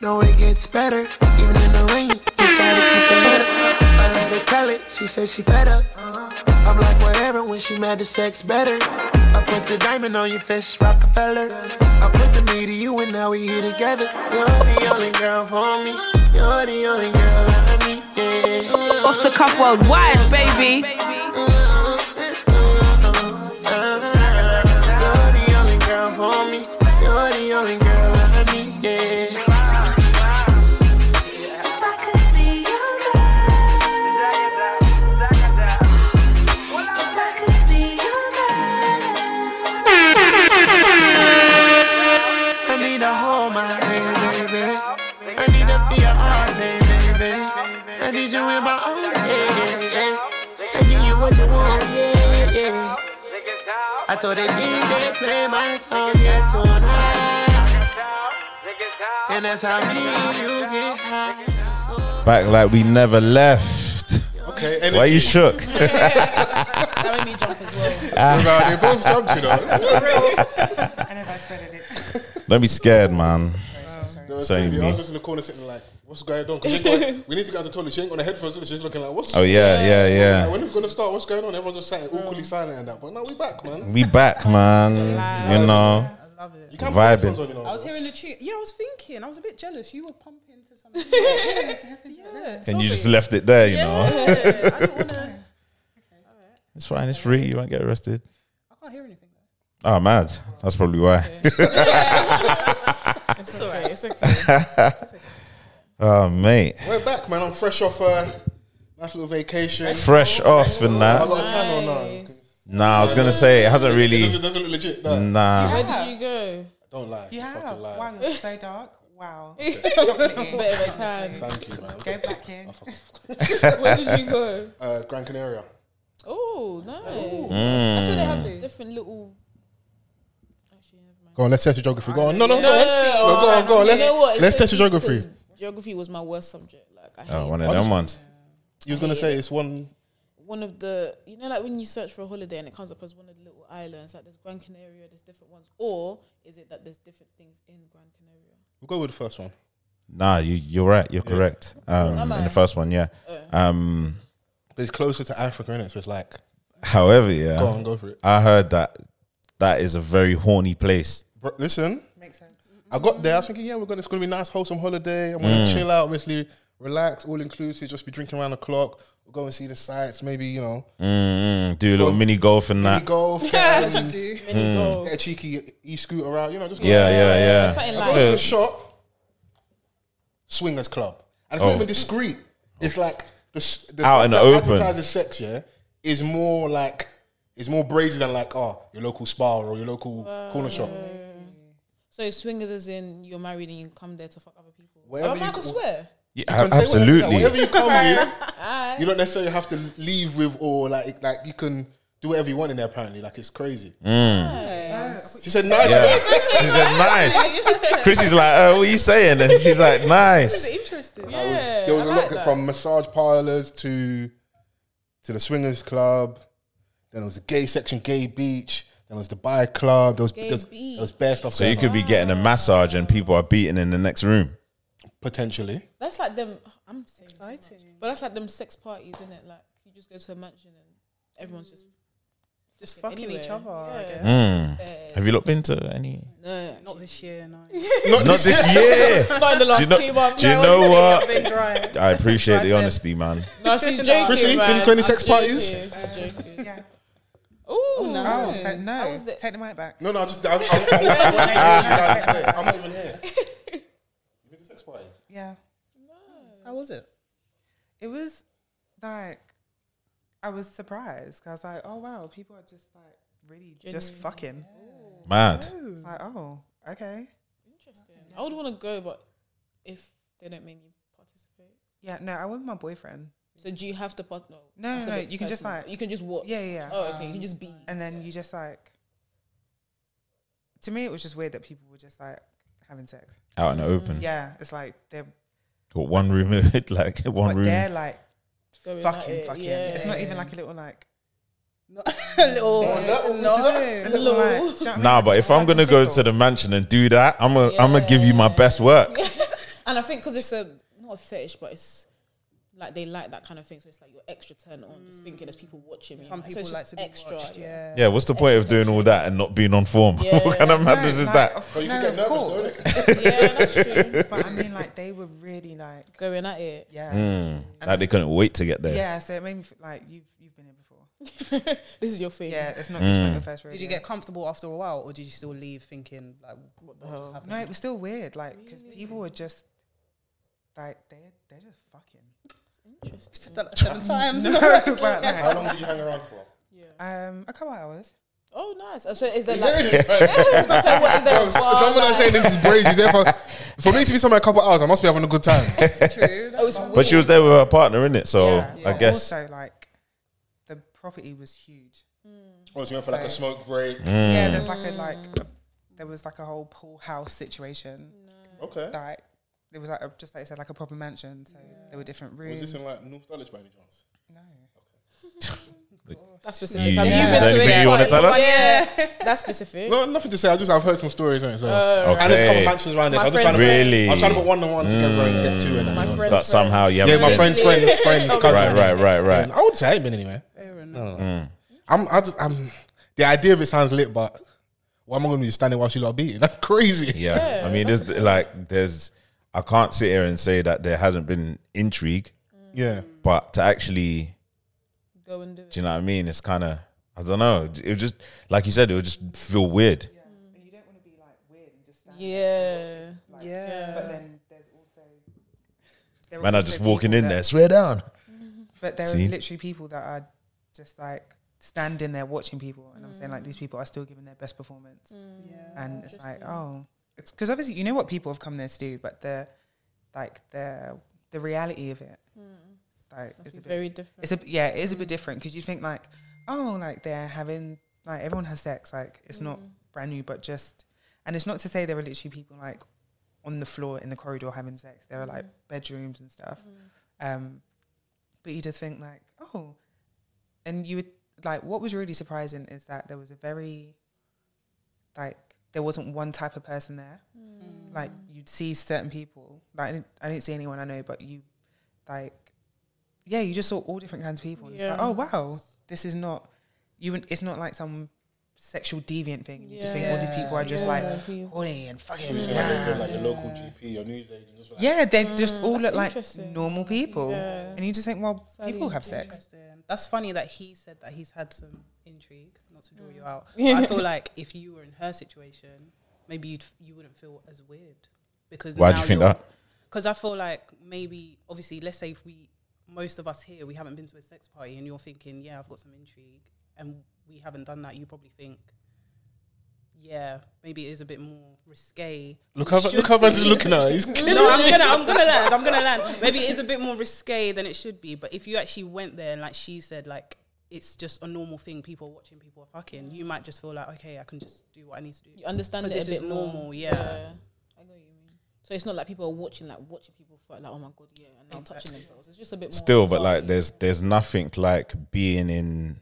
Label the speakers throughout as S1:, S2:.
S1: No, it gets better, even in the rain. You gotta keep your head up. I let her tell it, she said she fed up. I'm like, whatever, when she mad, the sex better. I put the diamond on your fist, Rockefeller. I put the meat to you, and now we here together. You're the only girl for me. You're the only girl I need, yeah.
S2: Off the cuff worldwide, baby.
S1: You're the only girl for me. You're the only girl I need, yeah. I need a hold, my baby, baby. I need to feel all, baby, baby. I need you in my arms, yeah, yeah. I give you what you want, yeah, yeah. I told the DJ play my song, yeah, tonight. And that's how me and you get high. That's all.
S3: Back like we never left.
S4: Okay,
S3: Why
S4: energy.
S3: you shook?
S5: That made me jump as well.
S4: Nah, they both jumped, you know.
S5: I never expected it.
S3: Don't be scared, man.
S4: No, it's
S3: So
S4: creepy. I
S3: mean-
S4: was just in the corner sitting like, what's going on? 'Cause she ain't got- we need to get out the toilet. She ain't got her headphones. in. She's looking like, what's
S3: Oh yeah, yeah,
S4: like,
S3: yeah.
S4: when are we gonna start? What's going on? Everyone's just sat awkwardly
S6: Mm.
S4: silent and that. But now we back, man.
S3: We back, man. You know.
S5: I love it.
S4: You can't put your
S3: Vibing.
S4: headphones on, you know.
S5: I was hearing the tune. Yeah, I was thinking. I was a bit jealous. You were pumping to something. yeah,
S3: And you just left it there, you know.
S5: yeah. I don't wanna.
S3: It's fine. It's free. You won't get arrested.
S5: I can't hear anything.
S3: Oh, mad. That's probably why.
S5: It's alright. It's okay.
S3: Oh, mate.
S4: We're back, man. I'm fresh off a nice little vacation.
S3: Fresh off and
S4: I
S3: that.
S4: got a tan on now.
S3: Nah, I was gonna say it hasn't
S4: It
S3: really.
S4: doesn't, doesn't look legit. Nah.
S3: Nah.
S6: Where did you go?
S4: Don't lie.
S5: You have.
S4: Fucking lie.
S5: Wow, it's so dark. Wow. Chocolatey.
S6: Better of time.
S4: Thank you, man.
S5: Go back in.
S6: Where did you go?
S4: Uh, Gran Canaria.
S6: Oh, nice.
S3: Mm.
S6: So they have different little. Actually, never mind.
S4: Go on, let's test your geography. Go on. No, no, no.
S6: No,
S4: Let's,
S6: no,
S4: go on, go on.
S6: You
S4: Let's,
S6: know what? It's
S4: let's
S6: so
S4: test your
S6: deep
S4: geography.
S6: 'cause Geography was my worst subject. Like I
S3: Oh,
S6: hated
S3: one
S6: it.
S3: of them ones.
S4: You was gonna say it's one.
S6: one of the you know like when you search for a holiday and it comes up as one of the little islands like there's Gran Canaria there's different ones or is it that there's different things in Gran Canaria
S4: We'll go with the first one.
S3: Nah, you you're right. You're correct. Um,
S6: Am
S3: in
S6: I?
S3: the first one, yeah. Um,
S4: But it's closer to Africa, innit? So it's like,
S3: however,
S4: go
S3: yeah,
S4: on, go for it.
S3: I heard that that is a very horny place.
S4: Bro, listen,
S5: Makes sense.
S4: I got there. I was thinking, yeah, we're gonna. It's gonna be a nice, wholesome holiday. I'm
S3: Mm.
S4: gonna chill out, obviously, relax, all inclusive. Just be drinking around the clock. We'll go and see the sights. Maybe you know,
S3: Mm, do a little mini golf and
S4: mini
S3: that.
S4: golf, um, get
S5: Do.
S3: Hmm.
S6: mini golf
S4: a cheeky e scooter out. You know, just go
S3: Yeah,
S4: out.
S3: yeah, yeah.
S6: something
S4: I go to
S6: like
S4: the shop, swingers club, and it's
S3: Oh.
S4: not even discreet. It's like the, s- the
S3: Out
S4: stuff
S3: in the
S4: that
S3: open.
S4: Advertises sex, yeah, is more like is more brazy than like oh your local spa or your local corner shop.
S6: so swingers as in you're married and you come there to fuck other people
S4: Whatever
S6: am I
S4: you
S6: allowed to
S4: c-
S6: swear
S3: Yeah,
S4: You can say
S3: absolutely.
S4: Whatever, you like, whatever you come with,
S6: Alright.
S4: you don't necessarily have to leave with or like like you can do whatever you want in there. Apparently, like it's crazy. She said nice.
S3: Mm. Yeah. She said nice. Chrissy's like, uh, what are you saying? And she's like, nice.
S5: Interesting.
S4: There was,
S6: Yeah,
S4: there was
S6: I
S4: a
S6: like
S4: lot
S6: that.
S4: from massage parlors to to the swingers club. Then there was the gay section, gay beach. Then there was the bi club. There was, there was, there was bare stuff.
S3: So you could be getting a massage and people are beating in the next room.
S4: potentially.
S6: that's like them I'm saying too much.
S5: Exciting.
S6: but that's like them sex parties isn't it like you just go to a mansion and everyone's just
S5: Just fucking each other. I
S6: Yeah.
S5: guess.
S3: Mm.
S6: there.
S3: Have you looked into any?
S6: no
S5: Not this year, no.
S3: Not this year.
S6: not in the
S3: Do
S6: last
S3: you know,
S6: two months
S3: do you
S6: no.
S3: know
S5: I've
S3: what?
S5: been dry.
S3: I appreciate the
S5: Right.
S3: honesty, man.
S6: no she's joking
S4: Chrissy, been
S6: man.
S4: to any
S6: I'm
S4: sex parties?
S6: joking, I'm joking.
S5: Yeah.
S6: Ooh,
S5: Oh, so no.
S6: I was the-
S5: Take the mic back.
S4: No, no, I just I, I, I, I'm not even here. You been to sex party?
S5: Yeah. How was it? It was like I was surprised. 'cause I was like, oh wow, people are just like really just fucking.
S3: Mad.
S5: It's Like oh okay.
S6: I would want to go, but if they don't make me participate,
S5: Yeah. No, I went with my boyfriend,
S6: so do you have to part? No,
S5: No,
S6: that's
S5: no,
S6: a
S5: no,
S6: bit
S5: you can just,
S6: personal.
S5: like-
S6: you can just watch.
S5: Yeah, yeah, yeah.
S6: Oh, okay, you can just be.
S5: and then you just like. To me, it was just weird that people were just like having sex.
S3: Out in the open.
S5: Yeah, it's like they're
S3: Got one room, in it, like one
S5: but
S3: room.
S5: they're like
S6: Going at
S5: fucking
S6: it,
S5: fucking.
S6: yeah.
S5: It's not even like a little like.
S6: little.
S4: Is that all?
S5: No,
S4: Is that-
S5: no.
S3: Nah, but if I'm gonna go to the mansion and do that, I'm gonna I'm gonna give you my best work.
S6: And I think because it's a not a fetish, but it's like they like that kind of thing. So it's like you're extra turned on, just thinking there's people watching me.
S5: Some
S6: so
S5: people
S6: it's
S5: like
S6: just
S5: to be
S6: extra.
S5: watched. Yeah.
S3: Yeah, what's the point of doing all that and not being on form?
S6: Yeah.
S3: what kind of madness is
S5: like,
S3: that?
S5: Of,
S4: But you
S5: no,
S4: can get
S5: of
S4: nervous,
S5: course.
S4: though, innit?
S6: yeah, that's true.
S5: But I mean, like they were really like,
S6: Going at it.
S5: yeah,
S3: Mm, Like they couldn't wait to get there.
S5: yeah. So it made me feel like you've you've been here before.
S6: This is your thing.
S5: Yeah, it's not
S3: Mm.
S5: just like your first rodeo.
S7: Did you get comfortable after a while, or did you still leave thinking like, what the
S6: Oh.
S7: hell?
S5: No, it was still weird, like because people were just like they they're just fucking.
S6: Interesting.
S7: Said that like seven times.
S5: No, but
S4: How
S5: like
S4: long did you hang around for?
S5: um, a couple hours.
S6: Oh, nice. Oh, So is there like?
S4: Yeah, it's like-
S6: so what is there? a
S4: If
S6: bar,
S4: Someone
S6: like-
S4: that's saying this is brazy. Therefore, for me to be somewhere a couple of hours, I must be having a good time.
S5: True.
S6: Oh, it's
S3: But she was there with her partner, innit? So
S6: Yeah.
S3: I guess.
S5: also like the property was huge.
S4: Or Oh, you went for like a smoke break.
S3: Hmm.
S5: Yeah, there's like a like a, there was like a whole pool house situation.
S4: Okay.
S5: Like there was like a, just like I said, like a proper mansion. So there were different rooms.
S4: Was this in like North Dulwich by any chance?
S5: no.
S6: That's
S3: You,
S6: specific.
S3: is
S6: Have you
S3: there
S6: been to
S3: anything
S6: it?
S3: you want to tell us?
S6: Yeah, that's specific.
S4: No, nothing to say. I just I've heard some stories. innit, So. And there's a couple of
S3: Okay.
S4: mansions around there. So
S6: Oh. My
S4: I'm just trying to
S3: Really?
S4: I'm trying to put one and one together and get two in.
S6: My
S4: it.
S6: friend's
S3: That somehow you haven't
S4: Yeah, my
S3: been.
S4: friends, friends, friends, cousins.
S3: Right, right, right, right.
S4: I would say I ain't been anywhere. No, no, no. I'm, I just, I'm. The idea of it sounds lit, but why am I going to be standing while you lot are beating? That's crazy.
S3: Yeah. I mean, there's like, there's, I can't sit here and say that there hasn't been intrigue,
S4: Yeah.
S3: but to actually,
S6: Go and do it.
S3: do you know what I mean? It's kind of, I don't know. It would just, like you said, it would just feel weird.
S5: And you don't want to be like weird and just stand.
S6: Yeah.
S5: Like, yeah. But then there's also. there are
S3: Man, I
S5: also
S3: just walking
S5: people
S3: in
S5: that-
S3: there, swear down.
S5: But there
S3: See?
S5: are literally people that are just like standing there watching people, and I'm saying like these people are still giving their best performance, and it's like oh, it's because obviously you know what people have come there to do, but the like the the reality of it, like is a bit,
S6: Very different.
S5: it's a yeah, it is a bit different because you think like oh, like they're having like everyone has sex, like it's not brand new, but just and it's not to say there were literally people like on the floor in the corridor having sex. There were like bedrooms and stuff. Um, but you just think like, oh, and you would like what was really surprising is that there was a very like there wasn't one type of person there. Like you'd see certain people. Like I didn't, I didn't see anyone I know, but you like yeah, you just saw all different kinds of people. And It's
S6: Yeah.
S5: like, oh wow, this is not you. wouldn't- It's not like some sexual deviant thing. You just think all these people are just
S6: Yeah.
S5: like horny and fucking.
S4: Like,
S5: Yeah.
S4: your- like your local GP, your news agent, just like
S5: Yeah, they
S7: Mm,
S5: just all look like
S6: interesting.
S5: normal people,
S6: Yeah.
S5: and you just think, well,
S6: Sadly,
S5: people have
S6: it's
S5: sex.
S7: That's funny that he said that he's had some intrigue. Not to draw you out, but I feel like if you were in her situation, maybe you'd, you wouldn't feel as weird because
S3: Why do you think that?
S7: Because I feel like maybe obviously, let's say if we most of us here we haven't been to a sex party, and you're thinking, yeah, I've got some intrigue, and we haven't done that, you probably think. Yeah, maybe it is a bit more risque.
S4: look
S7: It
S4: how
S7: should
S4: look how Van's
S7: be.
S4: looking at. her. He's
S7: No, I'm gonna, I'm gonna land. I'm gonna land. Maybe it is a bit more risque than it should be, but if you actually went there and, like she said, like it's just a normal thing. People are watching, people are fucking. You might just feel like, okay, I can just do what I need to do.
S6: You understand it
S7: 'Cause
S6: a
S7: this
S6: bit
S7: is
S6: more.
S7: normal, yeah.
S6: I know what you mean. So it's not like people are watching, like watching people fight, like oh my god, yeah, and now touching themselves. It's just a bit more
S3: Still, but
S6: calm.
S3: like, there's, there's nothing like being in,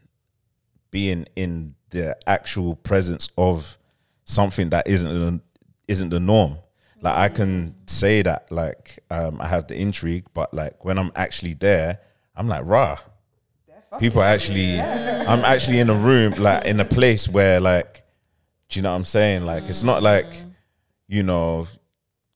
S3: being in the actual presence of something that isn't, the- isn't the norm. Like I can say that, like um, I have the intrigue, but like when I'm actually there, I'm like rah. People are actually, I'm actually in a room, like in a place where, like, do you know what I'm saying? Like it's not like, you know,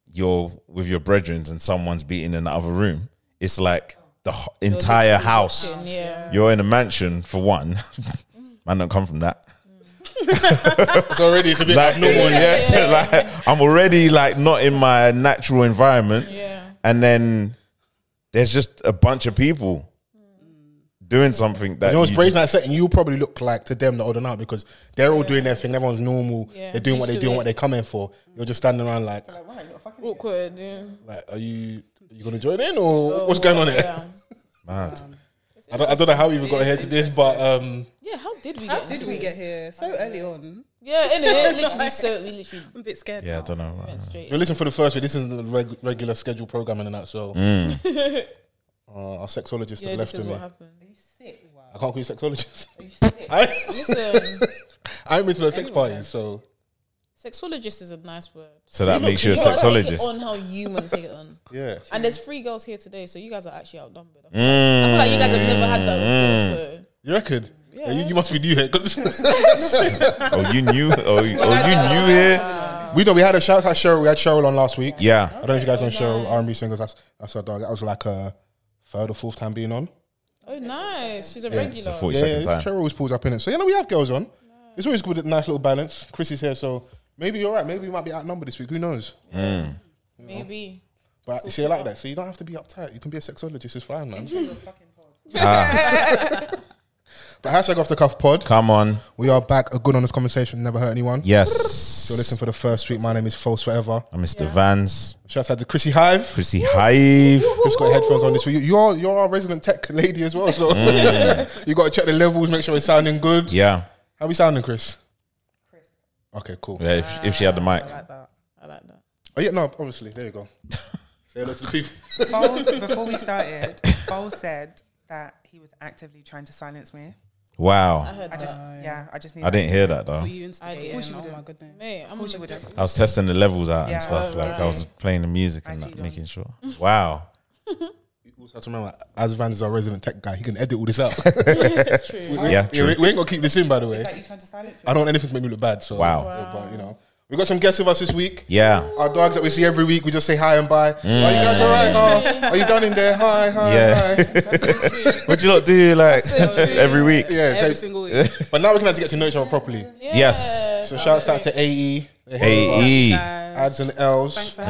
S3: you're with your brethren and someone's beating in the other room. It's like the h- entire house.
S6: yeah.
S3: You're in a mansion for one. Man, don't come from that.
S4: it's already it's a bit
S3: Like,
S4: abnormal.
S3: yeah, like I'm already like not in my natural environment.
S6: Yeah.
S3: and then there's just a bunch of people doing something that
S4: You know what's
S3: you
S4: brazen
S3: just-
S4: that setting? You probably look like to them the older now because they're all doing their thing. Everyone's normal.
S6: Yeah.
S4: They're doing what
S6: Used
S4: they
S6: to
S4: do and
S6: it.
S4: what they're coming for. You're just standing around like,
S6: Awkward. Yeah.
S4: like are you are you gonna join in or what's going on here?
S3: mad.
S4: Um, I don't, I don't know how we even got here to this, but um,
S6: Yeah. How did we?
S7: How
S6: get
S7: did
S6: into
S7: we
S6: this?
S7: get here so early on?
S6: Yeah. In it, literally. So we literally
S7: I'm a bit scared.
S3: Yeah, I
S7: now.
S3: don't know.
S6: went straight.
S4: you listen for the first week. This isn't the reg- regular scheduled programming and that. So
S3: Mm.
S4: uh, our sexologist
S6: Yeah.
S4: have left
S6: This is
S4: to me.
S6: what
S4: I
S6: happened.
S4: can't call you sexologist. I,
S6: Listen.
S4: I'm into the sex parties, so
S6: Sexologist is a nice word.
S3: So that makes you a
S6: gotta take it
S3: sexologist.
S6: On how you want to take it on.
S4: Yeah.
S6: And there's three girls here today, so you guys are actually outnumbered. I feel, like,
S3: Mm.
S6: I feel like you guys have never had that before. So
S4: You reckon? Yeah. you, you must be new here because
S3: Oh, you knew. Oh, you, oh, you knew here.
S4: we know we had a shout out Cheryl. We had Cheryl on last week. I
S3: Yeah.
S4: don't know if you guys know Cheryl R and B singers. That's that's her dog. That was like a third or fourth time being on.
S6: oh, nice. She's a
S3: It's a
S6: regular.
S3: forty
S4: Yeah,
S3: second
S4: yeah,
S3: time.
S4: Cheryl always pulls up in it. So you know we have girls on. It's always good, a nice little balance. Chris is here, so maybe you're right. Maybe we might be outnumbered this week. Who knows?
S6: Maybe.
S4: But you see, I like that. So you don't have to be uptight. You can be a sexologist. It's fine, man. but hashtag off the cuff pod.
S3: Ah, Come on.
S4: We are back. A good honest conversation. Never hurt anyone.
S3: Yes.
S4: You're listening for the first week. My name is False Forever.
S3: I'm Mr. Vans.
S4: Shout out to Chrissy Hive.
S3: Chrissy Hive.
S4: Chris got headphones on this week. You- You're you're our resident tech lady as well, so you got to check the levels, make sure it's sounding good.
S3: Yeah.
S4: How we sounding, Chris? Okay, cool.
S3: yeah if, if she had the mic.
S6: I like that.
S4: Oh yeah, no, obviously. There you go. Say hello to the people.
S5: Foles, before we started, Foles said that he was actively trying to silence me.
S3: Wow.
S5: I just, yeah, I just need.
S3: I didn't hear that though.
S7: You instigated. Oh my goodness.
S6: Mate, I'm
S5: She
S6: on
S5: would
S6: the
S5: have.
S3: I was testing the levels out
S5: Yeah.
S3: and stuff.
S6: Right.
S3: Like I was playing the music and
S5: teed
S3: that,
S5: on.
S3: making sure. Wow.
S4: You also have to remember, as Van is our resident tech guy, he can edit all this out.
S6: True.
S3: Yeah.
S4: Yeah, we,
S3: True.
S4: we ain't gonna keep this in, by the way.
S5: Like you trying to silence me?
S4: I don't want anything to make me look bad. So
S3: Wow.
S4: Yeah, but you know, we got some guests with us this week.
S3: Yeah.
S4: Our dogs that we see every week, we just say hi and bye. Are you guys all right? Oh, are you down in there? Hi, hi,
S3: Mm. Yeah.
S4: hi.
S3: What you lot do like
S6: it.
S3: every week?
S4: Yeah,
S7: Every
S4: so,
S7: single week.
S4: but now we can actually get to know each other properly.
S6: Yeah.
S3: Yes.
S4: So shouts out to E. AE,
S3: E.
S4: the head of
S3: AE.
S4: our ads and L's.
S7: Thanks for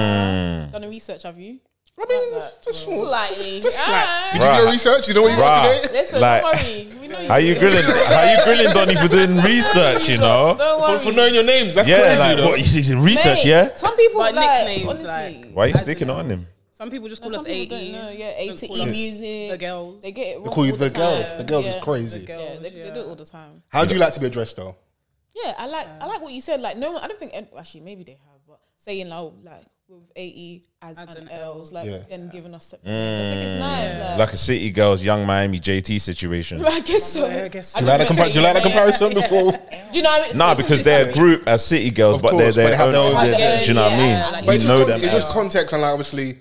S3: Mm.
S6: Done a research, have you?
S4: I mean, just, just small.
S6: Slightly.
S4: Just slight.
S6: Ah.
S4: Did you do your
S3: Bruh.
S4: research? You know what you
S3: Bruh.
S4: got today?
S6: Listen,
S3: Like-
S6: don't worry. We know you
S3: How you
S6: do it.
S3: grilling? How you grilling Donny for doing research? You know?
S6: Don't
S4: For,
S6: worry.
S4: for knowing your names, that's
S3: Yeah.
S4: crazy.
S3: Like
S4: though.
S3: what? You did research?
S6: Mate,
S3: Yeah.
S6: Some people
S7: But
S6: like
S7: nicknames,
S6: honestly.
S7: like-
S3: Why are you
S7: As
S3: sticking
S7: an
S3: on him?
S7: Some people just call
S6: Some
S7: us AE.
S6: people don't know. Yeah, A
S7: Don't
S6: to
S7: call
S6: E
S7: us
S6: music.
S7: The girls.
S6: They get it wrong.
S4: They call you
S6: all
S4: the girls.
S6: time.
S4: The girls
S6: yeah.
S4: is crazy.
S6: Yeah, they,
S7: Girls,
S6: they do it all the time.
S4: How do you like to be addressed though?
S6: Yeah, I like I like what you said. Like no one, I don't think any- actually maybe they have, but saying like, like with AE as
S7: Ads
S6: and
S7: and
S6: L's, like
S4: Yeah.
S6: then giving us. separate names. I think it's nice. Like,
S3: Like a city girls, young Miami JT situation.
S6: I guess so.
S7: Yeah, I guess so.
S6: I
S4: Do you like, the
S6: just meant
S4: compar- do you like the
S6: saying, yeah,
S4: comparison
S6: yeah.
S4: before?
S6: Do you know what I mean?
S3: Nah, because they're a group as city girls,
S4: Of
S3: but
S4: course, but
S3: they're
S4: they
S3: their
S4: have
S3: own.
S4: their own
S3: they're-
S6: thing.
S3: do you know what
S6: Yeah,
S3: I
S6: like-
S3: mean? You
S4: it's
S3: know
S4: just,
S3: them.
S4: It's just context, and like obviously,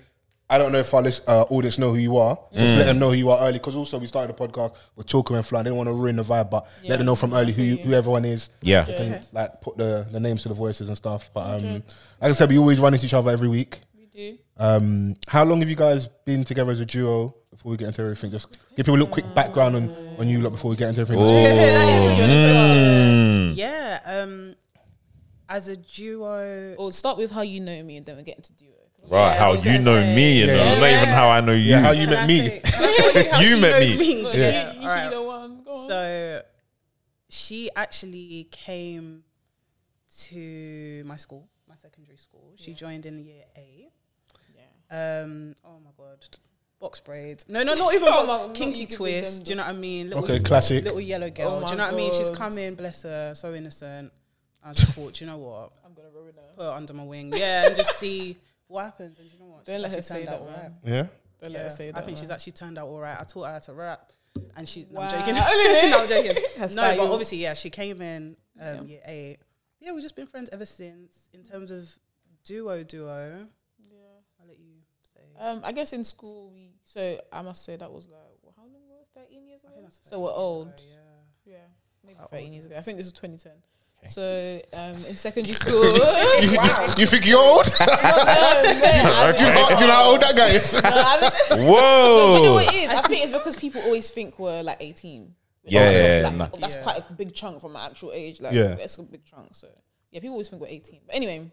S4: I don't know if our list, uh, audience know who you are. Just
S3: Mm.
S4: let them know who you are early, because also we started the podcast. We're talking and flying. They don't want to ruin the vibe, but let them know from early who you, who everyone is.
S3: Yeah.
S4: They can, like put the, the names to the voices and stuff. But um, like I said, we always run into each other every week.
S6: We do.
S4: Um, how long have you guys been together as a duo? Before we get into everything, just give people a little quick background on, on you lot before we get into everything.
S3: Oh.
S7: Yeah. Um, as a duo,
S6: Or start with how you know me, and then we get into duo.
S3: Right, how you know me, you know,
S4: Yeah.
S3: not even how I know you.
S4: Yeah, how you met me?
S3: You met me.
S6: But
S7: Yeah.
S6: she,
S7: All right.
S6: she the one. Go on.
S7: So she actually came to my school, my secondary school. She joined in year A. Um, oh my god. Box braids. No, no, not even
S6: Oh
S7: box-
S6: my- not
S7: kinky
S6: even them Oh
S7: twist. Do you know what I mean? Little,
S4: Okay, classic.
S7: Little yellow girl.
S6: my
S7: do you know what I mean? She's
S6: God.
S7: come in, bless her, so innocent. I just thought, do you know what?
S6: I'm gonna ruin her.
S7: Put her under my wing. Yeah, and just see what happens. And do you know what?
S6: Don't let
S7: She
S6: her
S7: turned
S6: say
S7: out
S6: that,
S7: all right.
S6: man.
S4: Yeah.
S6: Don't let her say that.
S7: I think she's
S6: man.
S7: actually turned out all right. I taught her how to rap, and she. no,
S6: Wow.
S7: I'm joking. no, I'm joking.
S6: Her
S7: no,
S6: style.
S7: but obviously, yeah, she came in um, year eight. Yeah, we've just been friends ever since. In terms of duo, duo. Yeah, I'll let you say.
S6: Um, I guess in school we. So I must say that was like well, how long ago? Thirteen years ago. so we're old. yeah. maybe thirteen years ago. I think this was twenty ten. So um, in secondary school, No,
S4: You, you- you think you're old?
S6: man,
S4: Do you, know, do you know how old that guy is?
S6: I mean, No, do you know
S3: Whoa.
S6: what it is? I think it's because people always think we're like 18. We're
S3: Yeah,
S6: not
S3: yeah,
S6: actually,
S3: yeah,
S6: like,
S3: nah.
S6: That's quite a big chunk from my actual age. Like,
S4: Yeah.
S6: that's a big chunk. So, yeah, people always think we're 18. But anyway,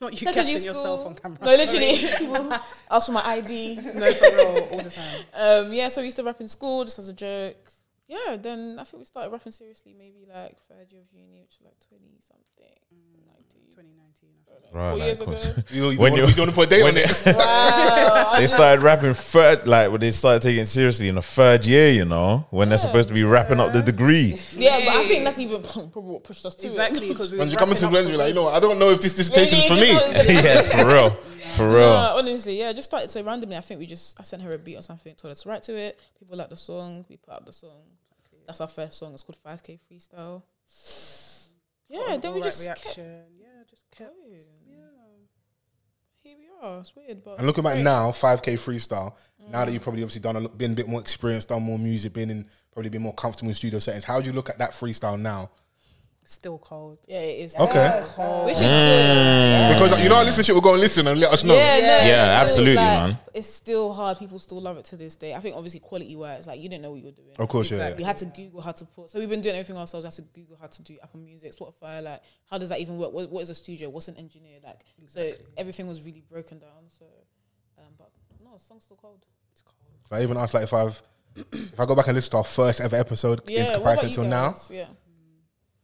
S7: Not you
S6: secondary
S7: catching
S6: school.
S7: yourself on camera.
S6: No, literally. people ask for my ID.
S7: no, for real, all the time.
S6: Um, yeah, so we used to rap in school just as a joke. Yeah, then I think we started rapping seriously maybe like third year of uni, which is like 20 something.
S7: Mm,
S6: 19.
S7: 2019. I think.
S3: Right,
S6: Four
S3: like,
S6: years
S3: of
S6: ago.
S3: course.
S4: You, you,
S3: When
S4: don't,
S3: you-
S4: you don't put a date on it.
S6: Wow.
S3: they started rapping third, like when they started taking it seriously in the third year, you know, when they're supposed to be wrapping up the degree.
S6: yeah, but I think that's even probably what pushed us to
S7: Exactly,
S6: it.
S7: because we
S4: When
S7: were
S4: you come
S7: wrapping
S4: into
S7: up
S4: Glen's,
S7: the
S4: you're like, you
S7: week.
S4: know what? I don't know if this, this dating is for
S6: Really,
S4: me.
S6: just always-
S3: yeah, for real, for real.
S6: No, honestly, yeah, I just started so randomly. I think we just I sent her a beat or something, told her to write to it. People like the song, we put out the song. That's our first song. It's called Five K Freestyle. Yeah, then we
S5: Alright
S6: just kept
S5: reaction. Yeah, just kept.
S6: going.
S5: Yeah.
S6: Here we are. It's weird, but
S4: And looking back
S6: great.
S4: now, 5K freestyle, now that you've probably obviously done a lot, been a bit more experienced, done more music, been in probably been more comfortable in studio settings, how do you look at that freestyle now?
S7: Still cold.
S6: Yeah, it is.
S4: Okay. Mm.
S6: It's cold. Which is good.
S4: Because like, you know, our listenership will go and listen and let us know.
S6: Yeah, no, it's
S3: Yeah,
S6: still,
S3: absolutely,
S6: like,
S3: man.
S6: It's still hard. People still love it to this day. I think obviously quality wise, like you didn't know what you were doing.
S4: Of course, yeah,
S6: You had to Google how to put. So we've been doing everything ourselves. We had to Google how to do Apple Music, Spotify. Like, how does that even work? What, what is a studio? What's an engineer? Like, so everything was really broken down. So, um, but no, the song's still cold. It's cold.
S4: Like even us, like if I've if I go back and listen to our first ever episode
S6: Yeah.
S4: in
S6: what
S4: comparison
S6: about you
S4: till now,
S6: guys? Yeah.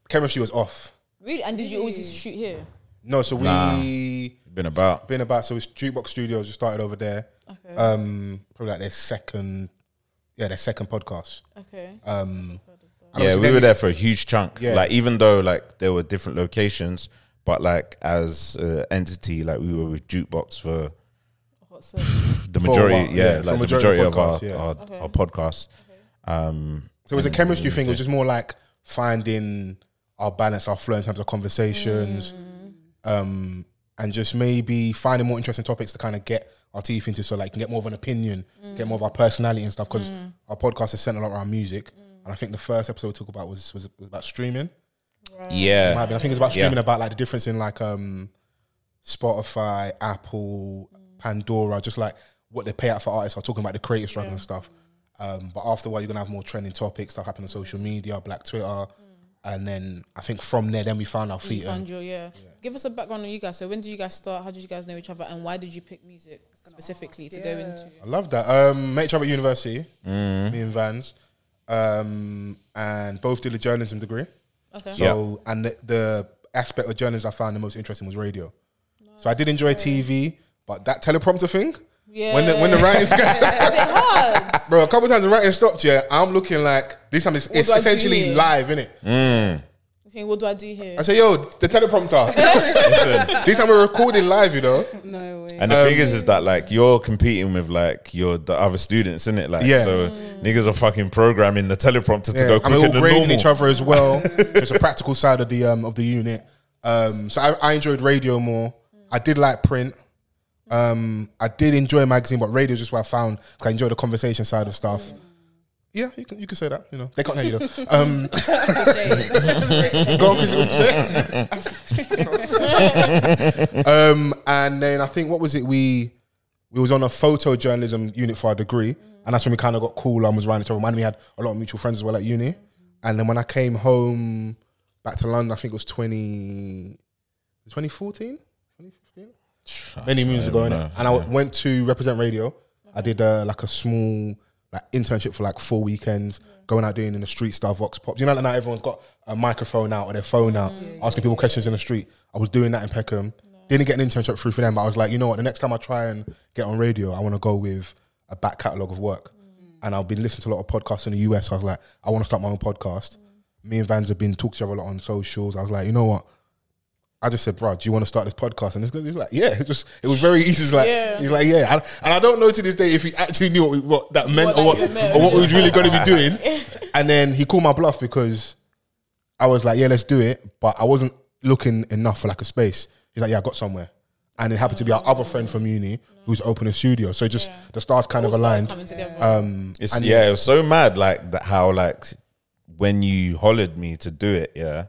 S4: chemistry was off.
S6: Really? And did you always used to shoot here?
S4: No, so
S3: Nah.
S4: we
S3: Been about.
S4: been about so it's Jukebox Studios. We started over there.
S6: Okay.
S4: Um, probably like their second, yeah, their second podcast.
S6: okay.
S4: Um, and
S3: Yeah,
S4: obviously
S3: we
S4: then
S3: were there for a huge chunk.
S4: Yeah.
S3: Like even though like there were different locations, but like as uh, entity, like we were with jukebox for
S6: What's up?
S3: the
S4: For a
S3: majority.
S4: while, yeah,
S3: Yeah,
S4: for
S3: like the
S4: majority
S3: majority
S4: of
S3: of our
S4: podcasts, yeah.
S3: our,
S6: Okay.
S3: our podcasts. Um,
S4: So it was a
S3: and-
S4: chemistry thing. It was just more like finding our balance, our flow in terms of conversations, um, and just maybe finding more interesting topics to kind of get our teeth into. So like, you can get more of an opinion, get more of our personality and stuff. Because our podcast is centered a lot around music, and I think the first episode we talked about was was about streaming. It might
S3: Yeah,
S4: be. I think it's about
S3: Yeah.
S4: streaming about like the difference in like um, Spotify, Apple, Pandora, just like what they pay out for artists. I'm talking about the creative struggle and stuff. Um, but after a while, you're gonna have more trending topics stuff happening on social media, Black Twitter, and then I think from there, then we found our feet. and
S6: Sandro, yeah. Give us a background on you guys. So when did you guys start? How did you guys know each other? And why did you pick music specifically to go into?
S4: I love that. Um, met each other at university, me and Vans, um, and both did a journalism degree.
S6: Okay.
S4: So, and the, the aspect of journalism I found the most interesting was radio. So I did enjoy TV, but that teleprompter thing,
S6: Yeah.
S4: when the, when the writing's
S6: Is it hard?
S4: bro, a couple times the writing stopped. Yeah, I'm looking like this time it's, it's
S6: do I do
S4: essentially
S6: here?
S4: live, innit? it?
S6: You think, what do I do here?
S4: I say, yo, the teleprompter. this time we're recording live, you know.
S7: No way.
S3: and the thing
S4: Um,
S3: is, is that like you're competing with like your the other students, in it? Like,
S4: Yeah.
S3: so niggas are fucking programming the teleprompter to
S4: Yeah,
S3: go
S4: and we're
S3: quicker
S4: all
S3: than
S4: grading
S3: normal.
S4: each other as well. There's a practical side of the um of the unit. Um, so I, I enjoyed radio more. I did like print. Um, I did enjoy magazine, but radio is just what I found. 'cause I enjoy the conversation side of stuff. Yeah, you can you can say that. You know, they can't hear you though. Um, go on, Chris, what you say? um, and then I think what was it? We we was on a photojournalism unit for our degree, and that's when we kind of got cool and was around each other. And we had a lot of mutual friends as well at uni. And then when I came home back to London, I think it was 20, 2014, 2015 many moons ago, innit? And I w- went to represent radio. I did uh, like a small like internship for like four weekends, going out doing in the street style vox pops. You know, like now everyone's got a microphone out or their phone out, asking people questions in the street. I was doing that in Peckham. Didn't get an internship through for them, but I was like, you know what? The next time I try and get on radio, I want to go with a back catalogue of work. And I've been listening to a lot of podcasts in the US. I was like, I want to start my own podcast. Me and Vans have been talking to each other a lot on socials. I was like, you know what? I just said, bro, do you want to start this podcast? And this guy was like, yeah, it just it was very easy. He's like,
S6: Yeah.
S4: he's like, yeah, I- and I don't know to this day if he actually knew what, we, what that meant
S6: What
S4: or what
S6: that meant.
S4: or what we was really going to be doing. and then he called my bluff because I was like, yeah, let's do it, but I wasn't looking enough for like a space. He's like, yeah, I got somewhere, and it happened to be our other friend from uni who's open a studio. So just the stars kind of
S6: All started
S4: aligned. Um,
S6: coming together.
S4: Uh,
S3: It's, yeah, it was so mad, like that. How like when you hollered me to do it, yeah.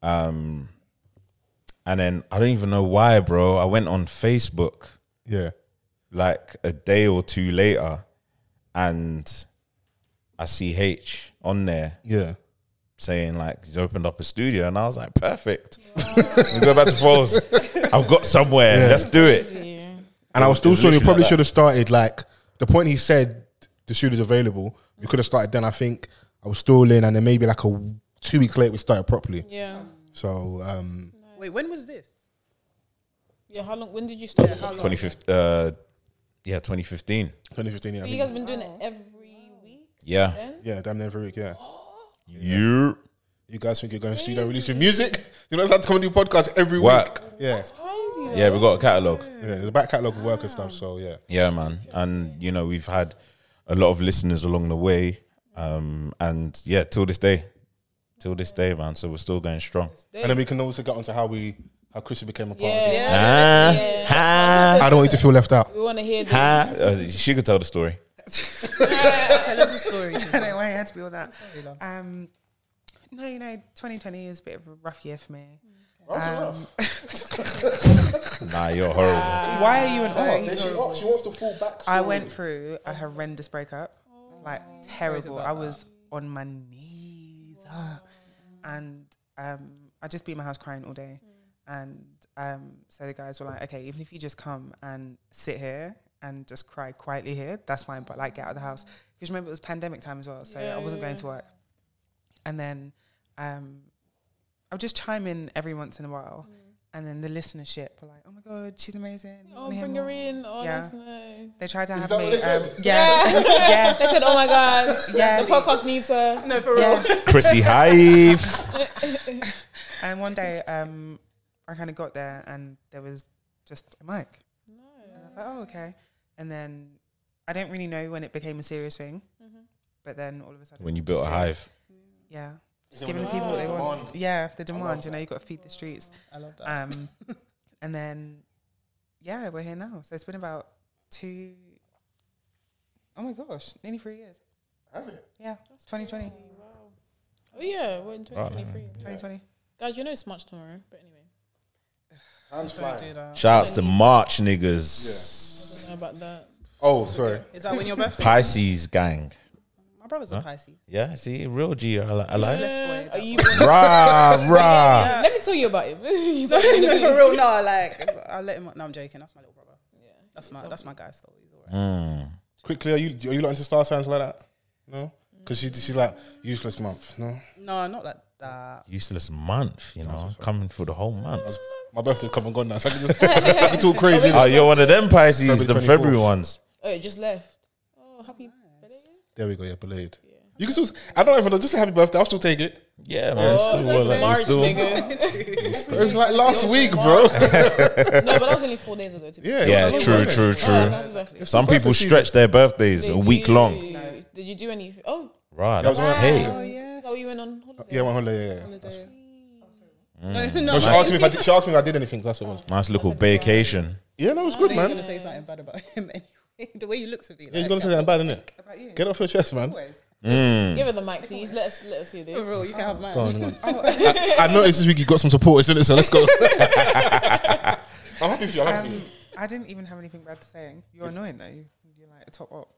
S3: Um, and then I don't even know why, bro. I went on Facebook
S4: Yeah,
S3: like a day or two later, and I see H on there
S4: yeah.
S3: saying like he's opened up a studio, and I was like, perfect. we go back to Falls. I've got somewhere. Let's do it.
S6: yeah.
S4: And I was still
S3: was
S4: saying we
S3: literally
S4: probably
S3: like
S4: should have started like the point he said the shoot is available. We could have started then. I think I was still in, and then maybe like a two weeks later we started properly.
S6: Yeah.
S4: So um,
S7: Wait, when was this?
S6: Yeah. How long? When did you start? So
S3: Twenty fifteen. Uh, yeah, twenty fifteen.
S4: 2015, yeah, I
S6: you
S4: think.
S6: guys been doing it every week?
S3: Yeah.
S4: yeah, damn near every week, yeah.
S3: You.
S4: You guys think you're going to studio releasing music? You know, that's coming to do podcasts every
S3: Whack.
S4: week. Yeah,
S6: Crazy.
S3: Yeah, we got a catalogue.
S4: yeah. There's a back catalogue of work and stuff. So yeah,
S3: Yeah, man. And you know, we've had a lot of listeners along the way. Um, and yeah, till this day. till this day, man. So we're still going strong.
S4: And then we can also get onto how we how Chrissy became a part of
S6: Yeah.
S4: it.
S3: Ah,
S6: Yeah.
S3: ah,
S4: I don't want you to feel left out.
S6: We want to hear the
S3: ah. Uh, she could tell the story.
S7: Tell us a story.
S5: I don't know why it had to be all that. Um, no, you know, 2020 is a bit of a rough year for me. Um,
S3: Nah, you're horrible.
S5: why are you E in awe?
S4: She, oh, she wants to fall back.
S5: I went through a horrendous breakup,
S6: Oh,
S5: like terrible. I was on my knees, ah. and um, I just be in my house crying all day.
S6: Mm.
S5: And um, so the guys were like, "Okay, even if you just come and sit here and just cry quietly here, that's fine. But like, get out of the
S6: Mm.
S5: house because remember it was pandemic time as well, so I wasn't going to work. And then um, I would just chime in every once in a while."
S6: Mm.
S5: And then the listenership were like, "Oh my god, she's amazing! We
S6: Oh,
S5: wanna hear
S6: bring
S5: more."
S6: her in. Oh,
S5: Yeah.
S6: that's nice.
S5: They tried to have
S4: that
S5: me.
S4: what they
S5: um,
S4: said?
S5: yeah, yeah,
S6: They said, "Oh my god,
S5: Yeah.
S6: the podcast needs her." No, for
S5: yeah.
S3: Chrissy Hive.
S5: And one day, um, I kind of got there, and there was just a mic. And I was like, oh, okay. And then I don't really know when it became a serious thing, but then all of a sudden,
S3: When you built a hive,
S5: yeah, just giving the people what they want. Yeah, the demand. You know, you got to feed the streets.
S7: I love that.
S5: Um, and then, yeah, we're here now. So it's been about two, oh my gosh, nearly three years.
S4: Have it.
S5: Yeah, 2020,
S6: Oh yeah, we're in 2023.
S4: Yeah.
S5: 2020.
S6: Guys, you know it's March tomorrow, but anyway,
S4: Time's
S7: Don't
S4: flying.
S7: do that.
S3: shouts to March niggas,
S6: I don't know about that.
S4: Oh, sorry.
S7: Is that when your birthday?
S3: Pisces gang.
S7: My brother's a Pisces.
S3: Yeah, see, real G. I, li- I like. it.
S6: Uh,
S7: Let's Uh,
S6: are
S7: go.
S6: you?
S3: Rah rah.
S6: Let me tell you about him. You don't
S7: No,
S6: really-
S7: for real, no. Like, I'll let him. No, I'm joking. That's my little brother.
S6: Yeah.
S7: That's my that's my guy. Still, he's alright.
S3: Mm.
S4: Quickly, are you are you not into star signs like that? No, because she, she's like useless month. No,
S7: No, not like that.
S3: Useless month, you know, coming for the whole month.
S4: my birthday's come and gone now, so I can, just, I can talk crazy.
S3: Oh, you're one of them Pisces, the
S4: February
S3: February
S4: 24th.
S3: ones.
S6: Oh, it just left. Oh, happy.
S4: There we go. Yeah, belated. You can still. I don't even know. Just say happy birthday. I'll still take it.
S3: Yeah, man.
S6: Oh,
S3: still, well,
S6: that's
S3: like,
S6: March,
S3: still-
S6: nigga.
S4: It was like last week, bro.
S6: No, but that was only four days ago. To be
S4: yeah.
S3: Yeah,
S4: it was
S3: true,
S4: lovely.
S3: true,
S6: Oh,
S3: true.
S6: happy birthday.
S3: Some
S4: birthday
S3: people
S4: season.
S3: stretch their birthdays a
S6: Did
S3: week
S6: you-
S3: long.
S6: Did you do anything? Oh,
S3: Right,
S4: That was
S3: that's hey.
S7: Oh yeah.
S6: is that what you went on holiday?
S4: Yeah, one holiday. Yeah, yeah.
S7: Holiday. Oh, No,
S4: No,
S7: no.
S4: she asked me if I did, she asked me if I did anything. That's what it was.
S3: Nice little vacation.
S4: Yeah, no, it was good,
S7: I'm
S4: man.
S7: gonna say something bad about him anyway. The way he looks at me.
S4: Yeah, you're
S7: like,
S4: gonna say that bad, isn't it?
S5: About you?
S4: Get off your chest, man.
S7: Always.
S3: Mm,
S6: Give her the mic, please. Let us let us hear
S7: For
S6: this.
S7: real, you can have mine. Oh,
S4: I noticed this week you got some supporters in it, so let's go. I'm happy for you. I'm happy for
S5: Um,
S4: you.
S5: I didn't even have anything bad to say. You're annoying though. You- You're like a top up.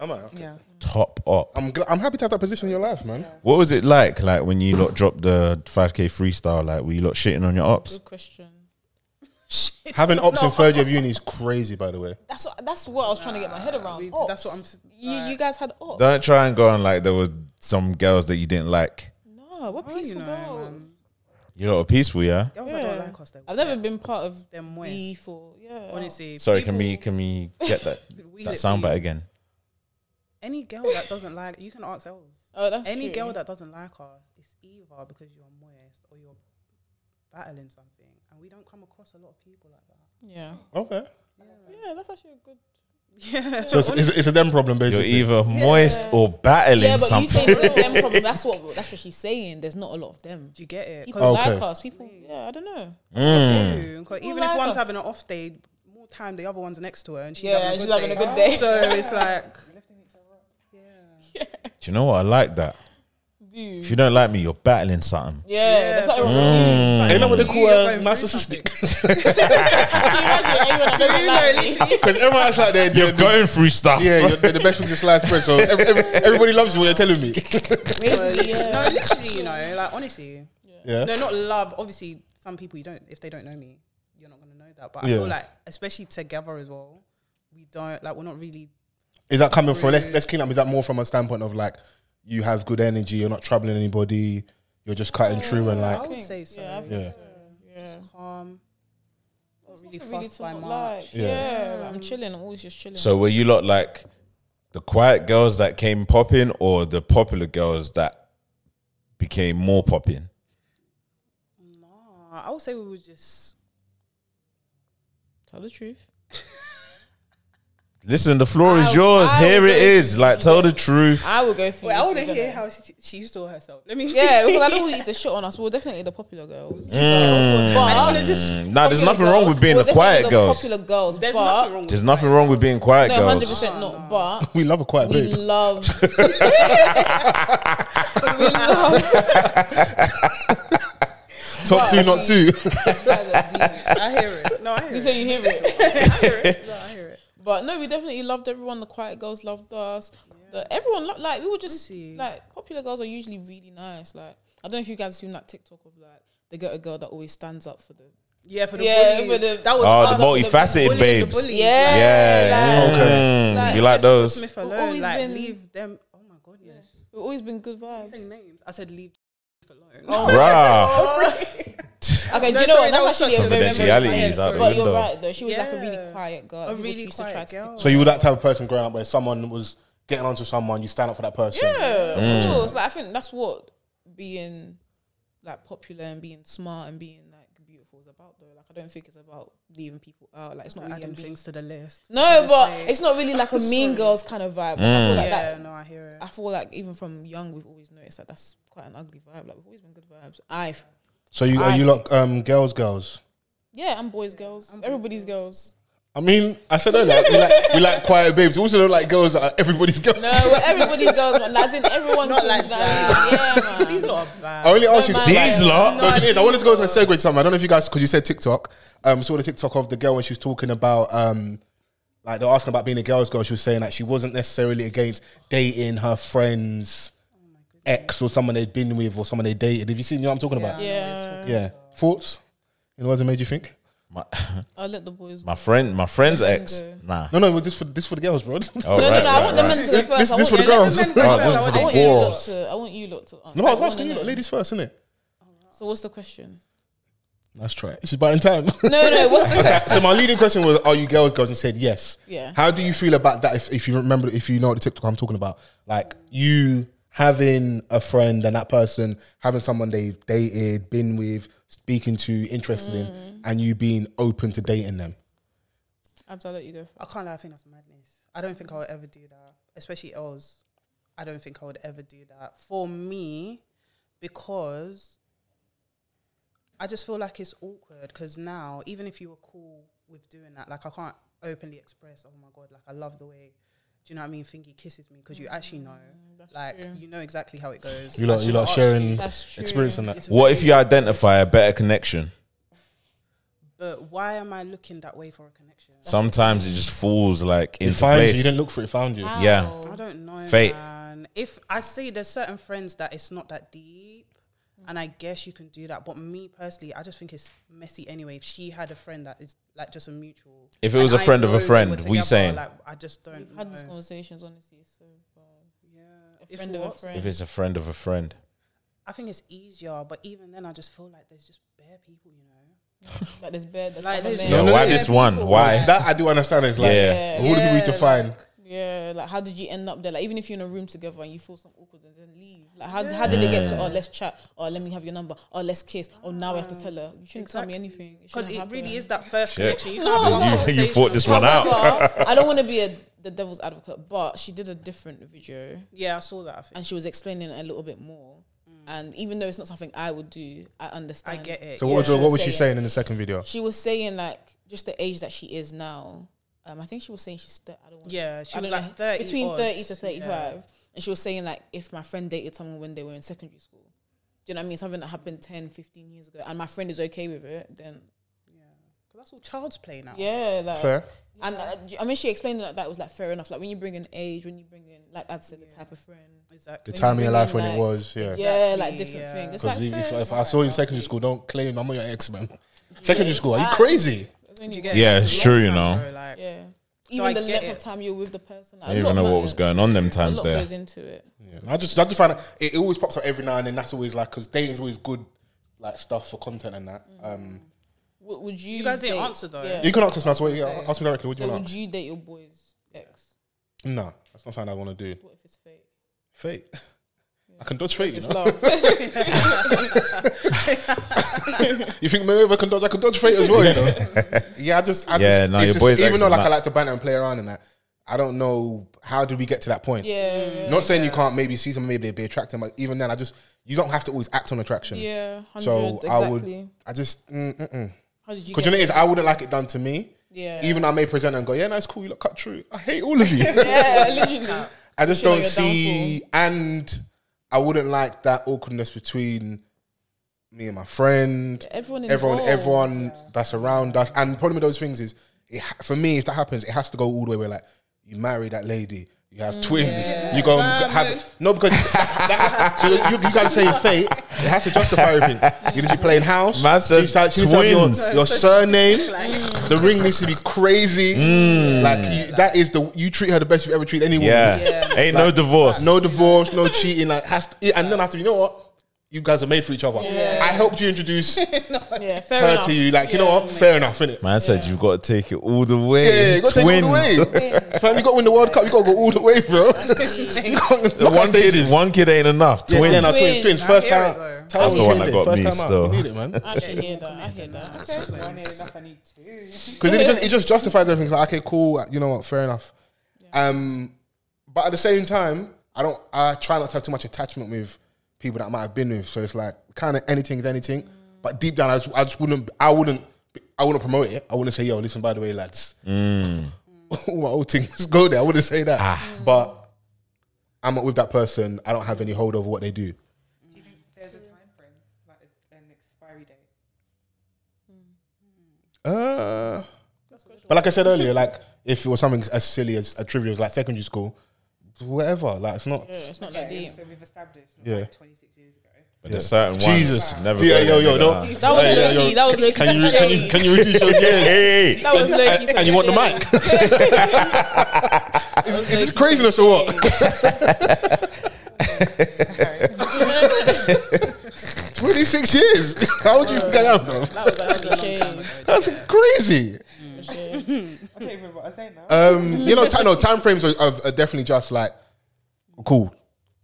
S4: Am I? Okay.
S5: Yeah.
S3: Top up.
S4: I'm gl- I'm happy to have that position in your life, man.
S3: What was it like, like when you lot dropped the 5k freestyle? Like, were you lot shitting on your ops?
S6: Good question.
S4: Having ops in third year of uni is crazy, by the way.
S6: That's what that's what I was trying to get my head around.
S7: we-
S6: Ops.
S7: that's what I'm s-
S6: You
S7: like-
S6: you guys had ops.
S3: Don't try and go on like there was some girls that you didn't like.
S6: no, what
S7: you
S6: peaceful
S7: know,
S6: girls.
S7: man.
S3: You lot were peaceful, yeah.
S7: Girls that don't
S6: Yeah.
S7: like us, they
S6: I've never been part of
S7: Them West.
S6: beef or yeah.
S7: Honestly,
S3: Sorry,
S7: people-
S3: can we can we get that
S7: We
S3: that
S7: lit
S3: soundbite
S7: beef.
S3: again?
S7: Any girl that doesn't like you can ask Els.
S6: Oh, that's
S7: Any
S6: true.
S7: girl that doesn't like us, it's either because you're moist or you're battling something, and we don't come across a lot of people like that.
S6: yeah
S4: Okay.
S6: yeah that's actually a good
S7: Yeah.
S4: So it's, it's, it's a them problem,
S3: You're
S4: basically.
S3: either moist or battling
S6: yeah, but you
S3: something.
S6: saying it's a them problem. That's what that's what she's saying. There's not a lot of them.
S7: Do you get it?
S6: People
S7: Because
S4: Okay.
S6: like us. People yeah, I don't know.
S3: Mm.
S7: even
S6: like
S7: if one's
S6: us.
S7: having an off day, more time the other one's next to her, and she's
S6: Yeah,
S7: having a
S6: she's
S7: good
S6: having a
S7: day.
S6: good day.
S7: So it's like,
S3: Do you know what? I like that. If you don't like me, you're battling something.
S6: Yeah, that's not
S3: Mm.
S6: wrong.
S7: It's like,
S4: Ain't that what they
S7: you-
S4: call
S7: you're
S4: uh,
S7: going through something.
S4: narcissistic?
S6: Everyone- everyone doesn't like me.
S4: Because everyone else out there, they're,
S3: You're going through stuff.
S4: yeah, you're, they're the best things to slice bread. So every, every, everybody loves you. What you're telling me?
S6: Basically,
S7: No,
S6: yeah.
S7: literally, you know, like honestly,
S4: Yeah.
S7: no, not love. Obviously, some people you don't. If they don't know me, you're not gonna know that. But I
S4: Yeah.
S7: feel like, especially together as well, we don't like. We're not really.
S4: Is that coming from? Let's let's clean up. Is that more from a standpoint of like you have good energy, you're not troubling anybody, you're just cutting through and
S6: I
S4: like
S6: think-
S7: say so.
S6: Yeah, I think
S4: yeah.
S6: yeah.
S7: calm. Not Um, really
S6: Really
S7: fussed
S6: to
S7: by
S6: not
S7: March.
S6: like. Yeah, I'm chilling. I'm always just chilling.
S3: So were you lot like the quiet girls that came popping, or the popular girls that became more popping?
S7: Nah, I would say we were just
S6: Tell the truth.
S3: Listen, the floor
S6: I-
S3: is yours.
S6: I
S3: Here
S6: would
S3: it
S6: go-
S3: is. Like, tell the truth.
S6: I would go for.
S7: Wait,
S6: you
S7: I
S6: if
S7: want to
S6: you're
S7: hear
S6: gonna-
S7: how she, she stole herself. Let me see.
S6: Yeah, because I know we used a shit on us. We were definitely the popular girls. But
S7: I wanna just-
S3: Mm. Nah, there's
S6: popular
S3: nothing wrong
S6: girl-
S3: with being
S6: we
S3: the
S6: were
S3: quiet
S6: definitely the
S3: girls.
S6: Popular girls,
S7: There's
S6: but
S7: nothing wrong with
S3: There's nothing wrong with being quiet
S6: no, hundred
S3: girls.
S6: percent not. But
S4: We love a quiet
S6: we
S4: babe.
S6: love. we love.
S4: Top two, not two.
S7: I hear it. No, I hear
S6: You
S7: it.
S6: say you hear it,
S7: No, I hear it.
S6: but no, we definitely loved everyone. The quiet girls loved us. The, everyone lo- like we were just
S7: Honestly.
S6: like popular girls are usually really nice. Like I don't know if you guys seen that TikTok of like they get a girl that always stands up for them.
S7: Yeah, for the
S6: Yeah,
S7: bully.
S6: for the-
S7: that was
S3: Oh,
S7: us,
S3: the multifaceted
S7: bully, the
S3: babes.
S7: bully.
S6: Yeah,
S3: Yeah.
S6: like,
S3: Okay.
S4: Mm.
S6: Like,
S3: you like
S6: Jessica
S3: those?
S7: Smith
S6: We've
S7: alone.
S6: always
S7: like,
S6: been-
S7: leave them. Oh my goodness.
S6: We've always been good vibes.
S7: Saying names. I said leave Smith alone.
S3: Bruh.
S6: Okay,
S7: No,
S6: do
S7: sorry,
S6: you know what?
S7: that
S6: That's
S7: was
S6: actually
S7: such
S6: a very
S3: Confidentiality
S6: memorable-
S3: is out the
S6: But you're
S3: window.
S6: right though. She was like a
S7: Yeah.
S6: really quiet girl.
S7: A
S6: which
S7: really
S6: used to try
S7: quiet
S6: to pick-
S7: girl.
S4: So you were that type of person growing up where someone was getting onto someone, you stand up for that person.
S6: Yeah, of
S4: Mm.
S6: course. Like I think that's what being like popular and being smart and being like beautiful is about though. Like I don't think it's about leaving people out. Like it's not really
S7: Adding
S6: a mean.
S7: things to the list.
S6: No, but
S7: Honestly.
S6: it's not really like a mean girls kind of vibe. Like, I
S4: Mm.
S6: feel like
S7: Yeah,
S6: that.
S7: no, I hear it.
S6: I feel like even from young, we've always noticed that that's quite an ugly vibe. Like we've always been good vibes. I, f-
S4: So you are you like um, girls, girls?
S6: yeah, I'm boys, girls, everybody's girls.
S4: I mean, I said earlier, we like, we like quiet babes. We also don't like girls that are everybody's girls.
S6: No, well, everybody's girls, man. As in everyone.
S7: Not
S6: cool,
S7: like
S6: you know what I mean? Yeah, man.
S7: These lot are bad.
S4: I only asked you
S6: No, man.
S3: These lot.
S4: No, it is. I wanted to go to a segue to something. I don't know if you guys, because you said TikTok, um, saw the TikTok of the girl when she was talking about, um, like they were asking about being a girl's girl. She was saying that she wasn't necessarily against dating her friends, ex or someone they'd been with or someone they dated. Have you seen you know what I'm talking about?
S6: Yeah.
S4: Yeah. Thoughts? In words that made you think?
S3: My,
S6: I'll let the boys.
S3: my friend, my friend's ex.
S6: Bingo.
S3: Nah.
S4: No, no. This for this for the girls, bro.
S3: Oh,
S6: no,
S3: right,
S6: no, no. I
S3: right,
S6: want
S3: right.
S6: the men to go first.
S4: this
S6: I
S4: this
S6: want
S4: for the
S6: the men-
S4: girls.
S7: go
S4: no,
S3: Oh,
S7: first.
S3: this
S7: I
S3: is for
S7: want-
S6: I
S3: the
S6: want you lot
S3: balls.
S6: to. I want you lot to.
S4: but I was asking
S6: wanna
S4: you,
S6: know.
S4: ladies first, isn't it?
S6: So what's the question?
S4: That's try. She's about in time.
S6: No, no. What's the
S4: Okay, so my leading question was, "Are you girls, girls?" And said yes.
S6: Yeah.
S4: How do you feel about that? If, if you remember, if you know the TikTok I'm talking about, like you having a friend and that person having someone they've dated, been with, speaking to, interested in, and you being open to dating them.
S6: Abs, I'll let you go. First.
S7: I can't lie, I think that's madness. I don't think I would ever do that, especially Els. I don't think I would ever do that for me because I just feel like it's awkward because now, even if you were cool with doing that, like I can't openly express, oh my God, like I love the way, do you know what I mean? Thingy kisses me because you actually know, like
S6: true.
S7: you know exactly how it goes.
S4: You lot, you lot sharing
S6: That's true.
S4: experience on that.
S7: It's
S3: What if
S7: amazing.
S3: you identify a better connection?
S7: But why am I looking that way for a connection?
S3: Sometimes it just falls like
S4: It
S3: into
S4: finds you. You Oh,
S3: place.
S4: didn't look for it. it Found you.
S3: Yeah.
S7: I don't know,
S3: Fate.
S7: man. If I see there's certain friends that it's not that deep, and I guess you can do that. But me personally, I just think it's messy anyway. If she had a friend that is like just a mutual,
S3: If it was
S7: and
S3: a
S7: I
S3: friend of a
S7: know we were
S3: friend, we
S7: together,
S3: saying.
S7: like I just don't
S6: We've had these
S7: know.
S6: conversations, honestly. So uh,
S7: Yeah,
S6: a
S7: If
S6: friend of a
S7: what?
S6: friend.
S3: If it's a friend of a friend.
S7: I think it's easier, but even then, I just feel like there's just bare people, you know.
S6: like there's bad. That's
S7: Like
S6: other
S7: there's
S6: men.
S3: Yeah,
S4: no,
S3: why
S4: yeah,
S3: this one? Why?
S4: That I do understand. It's like,
S3: Yeah.
S4: who do we need to find?
S6: Yeah, like how did you end up there? Like even if you're in a room together and you feel some awkwardness, then leave. Like how, how did it get to? Oh, let's chat. Oh, let me have your number. Oh, let's kiss. Oh, now we have to tell her. You shouldn't tell me anything.
S7: Because
S6: shouldn't
S7: it
S6: happen.
S7: really is that first
S3: Shit.
S7: connection. You, can't have a
S3: You- you
S7: conversation
S3: thought this one
S7: about-
S3: out.
S6: However, I don't want to be a the devil's advocate, but she did a different video
S7: Yeah, I saw that. I, think.
S6: and she was explaining it a little bit more. And even though it's not something I would do, I
S7: Mm. I
S6: understand.
S7: get it.
S4: So what was
S6: Yeah.
S4: what was she
S6: Saying.
S4: saying in the second video?
S6: She was saying like just the age that she is now. Um, I think she was saying she's. Th- I don't. Wanna,
S7: Yeah, she
S6: I
S7: was
S6: don't
S7: like
S6: know,
S7: 30
S6: between
S7: odds,
S6: thirty to
S7: yeah.
S6: thirty-five, and she was saying like if my friend dated someone when they were in secondary school, do you know what I mean? Something that happened 10, 15 years ago, and my friend is okay with it, then
S7: That's all child's play now.
S6: yeah, like
S4: Fair.
S6: And uh, d- I mean, she explained that that was like fair enough. Like when you bring in age, when you bring in like I'd say the type of friend,
S4: The
S7: Exactly.
S4: time in your life when
S6: Like-
S4: it was. Yeah.
S6: yeah,
S7: Exactly,
S6: like different
S7: yeah.
S6: things. It's like
S4: Because if,
S6: fair
S4: if
S6: enough.
S4: I saw you in secondary school, don't claim I'm not your ex, man. Secondary school, are you crazy?
S6: It's only-
S7: get
S3: Yeah,
S7: it?
S3: it's
S7: a
S3: true,
S7: long
S3: you
S7: time
S3: know.
S7: ago, like-
S6: yeah.
S7: So
S6: Even
S7: I
S6: the
S7: get
S6: length of
S7: it.
S6: time you're with the person. Like,
S3: I
S6: a
S3: don't
S6: lot
S3: even know what was
S6: matters.
S3: going on them
S6: A
S3: times
S6: lot
S3: there.
S6: goes into it.
S4: Yeah. I just I just find that it always pops up every now and then. That's always like because dating's always good like stuff for content and that.
S6: Mm.
S4: Um,
S6: W- would you?
S7: You guys didn't
S6: date-
S7: answer, though.
S6: Yeah.
S4: you can ask us now. So what, yeah, ask me directly. What do
S6: so
S4: you want?
S6: would you date your boy's ex?
S4: No, that's not something I want to do.
S6: What if it's fake?
S4: Fate. I can dodge fate. You,
S6: It's
S4: know?
S6: love.
S4: you think maybe if I can dodge, I can dodge fate as well. You know? yeah, I just, I
S3: Yeah,
S4: just,
S3: no,
S4: it's
S3: your
S4: just-
S3: boy's ex
S4: even though
S3: is
S4: like I
S3: nuts.
S4: like to banter and play around and that, I don't know how did we get to that point.
S6: Yeah, yeah,
S4: Not saying you can't maybe see someone, maybe they'd be attracted, but even then, I just you don't have to always act on attraction.
S6: yeah. 100,
S4: So
S6: exactly.
S4: I would, I just, mm, because
S6: How did you?
S4: you know,
S6: get
S4: it is I wouldn't like it done to me.
S6: Yeah.
S4: Even I may present and go, yeah, that's cool. You look cut through. I hate all of you.
S6: yeah, literally.
S4: I just
S6: Show
S4: don't
S6: your
S4: see, and I wouldn't like that awkwardness between me and my friend,
S6: Everyone oh.
S4: everyone,
S6: involved.
S4: everyone that's around us. And the problem with those things is, it, ha- for me, if that happens, it has to go all the way where like you marry that lady. You have twins. You go and have no because that, so you, you guys are saying fate. It has to justify everything. You need to be playing house.
S3: Man
S4: you
S3: said
S4: need to- you need to have your-
S3: twins.
S4: Your, surname. The ring needs to be crazy. Like you, that is the you treat her the best you've ever treated anyone.
S3: Mm. Yeah. Ain't no
S4: Like,
S3: divorce.
S4: No divorce, no cheating. Like, has to, and then after, you know what? You guys are made for each other. I helped you introduce her
S6: Yeah, fair enough.
S4: to you. Like, you know what? Fair enough, innit?
S3: Man said you've got to take it all the way.
S4: Yeah, you got to take it all the way. Fam, you got to win the World Cup. You got to go all the way, bro. you got to
S3: one kid, one kid ain't enough.
S4: yeah,
S3: Twins.
S4: Yeah, no, twins,
S6: Twins.
S4: twins. First
S7: I hear
S4: time.
S7: it, though.
S4: Tell
S3: That's
S4: me
S3: the one
S4: you
S3: that
S4: did it.
S3: got
S4: First
S3: me
S4: time out.
S3: still.
S4: You need it, man.
S6: I actually hear that. I hear that. Okay.
S5: Funny enough, I need two.
S4: because it just it just justifies everything. It's like, okay, cool. You know what? Fair enough. Um, but at the same time, I don't. I try not to have too much attachment with people that I might have been with. So it's like kind of anything's anything. But deep down, I just, I just wouldn't. I wouldn't. I wouldn't promote it. I wouldn't say, "Yo, listen, by the way, lads, all my old things go there." I wouldn't say that. But I'm not with that person. I don't have any hold over what they do.
S5: Do you think there's a time frame, like a- an expiry date?
S4: Uh, but like I said earlier, like if it was something as silly as a trivial as like secondary school, whatever. Like it's not.
S6: Yeah, it's not that
S5: Okay,
S6: deep.
S5: so we've established like,
S4: Yeah.
S5: 26 years ago.
S3: But there's certain
S4: Jesus,
S3: ones. Never
S4: yeah,
S3: go there,
S4: yo, yo,
S3: nigga.
S4: no.
S6: That was
S4: Hey, yo, yo.
S6: low key. That was low key.
S4: Can you can you can you reduce your years?
S3: Hey,
S6: That was low key.
S4: And you want the mic?
S6: It's,
S4: It's craziness or what? Twenty six years. How would you get out, bro?
S6: That was actually shame.
S4: That's crazy.
S5: I don't even remember what I was saying now.
S4: Um, you know, ti- no time frames are, are, are definitely just like cool.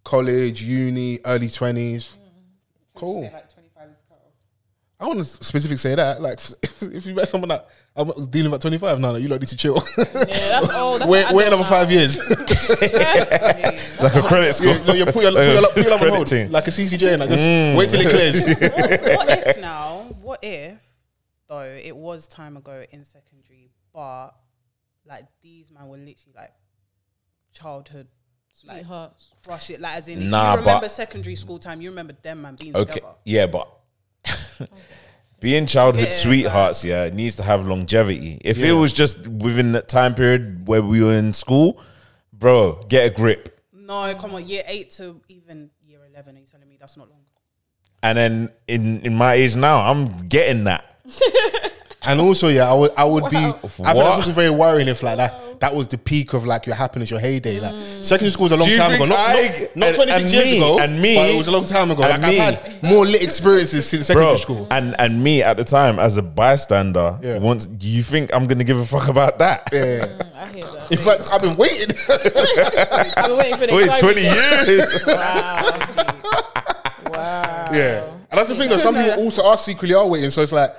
S4: College, uni, early twenties.
S6: Mm.
S5: Would you
S4: Cool.
S5: say, like 25 is cut off.
S4: I wouldn't specifically say that. Like, if you met someone that I was dealing with at 25, no, no, you lot need to chill.
S6: Yeah, that's old. That's
S4: wait,
S6: an
S4: wait
S6: adult
S4: another
S6: now.
S4: five years.
S3: like a credit score. Mm.
S4: you, no, you put your, put your, put your love on
S3: Credit
S4: hold.
S3: team.
S4: Like a CCJ and I just wait till it clears.
S7: what if now? What if though it was time ago in secondary, but like these man were literally like childhood like
S6: Sweethearts.
S7: crush it like as in if
S3: Nah,
S7: you remember
S3: but-
S7: secondary school time, you remember them man being
S3: Okay,
S7: together.
S3: yeah, but being childhood
S7: Yeah,
S3: sweethearts, yeah, it needs to have longevity. If it was just within that time period where we were in school, bro, get a grip.
S7: No, come on, year eight to even year eleven. Are you telling me that's not long?
S3: And then in in my age now, I'm getting that.
S4: And also, yeah, I would, I would be. I feel like
S3: What?
S4: that's also very worrying if like that, that was the peak of like your happiness, your heyday. Like secondary school was a long
S3: Do you
S4: time ago,
S3: think I-
S4: not, not, not
S3: and-
S4: 26
S3: and
S4: years
S3: me-
S4: ago,
S3: and me-
S4: but it was a long time ago.
S3: and
S4: Like I've
S3: me.
S4: had more lit experiences since secondary
S3: Bro,
S4: school.
S3: and and me at the time as a bystander,
S4: Yeah.
S3: once do you think I'm gonna give a fuck about that?
S4: Yeah.
S6: I hear that.
S4: In fact, I've been waiting.
S6: I've been waiting for the
S3: Wait,
S6: expiry
S3: twenty
S6: date.
S3: years?
S4: Yeah. And that's the thing though, some people also are secretly are waiting. So it's like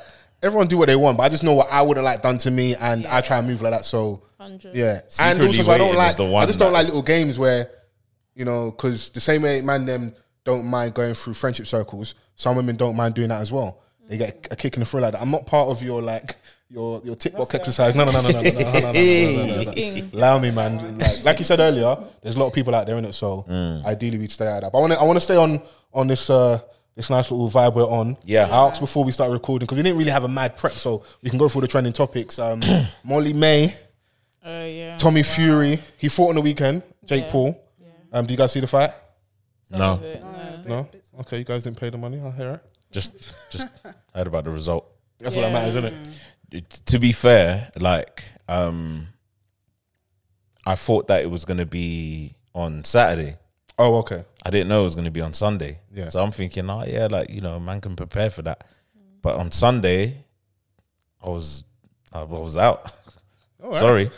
S4: everyone do what they want, but I just know what I would have like done to me and I try and move like that. So
S6: 100.
S4: yeah. and
S3: Secretly
S4: also so I
S3: waiting
S4: don't
S3: is
S4: like
S3: the
S4: I
S3: one
S4: just don't like
S3: that's-
S4: little games where, you know, cause the same way man them don't mind going through friendship circles, some women don't mind doing that as well. They get a kick in the throat like that. I'm not part of your like your your TikTok exercise. No, no, no, no, no, no, no, no, no, no, no, no, no, no.
S6: King.
S4: Allow me, man. Like, like you said earlier, there's a lot of people out there in it. So ideally, we'd stay out of that. But I want to, I want to stay on on this uh this nice little vibe we're on.
S3: Yeah.
S4: I asked before we start recording because we didn't really have a mad prep, so we can go through the trending topics. Um, Molly May,
S6: Oh, yeah.
S4: Tommy Fury, he fought on the weekend. Jake Paul. Um, do you guys see the fight?
S3: no,
S4: No. Okay, you guys didn't pay the money. I hear it.
S3: just just heard about the result.
S4: That's what that matters, isn't it?
S3: it- to be fair, like um I thought that it was gonna be on Saturday.
S4: Oh, okay.
S3: I didn't know it was gonna be on Sunday.
S4: Yeah.
S3: So I'm thinking, oh yeah, like you know, man can prepare for that. But on Sunday, I was I was out.
S4: All right.
S3: Sorry,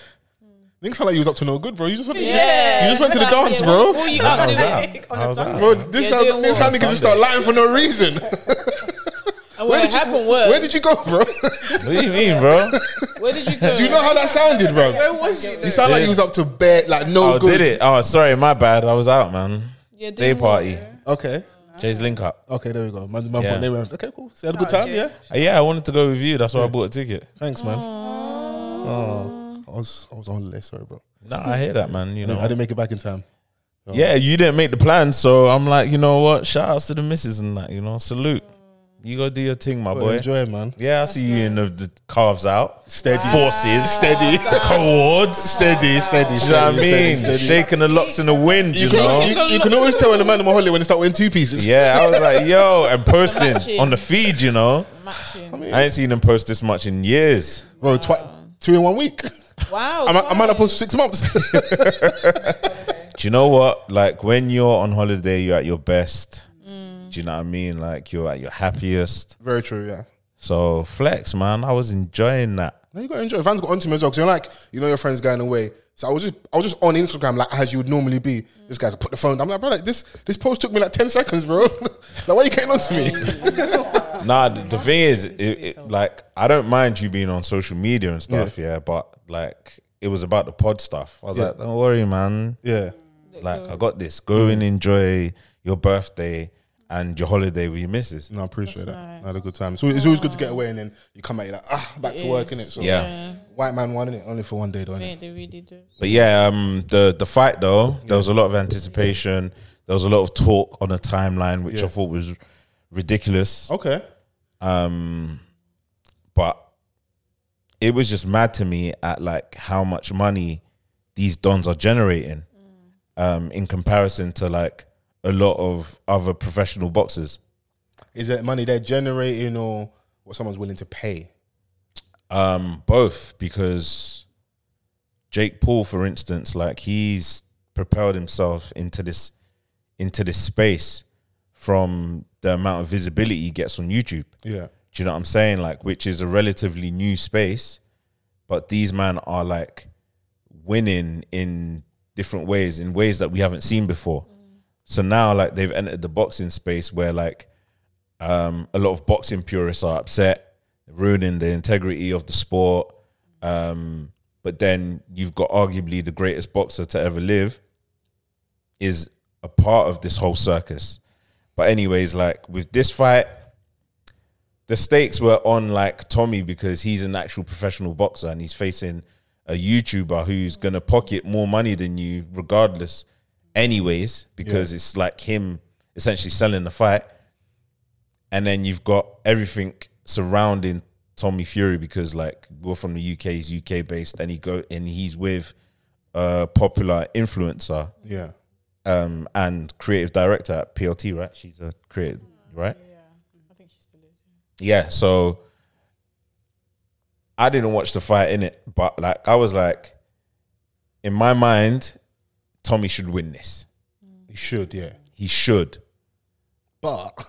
S4: Didn't sound like you was up to no good, bro. You just went,
S6: Yeah.
S4: you just went to the dance, bro.
S6: All you up
S3: I was
S6: to
S3: out. I was out.
S4: Bro, this
S6: You're
S4: sound,
S6: doing
S4: this
S6: what?
S4: sound niggas just start lying for no reason.
S6: And when it
S4: you,
S6: happened, was
S4: Where did you go, bro?
S3: What do you mean, bro?
S6: where did you go?
S4: Do you know how that sounded, bro?
S6: was you?
S4: You sound like you was up to bed, like no
S3: Oh,
S4: good.
S3: did it? Oh, sorry, my bad. I was out, man.
S6: Yeah,
S3: Day
S6: doing what?
S3: party.
S4: Okay,
S3: Jay's link up.
S4: okay, there we go. Man, man,
S3: Yeah.
S4: they were, okay, cool. So you had a good time, yeah.
S3: Uh, Yeah, I wanted to go with you. That's why I bought a ticket.
S4: Thanks, man. Oh, I was I was on the list, sorry, bro.
S3: Nah, I hear that, man. You
S4: No, I
S3: know.
S4: didn't make it back in time.
S3: Yeah, you didn't make the plan, so I'm like, you know what? Shout outs to the missus and that. You know, salute. You go do your thing, my
S4: But
S3: boy.
S4: enjoy, man.
S3: Yeah, I see you in the, the calves out.
S4: Steady.
S3: Forces.
S4: Steady.
S3: Chords.
S4: Steady, steady, steady,
S3: Do you know what I mean?
S4: steady, steady.
S3: Shaking the locks in the wind, you
S4: You can,
S3: know?
S4: you, you can always tell when a man on holiday when they start wearing two pieces.
S3: Yeah, I was like, yo, and posting
S6: Matching.
S3: on the feed, you know?
S6: Matching.
S3: I ain't seen them post this much in years.
S4: Bro, twi- two in one week.
S6: Wow.
S4: I might, I might
S6: twice.
S4: have posted six months.
S3: Do you know what? Like when you're on holiday, you're at your best. Do you know what I mean? Like you're at your happiest.
S4: Very true, yeah.
S3: So flex, man. I was enjoying that.
S4: No, you gotta enjoy. Van's got onto me as well because you're like, you know, your friend's going away. So I was just, I was just on Instagram like as you would normally be. This guy's put the phone. down. I'm like, bro, like, this, this post took me like ten seconds, bro. like, why are you getting onto me?
S3: Nah, the, the thing is, it, it, like I don't mind you being on social media and stuff, yeah. But like it was about the pod stuff. I was
S4: Yeah.
S3: like, don't worry, man.
S4: yeah,
S3: Like I got this. Go and enjoy your birthday and your holiday with your missus.
S4: no, I appreciate that. I had a good time. So it's always good to get away and then you come out you're like, ah, back to work in it. So
S3: Yeah.
S4: white man one in it only for one day, don't
S6: Yeah,
S4: it?
S6: they really do.
S3: But yeah, um, the the fight though, there was a lot of anticipation. There was a lot of talk on the timeline, which I
S4: Yeah.
S3: thought was ridiculous.
S4: Okay,
S3: Um, but it was just mad to me at like how much money these dons are generating, um, in comparison to like a lot of other professional boxers.
S4: is that money they're generating or what someone's willing to pay?
S3: Um, both because Jake Paul, for instance, like he's propelled himself into this into this space from the amount of visibility he gets on YouTube.
S4: Yeah,
S3: Do you know what I'm saying? Like, which is a relatively new space, but these men are like winning in different ways, in ways that we haven't seen before. So now, like, they've entered the boxing space where, like, um, a lot of boxing purists are upset, ruining the integrity of the sport. Um, but then you've got arguably the greatest boxer to ever live is a part of this whole circus. But anyways, like with this fight, the stakes were on like Tommy because he's an actual professional boxer and he's facing a YouTuber who's gonna pocket more money than you, regardless, anyways, because it's like him essentially selling the fight. And then you've got everything surrounding Tommy Fury because like we're from the UK, he's UK based, and he go and he's with a popular influencer
S4: yeah.
S3: um, and creative director at PLT, right? She's a creative, right?
S6: I think she still is.
S3: Yeah. So I didn't watch the fight in it, but like I was like, in my mind, Tommy should win this.
S4: You should, yeah.
S3: He should.
S4: But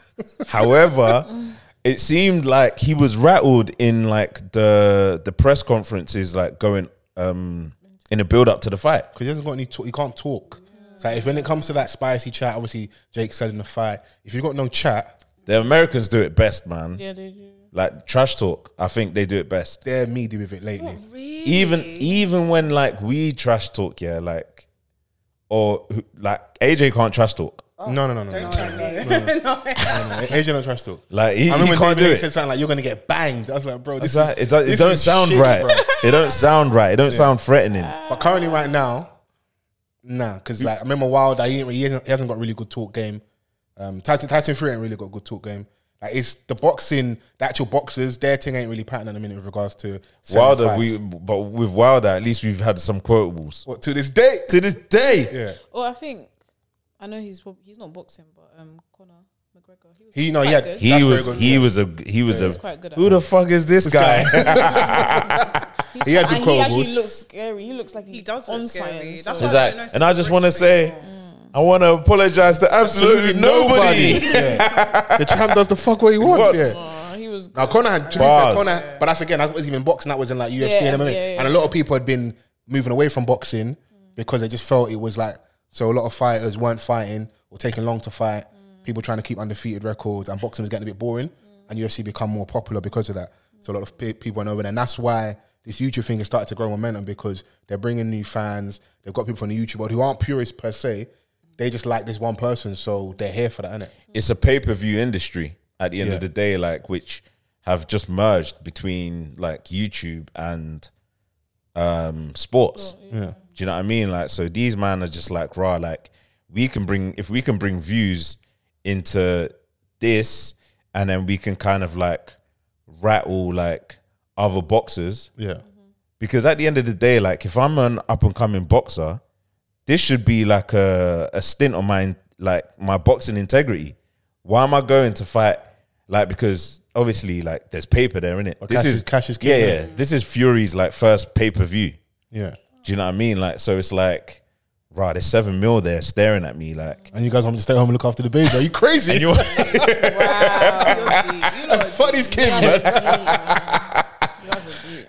S3: However, it seemed like he was rattled in like the the press conferences, like going um in the build up to the fight.
S4: because he hasn't got any talk. He can't talk. So if when it comes to that spicy chat, obviously Jake's selling the fight. If you've got no chat,
S3: The Americans do it best, man.
S6: Yeah, they do.
S3: Like trash talk. I think they do it best.
S4: they're meaty with it lately.
S3: even even when like we trash talk, yeah, like or who- like AJ can't trash talk.
S4: No, no, no, no. no, no, no. AJ don't trash talk.
S3: Like he,
S4: I
S3: he
S4: remember
S3: can't
S4: David
S3: do
S4: Lee
S3: it.
S4: said something like, "You're gonna get banged." I was like, "Bro, this
S3: It's like-
S4: is,
S3: it, don't- it
S4: this
S3: don't
S4: is
S3: sound
S4: shit,
S3: right.
S4: bro. Ah,
S3: It don't sound right. It don't sound threatening.
S4: But currently, right now, nah, because like I remember Wilder, he, ain't really- he hasn't, he hasn't got really good talk game. Um, Tyson Tyson Fury ain't really got good talk game. Like it's the boxing, the actual boxers, their thing ain't really pattern at the minute with regards to selling
S3: Wilder,
S4: fights.
S3: we but with Wilder, at least we've had some quotables
S4: what to this day.
S3: to this day.
S4: Yeah,
S6: Oh, I think I know he's prob- he's not boxing, but um, Conor McGregor. He was,
S4: he
S6: he's
S4: no,
S6: quite
S4: yeah,
S6: good.
S3: He
S4: that's very
S3: was
S4: good.
S3: he was a he was
S6: He's
S3: a
S6: quite good at
S3: who the fuck is this, guy?
S6: He's
S4: he had good
S6: quite- and he
S4: quotables.
S6: actually looks scary. He looks like he's
S7: He does look
S6: on
S7: scary.
S6: science.
S7: That's
S6: so-
S7: why-
S3: Exact- And I just want to say, I want to apologize to absolutely nobody.
S4: Yeah. the champ does the fuck what he wants.
S3: What?
S4: Yeah.
S6: Aw, he was.
S4: Now Connor had, to be fair,
S3: Bars.
S4: Connor, but that's again, that was even boxing. That was in like UFC
S6: Yeah,
S4: and MMA,
S6: yeah, yeah.
S4: and a lot of people had been moving away from boxing because they just felt it was like so. A lot of fighters weren't fighting or taking long to fight. People trying to keep undefeated records, and boxing was getting a bit boring. and UFC become more popular because of that. So a lot of pe- people went over, there. and that's why this YouTube thing has started to grow momentum because they're bringing new fans. They've got people from the YouTube world who aren't purists per se. They just like this one person, so they're here for that, innit?
S3: it's a pay per view industry at the end of the day, like which have just merged between like YouTube and um sports. Do you know what I mean? Like so these man are just like raw, like we can bring if we can bring views into this and then we can kind of like rattle like other boxes.
S4: Yeah.
S3: Because at the end of the day, like if I'm an up and coming boxer, this should be like a, a stint on my like my boxing integrity. Why am I going to fight like because obviously like there's paper there in it.
S4: Well, cash is- cash is king,
S3: yeah
S4: yeah.
S3: yeah. This is Fury's like first pay per view.
S4: Yeah.
S3: Do you know what I mean? Like so it's like right there's seven mil there staring at me like
S4: And you guys want me to stay home and look after the babies? Are you crazy?
S3: and you're
S4: Fuck these kids, man.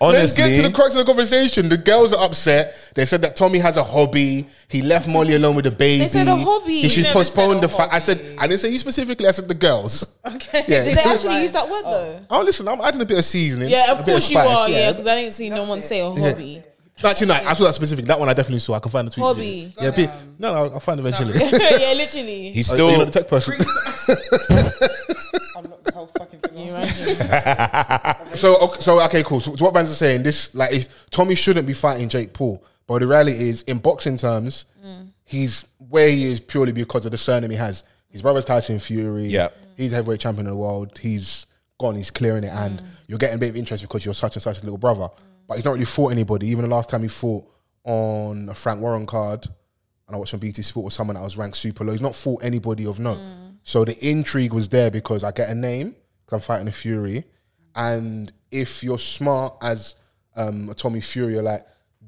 S3: honestly
S4: Let's get to the crux of the conversation. The girls are upset. They said that Tommy has a hobby. He left Molly alone with the baby.
S6: They said a hobby.
S4: He should
S6: Never
S4: postpone
S7: said a
S4: the fight. I said, I didn't say you specifically. I said the girls. Okay. Yeah.
S6: Did they actually use that word though?
S4: oh, listen, I'm adding a bit of seasoning.
S6: Yeah,
S4: a
S6: of
S4: bit
S6: course you
S4: spice,
S6: are. Yeah, because I didn't see no one say a hobby.
S4: No, Actually, no, I saw that specific. That one I definitely saw. I can find the tweet. for you.
S6: Hobby.
S4: Yeah, be, no, no, I'll find it eventually.
S6: Yeah, literally.
S3: he's
S4: Still, you're
S3: still
S4: not the tech person.
S5: Unlocked the whole fucking thing. off.
S4: so, okay, so okay, cool. So, what Vance is saying, this like is Tommy shouldn't be fighting Jake Paul, but the reality is, in boxing terms, he's where he is purely because of the surname he has. His brother's Tyson Fury.
S3: Yeah.
S4: he's heavyweight champion of the world. He's gone. He's clearing it, and you're getting a bit of interest because you're such and such a little brother. But he's not really fought anybody. Even the last time he fought on a Frank Warren card, and I watched on BT Sport with someone that was ranked super low. He's not fought anybody of note. So the intrigue was there because I get a name because I'm fighting a Fury, and if you're smart as um, a Tommy Fury, you're like,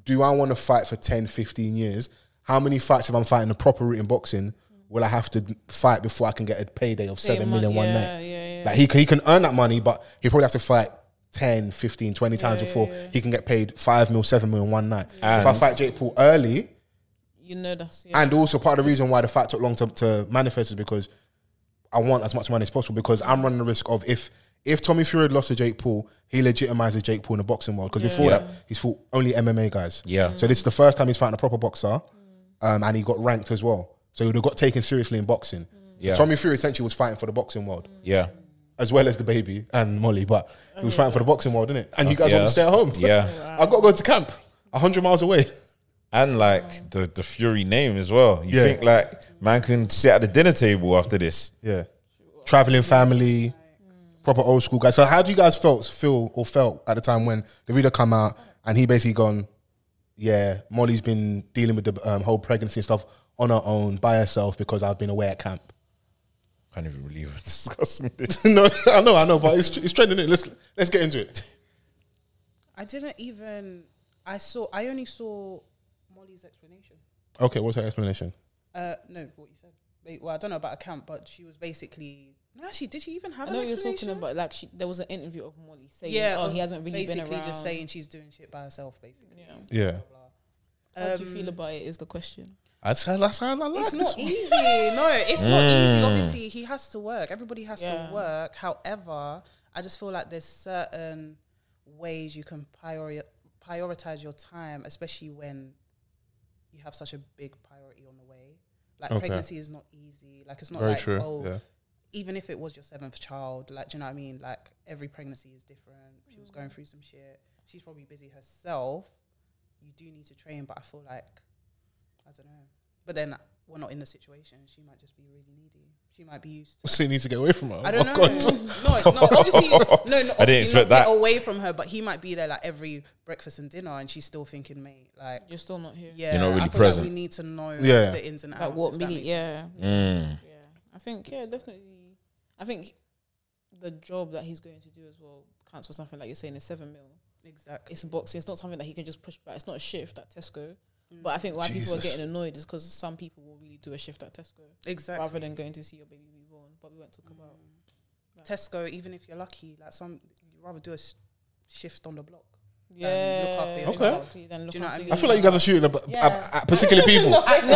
S4: do I want to fight for 10, 15 years? How many fights if I'm fighting the proper route in boxing will I have to d- fight before I can get a payday of seven million one
S6: yeah,
S4: night?
S6: yeah, yeah.
S4: Like he, c- he can earn that money, but he probably have to fight 10, 15, 20 times before he can get paid five mil, seven mil in one night. if I fight Jake Paul early,
S6: You know that's yeah.
S4: and also part of the reason why the fight took long to, to manifest is because I want as much money as possible because I'm running the risk of if if Tommy Fury had lost to Jake Paul, he legitimizes Jake Paul in the boxing world because before
S3: Yeah.
S4: that he's fought only MMA guys.
S3: Yeah.
S4: So this is the first time he's fighting a proper boxer, um, and he got ranked as well. So he would have got taken seriously in boxing.
S6: Mm.
S3: Yeah.
S4: Tommy Fury essentially was fighting for the boxing world
S3: yeah
S4: as well as the baby and Molly, but he was fighting for the boxing world, didn't it? And you guys
S3: yeah.
S4: want to stay at home?
S3: Yeah.
S4: I've got to go to camp, hundred miles away.
S3: and like the the Fury name as well. You
S4: Yeah.
S3: think like man can sit at the dinner table after this?
S4: Yeah. Traveling family, proper old school guys. So how do you guys felt feel or felt at the time when the reader come out and he basically gone, Yeah, Molly's been dealing with the um, whole pregnancy and stuff on her own by herself because I've been away at camp.
S3: Can't even believe we're discussing this.
S4: no, I know, I know, but it's it's trending it. Let's let's get into it.
S7: I didn't even. I saw. I only saw Molly's explanation.
S4: Okay, what's her explanation?
S7: Uh, no, what you said. Wait, well, I don't know about a camp, but she was basically. No, actually, did she even have
S6: I
S7: an
S6: know what you're
S7: explanation?
S6: talking about. Like she, there was an interview of Molly saying,
S7: Yeah,
S6: "Oh,
S7: of
S6: he hasn't really been
S7: basically
S6: around."
S7: just saying she's doing shit by herself, basically.
S6: Yeah.
S4: Yeah.
S6: How
S7: um,
S6: do you feel about it? Is the question.
S4: That's how that's how I like
S7: It's
S4: this
S7: not
S4: one.
S7: easy. No, it's not
S4: Mm.
S7: easy. Obviously, he has to work. Everybody has
S6: Yeah.
S7: to work. However, I just feel like there's certain ways you can priori- prioritize your time, especially when you have such a big priority on the way. Like
S4: Okay.
S7: pregnancy is not easy. Like it's not
S4: Very
S7: like
S4: true.
S7: oh,
S4: Yeah.
S7: even if it was your seventh child, like, do you know what I mean? Like, every pregnancy is different. She was going through some shit. She's probably busy herself. You do need to train, but I feel like, I don't know. But then we're not in the situation. She might just be really needy. She might be used to.
S4: So you need to get away from her.
S7: I don't
S4: Oh,
S7: know.
S4: God.
S7: No, it's not. Obviously, no, no,
S3: I didn't
S7: obviously
S3: expect
S7: not get
S3: that.
S7: away from her, but he might be there like every breakfast and dinner, and she's still thinking, mate, like,
S6: You're still not here.
S7: yeah,
S3: You're not really
S7: I feel
S3: present.
S7: Like we need to know
S4: Yeah.
S7: the ins and outs.
S6: Like what
S7: if that
S6: minute?
S7: makes sense.
S6: Yeah.
S3: Mm.
S6: Yeah. I think yeah, definitely. I think the job that he's going to do as well counts for something like you're saying is seven mil.
S7: exactly.
S6: It's boxing. It's not something that he can just push back. It's not a shift at Tesco.
S7: Mm.
S6: But I think why people are
S4: Jesus.
S6: getting annoyed is because some people will really do a shift at Tesco
S7: Exactly.
S6: rather than going to see your baby be born. But we won't talk about.
S7: Tesco, even if you're lucky, like some, you rather do a s- shift on the block.
S6: yeah.
S7: look after your
S4: Okay. child.
S6: Exactly, Then look
S7: Do you know
S6: after
S7: what I mean?
S6: your
S4: I feel like you guys are shooting at,
S7: Yeah.
S4: at, at particular people.
S6: no, I mean,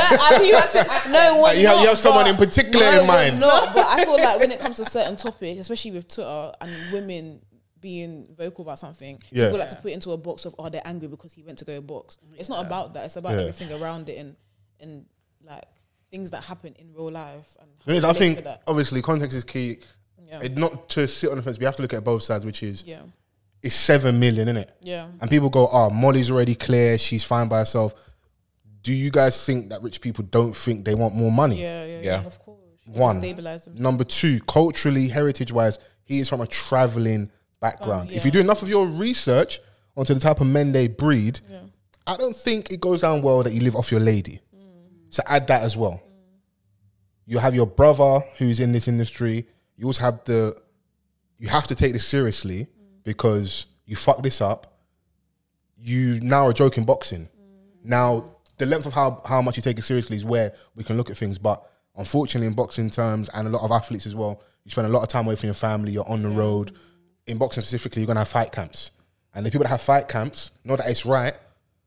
S6: that's what- I- no, we're
S4: Like, you have- you
S6: not,
S4: have someone in
S6: but-
S4: particular
S6: no,
S4: in
S6: we're
S4: mind.
S6: Not, but I feel like when it comes to certain topics, especially with Twitter and women being vocal about something,
S4: Yeah.
S6: people like to put it into a box of oh they're angry because he went to go box. It's not about that. It's about
S4: Yeah.
S6: everything around it and and like things that happen in real life. And how
S4: There is,
S6: it
S4: I
S6: relates
S4: think
S6: to that.
S4: obviously context is key.
S6: Yeah.
S4: It, not to sit on the fence, we have to look at both sides, which is
S6: yeah,
S4: it's seven million, isn't it?
S6: yeah.
S4: And people go, "Oh, Molly's already clear; she's fine by herself." Do you guys think that rich people don't think they want more money?
S6: Yeah, yeah,
S3: Yeah.
S6: yeah, of course.
S4: One.
S6: stabilize them.
S4: Number two, culturally, heritage wise, he is from a traveling background.
S6: Um, yeah.
S4: If you do enough of your research onto the type of men they breed, I don't think it goes down well that you live off your lady. So add that as well. You have your brother who's in this industry. You also have the, you have to take this seriously because you fuck this up. You now are joking boxing. Now, the length of how, how much you take it seriously is where we can look at things. But unfortunately, in boxing terms, and a lot of athletes as well, you spend a lot of time away from your family, you're on the road. In boxing specifically, you're going to have fight camps. And the people that have fight camps know that it's right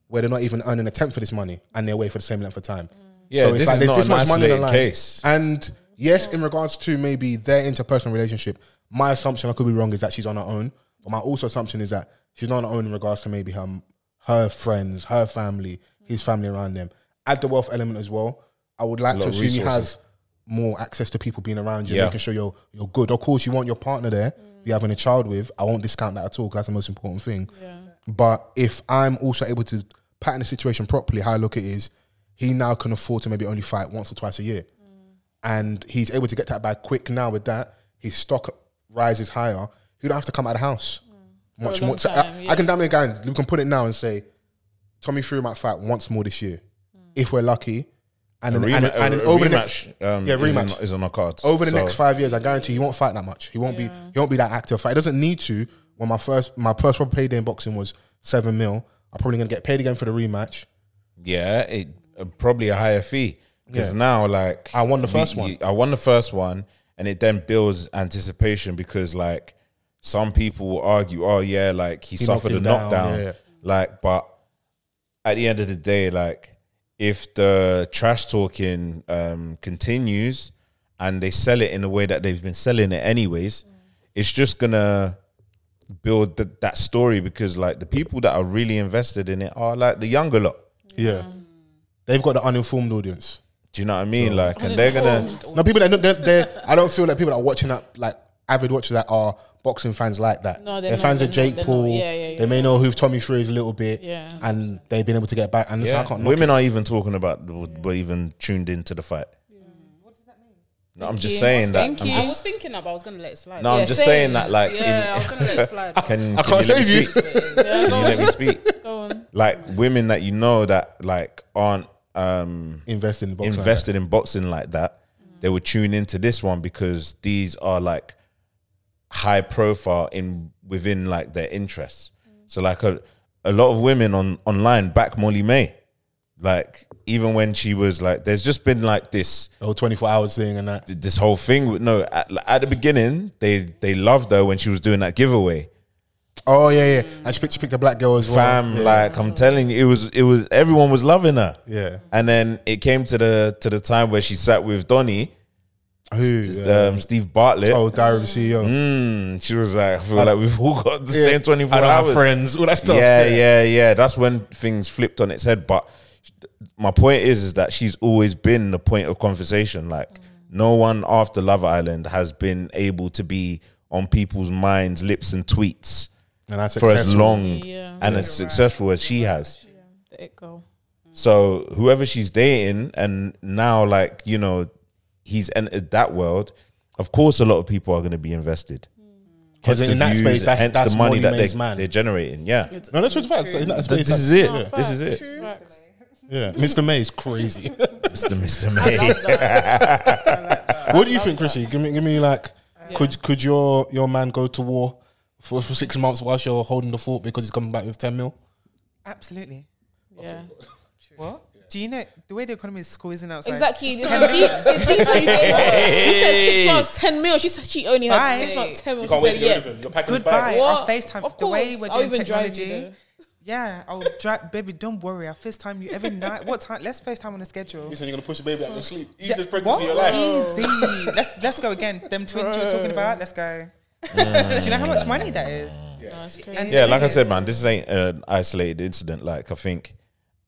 S4: where they're not even earning a tenth of this money and they're away for the same length of time.
S3: Yeah, this is not an
S4: on the
S3: isolated
S4: line.
S3: case.
S4: And yes, in regards to maybe their interpersonal relationship, my assumption, I could be wrong, is that she's on her own. But my also assumption is that she's not on her own in regards to maybe her her friends, her family, his family around them. Add the wealth element as well. I would like
S3: A
S4: to
S3: lot of
S4: assume you have
S3: resources.
S4: more access to people being around you,
S3: Yeah.
S4: making sure you're you're good. Of course, you want your partner there. You're having a child with. I won't discount that at all. 'cause that's the most important thing. But if I'm also able to pattern the situation properly, how I look at it is, he now can afford to maybe only fight once or twice a year, and he's able to get that bag quick now. With that, his stock rises higher. He don't have to come out of the house much
S6: Mm. long
S4: more. So
S6: time,
S4: I,
S6: yeah.
S4: I can damn near guarantee we can put it now and say, Tommy Fury might fight once more this year, if we're lucky. And
S3: A
S4: then,
S3: rema-
S4: and, and then
S3: a- a
S4: over the
S3: rematch,
S4: next
S3: um,
S4: yeah
S3: is in-
S4: rematch
S3: is on our cards.
S4: over the
S3: So-
S4: next five years, I guarantee he won't fight that much. He won't be he won't be that active. Fight. He doesn't need to. When my first my first proper payday in boxing was seven mil, I'm probably gonna get paid again for the rematch.
S3: Yeah, it uh, probably a higher fee because
S4: Yeah.
S3: now like
S4: I won the first
S3: we-
S4: one.
S3: you- I won the first one, and it then builds anticipation because like some people will argue, oh yeah, like he,
S4: knocked
S3: suffered a
S4: him down,
S3: knockdown,
S4: yeah.
S3: like but at the end of the day, like if the trash talking um, continues and they sell it in the way that they've been selling it anyways,
S4: Mm.
S3: it's just gonna build th- that story because like the people that are really invested in it are like the younger lot.
S4: Yeah, they've got the uninformed audience.
S3: Do you know what I mean? Like, and they're gonna.
S6: Uninformed.
S4: No people that they're, they're I don't feel like people that are watching that like avid watchers that are boxing fans like that.
S6: No, they're
S4: they're,
S6: not,
S4: fans
S6: they're
S4: of
S6: not,
S4: Jake
S6: they're not.
S4: Paul.
S6: Yeah, yeah, yeah.
S4: They may know who Tommy Fury is a little bit.
S6: Yeah.
S4: and they've been able to get back. And listen, I
S3: Yeah,
S4: can't knock
S3: women are even talking about were even tuned into the fight. No, I'm just saying that. I'm
S6: Mm. Thank you.
S7: I was
S3: just,
S7: thinking that, but I was gonna let it slide.
S3: no,
S6: Yeah,
S3: I'm just
S6: same.
S3: saying that. Like, is
S7: yeah, I
S3: it-
S7: was gonna let it slide.
S3: can,
S4: I
S3: can
S4: can't
S3: you let
S4: save
S3: me
S4: you.
S3: speak?
S6: Yeah,
S3: Can
S6: go
S3: you let
S6: on,
S3: me speak?
S6: go on.
S3: Like women that you know that like aren't um,
S4: invest in the boxing.
S3: invested in boxing like that, they would tune into this one because these are like high profile in within like their interests. So like a, a lot of women on online back Molly May, like even when she was like, there's just been like this
S4: the whole 24 hours thing and that.
S3: this whole thing. with- No, at, at the beginning they they loved her when she was doing that giveaway.
S4: Oh yeah, yeah. And she picked, she picked a black girl as well.
S3: Fam,
S4: yeah.
S3: like I'm telling you, it was it was everyone was loving her.
S4: Yeah.
S3: And then it came to the to the time where she sat with Donnie,
S4: who? uh,
S3: um, Steve Bartlett.
S4: oh, Diary of the CEO.
S3: Mm, she was like, I feel like we've all got the
S4: Yeah.
S3: same 24
S4: I don't have
S3: hours.
S4: friends, all that stuff.
S3: yeah, yeah, yeah, That's when things flipped on its head. But sh- my point is, is that she's always been the point of conversation. Like, no one after Love Island has been able to be on people's minds, lips, and tweets
S4: And that's
S3: for as
S4: successful.
S3: long
S6: Yeah.
S3: and as successful as she has.
S6: The it go.
S3: So whoever she's dating, and now like you know, he's entered that world. Of course, a lot of people are going to be invested. Hence
S4: in
S3: the
S4: that
S3: views,
S4: space, that's-
S3: hence
S4: that's
S3: the money
S4: Molly
S3: that
S4: May's
S3: they,
S4: man.
S3: they're generating. Yeah,
S4: No, that's just facts. Isn't that
S3: Th-
S4: space?
S3: this is it.
S6: No,
S3: This is
S6: facts.
S3: it.
S6: Facts.
S4: Yeah. Mr. May is crazy.
S3: Mr. Mr. May.
S4: what do you think, Chrissy? Give me, give me like, could could your your man go to war for, for six months whilst you're holding the fort because he's coming back with 10 mil?
S5: Absolutely.
S6: Yeah.
S5: What? Do you know the way the economy is squeezing outside?
S6: Exactly. This is the de- the detail you gave her. You said six months, ten mil. She said she only had
S5: Bye.
S6: six months, ten mil. She said yeah.
S4: You're packing
S5: Goodbye.
S6: What?
S5: Our FaceTime.
S6: Of
S5: The way
S6: course.
S5: we're
S6: I'll
S5: doing
S6: even drive you
S5: technology. Yeah, I'll drive, baby. Don't worry. I'll FaceTime you every night. What time? Let's FaceTime on a schedule.
S8: Listen, you're gonna push the baby out to sleep. Easiest
S5: Yeah,
S8: pregnancy of your life.
S5: Easy. let's let's go again. Them twins you're talking about. Let's go. Do you know how much money that is?
S6: No, it's crazy.
S5: And-
S3: Yeah, like I said, man, this ain't an isolated incident. Like I think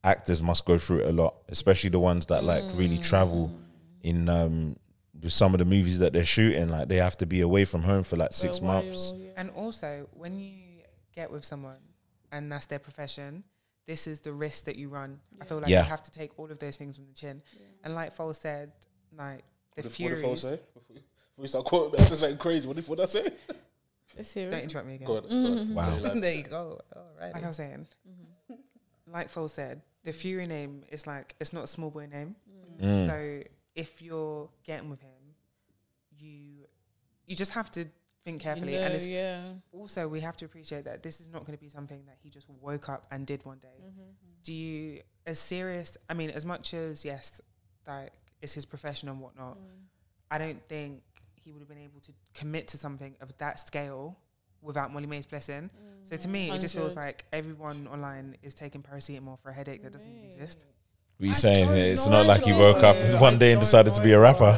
S3: actors must go through it a lot, especially the ones that like really travel in um with some of the movies that they're shooting. Like they have to be away from home for like
S6: For a
S3: six
S6: while,
S3: months.
S6: yeah.
S5: And also, when you get with someone and that's their profession, this is the risk that you run. I feel like
S3: Yeah.
S5: you have to take all of those things on the chin. And like Fol said, like the
S8: What did- what did Fo
S5: Furies.
S8: say? Before we start quoting that, it's like crazy. What did what did I say?
S6: Let's hear
S5: Don't
S6: it.
S5: interrupt me again.
S8: God,
S6: Mm-hmm.
S3: Wow.
S7: there you go. All right.
S5: Like I was saying, like Fol said, the Fury name is like it's not a small boy name.
S3: Mm.
S5: So if you're getting with him, you you just have to think carefully.
S6: You know,
S5: and it's
S6: yeah.
S5: also we have to appreciate that this is not going to be something that he just woke up and did one day. Do you as serious? I mean, as much as yes, like it's his profession and whatnot. I don't think he would have been able to commit to something of that scale without Molly May's blessing. So to me, it just feels
S6: 100.
S5: like everyone online is taking paracetamol for a headache that doesn't even exist.
S3: What are
S6: I
S3: you saying?
S6: don't
S3: It's
S6: know,
S3: not
S6: I
S3: like he
S6: don't
S3: woke up
S6: know.
S3: one day and decided to be a rapper.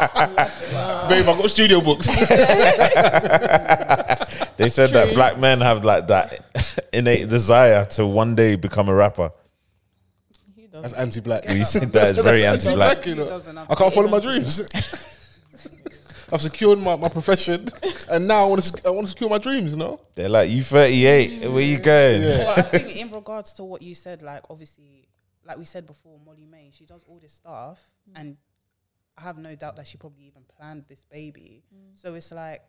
S8: babe, I got studio booked.
S3: They said that black men have like that innate desire to one day become a rapper.
S6: He does.
S4: That's anti-black.
S3: We said that is very
S4: That's
S3: anti-black.
S4: you know.
S7: Doesn't have
S4: I can't follow my dreams. I've secured my, my profession, and now I want to I want to secure my dreams. You know,
S3: They're like, you 38, where you going?
S7: Well, I think in regards to what you said, like obviously, like we said before, Molly May, she does all this stuff, and I have no doubt that she probably even planned this baby. So it's like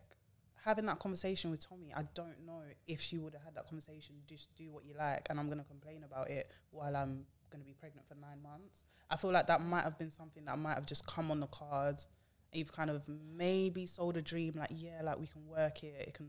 S7: having that conversation with Tommy. I don't know if she would have had that conversation. Just do what you like, and I'm gonna complain about it while I'm gonna be pregnant for nine months. I feel like that might have been something that might have just come on the cards. You've kind of maybe sold a dream, like yeah, like we can work it, it can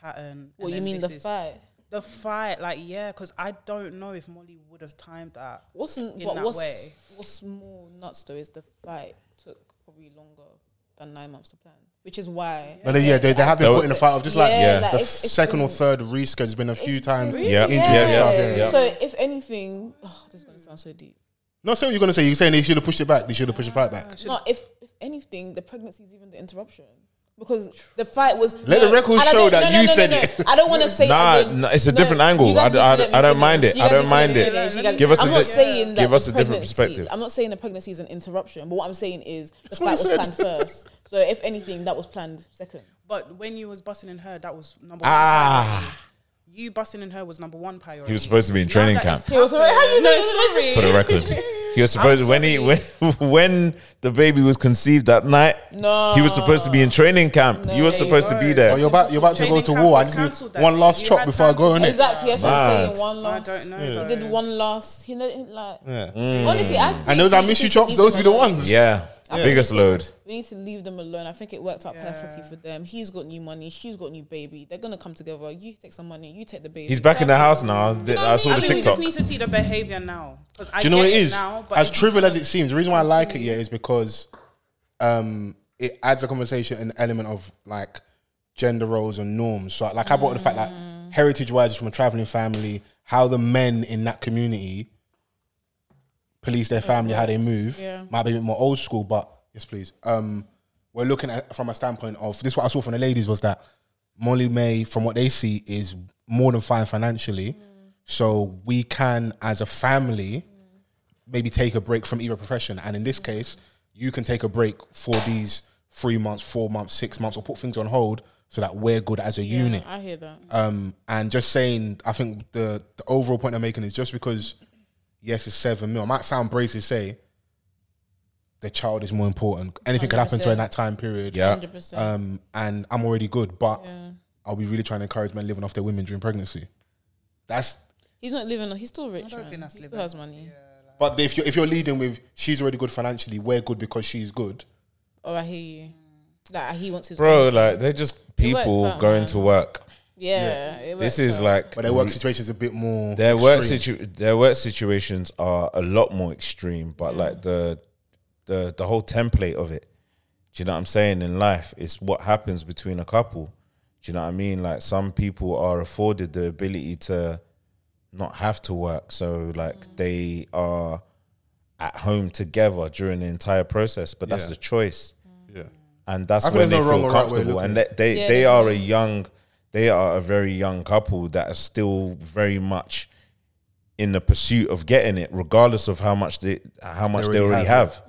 S7: pattern. and
S6: What you
S7: then
S6: mean the
S7: this is-
S6: fight?
S7: the fight, like yeah, because I don't know if Molly would have timed that.
S6: What's n-
S7: in
S6: but
S7: that
S6: what's,
S7: way.
S6: what's more nuts though is the fight took probably longer than nine months to plan, which is why.
S4: but they, yeah, they, they have been
S3: That
S4: put
S3: was-
S4: in a fight of just like
S6: Yeah, like,
S4: the
S6: it's- it's
S4: second or
S6: been-
S4: third reschedule. There's been a few times.
S3: Yeah,
S4: injuries
S3: yeah,
S4: and stuff. Yeah,
S3: yeah.
S4: yeah.
S6: So if anything, oh, this is gonna sound so deep.
S4: No, say what you're gonna say. You're saying they should have pushed it back. They should have pushed the fight back.
S6: No, if if anything, the pregnancy is even the interruption because the fight was.
S4: Let the record
S6: and I
S4: show
S6: don't-
S4: that you said
S6: No. I don't want to say.
S3: Nah,
S6: as in-
S3: nah, it's a different angle.
S6: you
S3: I
S6: guys
S3: d-
S6: need to
S3: I d-
S6: let me
S3: I don't
S6: finish.
S3: mind it.
S6: You
S3: I
S6: guys
S3: don't
S6: need to let
S3: mind
S6: me
S3: it.
S6: finish. You guys-
S3: Give us
S6: I'm
S3: a
S6: not
S3: bit-
S6: saying that
S3: give
S6: the
S3: us a different
S6: pregnancy-
S3: perspective.
S6: I'm not saying the pregnancy is an interruption, but what I'm saying is the
S4: what
S6: fight was
S4: I
S6: planned first. So if anything, that was planned second.
S7: But when you was busting in her, that was number
S3: Ah.
S7: one. priority. You busting in her was number one priority.
S3: He was supposed to be in training camp.
S6: He was already- how you say-
S7: sorry.
S3: for the record. He was supposed when he when, when the baby was conceived that night.
S6: No.
S3: he was supposed to be in training camp. you were supposed to be
S4: Oh,
S3: there.
S4: you're about you're about to go
S7: Training
S4: to
S7: camp
S4: war. I
S7: was
S4: just
S7: cancelled
S4: need
S7: that
S4: one
S7: day.
S4: last
S7: You
S4: chop
S7: had
S4: before I
S7: time
S4: go
S7: to-
S4: in it.
S6: Exactly. That's what I'm saying.
S3: Mad.
S6: One
S7: I
S6: last.
S7: don't know. though.
S6: He did one last. He did like.
S4: Yeah.
S6: Honestly,
S3: Mm.
S6: I. think
S4: And those I miss you
S6: pregnancies
S4: chops,
S6: need
S4: those
S6: to
S4: be the
S6: learn.
S4: ones.
S3: Yeah, biggest load.
S6: We need to leave them alone. I think it worked out perfectly for them. He's got new money. She's got new baby. They're gonna come together. You take some money. You take the baby.
S3: He's back in the house now. I, did, I saw
S7: I
S3: the
S7: think we
S3: TikTok.
S7: just need to see the behavior now. 'Cause I
S4: Do you know
S7: get
S4: what it is?
S7: now, but
S4: as
S7: if you
S4: trivial as it seems, the reason why I like it yeah is because um, it adds a conversation an element of like gender roles and norms. So like I brought up the fact that
S7: Mm.
S4: heritage wise is from a traveling family, how the men in that community police their family, how they move,
S6: Yeah.
S4: might be a bit more old school, but yes, please. Um, we're looking at from a standpoint of this. is What I saw from the ladies was that Molly May, from what they see, is more than fine financially, so we can, as a family, maybe take a break from either profession. And in this case, you can take a break for these three months, four months, six months, or put things on hold so that we're good as a unit.
S6: I hear that.
S3: Uh,
S4: Um, and just saying, I think the, the overall point I'm making is just because, yes, it's seven mil. It might sound brazy to say the child is more important. Anything could happen to her in that time period.
S3: Yeah,
S6: Hundred percent.
S4: Um, and I'm already good, but I'll be really trying to encourage men living off their women during pregnancy. That's
S6: He's not living. He's still rich. man.
S7: that's
S6: he still has money.
S4: but if you're if you're leading with she's already good financially, we're good because she's good.
S6: Oh, I hear you. Like he wants his
S3: bro,
S6: own-
S3: like they're just people
S6: out,
S3: going
S6: man.
S3: to work.
S6: yeah. it
S3: This
S6: works
S3: is
S6: out.
S3: like
S4: But their work situation's a bit more
S3: Mm. their work
S4: extreme.
S3: situ- their work situations are a lot more extreme
S6: Mm.
S3: but like the the the whole template of it do you know what i'm saying in life it's what happens between a couple Do you know what I mean? Like some people are afforded the ability to not have to work, so like
S6: Mm.
S3: they are at home together during the entire process. But that's
S4: Yeah.
S3: the choice,
S4: Yeah.
S3: and that's
S4: I think
S3: when they
S4: there's no wrong
S3: feel
S4: or right way of
S3: comfortable.
S4: looking
S3: and
S4: at
S3: they they,
S6: Yeah,
S3: they
S6: yeah,
S3: are a young, they are a very young couple that are still very much in the pursuit of getting it, regardless of how much they how much they already,
S4: already have
S3: have.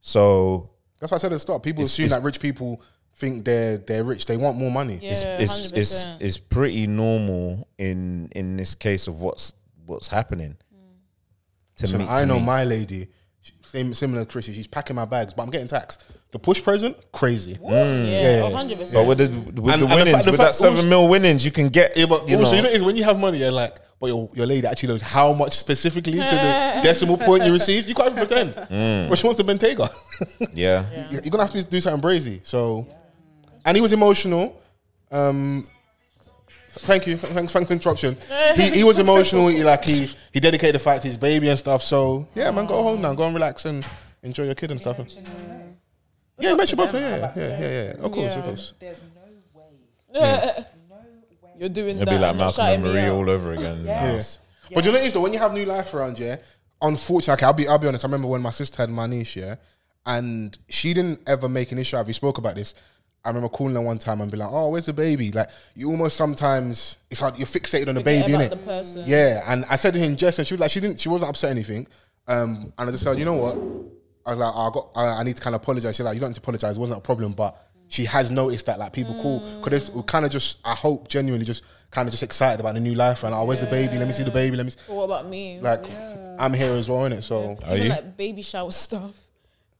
S3: So
S4: That's why I said at the start. People
S3: It's-
S4: assume
S3: it's-
S4: that rich people think they're they're rich. They want more money.
S6: Yeah,
S3: it's
S6: 100%.
S3: it's it's pretty normal in in this case of what's what's happening. To
S4: Listen,
S3: me,
S4: I
S3: to
S4: know
S3: me.
S4: my lady, she- same similar to Chrissy. She's packing my bags, but I'm getting taxed. The push present, crazy. Mm.
S6: yeah, a hundred percent.
S3: But with the with
S4: And-
S3: the
S4: and the
S3: winnings,
S4: fact- the
S3: with that
S4: fact
S3: seven
S4: also-
S3: mil winnings, you can get.
S4: Yeah, but
S3: you
S4: also,
S3: know,
S4: you know, is when you have money, you're like, but your, your lady actually knows how much specifically to the decimal point you received. You can't even pretend. But she wants the Bentayga.
S3: yeah,
S4: You're gonna have to do something brazy. So, and he was emotional. Um, thank you. Thanks, thanks for the interruption. He, he was emotional. He like he he dedicated the fight to his baby and stuff. So yeah, man, go home now. Go and relax and enjoy your kid and stuff. Yeah, mention both. Yeah, yeah, yeah, yeah, yeah. Of course,
S6: Yeah.
S4: of course.
S5: There's no way,
S6: You're doing
S3: it'd
S6: that.
S3: be like
S6: and you're
S3: Malcolm
S6: shouting
S3: and
S6: me
S3: Marie
S6: out.
S3: all over again.
S4: Yeah. But you know what it is though, when you have new life around, yeah, unfortunately, okay, I'll be I'll be honest, I remember when my sister had my niece, yeah, and she didn't ever make an issue out of it. We spoke about this. I remember calling her one time and be like, Oh, where's the baby? Like you almost sometimes it's hard you're fixated on the
S6: Forget
S4: baby,
S6: about
S4: innit?
S6: the person.
S4: Yeah. And I said to him, Jess, and she was like, she didn't she wasn't upset or anything. Um and I just said, you know what? I was like, I got I, I need to kinda apologize. She's like, you don't need to apologize, it wasn't a problem, but she has noticed that like people call because it's kind of just I hope genuinely just kind of just excited about the new life and oh where's the baby let me see the baby let me see.
S6: But what about me?
S4: Like I'm here as well, innit? So
S3: Are
S6: Even
S3: you?
S6: like baby shower stuff,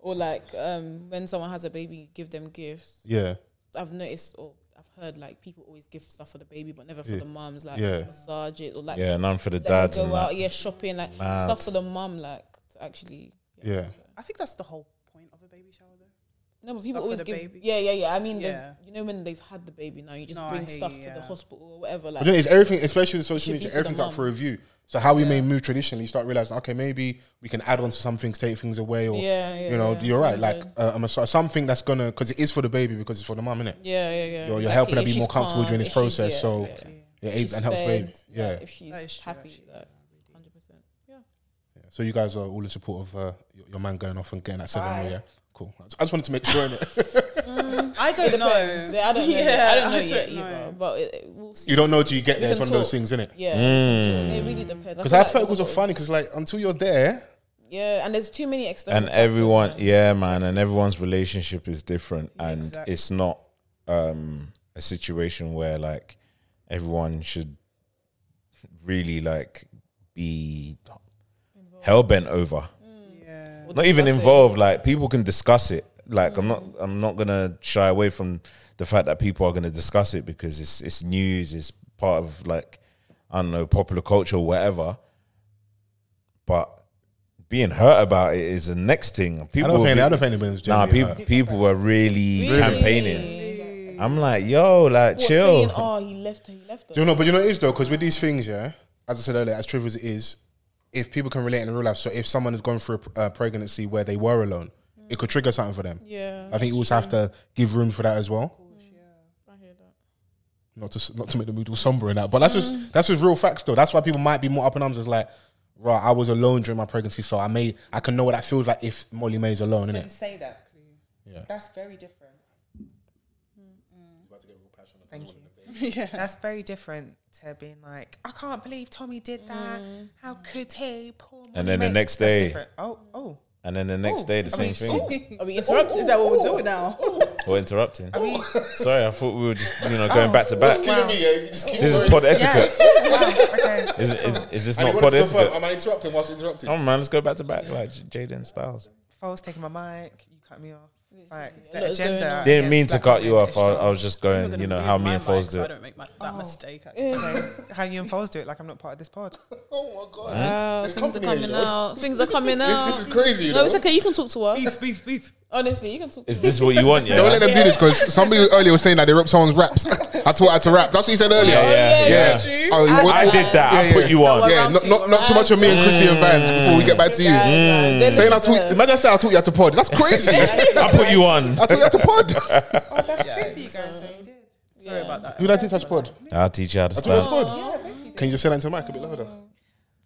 S6: or like um, when someone has a baby, you give them gifts.
S4: yeah,
S6: I've noticed or I've heard like people always give stuff for the baby, but never for the mums. Like
S4: Yeah.
S6: massage it or like
S3: yeah, none for the
S6: let them
S3: dads and
S6: go out,
S3: that.
S6: yeah, shopping, like
S3: Mad.
S6: stuff for the mum, like to actually.
S4: yeah.
S7: I think that's the whole point of a baby shower, though.
S6: No, but people
S7: Stuff for
S6: always
S7: the
S6: give.
S7: baby.
S6: Yeah, yeah, yeah. I mean, there's
S7: Yeah.
S6: you know when they've had the baby now, you just
S7: No, I
S6: bring
S7: hear
S6: stuff
S7: you,
S6: to the
S7: yeah.
S6: hospital or whatever.
S4: But then
S6: Like,
S4: it's everything, especially with
S6: Should
S4: social
S6: be
S4: media.
S6: for the
S4: Everything's up for
S6: mum.
S4: review. So how we may move traditionally, you start realizing, okay, maybe we can add on to some things, take things away, or
S6: Yeah, yeah,
S4: you know,
S6: yeah.
S4: you're right.
S6: Yeah.
S4: Like uh, a massage, something that's gonna because it is for the baby because it's for the mum, innit?
S6: yeah, yeah, yeah.
S4: You're,
S6: exactly.
S4: you're helping her
S6: If
S4: be more
S6: she's
S4: comfortable during
S6: calm,
S4: this
S6: if
S4: process.
S6: she's- yeah,
S4: so
S6: yeah, yeah.
S4: it
S6: If
S4: aids
S6: she's
S4: and helps
S6: fed,
S4: baby. Yeah.
S6: If she's
S7: That is true,
S6: happy,
S7: actually.
S6: like hundred percent. Yeah.
S4: So you guys are all in support of uh, your, your man going off and getting that seven mil, yeah? Cool. I just- I just wanted to make sure innit?
S7: I don't know.
S6: Yeah, I don't know. yet. I don't know yet either.
S7: know.
S6: But it, it- we'll see.
S4: you don't know till you get
S6: We
S4: there. It's
S6: can
S4: one of those
S6: talk.
S4: things, isn't it?
S3: Hmm.
S6: Yeah, it really depends.
S4: Because I
S6: like
S4: thought it was
S6: there's a lot
S4: funny. Because like until you're there,
S6: of- Yeah, and there's too many external.
S3: And
S6: factors,
S3: everyone,
S6: man.
S3: yeah, man, and everyone's relationship is different, and it's not um, a situation where like everyone should really like be hell bent over.
S7: Yeah.
S6: Mm. We'll
S3: not even
S6: discuss it. Mm.
S3: involved. Like people can discuss it. Like I'm not I'm not gonna shy away from the fact that people are gonna discuss it because it's it's news. It's part of like I don't know popular culture or whatever. But being hurt about it is the next thing.
S4: I
S3: People
S4: don't think
S3: be-
S4: I don't think anyone's
S3: nah,
S4: genuinely
S3: people
S4: hurt.
S3: people were really,
S6: Really?
S3: campaigning. I'm like, yo, like
S6: What,
S3: chill.
S6: Saying, oh, he left her. He left her.
S4: Do you know? But you know what it is though, because with these things, yeah. As I said earlier, as trivial as it is, if people can relate in real life, so if someone has gone through a uh, pregnancy where they were alone, it could trigger something for them.
S6: Yeah.
S4: I think you also have to give room for that as well.
S6: I hear that.
S4: Not to s- not to make the mood all somber and that, but that's
S3: Mm.
S4: just that's just real facts though. That's why people might be more up in arms. It's like, right, I was alone during my pregnancy, so I may I can know what that feels like if Molly May's alone,
S5: you
S4: innit?
S5: say that.
S4: Yeah.
S5: That's very different. Thank you. yeah. Mm. That's very different to being like, I can't believe Tommy did that. How could he? Poor
S3: And
S5: Molly
S3: then the
S5: Mae."
S3: next
S5: That's
S3: day-
S5: different. Oh, oh.
S3: and then the next day, the
S5: I
S6: Oh,
S5: mean,
S3: same thing.
S6: Are we interrupted? Is that what we're doing now?
S3: Or interrupting.
S6: Oh.
S5: I mean,
S3: Sorry, I thought we were just you know going back to back.
S5: wow.
S3: This is pod etiquette.
S5: okay.
S3: Is, is, is this
S4: And
S3: not
S4: you
S3: pod
S4: wanted to confirm,
S3: etiquette?
S4: Am I interrupting whilst interrupting?
S3: Oh man, let's go back to back like J- Jaden Styles.
S5: Foles taking my mic. You cut me off. Like,
S6: lot
S5: the
S6: is going
S5: agenda.
S6: on.
S3: Didn't mean
S5: against
S3: to
S5: black
S3: cut you
S5: women
S3: off.
S5: is
S3: I,
S5: strong.
S3: I was just going, you know, how me and Foles do
S7: I
S3: it.
S7: don't make my, that mistake.
S5: How you and Foles do it, like I'm not part of this pod.
S4: Oh my god!
S6: Wow,
S4: There's
S6: things are
S4: company here,
S6: coming
S4: though.
S6: out. Things are coming out.
S4: This is crazy. you
S6: No,
S4: know?
S6: it's okay. You can talk to her.
S7: beef, beef.
S6: Honestly, you can talk. to
S3: Is
S6: her.
S3: this what you want?
S4: Don't let
S3: Yeah.
S4: them do this because somebody earlier was saying that they ripped someone's raps. I taught her to rap. That's what you said earlier.
S3: Yeah, yeah,
S6: yeah.
S4: Oh, you want-
S3: I did that. I
S4: Yeah,
S3: put
S4: yeah.
S3: you on.
S4: Yeah, not, not, not too much of me and Chrissy and Vans before we get back to you.
S3: Mm.
S4: Saying I taught, imagine I said I taught you how to pod. That's crazy. I
S3: I put you on.
S4: taught you how to pod.
S5: Oh, that's true for you guys. so you did.
S7: Sorry about that.
S4: You like Teach Touch Pod?
S3: I'll teach you how to
S4: Teach Touch
S3: style.
S4: Pod? Can you just say that into the mic a bit louder?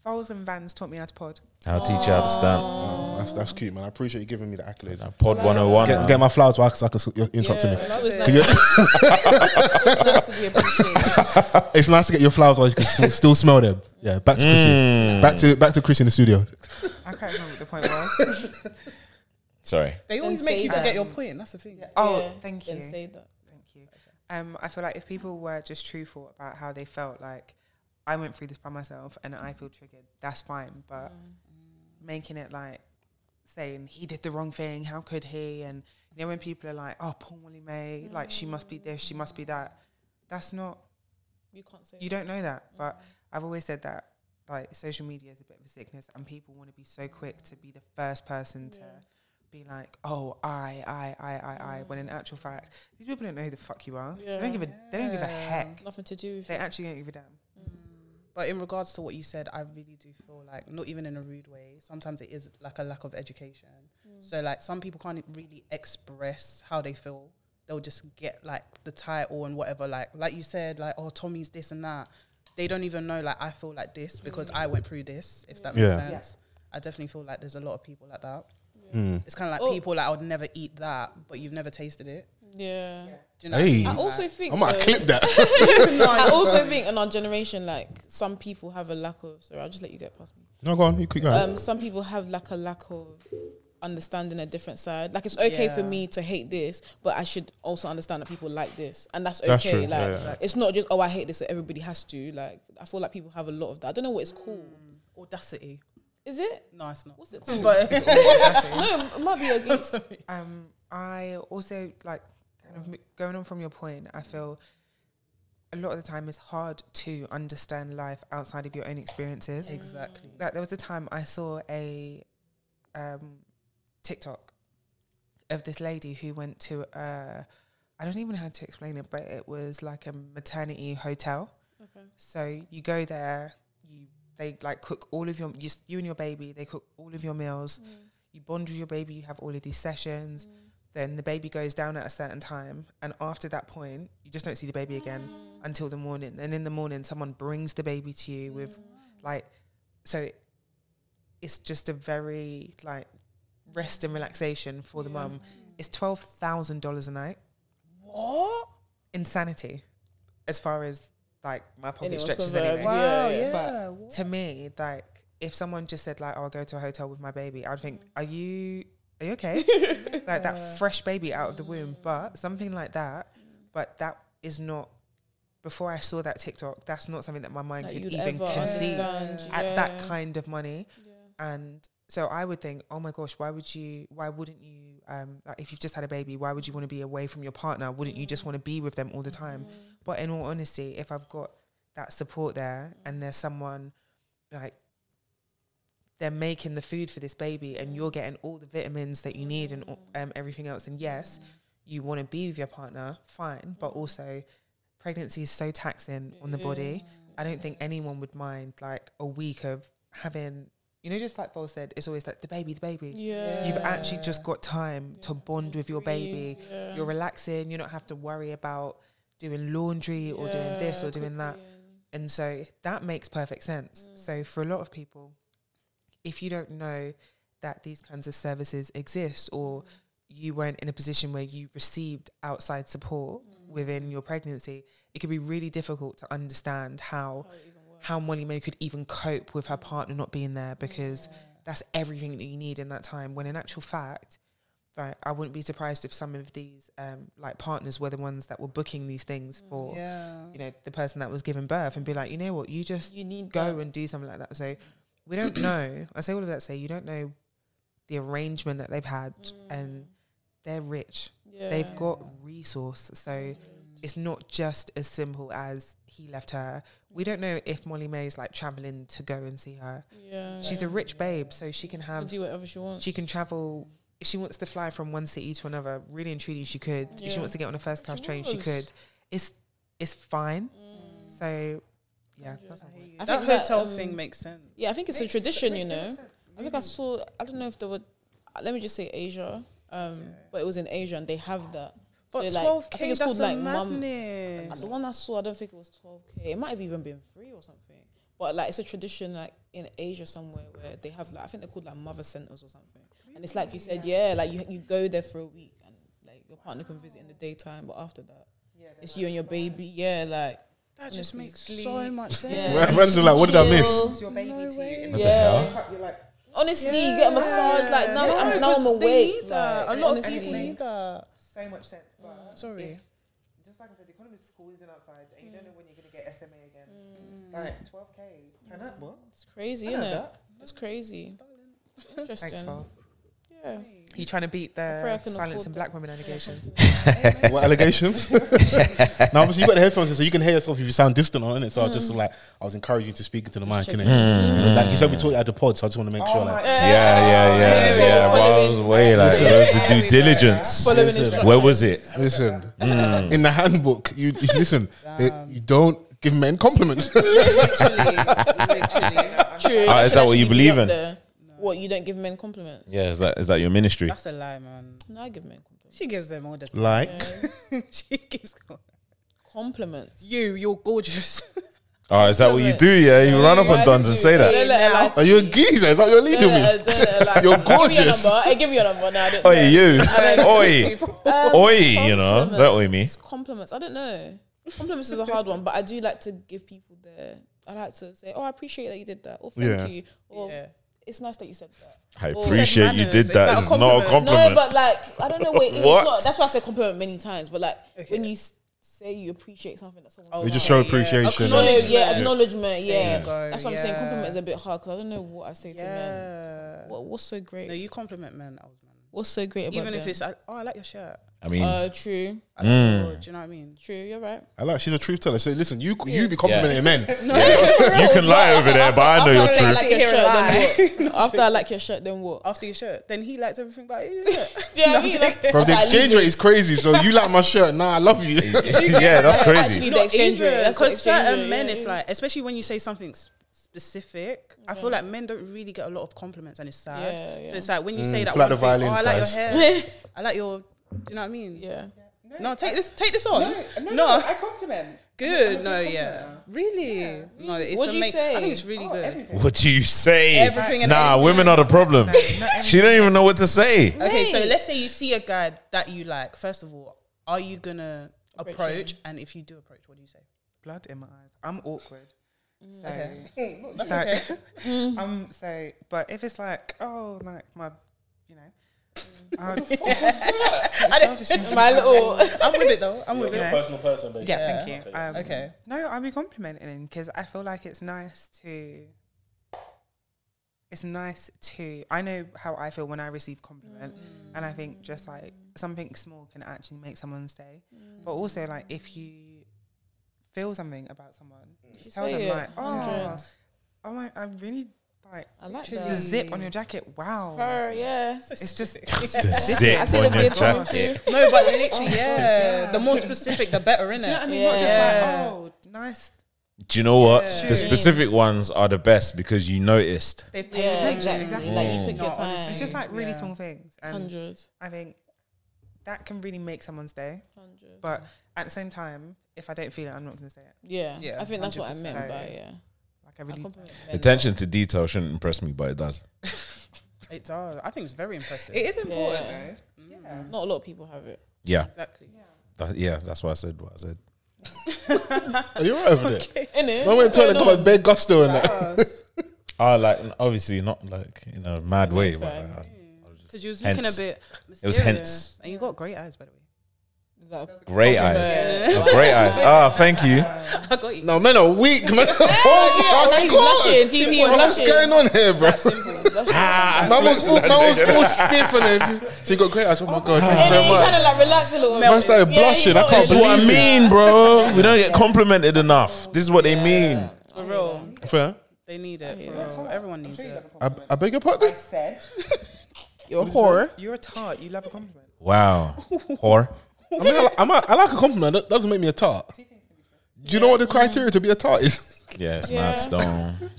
S5: Foles and Vans taught me how to pod.
S3: I'll teach you how to stand.
S4: Oh, that's, that's cute, man. I appreciate you giving me the accolades.
S3: Pod 101.
S4: Get, get my flowers back so I can s- you're interrupting me.
S6: That was
S4: Can you-
S6: nice. nice to be appreciated.
S4: it's nice to get your flowers while you can s- still smell them. Yeah, back to Chrissy. Back to back to Chris in the studio.
S5: I can't remember what the point was.
S3: Sorry.
S7: They always
S6: And
S7: make
S6: say
S7: you forget
S6: that.
S7: your point. That's the thing.
S5: Oh,
S6: Yeah,
S5: thank you.
S6: Then say that.
S5: Thank you. Um, I feel like if people were just truthful about how they felt, like I went through this by myself and I feel triggered, that's fine. But making it like saying he did the wrong thing, how could he? And you know when people are like, oh, poor Molly May, like she must be this, she must be that. That's not.
S6: You can't say.
S5: You don't know that. But I've always said that like social media is a bit of a sickness, and people want to be so quick to be the first person to. Be like, oh, I, I, I, I, I. When in actual fact, these people don't know who the fuck you are. They
S6: Yeah.
S5: don't give a. They don't give a heck.
S6: Nothing to do with
S5: They
S6: it.
S5: actually don't give a damn.
S7: But in regards to what you said, I really do feel like not even in a rude way. Sometimes it is like a lack of education.
S6: Mm.
S7: So like some people can't really express how they feel. They'll just get like the title and whatever. Like like you said, like oh Tommy's this and that. They don't even know like I feel like this because I went through this. If that makes
S4: Yeah.
S5: Yeah.
S7: sense, I definitely feel like there's a lot of people like that.
S4: Mm.
S7: It's kind of like
S6: Oh.
S7: people like I would never eat that, but you've never tasted it.
S6: Yeah.
S7: Do you know?
S4: Hey.
S6: I also think.
S4: I might
S6: though-
S4: clip that.
S6: I also think in our generation, like some people have a lack of. Sorry, I'll just let you get past me.
S4: no, go on. You keep going.
S6: Um, some people have like a lack of understanding a different side. Like it's okay for
S7: Yeah.
S6: me to hate this, but I should also understand that people like this, and that's okay.
S4: That's true.
S6: Like
S4: Yeah, yeah.
S6: it's not just oh I hate this, so everybody has to. Like I feel like people have a lot of that. I don't know what it's called.
S7: Audacity.
S6: Is it?
S7: No, it's not.
S6: What's it called?
S7: But
S6: no, it might be against.
S5: Um, I also like kind of m- going on from your point. I feel a lot of the time it's hard to understand life outside of your own experiences.
S7: exactly.
S5: Like there was a time I saw a um, TikTok of this lady who went to uh, I don't even know how to explain it, but it was like a maternity hotel. So you go there, you they like cook all of your you, s- you and your baby. They cook all of your meals. You bond with your baby. You have all of these sessions. Then the baby goes down at a certain time, and after that point, you just don't see the baby again until the morning. And in the morning, someone brings the baby to you with like so. It, it's just a very like rest and relaxation for the mum. It's twelve thousand dollars a night. What insanity? As far as like my pocket
S6: Anyone's
S5: stretches
S6: concerned.
S5: anyway.
S6: Wow, yeah.
S5: But to me, like if someone just said like, "Oh, I'll go to a hotel with my baby," I'd
S6: Mm.
S5: think, "Are you are you okay?" like that fresh baby out of the
S6: Mm.
S5: womb. But something like that, but that is not. Before I saw that TikTok, that's not something that my mind
S6: That
S5: could
S6: you'd
S5: even
S6: ever
S5: conceive
S6: understand.
S5: at that
S6: yeah.
S5: kind of money. And so I would think, oh my gosh, why would you? Why wouldn't you? Um, like if you've just had a baby, why would you want to be away from your partner? Wouldn't you just want to be with them all the time? But in all honesty, if I've got that support there, and there's someone like they're making the food for this baby, and you're getting all the vitamins that you need and um, everything else, and yes, you want to be with your partner, fine, but also pregnancy is so taxing on the body. I don't think anyone would mind like a week of having, you know, just like Paul said, it's always like the baby, the baby.
S6: Yeah.
S5: You've actually just got time to bond with your baby.
S6: Yeah.
S5: You're relaxing. You don't have to worry about doing laundry or doing this or doing that. And so that makes perfect sense. So for a lot of people, if you don't know that these kinds of services exist or you weren't in a position where you received outside support within your pregnancy, it could be really difficult to understand how how Molly May could even cope with her partner not being there because that's everything that you need in that time. When in actual fact, right, I wouldn't be surprised if some of these um, like partners were the ones that were booking these things
S6: Mm.
S5: for
S7: Yeah.
S5: you know the person that was giving birth and be like, you know what, you just
S6: You need
S5: go and do something like that. So we don't know. I say all of that. to Say you don't know the arrangement that they've had,
S6: Mm.
S5: and they're rich. They've got resource. So it's not just as simple as he left her. We don't know if Molly May's like traveling to go and see her.
S6: Yeah.
S5: She's a rich babe, so she can
S6: Can
S5: have
S6: Mm. do whatever she wants.
S5: she can travel if she wants to fly from one city to another really and truly she could if she
S6: Yeah.
S5: wants to get on a first class
S6: She
S5: train she
S6: was.
S5: could it's it's fine so yeah that's my point.
S6: Mm. I
S7: that
S6: think that,
S7: hotel
S6: um,
S7: thing makes sense.
S6: Yeah, I think it's a tradition, you know. I think I saw. I don't know if there were. Let me just say Asia, um, but it was in Asia, and they have that. So,
S5: But
S6: like,
S5: twelve
S6: I think
S5: k.
S6: it's
S5: That's
S6: called,
S5: a
S6: like, mum-
S5: madness.
S6: Uh, The one I saw, I don't think it was 12k. It might have even been free or something. But like, it's a tradition like in Asia somewhere where they have like I think they're called like mother centers or something. And it's like you said, yeah, like you you go there for a week and like your partner can visit in the daytime, but after that, it's you and your baby. Yeah, like
S5: That
S6: just
S5: just makes
S6: makes
S5: so much sense.
S6: yeah.
S4: Ren's like, what did I miss?
S6: Chill.
S5: Your baby to you.
S6: What the hell?
S5: You're like,
S6: Honestly, you get a massage. Like now,
S5: Yeah,
S6: I'm, now I'm
S7: because they
S6: awake.
S7: need that.
S6: Like,
S7: A lot of
S6: honestly.
S7: people need that.
S5: so much sense. But
S7: Sorry.
S5: if- just like I said, the economy is schools and outside, and you don't know when you're going to get SMA again. Like 12k. Turn up, what?
S6: It's crazy,
S5: I
S6: isn't
S5: know
S6: it?
S5: that.
S6: It's crazy. Interesting.
S5: Thanks, Val.
S6: Yeah.
S5: You trying to beat
S6: pray I
S5: the
S6: can
S5: silence
S6: afford
S5: and
S6: that.
S5: black women allegations?
S4: what allegations? now, obviously, you got the headphones, in, so you can hear yourself if you sound distant on it. So I was
S5: Mm.
S4: just like, I was encouraging you to speak into the mic, innit? You know, like you said, we talked at the pod, so I just want to make
S5: Oh
S4: sure, like,
S3: Yeah, yeah, yeah,
S6: Oh, yeah,
S3: yeah.
S6: yeah.
S3: Well, I was way like, where's the due diligence?
S6: Following
S4: Listen.
S6: instructions.
S3: Where was it?
S4: listen, in the handbook, you, you listen, they- you don't give men compliments.
S6: Literally. True.
S3: Ah, is
S6: should
S3: that what you
S6: actually be
S3: believe
S6: up
S3: in?
S6: there. What you don't give men compliments?
S3: Yeah, is that is that your ministry?
S7: That's a lie, man.
S6: No, I give men compliments.
S7: She gives them all the time.
S4: like,
S7: she gives
S6: Compliments.
S7: you. You're gorgeous.
S3: Oh, is that what you do? Yeah, you run up on duns and say that.
S6: Don't let her lie to
S4: are you a geezer? Is that what you're leading with?
S6: Don't let her lie.
S4: You're
S6: Give me your
S4: gorgeous.
S6: number. I give you your number. No, I don't.
S3: Oi, you.
S6: don't-
S3: Oi.
S6: Um,
S3: Oi, you know.
S6: compliments.
S3: That oi me.
S6: It's compliments. I don't know. Compliments is a hard one, but I do like to give people their. I like to say, "Oh, I appreciate that you did that," or "Thank
S4: Yeah.
S6: you," or
S7: Yeah.
S6: "It's nice that you said that."
S3: I
S6: Well,
S3: appreciate you
S7: manners.
S3: did
S7: Is
S3: that.
S7: that a
S3: It's not a
S7: compliment?
S3: compliment.
S6: No, but like I don't know what it is.
S3: What?
S6: Not, that's why I said compliment many times. But like when you s- say you appreciate something that someone,
S4: We
S6: does.
S4: just show
S7: Yeah.
S4: appreciation.
S6: No,
S7: Acknowledge-
S6: yeah,
S7: Yeah.
S6: acknowledgement, yeah.
S7: Oh, you go,
S6: That's what I'm saying.
S7: yeah.
S6: Compliment is a bit hard because I don't know what I say to men.
S7: Yeah.
S6: What, what's so great?
S7: No, you compliment men. I was man.
S6: what's so great about
S7: Even if
S6: them?
S7: it's, like, oh, I like your shirt.
S3: I mean,
S6: uh, true,
S7: I like your
S4: Mm.
S7: your, do you know what I mean?
S6: true. You're right.
S4: I like, she's a truth teller. So listen, you you be complimenting men.
S3: you can lie over there, but I know your
S6: After I
S3: truth.
S6: like your
S7: You're
S6: shirt, then what? After I like your shirt, then what?
S7: After your shirt, then he likes everything about you. Yeah.
S6: Yeah, I mean, that's-
S4: Bro, the
S6: that's
S4: exchange
S6: like-
S4: rate is crazy. So you like my shirt? Nah, I love you.
S3: yeah, that's
S6: Actually,
S3: crazy.
S6: the exchange rate. That's the
S7: because
S6: exchange
S7: certain
S6: rate,
S7: men,
S6: yeah,
S7: it's
S6: yeah.
S7: like, especially when you say something s- specific. I feel like men don't really get a lot of compliments, and it's sad.
S6: Yeah, yeah.
S7: So it's like when you say that,
S4: pull out
S7: one thing,
S4: Mm, the violins,
S7: oh, I like
S4: guys.
S7: your hair. I like your. Do you know what I mean?
S6: yeah.
S7: No, take this. Take this on.
S5: no, I compliment.
S7: Good. No, yeah. Really? No, it's
S6: What'd you
S7: ama-
S6: say?
S7: I think it's really good.
S5: everything.
S3: What do you say?
S7: Everything and
S3: nah,
S7: everything.
S3: women are the problem. she don't even know what to say.
S7: Okay, so
S6: Mate.
S7: let's say you see a guy that you like. First of all, are you gonna
S6: Approach
S7: approach?
S6: him.
S7: And if you do approach, what do you say?
S5: Blood in my eyes. I'm awkward. So,
S7: That's
S5: like,
S7: okay.
S5: I'm Um, so, but if it's like, oh, like my, you know, I'll-
S6: My little.
S7: I'm with it though. I'm with
S5: you
S7: it.
S5: know,
S8: Personal person, basically.
S5: yeah, thank you. Um,
S7: Okay.
S5: No, I'll be complimenting because I feel like it's nice to. It's nice to. I know how I feel when I receive compliment, and I think just like something small can actually make someone's day. But also, like if you feel something about someone, just tell them
S6: say it.
S5: like, oh,
S6: 100.
S7: "Ah,
S5: oh my, I really like
S6: I like
S5: the
S6: that.
S5: zip on your jacket. Wow,
S6: Her, yeah.
S5: it's just
S3: The zip
S6: I see the
S3: on your
S6: beard coming
S3: jacket.
S7: No, but literally, yeah. The more specific, the better,
S5: Do you know what I
S7: innit?
S5: mean?
S6: Yeah.
S5: Not just like, oh, nice.
S3: Do you know what?
S7: Yeah.
S3: The specific ones are the best because you noticed.
S5: They've paid
S6: Yeah,
S5: attention.
S6: exactly. Like you took your
S5: No, honestly,
S6: time.
S5: Just like really
S7: Yeah.
S5: small things. And
S6: hundred,
S5: I think that can really make someone's day.
S6: hundred.
S5: But at the same time, if I don't feel it, I'm not going to say it.
S6: Yeah,
S7: Yeah,
S6: I think that's what I
S7: 100%.
S6: meant by yeah.
S5: Like I
S6: I
S5: really.
S6: compliment men.
S3: Attention to detail shouldn't impress me, but it does.
S7: It does. I think it's very impressive.
S5: It is important
S6: Yeah.
S5: though. Yeah.
S6: Not a lot of people have it.
S3: Yeah,
S7: Exactly.
S3: that, yeah, that's why I said what I said.
S4: Are you right over there?
S6: In it.
S4: When I went to the toilet, I got my bare gusto and that.
S3: Oh, like obviously not like in a mad way,
S6: That's
S3: but
S6: fine.
S3: like,
S7: Because you was
S3: Hence.
S7: looking a bit. Mysterious.
S3: was hence.
S7: And you got great eyes, by the way.
S6: Is that a-
S3: great
S6: Yeah.
S3: eyes, Oh, great eyes. Ah, thank you.
S7: I got you.
S4: No, men are weak, man.
S6: Oh,
S4: oh,
S6: now
S4: my
S6: he's
S4: God.
S6: blushing. He's here
S4: What's
S6: blushing.
S4: going on here, bro?
S3: Ah,
S4: Man was all, man was all stiff and then so you got great eyes. Oh my god, thank you
S6: And then
S4: very
S6: he kind
S4: much.
S6: of like relaxed a little bit.
S4: Man started
S6: Yeah, he
S4: blushing. I can't
S6: noticed.
S3: That's what I
S4: believe it.
S3: mean, bro. We don't get complimented enough. This is what they mean.
S7: For real.
S4: Fair.
S7: They need it. For
S6: Yeah.
S7: real. Everyone needs
S5: You
S7: it.
S5: love a
S4: I,
S5: compliment.
S4: I beg your pardon.
S5: I said
S6: You're a whore.
S5: you're a tart. You love a compliment.
S3: Wow, whore.
S4: I mean, I, li- I'm a, I like a compliment. That doesn't make me a tart. Do you know what the criteria to be a tart is?
S3: Yeah, it's
S6: Yeah.
S3: mad stone.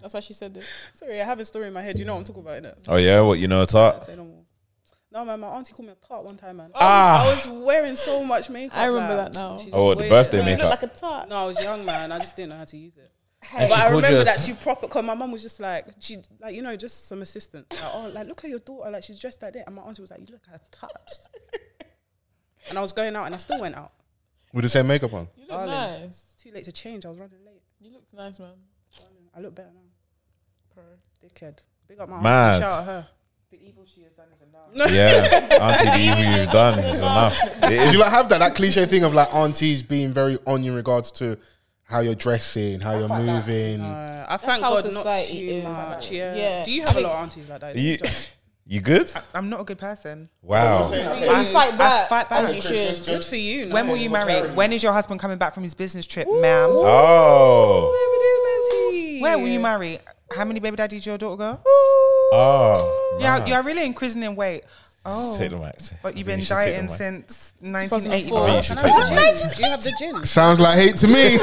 S6: That's why she said this.
S7: Sorry, I have a story in my head. You know what I'm talking about, innit?
S3: Oh yeah, what you know? It's art.
S7: Say no more. No, man, my auntie called me a tart one time, man.
S3: Ah.
S7: I was wearing so much makeup.
S6: I remember
S7: like,
S6: that now.
S7: she just
S3: Oh, the
S7: waved
S3: birthday
S7: at me.
S3: makeup.
S6: a tart.
S7: No, I was young, man. I just didn't know how to use it. but
S3: And she
S7: I
S3: called you
S7: remember
S3: a
S7: that
S3: tart?
S7: she proper. Cause my mum was just like, she like you know just some assistance. Like, oh, like look at your daughter. Like she's dressed like that. And my auntie was like, you look at her touched. and I was going out, and I still went out.
S4: With the same makeup on.
S6: You look
S7: Darling.
S6: nice.
S7: It's too late to change. I was running late.
S6: You looked nice, man.
S7: I look better now. Dickhead. Big up my
S3: Mad.
S7: auntie. Shout out her.
S5: The evil she has done is enough.
S3: Yeah, Auntie, the evil you've done is enough. It
S4: Do
S3: is.
S4: you like have that that cliche thing of like aunties being very on you in regards to how you're dressing, how you're moving?
S7: Uh, I thank
S6: how
S7: God not
S6: society
S7: too
S6: is.
S7: much. Yeah.
S6: Yeah.
S7: Do you have a lot of aunties like that?
S3: You, you good?
S5: I'm not a good person.
S3: Wow.
S6: You fight back.
S5: fight back.
S6: Uh, As you should.
S7: Good for you. No?
S5: When will you marry? When is your husband coming back from his business trip, ma'am?
S3: Oh,
S7: There it is, auntie.
S5: Where will you marry? How many baby daddies your daughter go?
S3: oh.
S5: Yeah, you're really increasing weight. Oh,
S3: Take the mic.
S5: but
S3: Maybe
S5: you've been
S3: you should take the
S5: dieting
S3: mic.
S5: since
S3: I think you
S5: 1984.
S3: should
S7: Can
S3: take
S7: I have
S3: the mic.
S7: the gin? Do you have the gin?
S4: Sounds like hate to me.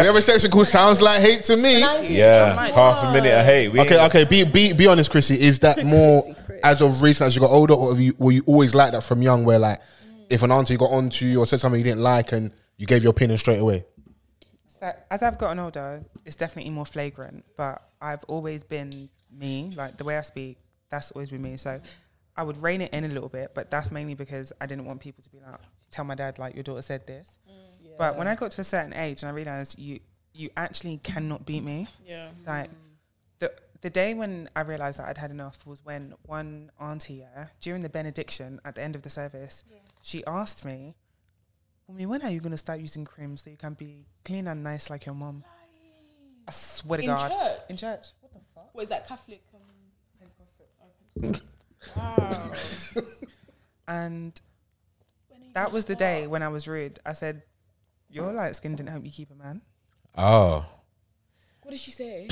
S4: we have a section called "Sounds Like Hate to Me."
S3: Yeah, half a minute. Hey, we
S4: Okay, okay. Be be be honest, Chrissy. Is that more as of recent as you got older, or have you were you always like that from young? Where like, if an auntie got onto you or said something you didn't like, and you gave your opinion straight away.
S5: So as I've gotten older, it's definitely more flagrant. But I've always been me, like the way I speak. That's always been me. So I would rein it in a little bit, but that's mainly because I didn't want people to be like, tell my dad like your daughter said this. But when I got to a certain age and I realized you you actually cannot beat me.
S6: Yeah.
S5: Like the the day when I realized that I'd had enough was when one auntie yeah, during the benediction at the end of the service, she asked me, "Mummy, when are you gonna start using cream so you can be clean and nice like your mom?" I swear to
S6: In
S5: God,
S6: church?
S5: in church,
S6: What is that, Catholic? Um,
S5: and that was the day when I was rude. I said, "Your light skin didn't help you keep a man."
S3: Oh,
S6: What did she say?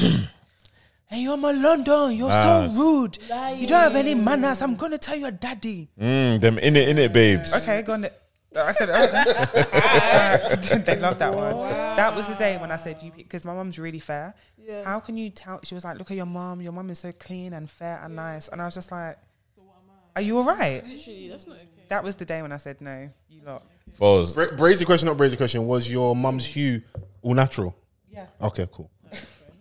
S5: Hey, you're my London. You're
S3: Mad.
S5: so rude. You don't have any manners. I'm gonna tell your daddy.
S3: mm, them in it, in it, babes.
S5: Okay, go on. then. I said, all right then. they love that one. That was the day when I said, you because my mum's really fair.
S6: Yeah.
S5: How can you tell? She was like, look at your mum. Your mum is so clean and fair and nice. And I was just like, are you all right?
S6: Literally, that's not okay.
S5: That was the day when I said, no, you lot.
S3: Falls.
S4: Bra- brazy question, not brazy question. Was your mum's hue all natural?
S5: Yeah.
S4: Okay, cool.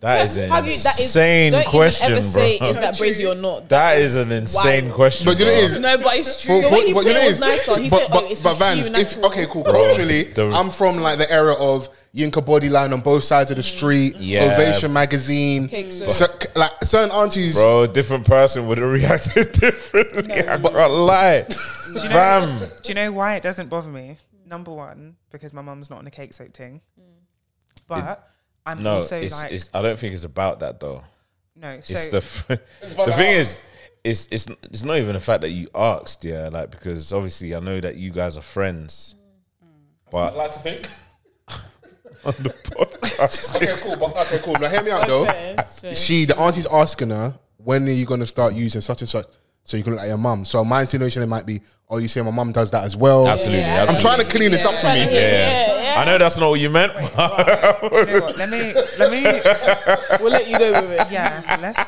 S3: That is
S6: How
S3: an
S6: do you, that is,
S3: insane
S6: don't
S3: question,
S6: even ever
S3: bro.
S6: say is that brazy or not.
S3: That is an insane
S6: wild.
S3: question.
S4: But you know
S3: bro.
S4: it is.
S6: No, but it's
S4: For-
S6: true.
S4: for-
S6: the way he
S4: but
S6: put
S4: you know
S6: it was
S4: is-
S6: nice, though. He
S4: but,
S6: said,
S4: but,
S6: oh, it's
S4: but Vans,
S6: you
S4: if,
S6: natural.
S4: okay, cool.
S3: Bro,
S4: Culturally,
S3: the-
S4: I'm from like the era of Yinka body line on both sides of the street,
S3: Yeah.
S4: Ovation magazine.
S6: Cake
S4: so-
S6: Surf.
S4: c- like certain aunties,
S3: Bro, different person would have reacted differently. I'm not gonna lie. Fam.
S5: Do you know why it doesn't bother me? Number one, because my mum's not on a cake soaked thing.
S6: Mm.
S5: But I'm
S3: No,
S5: also
S3: it's,
S5: like,
S3: it's, I don't think it's about that though.
S5: no.
S3: It's
S5: So
S3: the f- the thing is, it's it's it's not even the fact that you asked, yeah, like because obviously I know that you guys are friends,
S8: I'd
S3: but
S8: like to think.
S3: on the podcast,
S4: Okay, cool. But, okay, cool. Now hear me out though.
S6: Fair, it's fair.
S4: She, the auntie's asking her, when are you going to start using such and such so you can look like your mum? So my insinuation might be, oh, you say my mum does that as well.
S3: absolutely,
S6: Yeah.
S4: I'm
S3: absolutely.
S4: trying to clean this up for me.
S3: Yeah.
S6: Yeah, yeah.
S3: I know that's not what you meant.
S5: you know what? let me, let me,
S6: We'll let you go with it.
S5: yeah, let's.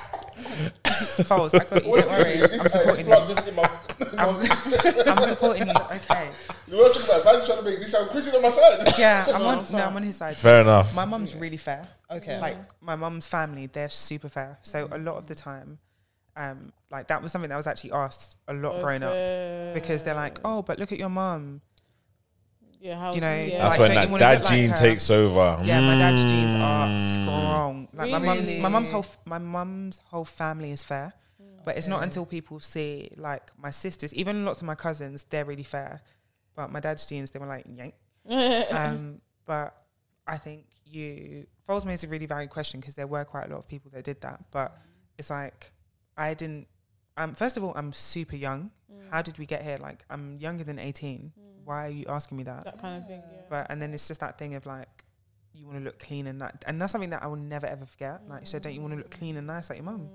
S5: Coles, I got you. Don't worry. I'm supporting you.
S8: Just in my-
S5: I'm, I'm supporting you. Okay.
S8: You know something like Van's trying to make this sound Chris is on my side.
S5: Yeah, I'm on. No, I'm on his side.
S3: Fair enough.
S5: My mum's really fair. Okay. Like my mum's family, they're super fair. So a lot of the time, um, like that was something that was actually asked a lot growing up
S6: Fair.
S5: because they're like, oh, but look at your mum.
S6: yeah, how,
S5: you know,
S6: yeah.
S3: That's
S5: Like,
S3: when
S5: don't you
S3: that,
S5: wanna
S3: that
S5: look like
S3: gene
S5: her?
S3: takes over.
S5: Yeah, my dad's genes
S3: Mm.
S5: are strong. Like my mum's, my mum's
S6: Really?
S5: whole, f- my mum's whole family is fair. But it's not until people see like my sisters, even lots of my cousins, they're really fair. But my dad's genes, they were like yank. um, but I think you Foles made a really valid question because there were quite a lot of people that did that. But it's like I didn't. Um, first of all, I'm super young. How did we get here? Like I'm younger than 18. Why are you asking me that?
S6: that kind of thing. Yeah.
S5: But and then it's just that thing of like you want to look clean and that, and that's something that I will never ever forget. Like she said, don't you want to look clean and nice like your mum?
S6: Mm.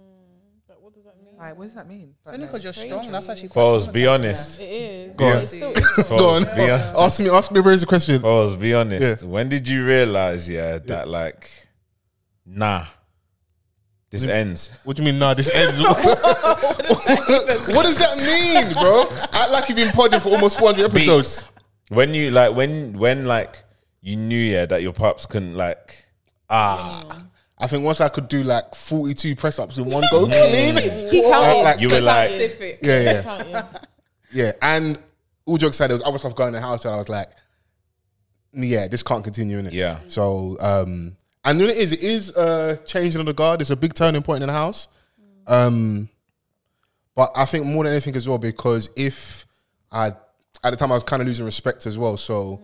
S6: But what does that mean?
S5: Like what does that mean? But
S7: Only
S5: no,
S7: because you're strong. That's actually quite
S3: Falls,
S7: traumatizing.
S3: be honest.
S6: It is.
S3: Go on.
S6: But it's still, it's still
S4: Go on.
S3: Falls, be honest.
S4: Ask me, ask me a brazy question.
S3: Falls, be honest. When did you realize, yeah, that like, nah, This
S4: Mm.
S3: ends.
S4: What do you mean? Nah, this ends. what does that mean, bro? Act like you've been podding for almost 400 episodes.
S3: When you like when when like you knew yeah that your pops couldn't like
S4: Ah, I think once I could do like 42 press ups in one go, clean.
S7: He counted.
S4: Like-
S3: you were like
S7: Specific.
S4: Yeah, yeah.
S6: Can't you?
S4: Yeah, and all jokes aside, there was other stuff going in the house, and I was like, yeah, this can't continue, innit?
S3: Yeah.
S4: So, um, and then it is, it is uh, changing of the guard. It's a big turning point in the house. Um, but I think more than anything as well, because if I, at the time, I was kind of losing respect as well. So,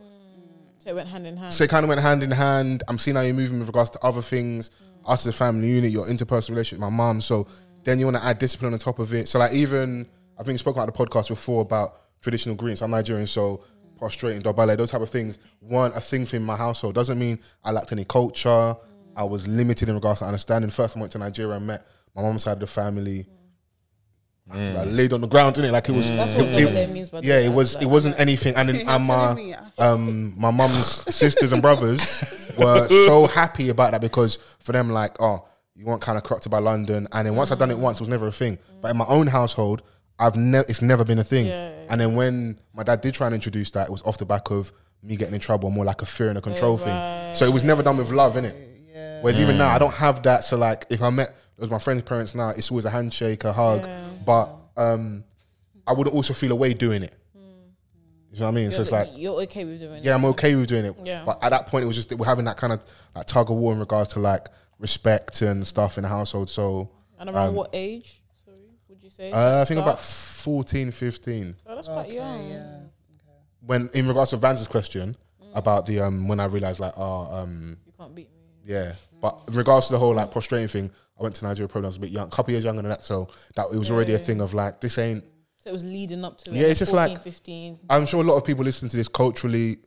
S6: So it went hand in hand.
S4: so it kind of went hand in hand. I'm seeing how you're moving with regards to other things, us as a family unit, your interpersonal relationship with my mom. So then you want to add discipline on top of it. So like even I think we spoke about the podcast before about traditional greens. I'm Nigerian, so prostrating, dobale, those type of things weren't a thing for in my household. Doesn't mean I lacked any culture. I was limited in regards to understanding. First, I went to Nigeria and met my mom's side of the family. I like, laid on the ground, didn't it? Like it was.
S6: That's what
S4: it-
S6: double
S4: it-
S6: A means by
S4: yeah,
S6: double
S4: it
S6: A,
S4: was.
S6: like-
S4: It wasn't anything. And then and my um my mum's sisters and brothers were so happy about that because for them, like, oh, you weren't kind of corrupted by London. And then once I'd done it once, it was never a thing. But in my own household, I've never. It's never been a thing. And then when my dad did try and introduce that, it was off the back of me getting in trouble, more like a fear and a control thing. So it was never done with love, innit? Whereas even now, I don't have that. So like, if I met those my friends' parents now, it's always a handshake, a hug. But um, I would also feel away doing it. You know what I mean? So it's like,
S6: you're okay with doing
S4: yeah,
S6: it.
S4: I'm okay with doing it.
S6: Yeah.
S4: But at that point, it was just that we're having that kind of like tug of war in regards to like respect and stuff in the household. So
S6: And around
S4: Um,
S6: what age? Sorry, would you say?
S4: uh, I think
S6: Start?
S4: about 14, 15.
S6: Oh, that's quite young.
S4: When in regards to Vance's question about the um, when I realized like, oh, um,
S6: You can't beat me.
S4: Yeah, but in regards to the whole like prostrating thing, I went to Nigeria probably when I was a bit young, couple years younger than that, so that it was already a thing of like this ain't.
S6: So it was leading up to it.
S4: Yeah, it's just
S6: 14,
S4: like-
S6: 15.
S4: I'm sure a lot of people listening to this culturally,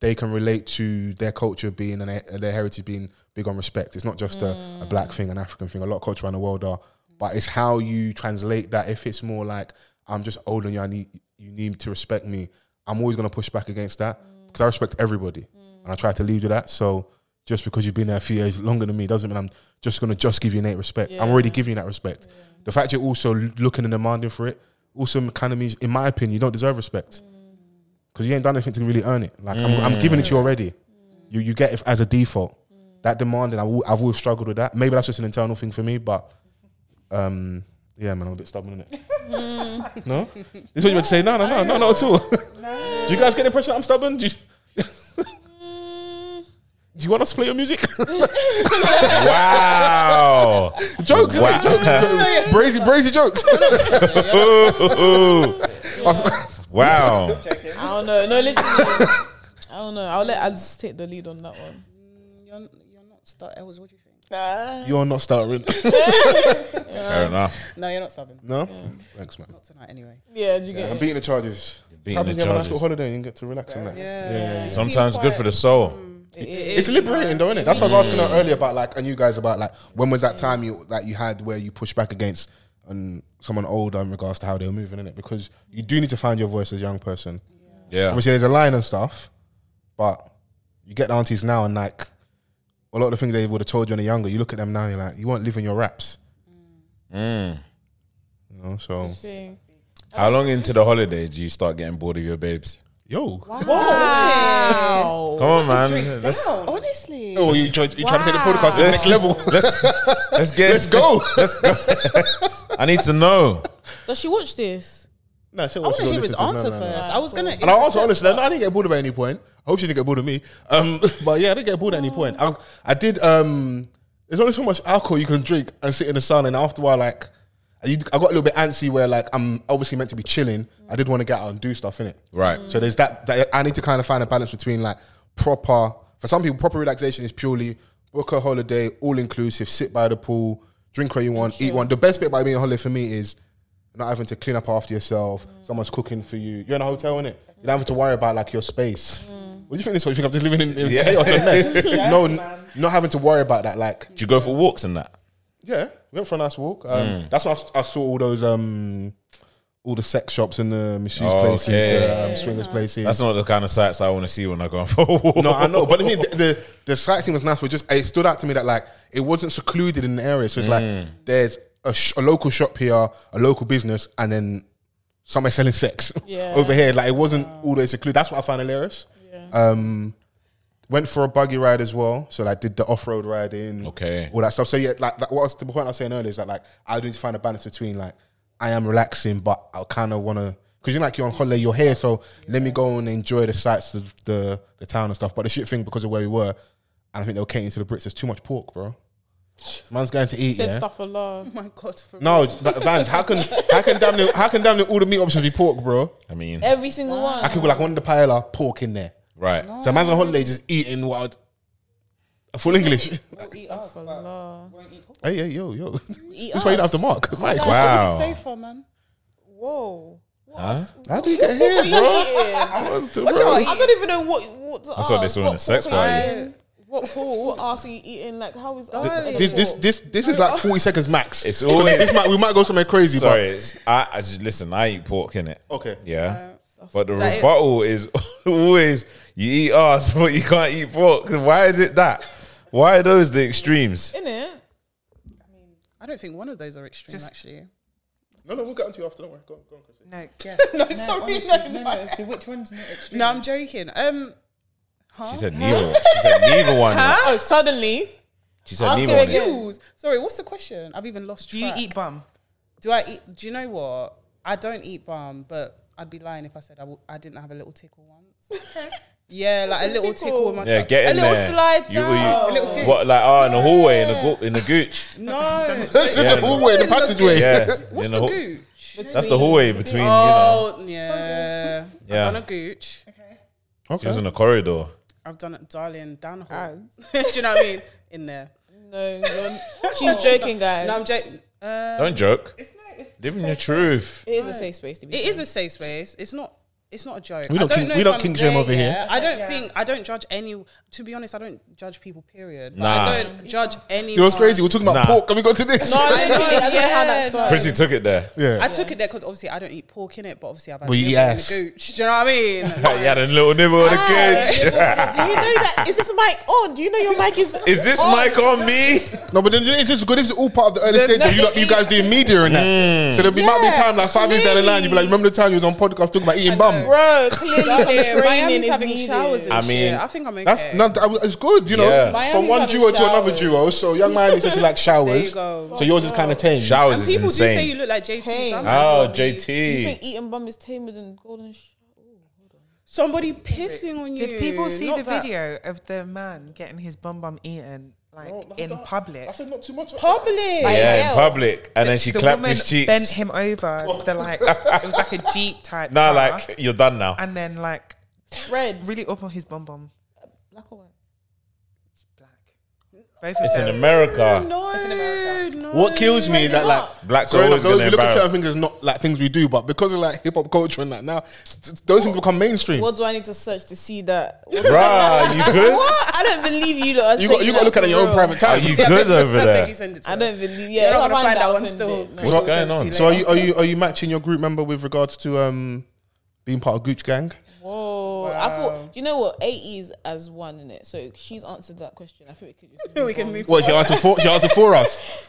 S4: they can relate to their culture being and their, and their heritage being big on respect. It's not just a, a black thing, an African thing. A lot of culture around the world are, but it's how you translate that. If it's more like I'm just older than you, I need you need to respect me. I'm always gonna push back against that because I respect everybody and I try to lead with that. So just because you've been there a few years longer than me doesn't mean I'm just gonna just give you innate respect. I'm already giving you that respect. The fact you're also l- looking and demanding for it also kind of means, in my opinion, you don't deserve respect because you ain't done anything to really earn it. Like I'm, I'm giving it to you already. You you get it as a default. That demanding, I will, I've always struggled with that. Maybe that's just an internal thing for me, but um, yeah, man, I'm a bit stubborn in it. no, this is what you were to say? No, no, no, no, not at all. Do you guys get the impression I'm stubborn? Do you, Do you want us to play your music?
S3: wow.
S4: jokes, innit?
S3: Wow.
S4: jokes, jokes. brazy, brazy jokes.
S3: wow.
S6: I don't know. No, literally. I don't know. I'll let Ads take the lead on that one.
S7: You're, you're not start. Elvis, what do you think?
S4: You're not stuttering.
S3: Fair enough.
S7: No, you're not stubborn.
S4: no, thanks, man.
S7: Not tonight, anyway.
S6: Yeah, do you get
S4: I'm
S6: it?
S4: beating the charges.
S3: Beating
S4: Happens
S3: the
S4: you have a nice little
S3: charges.
S4: holiday and you get to relax and that.
S7: Yeah.
S3: Sometimes good for the soul.
S4: Mm. It's liberating, though, isn't it? That's what I was asking her earlier about, like, and you guys about, like, when was that time you that you had where you pushed back against and someone older in regards to how they were moving, innit? Because you do need to find your voice as a young person.
S3: Yeah.
S4: Obviously, there's a line and stuff, but you get the aunties now, and like, a lot of the things they would have told you when you're younger, you look at them now, and you're like, you weren't living your raps,
S3: Mm.
S4: you know? So,
S6: Thing.
S3: How long into the holiday do you start getting bored of your babes?
S4: yo.
S3: Come on, man. Let's
S6: Honestly.
S4: Oh, you try, you trying to take the podcast to the next level.
S3: let's let's get
S4: Let's go.
S3: Let's go. I need to know.
S6: Does she watch this?
S4: Nah, she
S7: I want
S4: wants
S7: to
S4: to go
S7: hear his
S4: listen to- no,
S7: answer
S4: no, no.
S7: first. I was gonna.
S4: And I also honestly, I didn't get bored of her at any point. I hope she didn't get bored of me. Um, but yeah, I didn't get bored at any point. I, I did. Um, there's only so much alcohol you can drink and sit in the sun, and after a while, like, I, I got a little bit antsy where like I'm obviously meant to be chilling. I did want to get out and do stuff in it.
S3: Right.
S4: So there's that, that. I need to kind of find a balance between like proper. For some people, proper relaxation is purely book a holiday, all inclusive, sit by the pool, drink what you want, eat one. The best bit about being on holiday for me is not having to clean up after yourself. Someone's cooking for you. You're in a hotel, innit? You don't have to worry about like your space. What do you think this? What you think I'm just living in, in
S3: Yeah.
S4: chaos and mess? no, n- not having to worry about that. Like,
S3: Do you go for walks and that? Mm.
S4: yeah, we went for a nice walk. Um, That's why I, s- I saw all those um, all the sex shops and the misuse
S3: Oh,
S4: places,
S3: okay.
S4: the um, swingers places.
S3: That's not the kind of sights I want to see when I go for a walk.
S4: no, I know, but I mean, the, the the sightseeing was nice, but just it stood out to me that like it wasn't secluded in the area. So it's like there's a, sh- a local shop here, a local business, and then somebody selling sex
S6: Yeah.
S4: over here. Like it wasn't all the way secluded. That's what I found hilarious.
S6: Yeah.
S4: Um, went for a buggy ride as well. So like did the off road riding,
S3: Okay.
S4: all that stuff. So yeah, like that, what I was, the point I was saying earlier is that like I do need to find a balance between like I am relaxing, but I kind of want to because you're like you're on holiday, you're here, so let me go and enjoy the sights of the the town and stuff. But the shit thing because of where we were, and I think they were catering to the Brits. There's too much pork, bro. Man's going to eat.
S6: Said
S4: yeah.
S6: stuff a lot.
S7: Oh my god, for
S4: No, but Vans. How can how can damn near, how can damn near all the meat options be pork, bro?
S3: I mean,
S6: Every single one.
S4: I could go like one of the paella, pork in there.
S3: right.
S4: So man's on holiday just eating wild. Full English.
S6: We'll eat us a lot.
S4: hey, yeah, yo, yo.
S6: Eat
S4: That's why you don't
S6: us.
S4: have to mark. Mike,
S3: Wow.
S7: safer, man.
S6: Whoa. What
S3: Huh?
S6: else?
S4: How do you get here, bro? I was to- bro.
S6: I don't even know what. what to
S3: That's what they
S6: ask.
S3: saw in the sex
S6: pork
S3: party.
S6: are you- What pool? What ass are you eating? Like, how is
S4: Th- This this this this is like forty seconds max.
S3: It's all-
S4: this might, we might go somewhere crazy,
S3: Sorry, it's, I, I just listen. I eat pork in it.
S4: Okay.
S3: Yeah.
S7: Uh,
S3: But the rebuttal is always you eat ass, but you can't eat pork. Why is it that? Why are those the extremes?
S6: in it?
S7: I don't think one of those are extreme actually.
S4: but no, no, we'll get onto you after. Don't worry. Go on, go on, Chrissy.
S5: No, yeah.
S7: No, sorry, no, no.
S5: So which one's not extreme?
S7: No, I'm joking. Um,
S3: She said neither. She said neither one.
S6: Oh, suddenly.
S3: She said
S6: Ask
S3: neither
S6: her
S3: one.
S6: again.
S7: Jules, sorry, what's the question? I've even lost
S5: Do you
S7: track.
S5: eat bum?
S7: Do I eat? Do you know what? I don't eat bum, but I'd be lying if I said I w- I didn't have a little tickle once. yeah, like a little tickle, with myself.
S3: Yeah, get in
S7: a little
S3: there.
S7: slide
S3: You-
S7: down.
S3: you-
S7: a little goo-
S3: What like ah in the hallway in the go- in the gooch?
S7: No,
S4: That's in
S3: Yeah,
S4: the
S3: no.
S4: hallway, the passageway.
S3: Yeah,
S7: what's
S3: in
S7: the
S3: hall-
S7: gooch?
S3: That's the hallway between
S7: Oh, yeah.
S3: Yeah.
S7: I've done a gooch.
S3: you know. She was in the corridor.
S7: I've done it, darling, down the hall.
S6: Guys.
S7: do you know what I mean? In there.
S6: No, no. she's joking, guys.
S7: No, I'm joking. Uh,
S3: Don't joke. Living your truth.
S6: it is a safe space to be.
S7: It is a safe space. It's not. It's not a joke.
S4: We
S7: I
S4: don't
S7: don't
S4: king-
S7: know
S4: we
S7: if
S4: don't
S7: I'm
S4: king shame
S7: there
S4: over here.
S7: yet. I don't think. I don't judge any. To be honest, I don't judge people. Period. Like,
S3: Nah.
S7: I don't judge any.
S4: You know what's crazy? We're talking about
S3: Nah.
S4: pork and we got to this.
S6: No, I don't, know- I don't know how that
S7: Yeah,
S6: started.
S3: Chrissy took it there.
S4: Yeah.
S7: I took it there because obviously I don't eat pork in it, but obviously I've had
S4: Well, you
S7: nibble in
S4: eat ass.
S7: the gooch. Do you know what I mean?
S3: you had a little nibble on the gooch.
S6: Do you know that? Is this mic on? Do you know your mic is?
S3: Is this
S6: on?
S3: mic on me?
S4: No, but then this is good. This is all part of the early stage of you, lot- you guys doing media and that.
S3: Mm.
S4: So there will be might be
S6: Yeah,
S4: time like five years down the line, you'd be like, remember the time you was on podcast talking about eating bum?
S6: Bro, clearly
S7: Yeah,
S6: the training
S7: Miami's
S6: is
S7: having
S6: needed.
S7: showers. And
S3: I
S7: I
S3: mean,
S7: mean, I think I'm okay.
S4: That's not. that was- It's good, you know.
S3: Yeah.
S6: Miami's
S4: From one
S6: having
S4: duo to another
S6: showers.
S4: duo, so young Miami says she likes showers.
S7: you go.
S4: So yours is kind of tame.
S3: Showers
S7: and
S3: is
S7: people do say you
S3: insane.
S7: look like JT.
S6: Hey.
S7: Sometimes.
S3: Oh,
S6: You think
S3: JT.
S6: eating bum is tamer than golden? Sh-
S7: Somebody pissing on you.
S5: Did people see
S7: Not
S5: the
S7: that-
S5: video of the man getting his bum bum eaten like
S4: No, no,
S5: in
S4: don't-
S5: public?
S4: I said not too much.
S7: Public.
S3: Yeah, in public. And then she
S5: the
S3: clapped
S5: woman
S3: his cheeks.
S5: bent him over. The like it was like a jeep type.
S3: Now,
S5: car,
S3: like, you're done now.
S5: and then like
S6: Red,
S5: really up on his bum bum.
S6: black or white?
S5: Black. Both of
S3: It's in
S5: them.
S3: America.
S7: No, no.
S4: What kills me is that like.
S3: Blacks are
S4: Growing
S3: always
S4: up, we
S3: going to
S4: look at certain
S3: embarrass.
S4: things as not like things we do, but because of like hip hop culture and that now, th- those things become mainstream.
S6: What do I need to search to see that? What?
S3: Bruh, you good?
S6: I don't believe you. Lot are
S4: You got
S6: saying
S4: you got to
S6: that
S4: look at it in
S6: for
S4: your own
S6: real.
S4: private
S3: Are
S4: time.
S3: you good over
S7: Becky
S3: there?
S7: sent it to
S6: I
S7: her.
S6: don't believe.
S7: You're
S6: Yeah,
S7: not
S6: I'll
S7: gonna
S6: find
S7: find
S6: out
S7: that one
S6: and
S7: still.
S6: do it.
S3: What's
S7: She'll
S3: going
S7: send it to
S3: on?
S4: So are you are you are you matching your group member with regards to um being part of Gooch Gang?
S6: Whoa! Oh, I thought. Do you know what? Eighties as one in it. So she's answered that question. I think we could just.
S7: We can move.
S4: Well, she answered for she answered for us.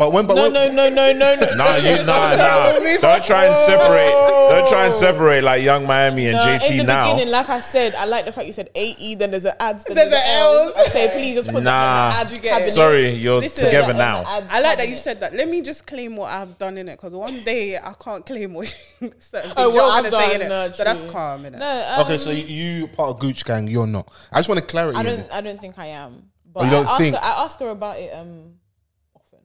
S4: But when but
S6: No,
S4: when,
S6: no, no, no, no, no.
S3: Nah, you nah nah. Don't try and separate. Don't try and separate like Young Miami and
S6: No, in the
S3: JT now.
S6: beginning, like I said, I like the fact you said AE, then there's an ads, then
S7: There's
S6: there's,
S7: an
S6: an L's.
S7: Ls.
S6: Okay, please just put
S3: Nah.
S6: that in the ads
S7: You get it.
S6: cabinet.
S3: Sorry, you're
S7: Listen,
S3: together
S6: On the
S3: now.
S6: ads
S7: I like that
S6: cabinet.
S7: you said that. Let me just claim what I've done in it because one day I can't claim what certain
S6: Oh,
S7: things you're
S6: what I've
S7: gonna say in
S6: done,
S7: it.
S6: no,
S7: so that's
S6: true.
S7: calm in it.
S6: No, um,
S4: Okay, so you, you part of Gooch Gang, you're not. I just want to clarity.
S6: I
S4: in
S6: don't.
S4: it.
S6: I don't think I am.
S4: Oh,
S6: But
S4: you
S6: I
S4: don't
S6: ask
S4: think?
S6: her. I ask her about it. Um, often.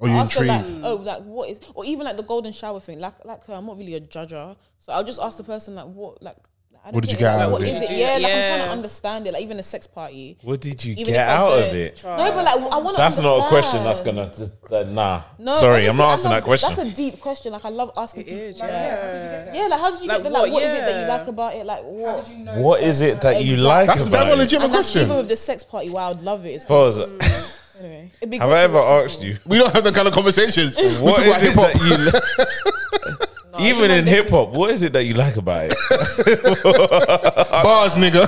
S4: Are you
S6: ask her
S4: intrigued?
S6: like, oh, like what is, or even like the golden shower thing. Like, like her, I'm not really a judger, so I'll just ask the person like, what, like, I don't
S4: What did you
S6: it.
S4: get out
S6: Like,
S4: of
S6: what
S4: it?
S6: is it? Yeah, like I'm trying to understand it. Like even a sex party.
S3: What did you
S6: Even
S3: get
S6: if I
S3: out of
S6: don't-
S3: it?
S6: No, but like I want to.
S3: That's not a question. That's gonna. that- Nah.
S6: No,
S3: Sorry, I'm
S6: honestly,
S3: not
S6: I
S3: asking
S6: love-
S3: that question.
S6: That's a deep question. Like I love asking people.
S7: is,
S6: like,
S7: yeah.
S6: yeah. like how did you
S7: Like,
S6: get there?
S7: what-
S6: Like what is it that you
S7: yeah.
S6: like about it? Like what? And
S3: What is it that you
S6: Exactly.
S3: like
S4: That's
S3: about
S4: that's a
S3: it?
S4: legitimate
S6: that's even
S4: question.
S6: with the sex party. Wow, I'd love it. It's Mm.
S3: Pause.
S6: anyway. It'd be
S3: Have
S6: good
S3: I
S6: to
S3: ever
S6: watch
S3: asked you
S4: We don't have that kind of conversations. we
S3: what
S4: talk
S3: is
S4: about
S3: it
S4: hip hop.
S3: that you?
S6: people.
S3: Even in hip hop, what is it that you like about it?
S4: Bars, nigga.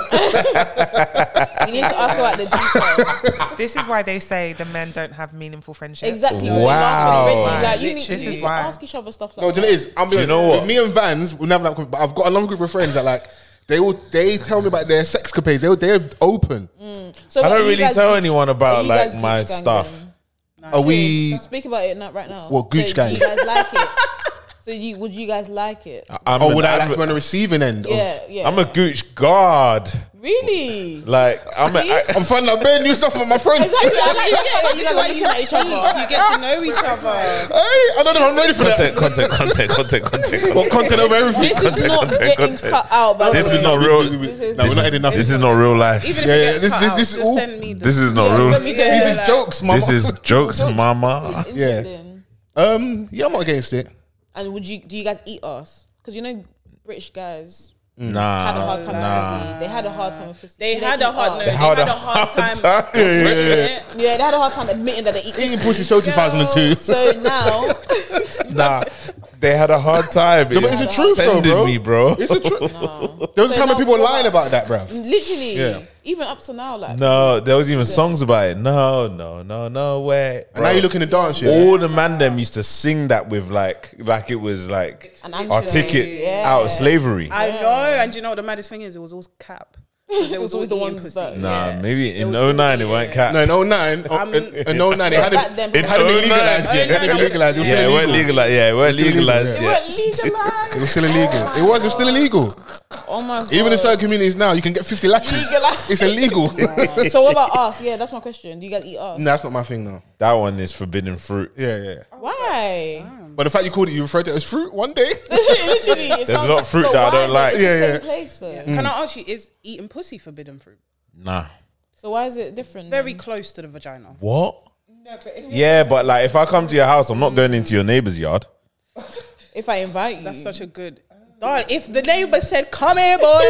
S6: You need to ask about the detail.
S5: This is why they say the men don't have meaningful friendships.
S6: Exactly.
S3: Wow.
S6: You laugh when it's written, Like, you
S5: Literally,
S6: need,
S5: this
S6: you
S5: is
S6: need to
S5: why.
S6: ask each other stuff like
S4: No, do you know what it is? I'm being
S3: you know what?
S4: With me and Vans, we never like. But I've got a long group of friends that like. They all they tell me about their sex capades. They they're open.
S6: So
S3: I
S6: what,
S3: don't
S6: you
S3: really
S6: guys
S3: tell
S6: gooch-
S3: anyone
S6: are
S3: about
S6: you
S3: like
S6: guys
S3: my
S6: gooch gang
S3: stuff.
S6: then?
S4: Are we?
S6: Speak about it not right now.
S4: What, gooch
S6: so,
S4: gang?
S6: Do you guys like it? So you would you guys like it?
S3: I'm
S4: Or
S3: an
S4: Oh, would I like
S3: adver-
S4: to be on the receiving end?
S6: yeah,
S4: Of,
S6: yeah.
S3: I'm a gooch guard.
S6: really.
S3: Like I'm. A,
S6: See?
S3: I,
S4: I'm finding out bare new stuff from my friends.
S6: Exactly. I like, yeah, like, you guys are looking at each other.
S7: You get to know each other.
S4: Hey, I don't know if I'm ready for that.
S3: content, content, content, content, content,
S4: What
S3: content.
S4: content over everything?
S6: This is
S3: Content,
S6: not
S3: content,
S6: getting
S3: content.
S6: cut out. By
S3: This
S6: the
S3: is
S6: way.
S3: not real.
S4: We- we-
S6: This is-
S4: no, we're not adding nothing.
S3: This is not real life.
S7: Even if
S4: Yeah,
S7: it
S4: yeah,
S7: gets
S4: this-
S7: cut
S4: this-
S7: out,
S4: this-
S7: just
S4: ooh.
S7: send me the
S3: This is not
S6: Send
S3: real.
S6: me the-
S4: This is jokes, mama.
S3: This is jokes, mama.
S6: Interesting.
S4: um, yeah, I'm not against it.
S6: And would you? Do you guys eat us? Because you know, British guys had a
S3: Nah,
S6: hard time with pussy. They had a hard time with pussy.
S7: They
S6: So
S7: had
S6: eat
S7: a hard
S6: us.
S7: no, they had a hard time. Yeah.
S6: Yeah, they had a hard time admitting that they eat
S4: Eating
S6: pussy.
S4: pussy so 2002.
S6: So now,
S3: nah. They had a hard time.
S4: No, but it's the truth though,
S3: sending
S4: bro.
S3: me, bro.
S4: It's the truth. There was a
S6: So
S4: time when
S6: now
S4: people were
S6: what
S4: lying about that, bruv.
S6: literally,
S4: Yeah.
S6: even up to now, like
S3: No, there was even songs about it. No, no, no, no way.
S4: And now you look in the dance yeah.
S3: All the man them used to sing that with like, like it was like
S6: An anthem.
S3: our ticket
S6: Yeah.
S3: out of slavery.
S7: I know, and you know what the maddest thing is? It was always cap. It
S6: was always the ones that-
S3: nah, maybe in
S6: was
S3: 09 it weren't cat.
S4: No, in 09, oh,
S7: I'm-
S4: in, in 09, it
S6: back
S4: hadn't,
S6: then, Oh
S4: it hadn't been
S3: In
S4: legalized yet. It hadn't been
S7: 09.
S4: legalized. It was
S3: yeah,
S4: still
S3: it weren't
S4: illegal.
S3: legalized. Yeah, it weren't
S4: It's illegal,
S3: legalized.
S4: yeah.
S3: yet.
S6: But legalize.
S4: It was still illegal. It was. It was still illegal.
S6: Oh my god.
S4: Even in certain communities now, you can get 50 lashes.
S6: Legalized.
S4: It's illegal. nah,
S6: so what about us? Yeah, that's my question. Do you guys eat us?
S4: that's not my thing, though.
S3: That one is forbidden fruit.
S4: Yeah, yeah.
S6: Oh. Why?
S4: But the fact you called it, you referred to it as fruit one day.
S6: literally, it's
S3: There's a lot of fruit that I don't like.
S6: Yeah,
S4: Yeah,
S6: yeah.
S4: yeah.
S6: Same place, though.
S3: Mm.
S7: Can I ask you, is eating pussy forbidden fruit?
S3: Nah.
S6: So why is it different?
S7: Very close to the vagina.
S3: What? Yeah, but like if I come to your house, I'm not going into your neighbor's yard.
S6: If I invite you,
S7: That's such a good. Dog, if the neighbor said, "Come here, boy,"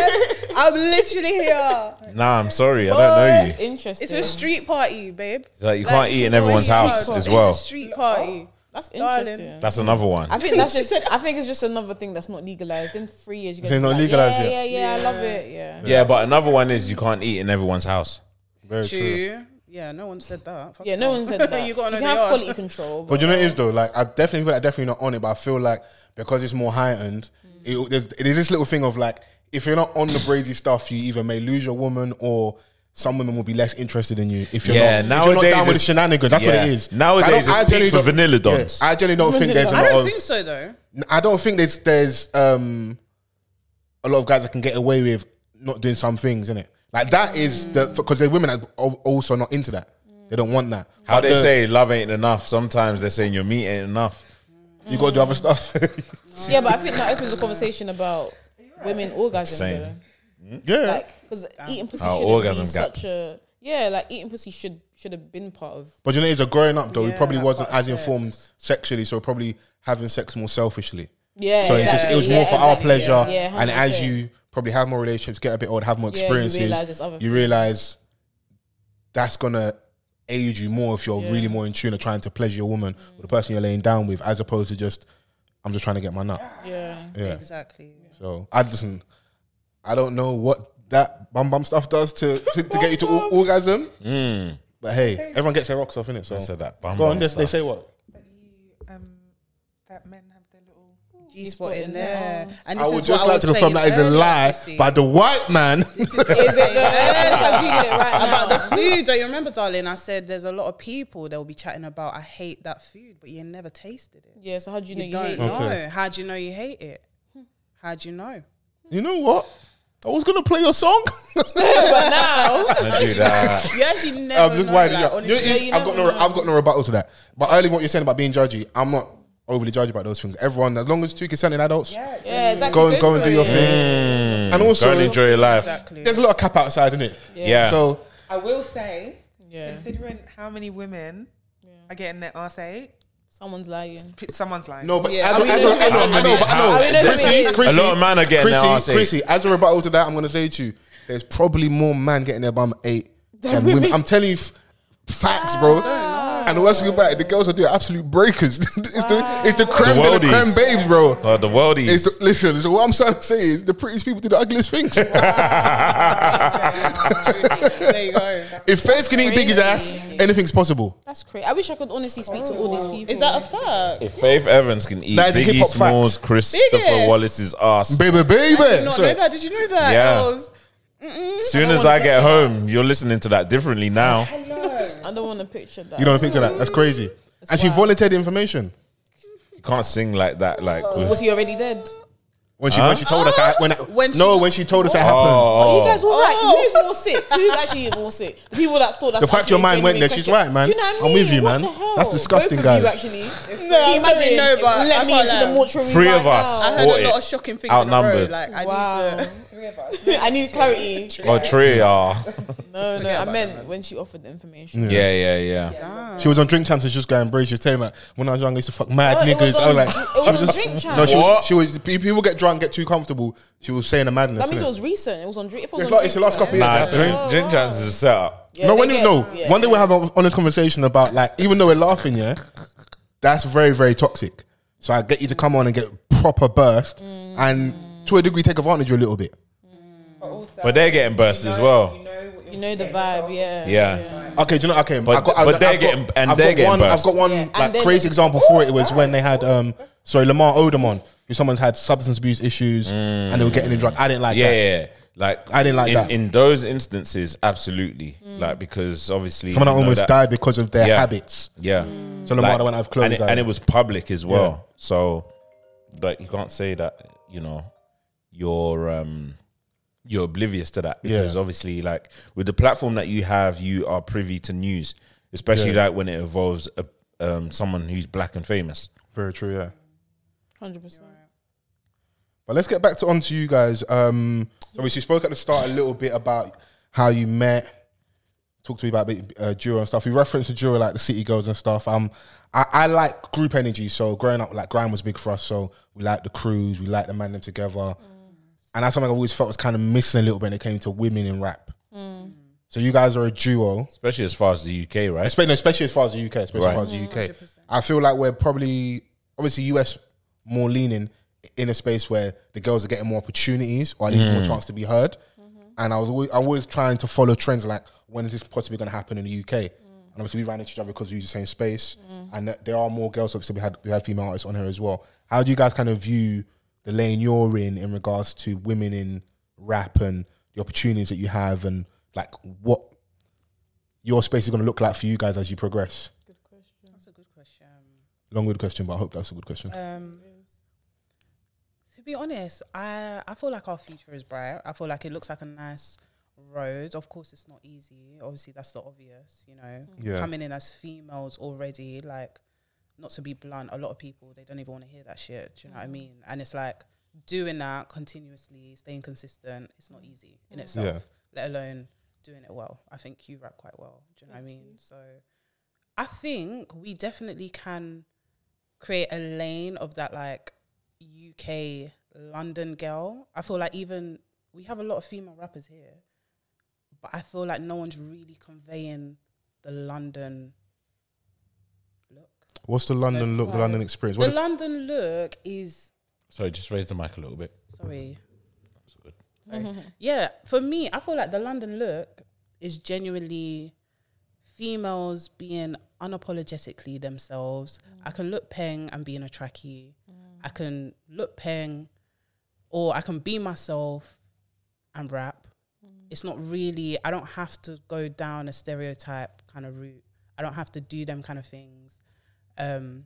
S7: I'm literally here.
S3: Nah, I'm sorry, I don't know you.
S6: interesting.
S7: It's a street party, babe.
S3: It's like you can't eat in everyone's
S7: it's a
S3: house
S7: street
S3: as
S7: party.
S3: well.
S7: It's a street party.
S6: That's
S7: Darling.
S6: interesting.
S3: That's another one.
S6: I think that's just. I think it's just another thing that's not legalized. In three years, you guys
S4: It's
S6: be
S4: not
S6: like,
S4: legalized
S6: Yeah, yeah,
S4: yet.
S6: yeah, I love it. Yeah.
S3: Yeah, but another one is you can't eat in everyone's house.
S4: Very
S7: True. Yeah, no one said that. Fuck
S6: Yeah, no
S7: off.
S6: one said that.
S7: Oh. you got to know
S6: can
S7: the
S6: have
S7: yard.
S6: quality control.
S4: But you know what it is though. Like I definitely people are definitely not on it, but I feel like because it's more heightened,
S7: Mm.
S4: it, there's, there's this little thing of like if you're not on the brazy stuff, you either may lose your woman or some women will be less interested in you if you're
S3: Yeah,
S4: not. if
S3: nowadays
S4: you're not down with the
S3: it's-
S4: shenanigans, that's
S3: yeah.
S4: what it is.
S3: Nowadays
S4: I don't-
S3: it's
S4: I generally
S3: peak for
S4: don't-
S3: vanilla
S4: yeah,
S3: dons.
S4: I generally don't think there's a
S7: I
S4: lot
S7: don't
S4: of.
S7: think so though.
S4: I don't think there's there's um a lot of guys that can get away with not doing some things, innit? Like that is
S7: Mm.
S4: the because the women are al- also not into that. They don't want that.
S3: How
S4: But
S3: they
S4: the-
S3: say love ain't enough. Sometimes they're saying your meat ain't enough.
S4: you got to do other stuff.
S7: Mm.
S6: yeah, but I think that opens a conversation about women orgasm.
S3: Same.
S6: Though.
S4: yeah,
S6: like because eating pussy
S3: Our
S6: should
S3: orgasm
S6: be
S3: gap.
S6: such a yeah like eating pussy should should have been part of
S4: But you know, as a growing up though, we
S7: Yeah,
S4: probably
S7: that
S4: wasn't
S7: part
S4: as
S7: of
S4: informed sexually, so we're probably having sex more selfishly.
S6: yeah
S4: so it's just, it
S6: exactly.
S4: was
S6: Yeah,
S4: more for
S6: exactly.
S4: our pleasure.
S6: Yeah, yeah,
S4: and as
S6: 100%.
S4: you probably have more relationships, get a bit older, have more
S6: Yeah, you
S4: experiences,
S6: realise there's other
S4: you
S6: things.
S4: realize that's gonna aid you more if you're really more in tune of trying to pleasure your woman or the person you're laying down with, as opposed to just I'm just trying to get my nut.
S6: yeah
S4: Yeah.
S7: Exactly.
S4: So I listen. I don't know what that bum bum stuff does to to, to get you to or- orgasm. But hey, everyone gets their rocks off, innit? So
S3: I said that. Bum
S4: go on.
S3: bum
S4: They, they
S3: stuff.
S4: say what?
S5: Um, that men have their little.
S7: G spot in there. And
S4: I
S7: this
S4: would
S7: is
S4: just
S7: what I
S4: like to
S7: was
S4: confirm that
S7: saying
S4: is a
S7: earlier,
S4: lie
S7: Chrissy.
S4: by the white man.
S6: is it though? I think I googled it right now.
S7: about the food, don't you remember, darling? I said there's a lot of people that will be chatting about I hate that food, but you never tasted it.
S6: yeah so how do you know
S7: You,
S6: you, hate
S7: don't
S6: it?
S7: know. How do you know you hate it? How do you know?
S4: you know what? I was gonna play your song.
S6: but now
S3: Don't do that.
S7: You actually never
S4: I'm just
S7: know.
S4: winding
S7: like,
S4: you up. You know,
S7: honestly.
S4: it's-
S6: you
S4: I've got no,
S6: never know.
S4: I've got no rebuttal to that. But early, what you're saying about being judgy, I'm not overly judgy about those things. Everyone, as long as two consenting adults,
S6: yeah exactly
S4: go and go and
S6: for
S4: do your
S6: it.
S4: thing. And
S3: Mm, Go
S4: also,
S3: and enjoy your life.
S7: Exactly.
S4: there's a lot of cap outside, isn't it?
S3: Yeah.
S4: So
S5: I will say,
S6: yeah
S5: considering how many women are getting their ass ate,
S6: someone's lying
S5: p- someone's lying.
S4: No, but
S6: Yeah,
S4: as, a,
S6: I mean,
S4: as a,
S6: no,
S4: I know,
S6: no,
S4: I know, but I
S3: no,
S4: know.
S6: I mean, no,
S4: Chrissy,
S6: it is.
S4: Chrissy,
S3: A lot of man are getting
S4: Chrissy,
S3: their ass ate.
S4: Chrissy, as a rebuttal to that, I'm going to say to you, there's probably more men getting their bum ate than women. I'm telling you, f- facts, bro. And the worst thing about it, the girls are doing absolute breakers. it's, the, it's the creme
S3: The
S4: de la
S3: worldies.
S4: creme babes, bro.
S3: Uh, the worldies.
S4: It's the, listen, so what I'm trying to say is the prettiest people do the ugliest things.
S7: there you go.
S4: if Faith can eat Biggie's ass, anything's possible.
S6: That's crazy. I wish I could honestly speak to all these people.
S7: Is that a fact?
S3: if Faith Evans can eat
S4: That is a
S3: Biggie
S4: hip-hop fact.
S3: Smalls, Christopher
S7: Biggie.
S3: Wallace's ass,
S4: Baby, baby.
S7: Not
S4: So-
S7: know that. Did you know that?
S3: Yeah.
S7: Els?
S3: soon as I get home, you're listening to that differently now.
S6: I don't want to picture that.
S4: you don't picture that. That's crazy. and she volunteered the information.
S3: You can't sing like that. Like, with-
S7: Was he already dead?
S4: When she when she told us I, when, I,
S6: Oh,
S7: When she-
S4: no when she told us that happened.
S3: oh,
S6: You guys were right.
S7: Oh.
S6: Who's more sick? Who's actually more sick? The people that thought that's
S4: The fact your
S6: actually a
S4: mind went
S6: genuine
S4: there, she's right,
S6: question.
S4: man.
S6: Do you know what I
S4: I'm
S6: mean?
S4: with you,
S6: What
S4: man.
S6: the hell?
S4: That's disgusting,
S6: Both
S4: guys.
S6: of You actually.
S7: No,
S6: Can you
S7: I'm sorry,
S6: imagine?
S7: no, but
S6: let
S7: I
S6: me
S7: can't
S6: into
S7: lie.
S6: the mortuary.
S3: Three
S6: right
S3: of us.
S6: now.
S7: I heard
S3: Fought
S7: a lot
S3: it.
S7: of shocking things outnumbered. in
S3: Outnumbered.
S7: a row. Like I
S6: Wow.
S7: need to.
S6: I need clarity.
S3: oh, tree, ah.
S6: No, no, I meant when she offered the information.
S3: yeah, yeah, yeah.
S4: She was on drink champs and she was going brave. She was telling like when I was young I used to fuck mad
S6: No, Oh, it
S4: niggas.
S6: was
S4: I was
S6: on-
S4: like
S6: it
S4: she
S6: was on
S4: was
S6: drink
S4: just
S6: champs.
S4: no she
S3: What?
S4: was, she was pe- people get drunk get too comfortable. She was saying the madness.
S6: That means
S4: innit?
S6: it was recent. It was on Drink. If it was
S4: it's,
S6: on
S4: like, it's the last
S6: Drink
S4: couple of years.
S3: Nah,
S4: that happened.
S3: drink, drink chance is a setup.
S6: Yeah,
S4: no,
S6: they
S4: when you
S6: get-
S4: know,
S6: yeah.
S4: one day we'll have an honest conversation about like, even though we're laughing, yeah, that's very, very toxic. So I get you to come on and get proper burst, and to a degree, take advantage of you a little bit.
S3: But they're getting burst as well.
S6: You know the vibe, yeah.
S3: Yeah.
S4: Okay, do you know? Okay,
S3: But-
S4: I've got, I've
S3: but
S4: got-
S3: they're
S4: I've got-
S3: getting- and
S4: I've
S3: they're
S4: got
S3: getting
S4: one,
S3: burst.
S4: I've got one
S6: Yeah, and
S4: like
S6: then-
S4: crazy example for it. It was when they had um, sorry, Lamar Odom on, who someone's had substance abuse issues, and they were getting him drunk. I didn't like
S3: yeah,
S4: that.
S3: yeah, yeah. Like
S4: I didn't like
S3: in,
S4: that.
S3: In those instances, absolutely.
S7: Mm.
S3: Like because obviously
S4: Someone that
S3: you know
S4: almost
S3: that-
S4: died because of their
S3: Yeah.
S4: habits.
S3: Yeah.
S7: Mm.
S4: So Lamar went out of clothes.
S3: and, it, and it was public as well. So like you can't say that, you know, you're um you're oblivious to that because
S4: Yeah.
S3: obviously like with the platform that you have, you are privy to news, especially
S4: Yeah.
S3: like when it involves a, um someone who's black and famous.
S4: very true. Yeah.
S6: Hundred percent.
S4: But let's get back to onto you guys. Um, so we spoke at the start a little bit about how you met. Talk to me about uh, Jura and stuff. We referenced the Jura like the City Girls and stuff. Um, I, I like group energy. So growing up, like grime was big for us. So we liked the crews. We liked the man them together. And that's something I always felt was kind of missing a little bit when it came to women in rap. So you guys are a duo,
S3: Especially as far as the UK, right?
S4: especially, especially as far as the UK. Especially
S3: Right.
S4: as far as the UK. I feel like we're probably obviously US more leaning in a space where the girls are getting more opportunities or at least more chance to be heard. And I was always, I'm always trying to follow trends like when is this possibly going to happen in the UK? And obviously we ran into each other because we use the same space, and th- there are more girls. Obviously we had we had female artists on here as well. How do you guys kind of view the lane you're in in regards to women in rap and the opportunities that you have and like what your space is going to look like for you guys as you progress?
S7: That's a good question.
S4: Long good question, but I hope that's a good question.
S6: Uh,
S7: Um, to be honest, I I feel like our future is bright. I feel like it looks like a nice road. Of course, it's not easy. Obviously, that's the obvious. You know,
S4: Yeah.
S7: coming in as females already, like not to be blunt, a lot of people they don't even want to hear that shit. Do you know what I mean? And it's like doing that continuously, staying consistent. It's not easy in itself,
S4: Yeah.
S7: let alone doing it well. I think you rap quite well. Do you know what I mean? So, I think we definitely can create a lane of that like UK London girl. I feel like even we have a lot of female rappers here, but I feel like no one's really conveying the London look.
S4: What's the London look, the London experience? What
S7: the London look is
S3: Sorry, just raise the mic a little bit.
S7: sorry. Sorry. yeah, for me, I feel like the London look is genuinely females being unapologetically themselves.
S6: Mm.
S7: I can look peng and be in a trackie. I can look peng or I can be myself and rap.
S6: Mm.
S7: It's not really, I don't have to go down a stereotype kind of route. I don't have to do them kind of things. Um,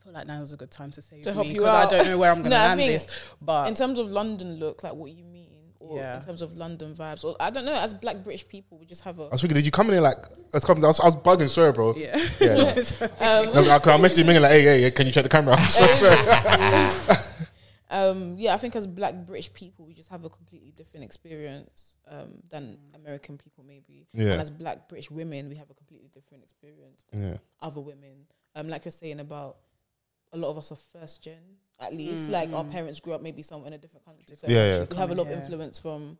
S7: I feel like now is a good time to say
S6: help you
S7: I
S6: out.
S7: don't know where I'm going to
S6: No, I
S7: land
S6: think
S7: this. But
S6: In terms of London look, like what you mean, or
S7: Yeah.
S6: in terms of London vibes, or I don't know. As Black British people, we just have a.
S4: I was thinking, did you come in here like, let's come, I was, I was bugging, sorry, bro. Yeah. yeah no.
S6: Um,
S4: No, I, 'cause I messaged Ming like, hey, hey, hey, can you check the camera?
S6: Uh,
S4: I'm so sorry.
S6: um, yeah, I think as black British people, we just have a completely different experience um, than American people, maybe.
S4: Yeah.
S6: And as black British women, we have a completely different experience than
S4: Yeah.
S6: other women. Um, like you're saying about a lot of us are first gen, at least. Like our parents grew up maybe somewhere in a different country. So
S4: Yeah, yeah.
S6: we have a lot
S7: Coming
S6: of
S7: here.
S6: influence from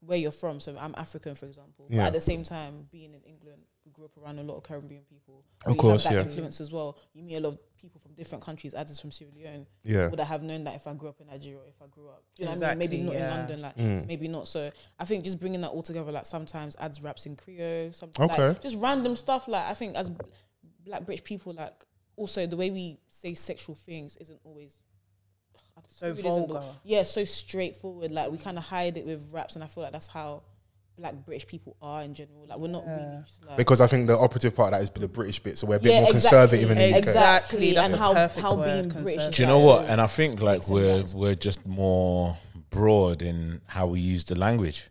S6: where you're from. So I'm African, for example.
S4: Yeah.
S6: But at the same time, being in England, grew up around a lot of Caribbean people.
S3: Of
S6: you have
S3: course,
S6: that
S3: yeah.
S6: influence as well. You meet a lot of people from different countries. Addis from Sierra Leone.
S3: Yeah.
S6: Would I have known that if I grew up in Nigeria? If I grew up, do you know what I mean?
S7: Exactly,
S6: Maybe not
S7: yeah.
S6: in London. Like
S3: Mm.
S4: Mm.
S6: maybe not. So I think just bringing that all together. Like sometimes ads raps in Creole. Sometimes
S3: Okay.
S6: like, just random stuff. Like I think as Black British people, like also the way we say sexual things isn't always
S7: So
S6: it isn't
S7: vulgar.
S6: the- yeah, so straightforward. Like we kind of hide it with raps, and I feel like that's how Black British people are in general. Like we're not really just like
S4: Because I think the operative part of that is the British bit, so we're a bit
S6: Yeah,
S4: more
S6: exactly,
S4: conservative in the UK.
S6: exactly,
S7: Exactly, that's
S6: and
S7: the
S6: how
S7: perfect
S6: how
S7: word,
S6: being British.
S7: conservative.
S6: is
S3: Do you know what?
S6: actually-
S3: And I think like we're we're just more broad in how we use the language,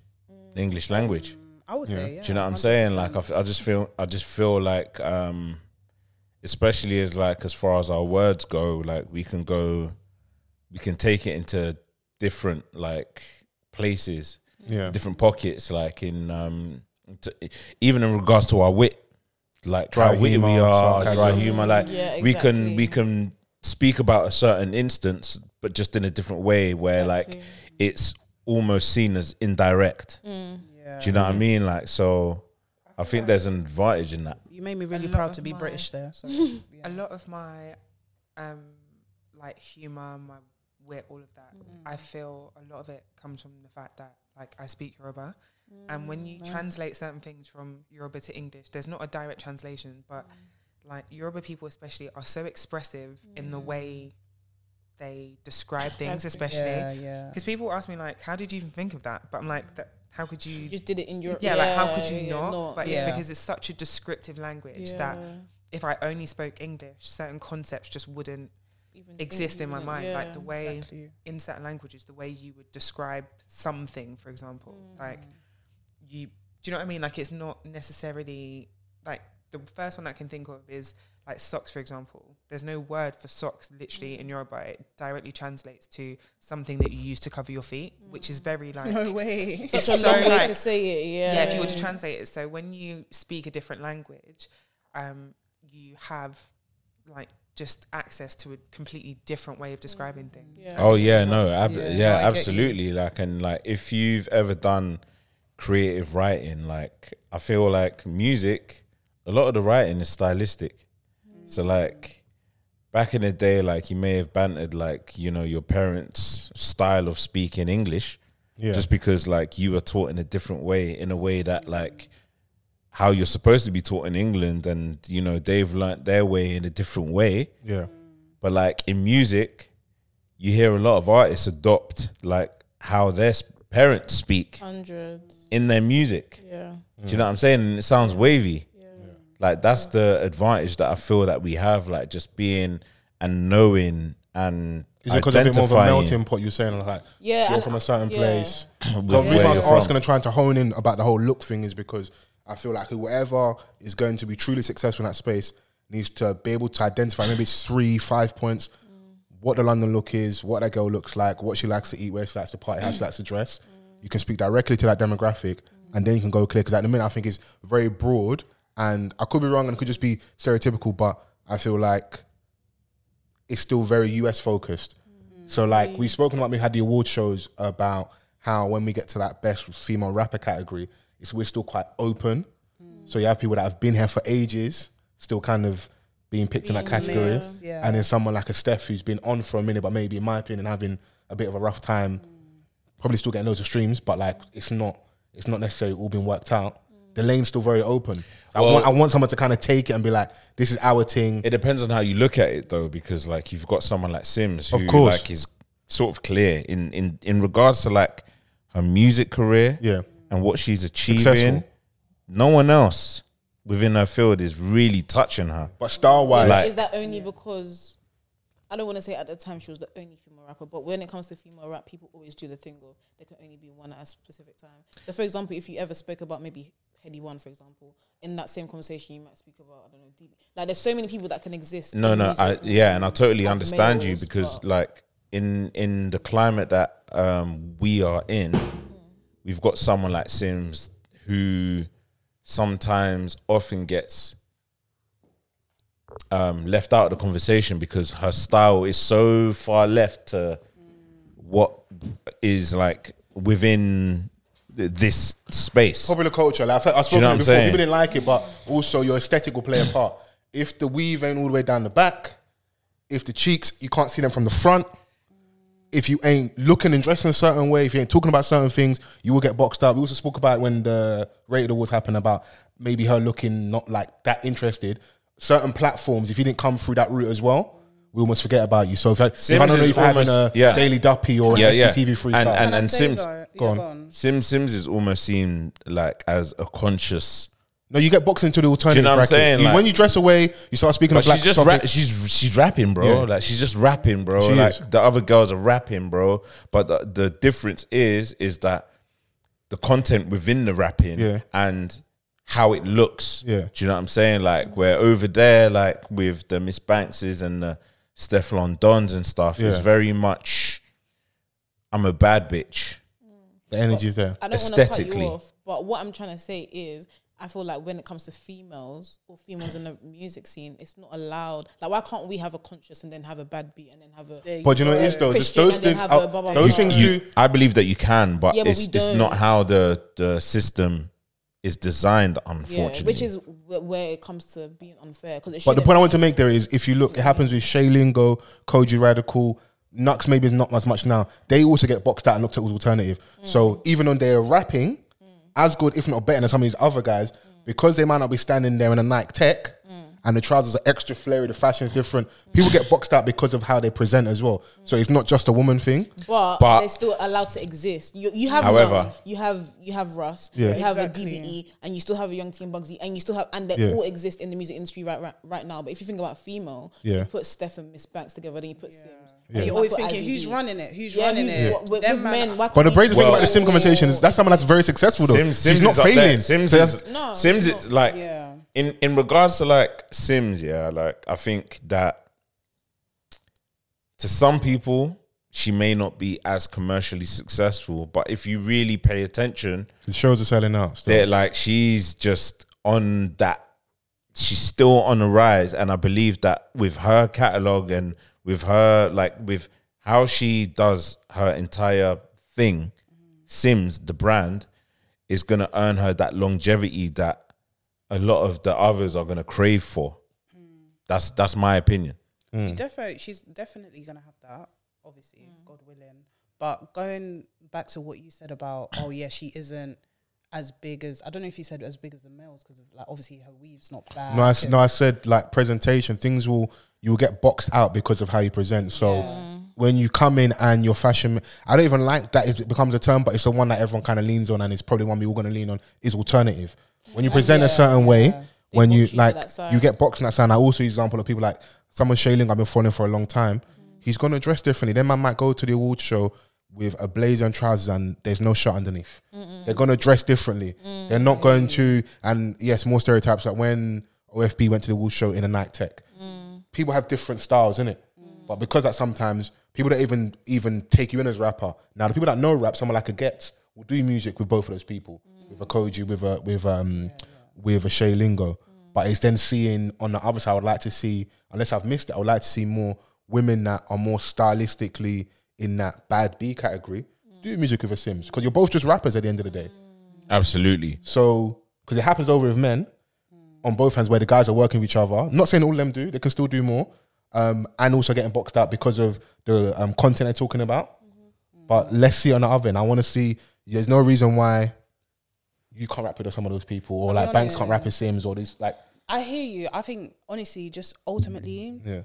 S3: the English language.
S7: I would say, yeah.
S3: Do you know what I'm saying? Like I, f- I just feel I just feel like um especially as like as far as our words go, like we can go we can take it into different like places,
S4: Yeah.
S3: different pockets like in um to, even in regards to our wit, like
S4: Dry
S3: how witty we
S4: humour,
S3: are, dry
S4: sarcasm.
S3: humor like
S6: Yeah,
S3: we can we
S6: exactly.
S3: can speak about a certain instance but just in a different way where like it's almost seen as indirect.
S5: Yeah.
S3: Do you know what I mean? Like, so I think there's an advantage in that.
S7: You made me really
S5: lot
S7: proud
S5: of
S7: to be
S5: my-
S7: British there. So
S5: a lot of my um like humor my wit all of that i feel a lot of it comes from the fact that like i speak yoruba and when you translate certain things from yoruba to english there's not a direct translation but like yoruba people especially are so expressive in the way they describe things especially
S7: yeah,
S5: because
S7: yeah.
S5: people ask me like how did you even think of that but i'm like that how could you
S6: You just did it in your
S5: yeah, like how could you
S6: yeah,
S5: not? But
S7: Yeah.
S5: it's because it's such a descriptive language that
S6: Yeah.
S5: if I only spoke English, certain concepts just wouldn't
S6: Even
S5: exist in my
S6: England,
S5: mind. Like the
S6: yeah.
S5: way
S7: Exactly.
S5: in certain languages, the way you would describe something, for example,
S6: Mm.
S5: like you, do you know what I mean? Like it's not necessarily like the first one I can think of is like socks, for example. There's no word for socks literally
S6: Mm.
S5: in Yoruba. It directly translates to something that you use to cover your feet, which is very like
S7: No way.
S5: it's
S6: such a
S5: so
S6: long Mm. way
S5: like-
S6: to say it. Yeah,
S5: yeah, if you were to translate it so when you speak a different language um you have like just access to a completely different way of describing things
S6: Yeah.
S3: Oh yeah, no, ab- yeah,
S7: Yeah, no, I get
S3: absolutely. Like, and like, if you've ever done creative writing, like, I feel like music, a lot of the writing is stylistic. So like, back in the day, like you may have bantered like you know your parents' style of speaking English,
S4: Yeah.
S3: just because like you were taught in a different way, in a way that like how you're supposed to be taught in England, and you know they've learnt their way in a different way.
S4: yeah.
S3: But like in music, you hear a lot of artists adopt like how their s- parents speak
S6: hundred.
S3: in their music.
S6: Yeah,
S3: Do you know what I'm saying? And it sounds wavy. Like that's the advantage that I feel that we have, like just being and knowing and
S4: Is it because a bit more of a melting
S3: identifying
S4: pot? You're saying like
S6: Yeah,
S4: you're
S6: and-
S4: from a certain
S6: yeah.
S4: place.
S3: with
S4: The reason
S3: where
S4: I was
S3: you're from.
S4: asking and trying to hone in about the whole look thing is because I feel like whoever is going to be truly successful in that space needs to be able to identify maybe it's three, five points what the London look is, what that girl looks like, what she likes to eat, where she likes to party, how she likes to dress. You can speak directly to that demographic and then you can go clear. Because at the minute, I think it's very broad and I could be wrong and it could just be stereotypical, but I feel like it's still very US focused. So like we've spoken about, we had the award shows about how when we get to that best female rapper category, it's we're still quite open. So you have people that have been here for ages, still kind of being picked in that category,
S7: Yeah.
S4: and then someone like a Steph who's been on for a minute, but maybe in my opinion having a bit of a rough time, probably still getting loads of streams, but like it's not it's not necessarily all been worked out. The lane's still very open. So I,
S3: Well-
S4: want, I want someone to kind of take it and be like, this is our thing.
S3: It depends on how you look at it, though, because like you've got someone like Sims, who
S4: Of course.
S3: like is sort of clear in in in regards to like her music career,
S4: Yeah.
S3: and what she's achieving.
S4: Successful.
S3: No one else within her field is really touching her.
S4: but style wise,
S3: Like-
S6: is that only because I don't want to say at the time she was the only female rapper, but when it comes to female rap, people always do the thing of there can only be one at a specific time. So, for example, if you ever spoke about maybe Heady One, for example, in that same conversation, you might speak about I don't know, deep. like there's so many people that can exist.
S3: No,
S6: in
S3: no,
S6: music.
S3: I yeah, and I totally
S6: As
S3: understand you
S6: males,
S3: because
S6: but-
S3: like in in the climate that um we are in,
S7: Mm.
S3: we've got someone like Sims who sometimes often gets um left out of the conversation because her style is so
S7: Mm.
S3: far left to what is like within this space.
S4: popular culture. Like I've, I've
S3: Do you
S4: spoken
S3: know
S4: about it
S3: what I'm
S4: before.
S3: saying?
S4: People didn't like it, but also your aesthetic will play a part. If the weave ain't all the way down the back, if the cheeks you can't see them from the front, if you ain't looking and dressing a certain way, if you ain't talking about certain things, you will get boxed out. We also spoke about when the rated awards happened about maybe her looking not like that interested. Certain platforms, if you didn't come through that route as well, we almost forget about you. So if I, if I
S3: Sims
S4: don't know
S3: is
S4: if you're having a
S3: almost- yeah.
S4: Daily Duppy or an
S3: Yeah, yeah.
S4: SPTV free
S3: And-
S4: style.
S3: and-
S7: Can I
S3: and
S7: say
S3: Sims-
S7: though-
S4: Go
S7: yeah,
S4: on.
S3: Sims Sims is almost seen like as a conscious.
S4: No, you get boxed into the alternative.
S3: Do you know what I'm
S4: bracket.
S3: saying?
S4: You-
S3: Like-
S4: when you dress away, you start speaking
S3: But
S4: of black
S3: she's just
S4: topics.
S3: ra- she's she's rapping, bro.
S4: Yeah.
S3: Like she's just rapping, bro.
S4: She
S3: like
S4: is.
S3: the other girls are rapping, bro. But the, the difference is is that the content within the rapping
S4: Yeah.
S3: and how it looks.
S4: Yeah.
S3: Do you know what I'm saying? Like where over there, like with the Miss Bankses and the Stefflon Dons and stuff, is
S4: Yeah.
S3: very much I'm a bad bitch.
S4: the energy is there.
S6: I don't want to cut you
S3: Aesthetically.
S6: off, but what I'm trying to say is, I feel like when it comes to females or females in the music scene, it's not allowed. Like, why can't we have a conscious and then have a bad beat and then have a?
S4: But you know what it is though? Just
S6: Christian
S4: those
S6: and then
S4: things,
S6: have
S4: out-
S6: a blah, blah,
S4: those
S6: blah.
S4: things
S3: you,
S4: you,
S3: I believe that you can, but,
S6: Yeah, but
S3: it's
S6: we
S3: it's
S6: don't.
S3: not how the the system is designed,
S6: Yeah,
S3: unfortunately.
S6: which is wh- where it comes to being unfair. Because
S4: But the point I want to make there is, if you look, it happens with Shay Lingo, Koji Radical, Nux maybe is not as much now. They also get boxed out and looked at as alternative.
S6: Mm.
S4: So even though they're rapping as good, if not better than some of these other guys,
S6: Mm.
S4: because they might not be standing there in a Nike Tech and the trousers are extra flary, the fashion is different. People get boxed out because of how they present as well.
S6: Mm.
S4: So it's not just a woman thing.
S6: but,
S3: But-
S6: they're still allowed to exist. You, you have
S3: However-
S6: Nux, you have you have Russ,
S4: Yeah.
S6: you have
S5: Exactly.
S6: a DBE, and you still have a young Team Bugsy, and you still have and they
S4: Yeah.
S6: all exist in the music industry right right, right now. But if you think about female,
S4: Yeah.
S6: you put Steph and Miss Banks together, then you put Sims. and
S7: You're
S6: you
S7: always
S6: might put
S7: thinking, who's
S6: IVD.
S7: running it? Who's
S6: Yeah,
S7: running
S6: who's-
S7: it?
S6: what- with-
S7: Them
S6: with
S7: man-
S6: men, why
S4: But
S6: can't
S4: the
S6: we-
S4: crazy thing
S3: Well-
S4: about the Sim conversation is that's someone that's very successful though.
S3: Sims,
S4: She's
S3: Sims
S4: not
S3: is up there.
S4: failing.
S3: Sims
S4: So that's-
S3: is
S6: No,
S3: Sims
S6: she's
S3: is like
S7: Yeah.
S3: in in regards to like Sims, yeah, like I think that to some people she may not be as commercially successful, but if you really pay attention,
S4: The shows are selling out. Still.
S3: they're like she's just on that she's still on the rise and i believe that with her catalog and with her like with how she does her entire thing sims the brand is going to earn her that longevity that a lot of the others are going to crave for that's that's my opinion
S7: She defo- she's definitely going to have that, obviously,
S6: Mm.
S7: God willing. But going back to what you said about, oh, yeah, she isn't as big as, I don't know if you said as big as the males, because like, obviously her weave's not bad.
S4: No, I, s-
S7: and-
S4: no, I said like presentation. Things will you will get boxed out because of how you present. So when you come in and your fashion, I don't even like that. It becomes a term, but it's the one that everyone kind of leans on, and it's probably one we all going to lean on is alternative. When you present a
S6: Uh, yeah,
S4: certain way,
S6: They
S4: when you
S6: box you for
S4: like
S6: that side.
S4: you get boxed on that side. And I also use example of people like someone Shailing I've been following for a long time. He's going to dress differently. Then man might go to the award show with a blazer and trousers and there's no shirt underneath. They're going to dress differently. They're not going to, and yes, more stereotypes like when OFB went to the award show in a night tech. People have different styles, innit? But because that sometimes people don't even even take you in as rapper. Now the people that know rap, someone like a Gets will do music with both of those people, with a Koji, with a with um with a Shay Lingo. But it's then seeing on the other side. I would like to see, unless I've missed it, I would like to see more women that are more stylistically in that bad B category do music with a Sims because you're both just rappers at the end of the day.
S3: absolutely
S4: So, because it happens over with men on both hands where the guys are working with each other. Not saying all of them do, they can still do more. Um, and also getting boxed out because of the um, content they're talking about.
S7: Mm-hmm.
S4: But let's see on the other end. I want to see, there's no reason why you can't rap with some of those people or like Banks can't rap with Sims or these, like,
S7: I hear you. I think, honestly, just ultimately,
S4: yeah.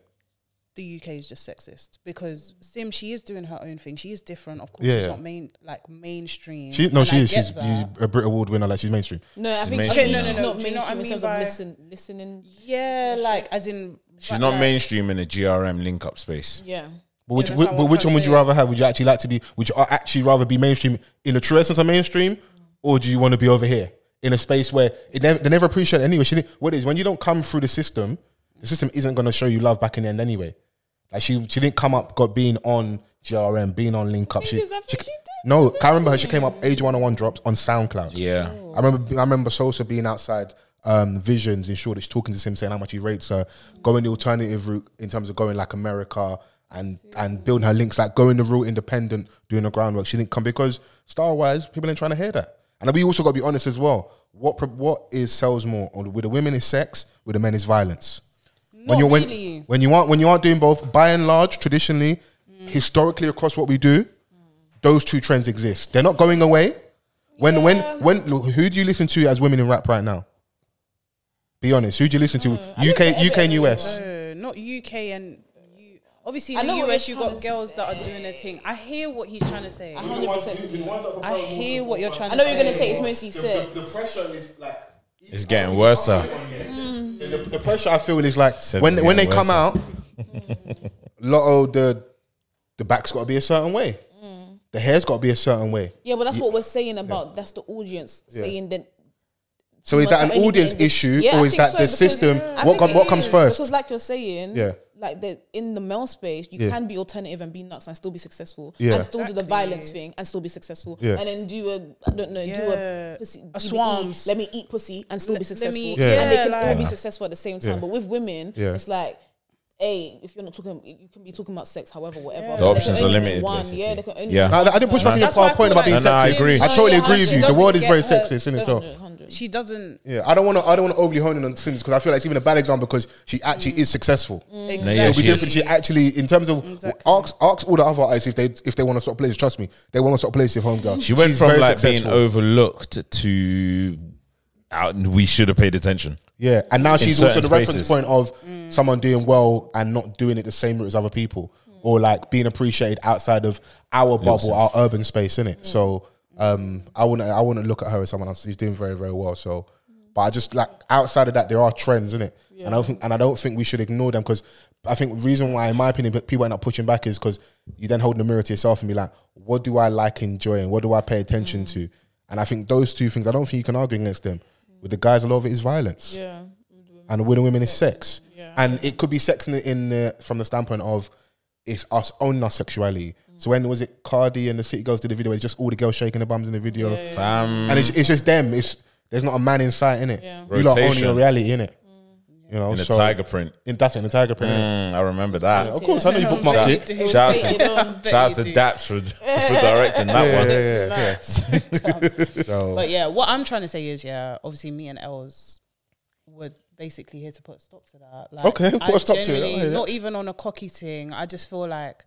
S7: the UK is just sexist because Sim, she is doing her own thing. She is different. Of course,
S4: Yeah,
S7: she's
S4: yeah.
S7: not main like mainstream.
S4: She, no,
S7: and
S4: she
S7: I
S4: is.
S7: get
S4: She's, she's
S7: that.
S4: a Brit Award winner, like, she's mainstream.
S6: No, I think, I
S3: mainstream
S6: think
S3: now.
S6: she's
S7: Okay, no, no, no.
S6: not
S7: Do you know what I
S6: mainstream in
S7: mean
S6: terms
S7: by-
S6: of listen, listening.
S7: yeah, like as in
S3: she's not
S7: like,
S3: mainstream in the grm link up space
S6: Yeah.
S4: But which,
S7: Yeah, that's
S4: which,
S7: how
S4: but
S7: I'm
S4: which
S7: trying
S4: one
S7: to
S4: would you
S7: say.
S4: rather have? Would you actually like to be? Would you a- actually rather be mainstream in the true essence of mainstream, or do you want to be over here in a space where it never, they never appreciate it anyway? She didn't, what it is when you don't come through the system, the system isn't going to show you love back in the end anyway. Like she, she didn't come up got being on GRM, being on Link Up. She,
S6: is, I
S4: she-
S6: think she did,
S4: no, I remember her. She came up age one on one drops on SoundCloud.
S3: yeah
S4: I remember I remember Sosa being outside um, Visions in Shoreditch talking to him saying how much he rates her, going the alternative route in terms of going like America and and building her links, like going the route independent, doing the groundwork. She didn't come because star wise, people ain't trying to hear that. And we also got to be honest as well. What pro- what is sells more? Or With the women is sex, with the men is violence.
S7: Not
S4: when you're when,
S7: really.
S4: when you aren't when you aren't doing both, by and large, traditionally, historically across what we do, those two trends exist. They're not going away. When when when look, who do you listen to as women in rap right now? Be honest. Who do you listen to? UK UK and US.
S7: No, not UK and you. Obviously,
S6: I
S7: in
S6: know
S7: the
S6: what
S7: US,
S6: you're
S7: you
S6: trying
S7: got
S6: to
S7: girls that are doing their thing. I hear what he's trying to say.
S6: I 100% do.
S8: I
S7: I hear what you're trying
S6: I
S7: to
S6: know
S7: say.
S6: you're gonna say it's mostly
S8: The,
S6: sex.
S8: the pressure is like.
S3: It's getting worse, sir.
S4: The, the pressure I feel is like
S3: Said
S4: when
S3: it's
S4: when they
S3: getting
S4: come
S3: worse.
S4: out, lotto the the back's got to be a certain way. The hair's got to be a certain way.
S6: Yeah, but that's what we're saying about that's the audience saying that
S4: So is
S6: Must
S4: that
S6: have
S4: an
S6: only
S4: audience
S6: been-
S4: issue
S6: Yeah, I
S4: or is
S6: think
S4: that
S6: so,
S4: the
S6: because-
S4: system?
S6: I
S4: What
S6: think
S4: com-
S6: it
S4: what comes
S6: is,
S4: first?
S6: Because, like you're saying,
S4: Yeah.
S6: like the in the male space, you
S4: Yeah.
S6: can be alternative and be nuts and still be successful,
S4: Yeah.
S6: and still do the violence thing and still be successful,
S4: Yeah.
S6: and then do a I don't know, do
S7: Yeah.
S6: a pussy,
S7: A
S6: DBE,
S7: swans.
S6: Let me eat pussy and still be
S7: Let- let
S6: successful,
S7: me-
S4: Yeah.
S6: and they
S7: yeah,
S6: can all
S7: like-
S6: be successful at the same time.
S4: Yeah.
S6: But with women,
S4: Yeah.
S6: it's like. Hey, if you're not talking, you can be talking about sex, however, whatever.
S7: The
S6: They can
S3: options are
S6: only make
S3: limited,
S6: One,
S3: basically.
S6: yeah, they can only
S3: Yeah.
S6: make
S4: Nah,
S6: one
S4: I didn't push
S6: per-
S4: back on your
S7: That's why I
S4: part- point
S7: feel
S4: about being
S7: like- No,
S3: no, I
S4: sexist.
S3: agree.
S4: I totally
S6: Yeah,
S4: agree with you. The
S6: hundred.
S4: world is very
S6: Don't forget
S4: sexist in
S6: her.
S4: itself.
S6: 100, 100.
S7: She doesn't.
S4: Yeah, I don't want to. I don't want to overly hone in on Sims because I feel like it's even a bad example because she actually is successful.
S6: Mm.
S7: Exactly.
S3: yeah,
S4: It'll be
S3: she is.
S4: different. She actually, in terms of ask, ask all the other artists if they if they want to swap places. Trust me, they want to swap places with homegirl.
S3: She went
S4: She's
S3: from
S4: very
S3: like
S4: successful.
S3: being overlooked to out. We should have paid attention.
S4: Yeah, and now she's also
S3: certain
S4: the reference
S3: spaces.
S4: point of someone doing well and not doing it the same route as other people, or like being appreciated outside of our bubble, our urban space, in it. So um, I wouldn't, I wouldn't look at her as someone else. She's doing very, very well. So, but I just like outside of that, there are trends in it, and I don't think, and I don't think we should ignore them because I think the reason why, in my opinion, pe- people end up pushing back is because you then hold the mirror to yourself and be like, what do I like enjoying? What do I pay attention to? And I think those two things, I don't think you can argue against them. With the guys, a lot of it is violence
S6: Yeah.
S4: and with women is sex, and it could be sex in the, in the from the standpoint of it's us owning our sexuality. So when was it Cardi and the City Girls did a video? where It's just all the girls shaking their bums in the video,
S3: Fam,
S4: and it's, it's just them. It's there's not a man in sight in it. You lot own
S3: Rotation.
S4: your reality in it.
S6: Mm.
S4: You know,
S3: in a
S4: so
S3: tiger print.
S4: in that's it, in the tiger print. innit?
S3: Mm, I remember that.
S4: Of course, I know you bookmarked
S3: Shout-
S4: it.
S3: Shouts
S6: um,
S3: to, shouts to Daps for, for directing that
S4: Yeah,
S3: one.
S4: yeah, yeah, yeah. So
S7: But yeah, what I'm trying to say is, yeah, obviously me and Els were basically here to put a stop to that. Like,
S4: Okay, put
S7: I
S4: a stop to it.
S7: genuinely-
S4: Oh, yeah.
S7: Not even on a cocky thing. I just feel like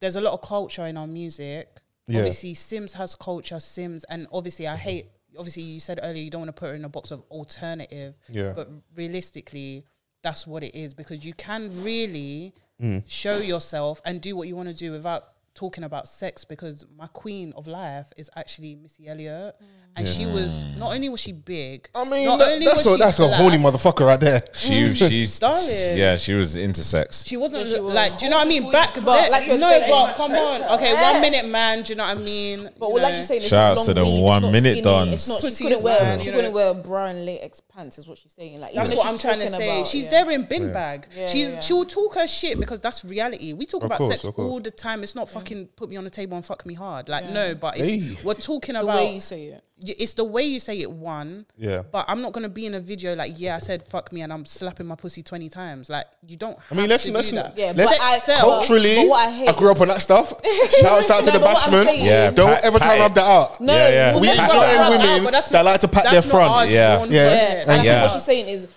S7: there's a lot of culture in our music.
S4: Yeah.
S7: Obviously, Sims has culture, Sims, and obviously I hate. Obviously, you said earlier you don't want to put her in a box of alternative.
S4: Yeah.
S7: But realistically, that's what it is because you can really
S4: Mm.
S7: show yourself and do what you want to do without talking about sex because my queen of life is actually Missy Elliott
S6: Mm.
S7: and she was not only was she big
S4: I mean,
S7: not
S4: that,
S7: only
S4: that's
S7: was
S4: a
S7: she
S4: that's a
S7: black,
S4: horny motherfucker right there.
S3: She, she's
S7: Darling.
S3: yeah, she was intersex.
S7: she wasn't
S6: Yeah, she was.
S7: like do you know what I mean back
S6: But
S7: then
S6: like you're
S7: no
S6: saying-
S7: but come on okay
S6: Yeah.
S7: one minute man do you know what I mean
S6: But what like you saying, it's
S3: Shout
S6: not
S3: outs to the
S6: long weave, it's
S3: one
S6: not
S3: minute
S6: skinny,
S3: dance.
S6: It's not,
S7: Pussy
S6: she
S7: is
S6: couldn't wear
S7: mad,
S6: she
S7: you know.
S6: couldn't wear a bra and latex pants is what she's saying. Like
S7: that's
S6: even if
S7: what
S6: she's
S7: I'm trying to
S6: talking
S7: say.
S6: about-
S7: she's
S6: yeah.
S7: there in bin bag.
S6: Yeah,
S7: She's
S6: yeah.
S7: she'll talk her shit because that's reality. We talk
S4: Of
S7: about
S4: course,
S7: sex
S4: of course.
S7: all the time. It's not fucking put me on the table and fuck me hard. Like no, but it's,
S4: Hey.
S7: we're talking
S6: The
S7: about
S6: way you say it.
S7: y- it's the way you say it one
S4: Yeah.
S7: but i'm not going to be in a video like yeah i said fuck me and i'm slapping my pussy 20 times like you don't have
S4: I mean, let's
S7: to
S4: let's
S7: do that.
S6: Yeah,
S4: let's
S6: but I-
S7: Sex sells.
S4: culturally.
S6: But what
S4: I,
S6: I hate
S4: grew up
S6: is-
S4: on that stuff. Shouts out to
S6: No,
S4: the
S6: but what I'm
S4: bashman.
S6: saying-
S3: Yeah,
S4: Don't
S3: pat-
S4: ever try
S3: pat
S4: and
S3: it.
S4: rub that out.
S6: No,
S3: Yeah, yeah.
S6: we'll
S3: We
S6: never
S4: enjoy
S6: rub her
S4: women
S6: out.
S7: Oh, but that's
S4: that
S7: not-
S4: like to pat
S7: that's
S4: their
S7: not
S4: front.
S7: our
S3: Yeah.
S7: genre.
S4: Yeah.
S6: Yeah, and I
S3: Yeah.
S6: think what she's saying is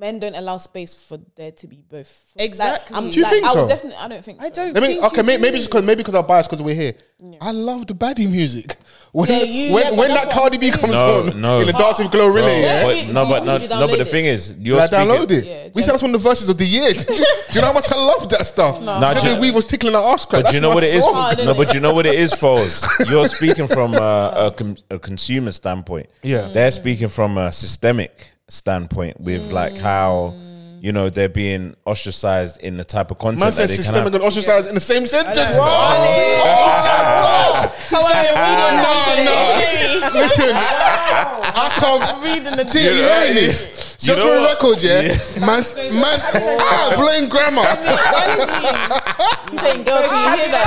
S6: men don't allow space for there to be both. Like,
S7: Exactly.
S6: I'm,
S4: Do you
S6: like,
S4: think
S6: I would
S4: so?
S6: definitely. I don't think.
S7: i
S6: so.
S7: don't
S4: I mean,
S7: think
S4: okay,
S7: you
S4: may-
S7: do.
S4: maybe it's 'cause- maybe because I'm biased because we're here. I love the baddie music. When
S6: Yeah, you-
S4: when,
S6: yeah, but
S4: when
S6: that's
S4: that
S6: what
S4: Cardi B comes
S3: No,
S4: on
S3: no.
S4: in the Dancing with Glow Relay, yeah,
S6: Yeah.
S3: But-
S6: You-
S3: no,
S6: you-
S3: but no, no,
S6: you
S3: but the
S6: download
S3: thing is, you're
S4: I
S3: speaking-
S4: downloaded it.
S6: Yeah,
S4: we said that's one of the verses of the year. do you know how much I love that stuff? No.
S3: Nah, do you-
S4: we was tickling our ass crack.
S3: But do you know what it is?
S6: Oh, no,
S3: no,
S6: no.
S3: but you know what it is, Foles. You're speaking from a, a, com- a consumer standpoint.
S4: Yeah. Mm.
S3: they're speaking from a systemic standpoint with like how you know they're being ostracized in the type of content
S4: Man
S3: that
S4: says
S3: they can
S4: systemic
S3: have.
S4: and ostracized in the same sentence. Listen, I can't reading the tea. You
S3: You know,
S4: hearing
S3: you-
S4: this?
S3: you know
S4: Just for the
S3: what?
S4: record, yeah,
S3: Yeah.
S4: man, man, ah, blame grammar.
S6: He's saying girls, can you hear that?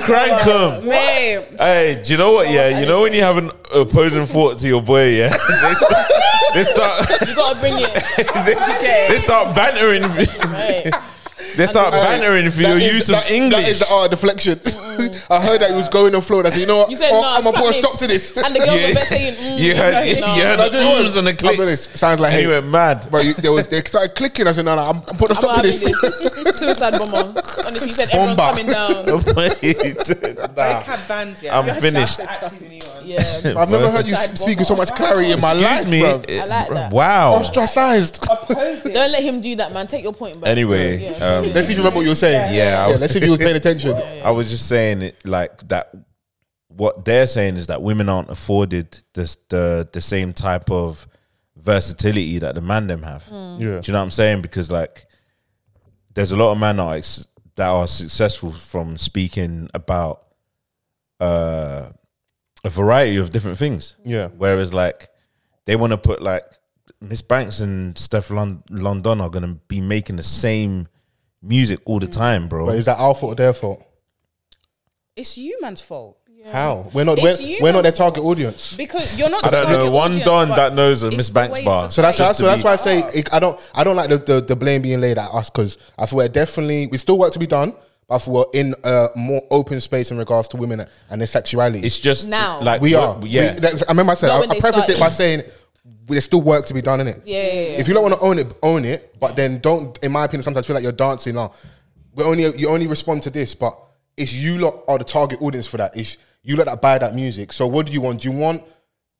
S3: Crankum, crankum.
S7: babe
S3: Hey, do you know what? Yeah, you know when you have an opposing thought to your boy, yeah, they start, they start,
S6: You gotta bring it.
S3: they, they start bantering.
S6: Right.
S3: They They start bannering for your
S8: That is-
S3: use of
S8: that-
S3: English.
S8: That is the art of deflection. I heard that it was going on floor and I said, you know what?
S6: You said,
S8: Oh,
S6: nah,
S8: I'm going to
S6: scrap
S8: put a stop to this.
S6: And the girls are saying, mm,
S3: you heard,
S6: no, no.
S3: you heard
S8: But I
S3: the
S8: tell you what,
S3: ooms and the
S8: I'll be
S3: clicks.
S8: honest, sounds like
S3: and you
S8: hate.
S3: went mad.
S8: But you, there was, they started clicking. I said, no, no, I'm, I'm putting a
S6: I'm
S8: stop to
S6: not
S8: this.
S6: having this. Suicide bomber. Honestly, you said everyone's
S8: Bomber.
S6: coming down.
S5: They
S3: Nah.
S5: cab vans, yeah.
S3: I'm
S5: That's
S3: finished.
S5: actually the new one.
S6: Yeah.
S8: I've never heard you
S6: Side
S8: speak with so
S6: bomber.
S8: much clarity in my life, Oh,
S3: Excuse me.
S8: bruv.
S3: eh,
S6: like
S3: bruh,
S6: that.
S3: Wow.
S8: Ostracized.
S5: Opposed it.
S6: Don't let him do that, man. Take your point back.
S3: Anyway,
S6: Yeah.
S3: um,
S8: Let's see if you remember what you were saying.
S3: Yeah, I was-
S8: let's see if you was paying attention.
S3: I was just saying it like that. What they're saying is that women aren't afforded this, the the same type of versatility that the man them
S6: Hmm.
S3: have.
S4: Yeah.
S3: Do you know what I'm saying? Because like, there's a lot of men that are, ex- that are successful from speaking about uh, a variety of different things.
S4: Yeah.
S3: Whereas like, they want to put like Miss Banks and Steph Lon- London are gonna be making the same music all the time, bro.
S4: But is that our fault or their fault?
S7: It's you man's fault
S4: How? We're not we're,
S7: It's you
S4: we're not their
S7: man's fault.
S4: target audience.
S7: because you're not.
S3: I don't
S7: the
S3: know
S7: target
S3: one
S7: audience,
S3: don
S7: but
S3: that knows a
S7: it's
S3: Miss
S7: the
S3: Banks
S7: way
S3: bar.
S7: society-
S4: So that's
S3: Just
S4: that's,
S3: to
S4: so that's
S3: be-
S4: why I say it, I don't I don't like the, the, the blame being laid at us because I feel we're definitely we still work to be done, but I feel we're in a more open space in regards to women and their sexuality.
S3: It's just
S6: Now.
S3: like
S4: we
S3: what-
S4: are.
S3: yeah.
S4: We- that's- I remember I said
S6: Not
S4: I,
S6: when
S4: I
S6: they
S4: prefaced it by
S6: started.
S4: saying there's still work to be done in it.
S6: Yeah, yeah, yeah.
S4: If you don't want to own it, own it. But then don't, in my opinion, sometimes feel like you're dancing. Oh, we only you only respond to this, but it's you lot are the target audience for that. It's you lot that buy that music. So what do you want? Do you want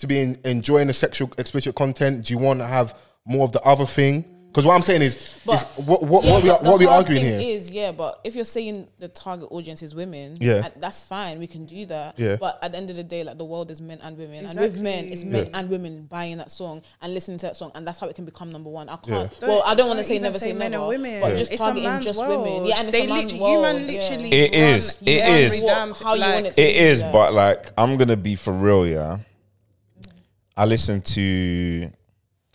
S4: to be in, enjoying the sexual explicit content? Do you want to have more of the other thing? Because what I'm saying is, is
S6: But-
S4: what what,
S6: Yeah,
S4: what we are,
S6: but the
S4: what we
S6: hard
S4: arguing
S6: thing
S4: here?
S6: is yeah, but if you're saying the target audience is women,
S4: Yeah.
S6: and that's fine. We can do that.
S4: Yeah.
S6: But at the end of the day, like the world is men and women, and with men, it's men and women buying that song and listening to that song, and that's how it can become number one. I can't.
S5: Yeah.
S6: Well, I don't
S5: Don't
S6: want to say
S5: even
S6: never
S5: say
S6: say,
S5: men
S6: never,
S5: or women.
S6: but
S5: Yeah.
S6: just
S7: It's a
S6: targeting
S7: man's
S6: just
S7: world.
S6: women. Yeah, and it's
S7: They
S6: a man's
S7: literally- you
S6: world.
S7: man
S6: yeah.
S7: literally-
S3: it is.
S7: Run-
S3: It
S7: run
S3: is.
S7: with-
S6: What- how you want it to
S3: It
S6: be,
S3: is.
S6: yeah.
S3: But like, I'm gonna be for real. Yeah. I listen to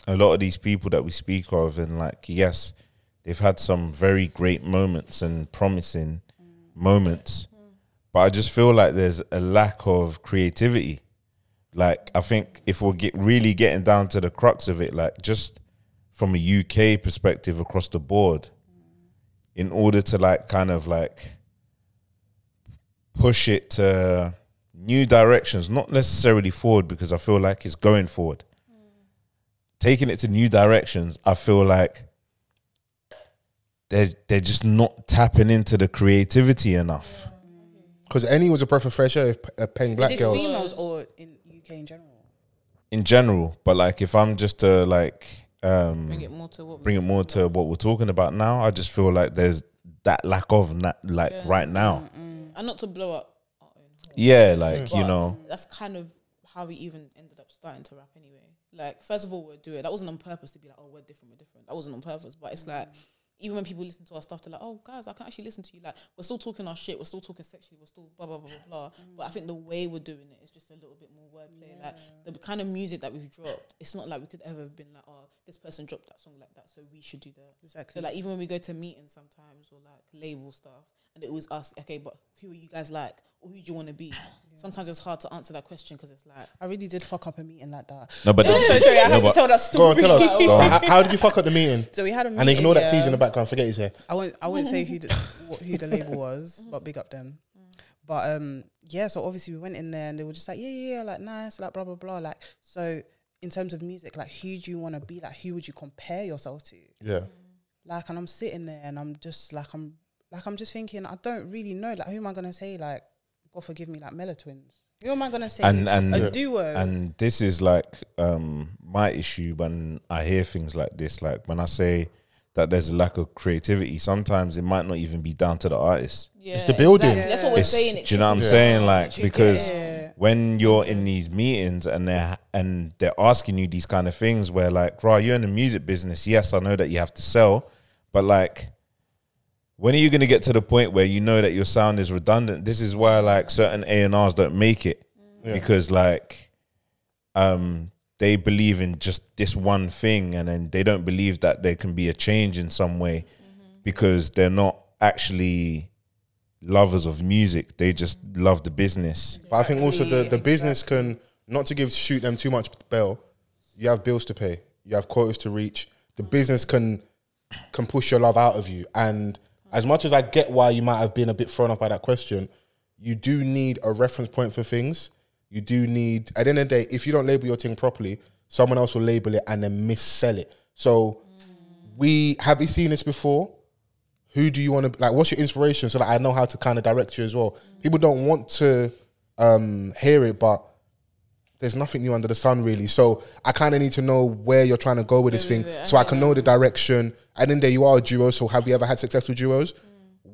S3: a lot of these people that we speak of, and like, yes, they've had some very great moments and promising moments, but I just feel like there's a lack of creativity. Like, I think if we're get really getting down to the crux of it, like, just from a UK perspective across the board, in order to like kind of like push it to new directions, not necessarily forward because I feel like it's going forward. Taking it to new directions, I feel like they're they're just not tapping into the creativity enough.
S4: Because Annie was a breath of fresh air if uh, Peng Black
S7: Is it
S4: girls.
S7: females or in UK in general?
S3: in general. But like, if I'm just to like um, bring,
S6: Bring it more to what we-
S3: it more to what we're talking about now, I just feel like there's that lack of na- like right now.
S6: and not to blow up. our own horn,
S3: Yeah, like you
S6: but
S3: know,
S6: that's kind of how we even ended up starting to rap anyway. Like, first of all, we're doing that wasn't on purpose to be like, oh, we're different, we're different. That wasn't on purpose, but it's like. Even when people listen to our stuff, they're like, "Oh, guys, I can actually listen to you." Like, we're still talking our shit, we're still talking sexually, we're still blah blah blah blah blah. But I think the way we're doing it is just a little bit more wordplay. Like the kind of music that we've dropped, it's not like we could ever have been like, "Oh, this person dropped that song like that, so we should do that."
S7: Exactly.
S6: So like even when we go to meetings sometimes or like label stuff and they always ask, okay, but who are you guys like or who do you want to be? Sometimes it's hard to answer that question because it's like
S7: I really did fuck up a meeting like that.
S3: no, but
S7: I'm so sorry, I
S3: no,
S7: have to
S3: but-
S7: tell that
S4: Go
S7: story.
S4: on, tell us.
S3: Go on.
S4: So how, how did you fuck up the meeting?
S7: So we had a meeting.
S4: And ignore that
S7: yeah.
S4: tease in the background. Forget he's here.
S7: I won't. I won't say who the, what, who the label was, but big up them.
S6: Mm.
S7: But um, yeah. So obviously we went in there and they were just like, yeah, yeah, yeah, like nice, like blah blah blah, like so. In terms of music, like who do you want to be? Like who would you compare yourself to?
S4: Yeah.
S7: Like, and I'm sitting there and I'm just like I'm like I'm just thinking I don't really know. Like who am I gonna say? Like God forgive me, like Mela Twins. Who am I gonna say?
S3: And- and-
S7: a duo.
S3: and this is like um my issue when i hear things like this like when i say that there's a lack of creativity sometimes it might not even be down to the artist
S6: yeah,
S4: the building.
S6: exactly. That's what we're
S3: It's-
S6: saying. It
S3: do you know what i'm
S4: Yeah.
S3: saying like
S6: Yeah.
S3: because
S7: yeah.
S3: when you're in these meetings and they're and they're asking you these kind of things where like right you're in the music business yes i know that you have to sell but like when are you going to get to the point where you know that your sound is redundant this is why like certain a&r's don't make it because like um they believe in just this one thing and then they don't believe that there can be a change in some way because they're not actually lovers of music they just love the business
S4: But I think also the, the business can not to give shoot them too much bail. You have bills to pay. You have quotas to reach. The business can can push your love out of you, and As much as I get why you might have been a bit thrown off by that question, you do need a reference point for things. You do need, at the end of the day, if you don't label your thing properly, someone else will label it and then missell it. So, we have you seen this before? Who do you want to like? What's your inspiration? So that I know how to kind of direct you as well. People don't want to um, hear it, but there's nothing new under the sun really. So I kind of need to know where you're trying to go with this thing, so I can know the direction. And then there you are, a duo. So have you ever had successful duos?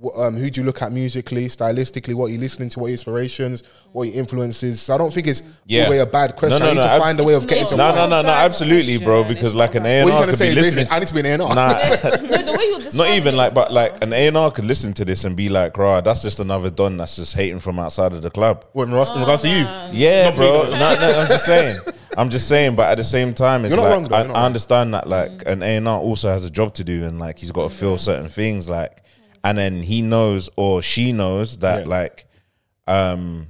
S4: Wh- Um, who do you look at musically, stylistically? What are you listening to? What are your inspirations? What are your influences? So I don't think it's
S3: Yeah.
S4: always a bad question.
S3: No, no,
S4: I need
S3: no,
S4: to
S3: I've-
S4: find a way of getting
S6: It's
S4: to.
S3: No,
S6: not
S3: no,
S6: a
S3: no, no,
S6: bad
S3: absolutely, bro.
S6: question.
S3: Because like an A
S6: It's
S3: and
S4: What are you
S3: R
S4: gonna
S3: could
S4: say?
S3: be listening.
S4: Listen, I need to be an A&R.
S3: Nah,
S6: no, the way you're
S3: not
S6: describing
S3: even
S6: it
S3: like,
S6: is
S3: but
S6: not-
S3: like an A and R could listen to this and be like, "Rah, that's just another don that's just hating from outside of the club."
S4: What, in regards, in regards to you,
S3: Yeah, bro. No, no, I'm just saying. I'm just saying, but at the same time, it's
S4: You're not
S3: like
S4: wrong, though.
S3: I,
S4: You're not
S3: I
S4: wrong.
S3: understand that like
S6: Mm.
S3: an A and R also has a job to do, and like he's got to fill certain things, like, and then he knows or she knows that
S4: Yeah.
S3: like, um,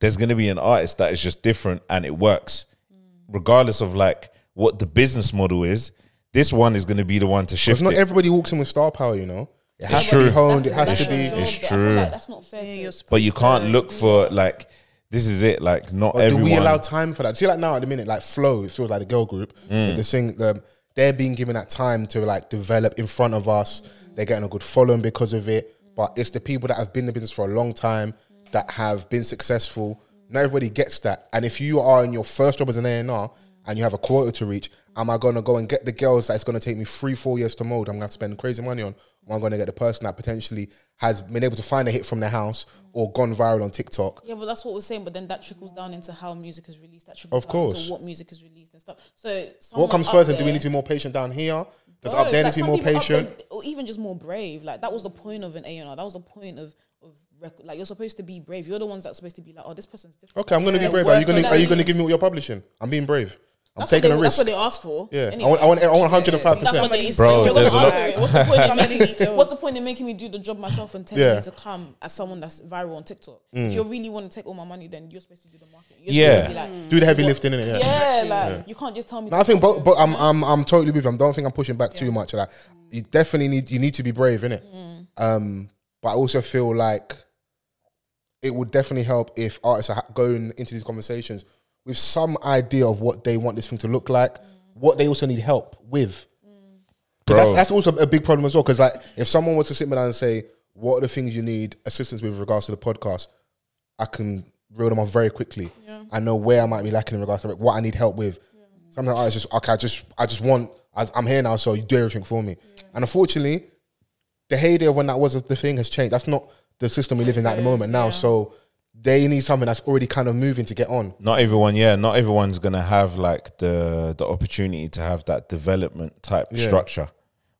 S3: there's gonna be an artist that is just different and it works,
S6: Mm.
S3: regardless of like what the business model is. This one is gonna be the one to shift.
S4: if not
S3: it.
S4: everybody walks in with star power, you know, it has to
S3: true.
S4: be honed. It
S6: That's
S4: has to
S6: not
S4: be.
S6: your job,
S3: It's
S6: though. I feel
S3: true.
S6: like that's not fair. to-
S3: but you can't look for like this is it. Like not
S4: But
S3: everyone.
S4: do we allow time for that? See, like now at the minute, like Flow, it feels like a girl group. But The thing, the, they're being given that time to like develop in front of us. They're getting a good following because of it. But it's the people that have been in the business for a long time that have been successful. Not everybody gets that. And if you are in your first job as an A and R and you have a quota to reach, am I going to go and get the girls that it's going to take me three, four years to mold? I'm going to have to spend crazy money on. Or am I going to get the person that potentially has been able to find a hit from their house or gone viral on TikTok?
S6: Yeah, but that's what we're saying. But then that trickles down into how music is released. That trickles
S4: Of
S6: down
S4: course.
S6: into what music is released and stuff. So
S4: what
S6: someone
S4: comes
S6: up
S4: first, and do we
S6: there-
S4: need to be more patient down here? Does
S6: Bro,
S4: up there need
S6: like
S4: to be
S6: some
S4: more
S6: people up there-
S4: patient?
S6: or even just more brave. Like that was the point of an A and R. That was the point of of record. Like you're supposed to be brave. You're the ones that's supposed to be like, oh, this person's different.
S4: Okay, I'm gonna
S6: Yeah,
S4: be brave. Are you
S6: work
S4: gonna
S6: on
S4: Are you
S6: that.
S4: gonna give me what you're publishing? I'm being brave. I'm
S6: That's what
S4: taking
S6: they-
S4: a risk.
S6: That's what they asked for.
S4: Yeah,
S6: anyway.
S4: I want I want I want 105.
S6: That's what
S4: percent
S6: they
S3: Bro,
S6: You're
S3: there's a
S6: gonna
S3: lot-
S6: ask for it. What's the point in making me? What's the point in making me do the job myself and ten
S4: Yeah. Mm.
S6: years to come as someone that's viral on TikTok? If you really want to take all my money, then you're supposed to do the marketing. You're
S3: Yeah.
S6: supposed to be like,
S4: Do the heavy lifting in it.
S6: yeah,
S4: Yeah.
S6: like you can't just tell me.
S4: No, I think, but but I'm I'm I'm totally with you. I don't think I'm pushing back too much. Like you definitely need you need to be brave in it.
S6: Mm.
S4: Um, but I also feel like it would definitely help if artists are ha- going into these conversations with some idea of what they want this thing to look like, what they also need help with. Because that's,
S3: Bro.
S4: that's also a big problem as well. Because like, if someone was to sit me down and say, "What are the things you need assistance with regards to the podcast?" I can reel them off very quickly. I know where I might be lacking in regards to what I need help with. Sometimes I just okay, I just I just want I, I'm here now, so you do everything for me. And unfortunately, the heyday of when that was the thing has changed. That's not the system we live in at the moment now. So they need something that's already kind of moving to get on.
S3: not everyone yeah not everyone's gonna have like the the opportunity to have that development type
S4: Yeah.
S3: structure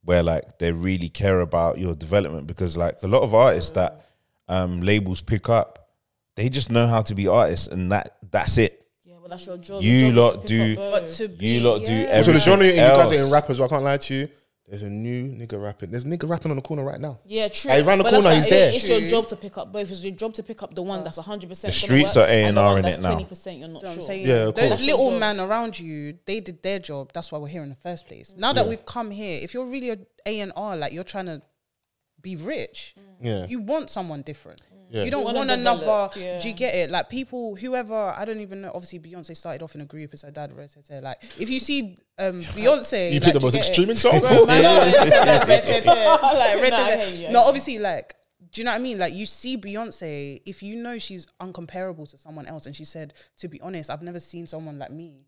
S3: where like they really care about your development because like a lot of artists that um labels pick up they just know how to be artists and that that's it
S6: Yeah, well, that's your job.
S3: You
S6: Your job is
S3: lot
S6: to pick
S3: do-
S6: up,
S7: But
S6: bro.
S7: to
S3: you
S7: be,
S3: lot do
S7: yeah.
S4: So
S3: everything
S4: the genre in you
S3: else.
S4: guys are in rappers, I can't lie to you. There's a new nigga rapping. There's a nigga rapping on the corner right now.
S6: Yeah, true.
S4: Like, round the
S6: But that's
S4: corner,
S6: why
S4: he's
S6: it-
S4: there.
S6: It's your job to pick up both. It's your job to pick up the one that's 100. percent
S3: The streets are A&R in it now.
S6: Twenty percent, you're not
S7: You know what
S6: sure.
S7: I'm saying?
S4: Yeah, of
S7: Those
S4: course.
S7: little
S6: Job.
S7: men around you, they did their job. That's why we're here in the first place. Now that we've come here, if you're really a A and R, like you're trying to be rich,
S4: Yeah.
S7: you want someone different. You don't
S6: Wanna
S7: want
S6: develop,
S7: another.
S6: yeah.
S7: Do you get it? Like people, whoever Oh, I don't even know. Obviously, Beyonce started off in a group as her dad. Rose, Tete. Like if you see um, Beyonce,
S4: You
S7: like,
S4: picked the
S7: do
S4: most
S7: get it?
S4: extreme example.
S7: No, no, it's like red tete, like red
S6: Nah, I
S7: tete.
S6: hear you, I
S7: No,
S6: hear
S7: obviously, like, do you know what I mean? Like, you see Beyonce, if you know she's uncomparable to someone else, and she said, to be honest, I've never seen someone like me.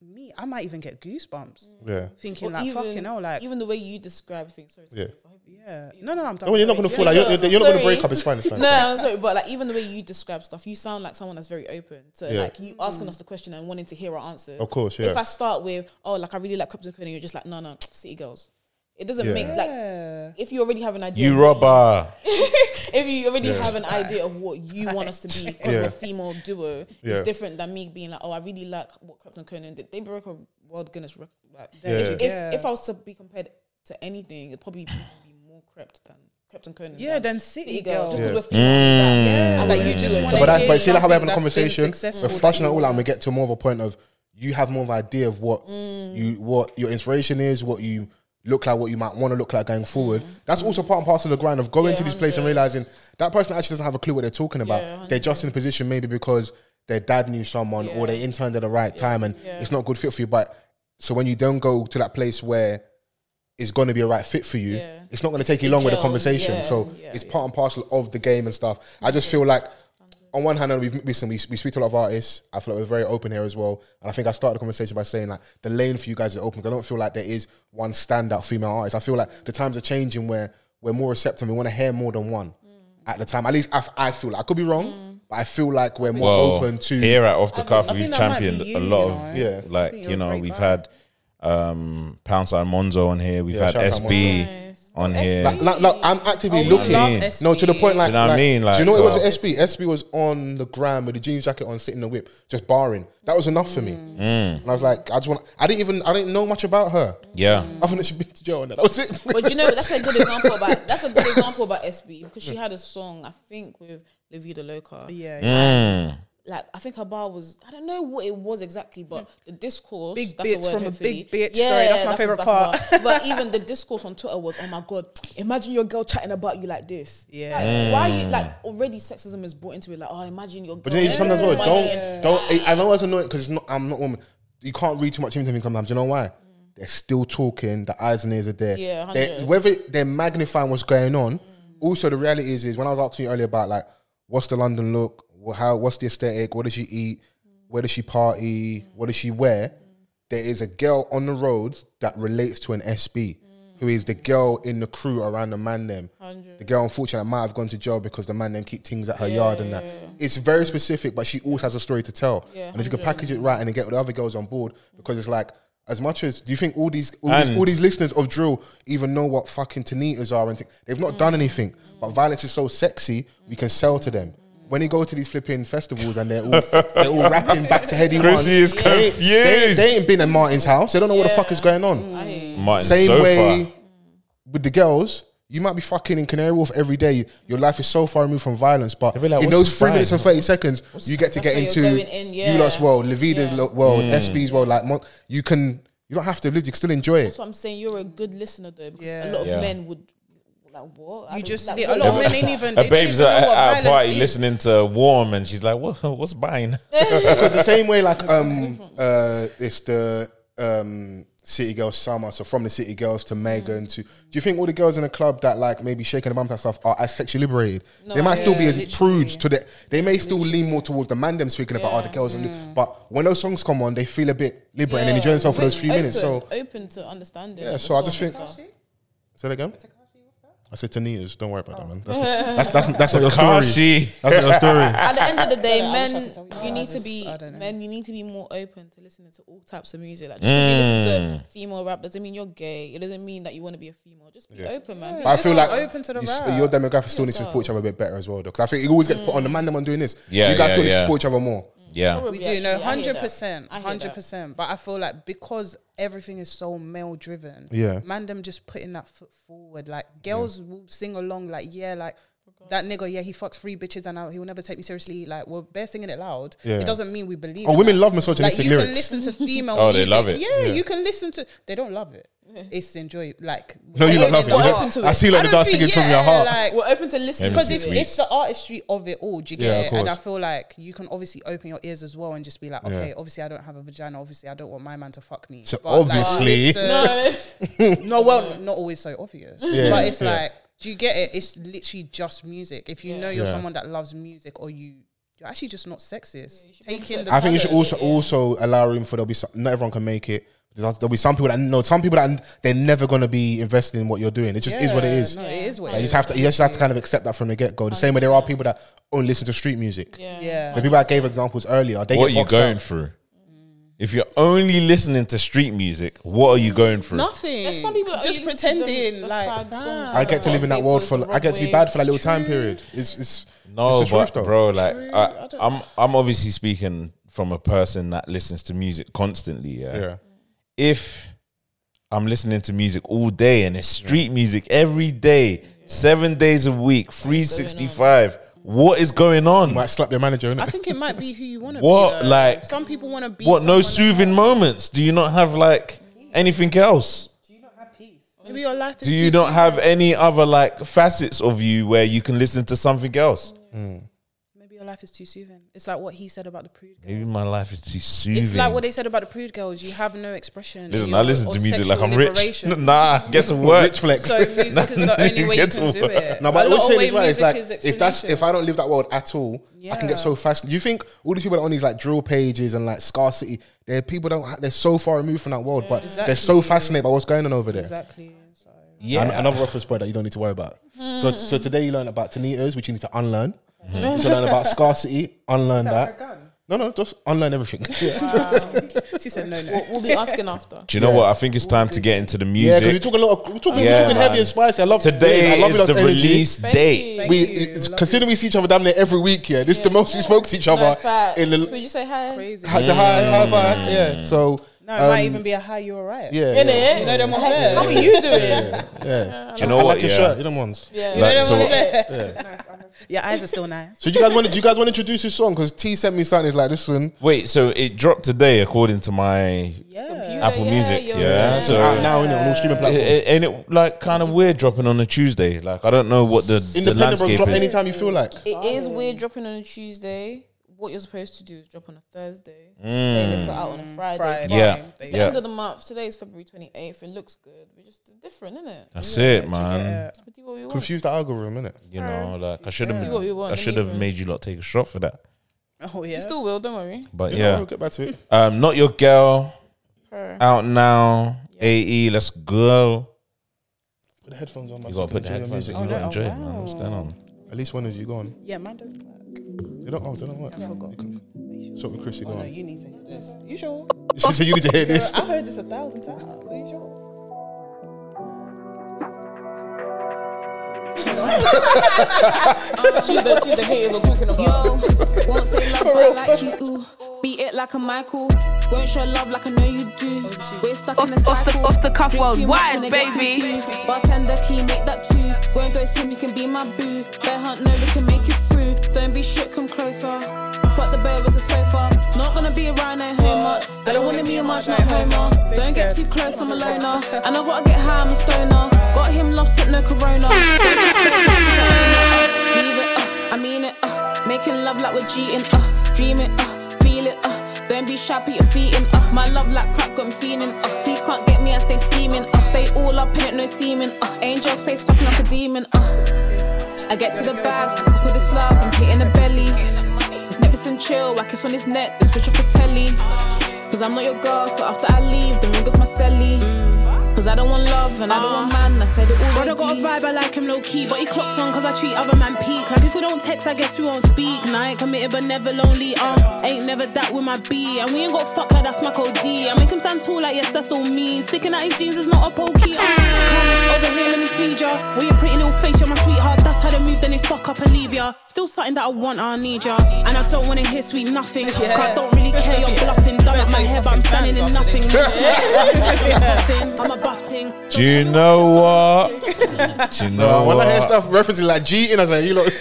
S7: Me, I might even get goosebumps
S4: Yeah.
S7: thinking
S6: Or
S7: like, fucking hell, like,
S6: even the way you describe things. Sorry,
S4: Yeah.
S7: yeah, no, no, no, I'm done.
S4: No, you're not gonna
S7: Sorry.
S4: fall. Like, you're, you're not gonna
S6: Sorry.
S4: break up. It's fine. It's fine.
S6: No, I'm sorry, but like even the way you describe stuff, you sound like someone that's very open. So
S4: Yeah.
S6: like you asking us the question and wanting to hear our answers.
S4: Of course,
S6: If
S4: yeah.
S6: I start with, oh, like I really like Crypto Code, and you're just like, no, no, City Girls. It doesn't
S4: Yeah.
S6: make like if you already have an idea.
S3: you
S6: of what
S3: robber
S6: if you already have an idea of what you want us to be from
S4: Yeah.
S6: a female duo,
S4: Yeah.
S6: it's different than me being like, oh, I really like what Krypton Conan did. They broke a world Guinness record. Like, if,
S7: Yeah.
S6: if, if I was to be compared to anything, it'd probably be, be more Crypt than Krypton Conan.
S7: Yeah,
S6: than
S7: then City,
S6: City
S7: Girl.
S6: Girls. Just
S4: Yeah.
S6: because we're female. like,
S7: Yeah,
S6: and,
S7: like you just want
S4: But,
S7: to
S4: that, but see, like how we're having a conversation, we're flushing it all out, and we get
S6: Mm.
S4: to more of a point of you have more of an idea of what you what your inspiration is, what you look like what you might want to look like going forward. That's also part and parcel of the grind of going
S6: Mm. Yeah,
S4: to this place and
S6: 100.
S4: realizing that person actually doesn't have a clue what they're talking about.
S6: Yeah,
S4: they're just in a position maybe because their dad knew someone or they interned at the right time and it's not a good fit for you. But so when you don't go to that place where it's going to be a right fit for you,
S6: Yeah.
S4: it's not going to take you long with a
S6: gels,
S4: conversation.
S6: yeah,
S4: so
S6: yeah,
S4: it's part and parcel of the game and stuff. I just feel like, on one hand, and we've listen, we, we speak to a lot of artists. I feel like we're very open here as well. And I think I started the conversation by saying like the lane for you guys is open. 'cause I don't feel like there is one standout female artist. I feel like the times are changing where we're more receptive. We want to hear more than one
S6: Mm.
S4: at the time. At least I, f- I feel like I could be wrong, but I feel like we're more
S3: well,
S4: open to
S3: here at Off the
S6: think-
S3: Cuff,
S6: I
S3: we've
S6: think that might be
S3: championed
S6: you,
S3: a lot
S6: you
S3: of,
S6: know.
S4: Yeah.
S3: like,
S7: think
S3: you
S7: you're a
S3: know,
S7: great
S3: we've
S7: guy.
S3: had um, Pound Sign Monzo on here, we've
S4: Yeah,
S3: had
S4: shout out
S3: SB
S6: Nice.
S3: on
S6: SB.
S3: here.
S4: Like, like, like, I'm actively
S7: Oh,
S4: looking.
S3: love
S7: SB.
S4: No, to the point, like,
S3: Do you know what I mean?
S4: do
S3: Like,
S4: you know it
S3: so-
S4: was SB? SB was on the gram with a jeans jacket on, sitting in the whip, just barring. That was enough for me.
S6: Mm.
S4: And I was like, I just want. I didn't even. I didn't know much about her.
S3: yeah.
S4: Other than she'd been to jail and that. That was it.
S6: But you know, that's a good example about that's a good example about SB because she had a song I think with La Vida Loca.
S7: Yeah,
S3: Mm.
S6: Like I think her bar was I don't know what it was exactly, but the
S7: Hmm.
S6: discourse
S7: Big
S6: that's the
S7: bitch
S6: word,
S7: from a
S6: hopefully.
S7: big bitch. Sorry, that's my favourite part.
S6: that's the but even the discourse on Twitter was, oh my god, imagine your girl chatting about you like this.
S7: Yeah.
S6: Like, why you like
S4: Hmm.
S6: already sexism is brought into it? Like, oh, imagine your. Girl
S4: But then you sometimes well, don't
S6: Yeah.
S4: don't. I know it's annoying because it's not. I'm not woman. You can't read too much into me sometimes. You know why? They're still talking. The eyes and ears are there.
S6: Yeah,
S4: They're-
S6: 100.
S4: whether they're magnifying what's going on. Also, the reality is, is when I was asking you earlier about like, what's the London look? Wha- How? What's the aesthetic? What does she eat? Where does she party? What does she wear? There is a girl on the roads that relates to an SB, who is the girl in the crew around the man them. The girl, unfortunately, might have gone to jail because the man then keep things at her yard and that. It's very specific, but she also has a story to tell.
S6: Yeah,
S4: and if you can package it right and then get the other girls on board, because it's like as much as do you think all these all, these
S3: And-
S4: all these listeners of drill even know what fucking tanitas are and think they've not done anything, but violence is so sexy we can sell to them. When you go to these flipping festivals and they're all they're all rapping back to Heady One,
S3: Chrissy is
S4: they, ain't- they, ain't-
S3: confused.
S4: they ain't been at Martin's house. They don't know what the fuck is going on.
S3: Martin
S4: Same
S3: Sofa.
S4: way with the girls, you might be fucking in Canary Wharf every day. Your life is so far removed from violence, but
S3: They'll be like,
S4: in
S3: "What's
S4: those
S3: the
S4: three
S3: vibe?
S4: minutes and thirty seconds, you get to get
S6: That's where
S4: into
S6: you're going in, yeah.
S4: you lot's world, Levida's
S6: Yeah.
S4: lo- world, SB's world. Like mon- you can, you don't have to live. You can still enjoy it.
S6: That's what I'm saying. You're a good listener though. Because
S7: Yeah.
S6: A lot of
S3: Yeah.
S6: men would like what? I
S7: You
S6: don't-
S7: just
S6: like,
S7: a
S6: what
S7: lot of
S6: would
S7: men
S6: you
S7: ain't
S6: like?
S7: even.
S3: A
S7: they don't
S3: babe's
S7: even know
S3: at,
S7: what
S3: at a
S7: violence
S3: party
S7: is.
S3: listening to Warm and she's like, what, what's buying?
S4: Because the same way, like um, uh, it's the um city girls summer. So from the city girls to Megan
S6: Mm.
S4: to, do you think all the girls in the club that like maybe shaking the bums and stuff are as sexually liberated? they might still be
S6: yeah,
S4: as prudes to the. They may still lean more towards the man them speaking about all the girls, and
S6: Mm.
S4: but when those songs come on, they feel a bit liberated and enjoy themselves for those few
S6: open,
S4: minutes. So
S6: open to understanding.
S4: Yeah,
S6: the
S4: so I just
S6: song and
S4: think-
S6: stuff.
S4: say that again. I said Tanitas, don't worry about that, man. That's that's that's, that's not your story.
S3: Kashi.
S4: That's not your story.
S6: at the end of the day,
S7: I wish I could
S6: men,
S7: tell you.
S6: you
S7: I
S6: need to
S7: just-
S6: be
S7: I don't know.
S6: men. You need to be more open to listening to all types of music. Like just 'cause you listen to female rap doesn't mean you're gay. It doesn't mean that you want to be a female. Just be open, man.
S4: But I feel like
S7: open to the
S4: you s-
S7: rap.
S4: your demographic still needs to support each other a bit better as well, though. Because I think it always gets put on
S7: Mm.
S4: the man them on doing this.
S3: Yeah,
S4: you guys
S3: yeah,
S4: still need to
S3: yeah.
S4: support each other more.
S3: Yeah.
S7: We do no hundred percent, hundred
S6: 100%.
S7: percent. But I feel like because everything is so male driven,
S4: Yeah.
S7: man, them just putting that foot forward. Like girls will sing along, like yeah, like that nigga, yeah, he fucks three bitches and I, he'll never take me seriously. Like we're bare singing it loud.
S4: Yeah.
S7: It doesn't mean we believe.
S4: Oh,
S7: it.
S4: women love
S7: Like
S4: misogynistic
S7: you can
S4: lyrics.
S7: listen to female.
S3: Oh, they
S7: music.
S3: love it.
S7: Yeah, you can listen to. They don't love it. It's enjoy. Like
S4: No, you don't love
S6: Open
S4: it.
S6: to it. Open to
S4: I
S6: it.
S4: see a lot of
S7: I don't
S4: guys
S7: think-
S4: singing from
S7: yeah,
S4: your heart.
S7: Like,
S6: We're open to listening.
S3: Every
S7: because
S6: to
S7: it's,
S3: six
S6: it.
S3: weeks.
S7: it's the artistry of it all. Do you
S4: Yeah, of
S7: get it? And I
S4: course.
S7: feel like you can obviously open your ears as well and just be like, okay,
S4: Yeah.
S7: obviously I don't have a vagina. Obviously I don't want my man to fuck me.
S4: So
S7: But, like,
S4: obviously-
S7: it's, uh,
S6: No,
S7: no. well, not always so obvious. but it's
S4: yeah.
S7: like, do you get it? It's literally just music. If you know you're
S4: Yeah.
S7: someone that loves music or you, you're actually just not sexist. Take in the
S4: I think you should
S7: talent.
S4: also also allow room for there'll be some, not everyone can make it. There's- There'll be some people that know some people that they're never gonna be invested in what you're doing. It just is what it
S7: Yeah,
S4: is.
S7: No, it is what
S4: Like,
S7: it
S4: you
S7: is.
S4: just have to you just have to kind of accept that from the get go. The same way there are people that only listen to street music.
S7: yeah.
S4: The people I gave examples earlier, they
S3: What are
S4: get
S3: you
S4: boxed
S3: going
S4: out.
S3: through? If you're only listening to street music, what are you going through?
S7: Nothing.
S6: there's some people that
S7: just
S6: only listen to them,
S7: pretending
S6: the
S7: like
S6: sad songs.
S4: I get to live in that world for.
S6: Big Boys,
S4: I get to be
S6: Rockwaves.
S4: bad for that little time period. It's it's
S3: No,
S4: it's the
S3: but
S4: truth, though.
S3: bro, like I, I'm, I'm obviously speaking from a person that listens to music constantly. Yeah.
S4: Yeah,
S3: If I'm listening to music all day and it's street music every day, seven days a week, 365, what is going on?
S4: might slap your manager.
S7: I
S4: Innit?
S7: think it might be who you want to be.
S3: What,
S7: though.
S3: like-
S7: some people want to be
S3: What? No
S7: someone else.
S3: soothing moments? Do you not have like anything else?
S7: Do you not have peace?
S9: Maybe your life is
S3: Do you
S9: too
S3: not have
S9: small.
S3: any other like facets of you where you can listen to something else?
S7: Maybe your life is too soothing. It's like what he said about the prude girls.
S3: Maybe my life is too soothing.
S7: It's like what they said about the prude girls. You have no expression.
S3: listen,
S7: You-
S3: I listen
S7: or
S3: to music like
S7: sexual
S3: I'm
S7: liberation.
S3: rich. Nah, get to work.
S4: Rich flex.
S7: So music is the only way you
S3: Get
S7: can
S3: to
S7: do
S3: work.
S7: it.
S4: No,
S7: A
S4: but I
S7: lot
S4: was
S7: of
S4: saying
S7: way
S4: this right. It's like
S7: music is
S4: if that's if
S7: explanation.
S4: I don't live that world at all, I
S7: Yeah.
S4: can get so fast. You think all these people that are on these like drill pages and like scarcity, they're people don't. ha- They're so far removed from that world, but they're so
S7: exactly.
S4: fascinated by what's going on over there.
S7: exactly. So.
S3: Yeah.
S4: An- another reference point that you don't need to worry about. So, so today you learn about tenitos, which you need to unlearn.
S7: Mm-hmm.
S4: You learn about scarcity, unlearn that. No, no, just unlearn everything.
S7: She said no, no.
S6: We'll, we'll be asking after.
S3: Do you know what? I think it's time to get into the
S4: yeah, because we
S3: music.
S4: talk a lot. Of, we talk, we
S3: Yeah,
S4: talking heavy
S3: man.
S4: and spicy. I love
S3: Today
S4: I love
S3: is
S4: lots
S3: the
S4: of energy.
S3: release
S6: Thank
S3: date.
S6: you.
S4: We it's, considering we see each other damn near every week. Yeah, this is the most we spoke to each
S6: No,
S4: other.
S6: facts.
S4: in
S6: Would
S4: the,
S6: you say hi?
S7: Crazy.
S4: hi, say hi, hi,
S3: Mm.
S4: bye. Yeah. So um,
S7: No, it
S3: Um,
S7: might even be a hi. You're alright.
S4: yeah,
S6: In
S4: yeah.
S6: it, you know them ones. How are you doing? Yeah,
S4: Yeah.
S3: Do you know
S4: I
S3: what?
S4: like your
S3: yeah.
S4: shirt, you know ones.
S6: yeah.
S3: Like,
S6: you know them
S3: so-
S6: ones there.
S7: Your eyes are still nice.
S4: So do you guys want to do you guys want to introduce this song? Because T sent me something. He's like, listen,
S3: Wait, so it dropped today according to my
S7: Yeah.
S3: Apple
S6: yeah,
S3: Music.
S6: you're
S3: Yeah.
S6: right.
S4: it's
S3: So
S4: out now innit, on all streaming
S3: it,
S4: platforms.
S3: it, ain't it like kind of weird dropping on a Tuesday? Like I don't know what the, the
S4: Independent, bro.
S3: landscape
S4: Drop
S3: is.
S4: anytime you feel like.
S6: It is weird dropping on a Tuesday. What you're supposed to do is drop on a Thursday. Then it's out on a Friday.
S7: Friday.
S6: But
S3: Yeah.
S6: It's the
S3: Yeah.
S6: end of the month. Today is February 28th. It looks good. We're just different, isn't it?
S3: That's it, man.
S6: We do what we want.
S4: Confuse the algorithm, innit?
S3: You know, like I should
S6: Do what
S3: have,
S6: we want.
S3: I
S6: don't
S3: should
S6: even-
S3: have made you lot take a shot for that.
S7: Oh yeah.
S6: You still will. Don't worry.
S3: But
S4: You know,
S3: yeah,
S4: We'll get back to it.
S3: um, not your girl
S6: Her.
S3: out now. AE, let's go.
S4: Put the headphones on.
S3: You gotta put the headphones.
S6: Oh,
S3: on. You gotta enjoy, it, man. What's going on?
S4: At least one is you go on.
S7: yeah, man. Don't work.
S4: They don't. Oh, they don't work.
S7: I forgot.
S4: So with Chrissy, go
S7: Oh no,
S4: on.
S7: you need to hear this. You sure?
S4: So you need to hear this.
S7: I heard this a thousand times. Are you sure?
S6: She's the, she's the hit you're talking about.
S10: Yo, won't say love but like you. ooh. Beat it like a Michael. Won't show love like I know you do. We're stuck
S2: Off-
S10: in a
S2: off the-
S10: cycle.
S2: off the cuff
S10: Drink too much
S2: worldwide,
S10: and I get
S2: baby.
S10: confused. Bartender key, make that two. Won't go see him, he can be my boo. Bear hunt, no, we can make it through. Don't be shook, come closer. Fuck the bear was a sofa. Not gonna be around no homer. I don't wanna be a much, no homer. Don't get too close, I'm a loner. And I gotta get high, I'm a stoner. Got him love, sip no corona. Leave it, uh, I mean it, uh. Making love like we're cheating, uh. Dreaming, uh. Feel it, uh. Don't be shy, put your feet in, uh. My love like crap, got me feeling, uh. He can't get me, I stay steaming, uh. Stay all up in it, no semen, uh. Angel face fucking like a demon, uh. I get to the bags, with this love, I'm hitting the belly. It's never some chill, I kiss on his neck, then switch off the telly. Cause I'm not your girl, so after I leave, then ring off my celly. Cause I don't want love and I don't want man, I said it already.
S11: Brother got a vibe, I like him low key. But he clocked on cause I treat other man peak. Like if we don't text, I guess we won't speak. Night committed but never lonely. Uh, ain't never that with my B. And we ain't got fuck like that's my code D. I make him stand tall like yes, that's all me. Sticking out his jeans is not a pokey. Uh, come over here, let me feed ya. With your pretty little face, you're my sweetheart. That's how they move, then they fuck up and leave ya. Still something that I want, I need ya. And I don't wanna hear sweet nothing. 'Cause I don't really care, you're bluffing. Dumb at my head, but I'm standing in nothing. I'm a buff ting.
S3: Do you know what? Do you know
S4: Uh, when
S3: what?
S4: I hear stuff referencing like G and I was like, you look.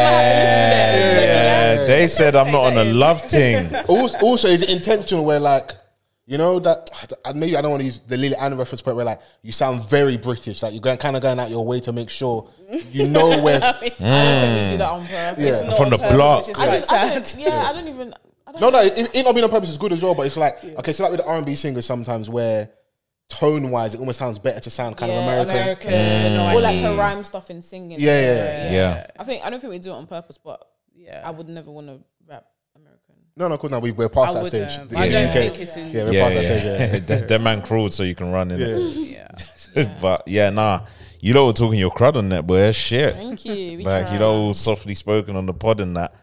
S3: Yeah. yeah. They said I'm not on a love thing.
S4: Also, also, is it intentional where like, you know that I- maybe I don't want to use the Lily Ann reference point where like you sound very British, like you're going, kind of going out your way to make sure you know where.
S6: I don't think we do that on purpose.
S4: Yeah.
S6: It's not
S3: Mm. From
S6: on
S3: the
S6: purpose,
S3: block.
S6: which is
S3: I
S6: quite
S7: just- I
S6: sad. Yeah, I don't even. I don't
S4: No, no, it, it not being on purpose is good as well, but it's like okay, so like with the R and B singers sometimes where tone wise it almost sounds better to sound kind
S6: yeah,
S4: of American.
S6: American. or like to rhyme stuff in singing.
S4: Yeah, yeah, yeah.
S3: Mm. Yeah.
S6: I think I don't think we do it on purpose, but
S7: Yeah.
S6: I would never want to rap American.
S4: No, no, cool. Now we, we're past
S7: I
S4: that
S7: would.
S4: stage.
S7: Um,
S4: The-
S7: I
S4: the
S7: don't
S4: UK
S7: think it's in.
S4: Yeah, we're
S3: Yeah,
S4: past that stage. Yeah.
S3: yeah. that, that man crawled so you can run in it.
S7: Yeah.
S3: but yeah, nah. You know, we're talking your crud on that, boy. Shit.
S6: Thank you. We
S3: Like,
S6: try.
S3: you know, all softly spoken on the pod and that.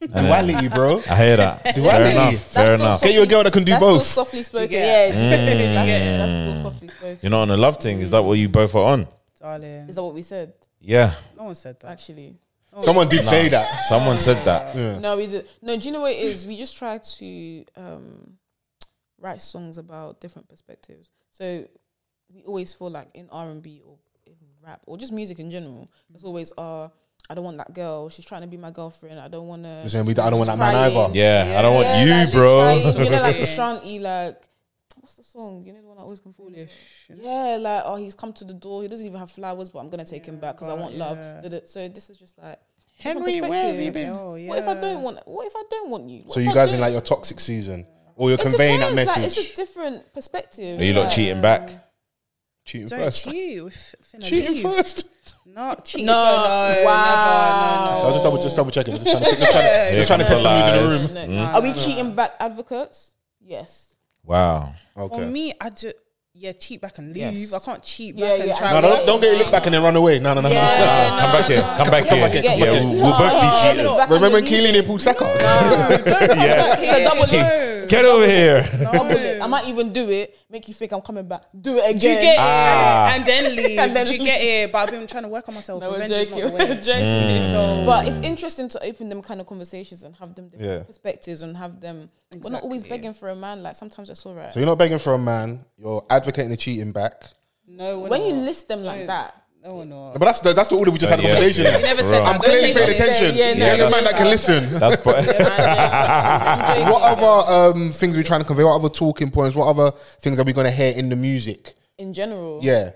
S4: Do I let you, bro?
S3: I hear that.
S4: Do I
S3: Fair
S4: let you?
S3: enough. Fair
S6: That's not
S3: enough.
S6: so-
S4: Get you a girl that can do
S6: that's
S4: both.
S6: still softly spoken. Yeah,
S7: get
S3: Mm.
S6: that's, that's still softly spoken.
S3: You're not on a love thing. Is that what you both are on?
S7: Darling.
S6: Is that what we said?
S3: Yeah.
S7: No one said that.
S6: Actually,
S4: Someone did say that.
S3: Someone said that.
S6: no, we did. No, do you know what it is? We just try to um, write songs about different perspectives. So we always feel like in R and B or in rap or just music in general, there's always uh, I don't want that girl. She's trying to be my girlfriend. I don't want to.
S4: saying we- I don't want that man either.
S3: Yeah. I don't want you,
S6: like, just
S3: bro.
S6: trying- you know, like Ashanti, like what's the song? You know the one I always confuse. Foolish. Yeah, like oh, he's come to the door. He doesn't even have flowers, but I'm gonna take him back because I want love. Da-da. So this is just like different
S9: Henry, where have you
S6: perspective.
S9: been? Oh,
S6: What if I
S9: yeah.
S6: don't want? What if I don't want you? What
S4: So
S6: if
S4: you
S6: I
S4: guys in
S6: don't-
S4: like your toxic season, or you're
S6: It
S4: conveying that
S6: depends,
S4: message?
S6: Like, it's just different perspective.
S3: Are you
S6: like,
S3: lot cheating back?
S4: cheating
S7: Don't
S4: first.
S7: cheat. If Finna
S4: Cheating
S7: leave.
S4: first.
S7: No, cheating
S6: No,
S7: first. No,
S6: wow.
S7: never, no,
S4: So I
S7: no.
S4: was just double, just double checking. Just trying to, just trying to,
S3: Here
S4: just trying to
S3: comes
S4: test
S3: the
S4: the mood in
S3: lies.
S4: the room.
S6: No,
S7: Mm.
S6: Are we cheating back advocates? Yes.
S3: Wow.
S7: For
S4: Okay.
S7: me, I just yeah, cheat back and leave. I can't cheat
S6: Yeah,
S7: back and
S6: yeah,
S7: try.
S4: No, don't,
S6: absolutely.
S4: don't get your look back and then run away. No, no, Uh, no,
S6: Yeah,
S3: Come back here. Come back
S6: Come
S3: here.
S6: back
S3: Yeah,
S6: here, come back
S3: we'll,
S6: here.
S3: we'll both
S6: No,
S3: be cheaters.
S6: no,
S4: no.
S6: back
S4: Remember when
S6: on the
S4: Keelan and Paul Saka?
S3: Yeah.
S6: So double it.
S3: Get over here.
S6: Double it. I might even do it. Make you think I'm coming back. Do it again.
S7: Do you get
S3: Ah.
S7: it and then leave?
S6: And then
S7: Do you get it? But I've been trying to work on myself.
S6: No, we're
S7: Revenge is not
S6: joking.
S7: the
S6: We're
S7: way.
S6: joking.
S4: Mm.
S7: So
S6: But it's interesting to open them kind of conversations and have them different
S4: Yeah.
S6: perspectives and have them. We're not always
S7: Exactly.
S6: begging for a man. Like sometimes that's all right.
S4: So you're not begging for a man. You're advocating the cheating back.
S7: no, we're
S6: when you
S7: not.
S6: list them like
S7: No.
S6: that,
S7: no, we're not.
S4: But that's the, that's the order we just had a
S3: Yeah,
S4: conversation.
S3: yeah.
S4: in.
S7: never
S3: For
S7: said
S3: real.
S7: that.
S4: I'm clearly
S7: Don't
S4: paying
S7: take it.
S4: attention.
S6: Yeah,
S4: Yeah,
S6: no,
S4: yeah,
S3: that's-
S4: man that can listen.
S3: That's part.
S4: Ah, What other um, things are we trying to convey? What other talking points? What other things are we going to hear in the music?
S6: in general,
S4: Yeah.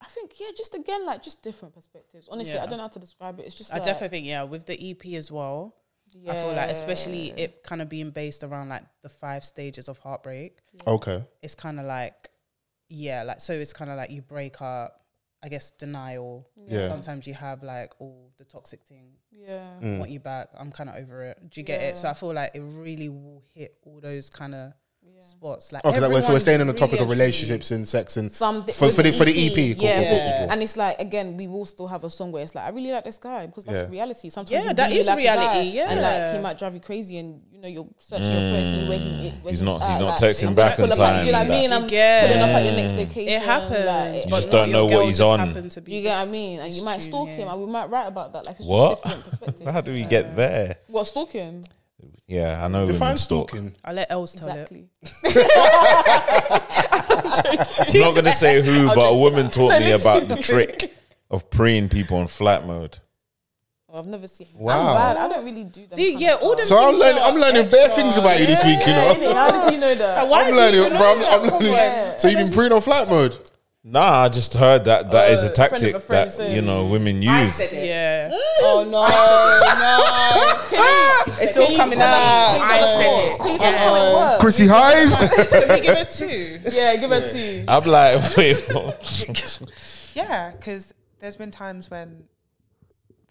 S6: I think yeah, just again like just different perspectives. Honestly,
S7: Yeah.
S6: I don't know how to describe it. It's just
S7: I
S6: like,
S7: definitely think yeah, with the EP as well. I feel like especially it kind of being based around like the five stages of heartbreak.
S4: Okay.
S7: It's kind of like yeah, like so it's kind of like you break up. I guess denial.
S4: Yeah.
S7: Sometimes you have like all the toxic thing.
S6: yeah.
S7: want you back. I'm kind of over it. Do you get it? So I feel like it really will hit all those kind of spots. Like
S4: Okay, that way, so we're
S7: everyone
S4: staying on the
S7: really
S4: topic of
S7: actually-
S4: relationships and sex and
S6: Some di-
S4: for,
S6: with
S4: for, the, for the
S3: E
S4: EP. cool,
S6: yeah,
S4: cool,
S6: for-
S4: cool, cool.
S6: and it's like again, we will still have a song where it's like, I really like this guy because that's
S4: Yeah.
S6: reality. Sometimes
S7: Yeah,
S6: you
S7: that
S6: really
S7: is
S6: like a
S7: reality,
S6: guy, and like he
S7: yeah.
S6: might drive you crazy, and you know you're searching your phone, seeing where he is. Where
S3: He's not-
S6: at,
S3: he's not
S6: like,
S3: texting
S6: I'm
S3: back
S6: pulling
S3: on
S6: up at- Do
S3: time
S6: you know what I
S3: and
S6: mean?
S3: that.
S6: I'm
S7: Yeah.
S6: pulling up at your next location.
S7: It happens.
S6: like,
S3: You
S7: but
S3: just
S7: not
S3: don't
S7: your
S3: know what
S7: girl
S3: he's
S7: just
S3: on.
S7: happened to be
S6: do you get what I
S7: this-
S6: mean? And
S7: this
S6: you might
S7: tune,
S6: stalk
S7: yeah.
S6: him, and we might write about that. Like, it's
S3: What?
S6: just different perspective.
S3: How do we get there?
S6: What stalking?
S3: Yeah, I know. women
S4: Define
S3: stalk.
S4: stalking.
S7: I'll let Els tell it.
S6: Exactly.
S3: I'm not gonna say who, but a woman taught me about the trick of preying people on flight mode.
S6: Oh, I've never seen.
S4: Wow.
S6: I'm bad. I don't really do that.
S7: The- yeah, all the
S4: So I'm learning, I'm learning bare things about you this week, you know.
S6: How did you know that?
S7: Why
S4: I'm
S7: do you
S4: learning,
S7: know
S4: bro. I'm,
S7: that?
S4: I'm learning.
S6: Yeah.
S4: So you've been preying on flight mode.
S3: Nah, I just heard that that is
S6: Uh,
S3: a
S6: friend of a
S3: tactic
S6: friend
S3: that
S6: says-
S3: you know women use.
S7: Yeah, Ah!
S6: Oh no, no. Can you,
S7: it's all coming out. I
S6: Please tell us how it works.
S4: Chrissy Hive.
S7: said it. Can we give it two?
S6: Yeah, give it to you.
S3: I'm like, wait, what?
S5: Yeah, because there's been times when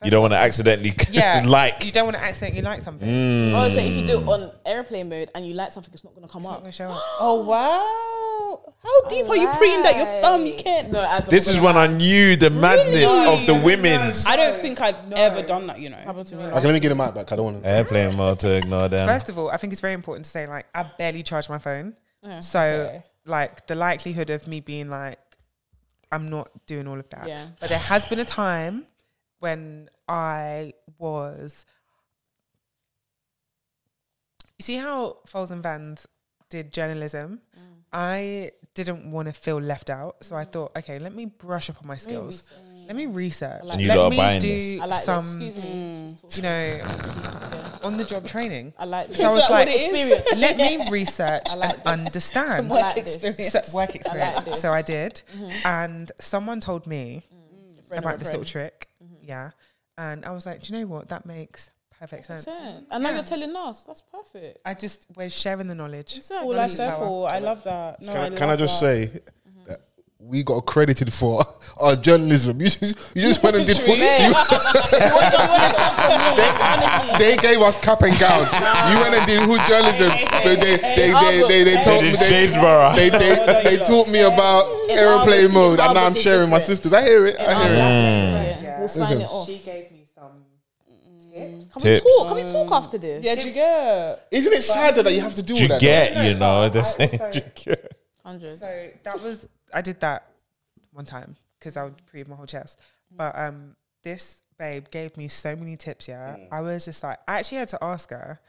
S3: you don't want to accidentally
S5: yeah,
S3: like
S5: you don't want to accidentally like something.
S6: Oh, so if you do it on airplane mode and you like something, it's not gonna come
S5: Not
S6: up.
S5: gonna show up.
S7: Oh wow! How deep are you preening that your thumb? You can't.
S6: No, I don't
S3: This is when I knew the madness of the women's
S7: I don't think I've ever done that. You know.
S6: happened to me. Like,
S4: Okay, let me get him out back. I don't want to.
S3: airplane mode to ignore them.
S5: First of all, I think it's very important to say like I barely charge my phone,
S6: Mm,
S5: so like the likelihood of me being like I'm not doing all of that.
S6: Yeah.
S5: But there has been a time when I was. You see how Foles and Vans did journalism.
S6: Mm.
S5: I didn't want to feel left out, so I thought, okay, let me brush up on my skills. Let me research.
S6: like And
S3: you
S5: let
S3: lot are
S5: me
S3: buying
S5: do
S3: this.
S6: I like this.
S5: some,
S6: Excuse me.
S5: you know, on the job training.
S6: I like this.
S5: So I was
S6: Is that
S5: like,
S6: what it is?
S5: let me research
S6: like
S5: and understand.
S6: I like this.
S5: So- work experience.
S6: this.
S5: so I Mm-hmm. did, and someone told me
S6: Friend of
S5: about
S6: a
S5: this little
S6: friend.
S5: trick. Yeah, and I was like, do you know what? That makes Mm-hmm. perfect sense.
S6: Sense. And now you're telling us that's perfect.
S5: I just we're sharing the knowledge.
S6: Exactly.
S7: Full life circle. I love that. No,
S4: Can,
S7: I
S4: I- can I
S7: love
S4: just
S7: that.
S4: say that we got accredited for our journalism? You just, you just went and did. You, they gave us cap and gown. you went and did who journalism? They they they they they, they told
S3: They
S4: me
S3: did
S4: they.
S3: Shadesborough.
S4: They, they, they taught me about airplane mode, and now I'm
S6: Albert is
S4: sharing my
S6: different.
S4: sisters. I hear it. I hear it.
S6: We'll sign it off.
S5: gave me some. Mm.
S6: Can
S3: Tips.
S6: we talk? Can we talk after this?
S7: Yeah, do you get?
S4: Isn't it sad that you have to do all
S3: You
S4: that?
S3: get, you know, they're saying
S5: also-
S3: you get.
S6: Hundred.
S5: So that was I did that one time because I would prove my whole chest. But um, this babe gave me so many tips. Yeah,
S7: Mm.
S5: I was just like, I actually had to ask her.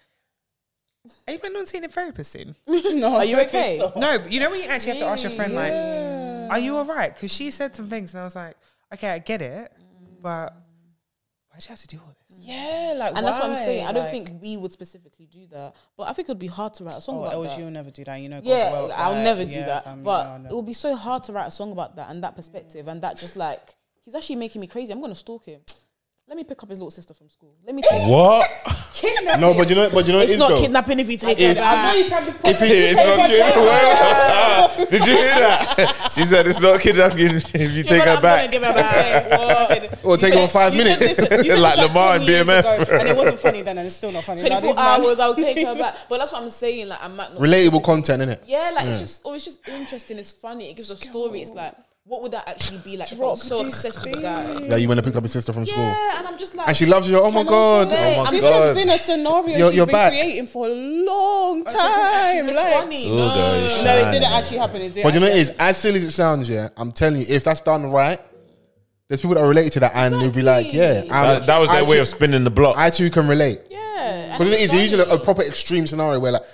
S5: Are you planning on seeing a therapist soon?
S6: Are you okay?
S5: No, but you know when you actually have to ask your friend, like, Mm. are you all right? Because she said some things, and I was like, okay, I get it, but why why do you have to do all this?
S6: Yeah, like and that's what I'm saying. I don't think we would specifically do that, but I think it would be hard to write a song
S7: Oh,
S6: about
S7: LG
S6: that.
S7: will never do that. You know. God,
S6: yeah,
S7: well,
S6: I'll
S7: like,
S6: never do
S7: yeah,
S6: that.
S7: fam, you know, I'll
S6: but
S7: never-
S6: it would be so hard to write a song about that and that perspective and that just like he's actually making me crazy. I'm gonna stalk him. Let me pick up his little sister from school. Let me take.
S3: What?
S4: No, but you know, but you know,
S6: It's
S4: it is
S6: not
S4: though.
S6: kidnapping if you take
S4: If-
S6: it back.
S3: It's not
S6: "Oh."
S3: kidnapping. Did you hear that? She said it's not kidnapping if you take her back.
S6: her back.
S4: Or take on five
S7: You said
S4: minutes.
S7: this- you said
S3: Like
S7: this 20
S3: Lamar and
S7: years ago,
S3: BMF.
S7: and it wasn't funny then, and it's still not funny. now.
S6: 24
S7: These man-
S6: hours, I'll take her back. But that's what I'm saying. Like I might not
S4: Relatable content, innit?
S6: Yeah, like it's just, or it's just interesting. It's funny. It gives a story. It's like, what would that actually be like if I was so obsessed with that?
S4: Yeah, you went and picked up his sister from school.
S6: Yeah, and I'm just like,
S4: And she loves you. Oh my
S6: Can I
S4: God.
S6: relate?
S4: Oh my
S6: I'm
S7: This
S6: just-
S7: has
S3: God.
S7: been a scenario
S4: You're-
S7: she's
S4: you're
S7: been
S4: back.
S7: creating for a long time.
S6: It's
S7: Like,
S6: funny.
S3: Oh, there
S6: No,
S3: is
S7: no, it
S3: Shine.
S7: didn't actually happen. It didn't
S4: But you know, it
S7: actually
S4: is as silly as it sounds. Yeah, I'm telling you, if that's done right, there's people that relate to that, and they'll be like, yeah,
S6: Exactly.
S4: I'm-
S3: That, that was
S4: I
S3: their way
S4: too-
S3: of spinning the block.
S4: I too can relate.
S6: yeah.
S4: Because it is usually a
S6: funny.
S4: proper extreme scenario where like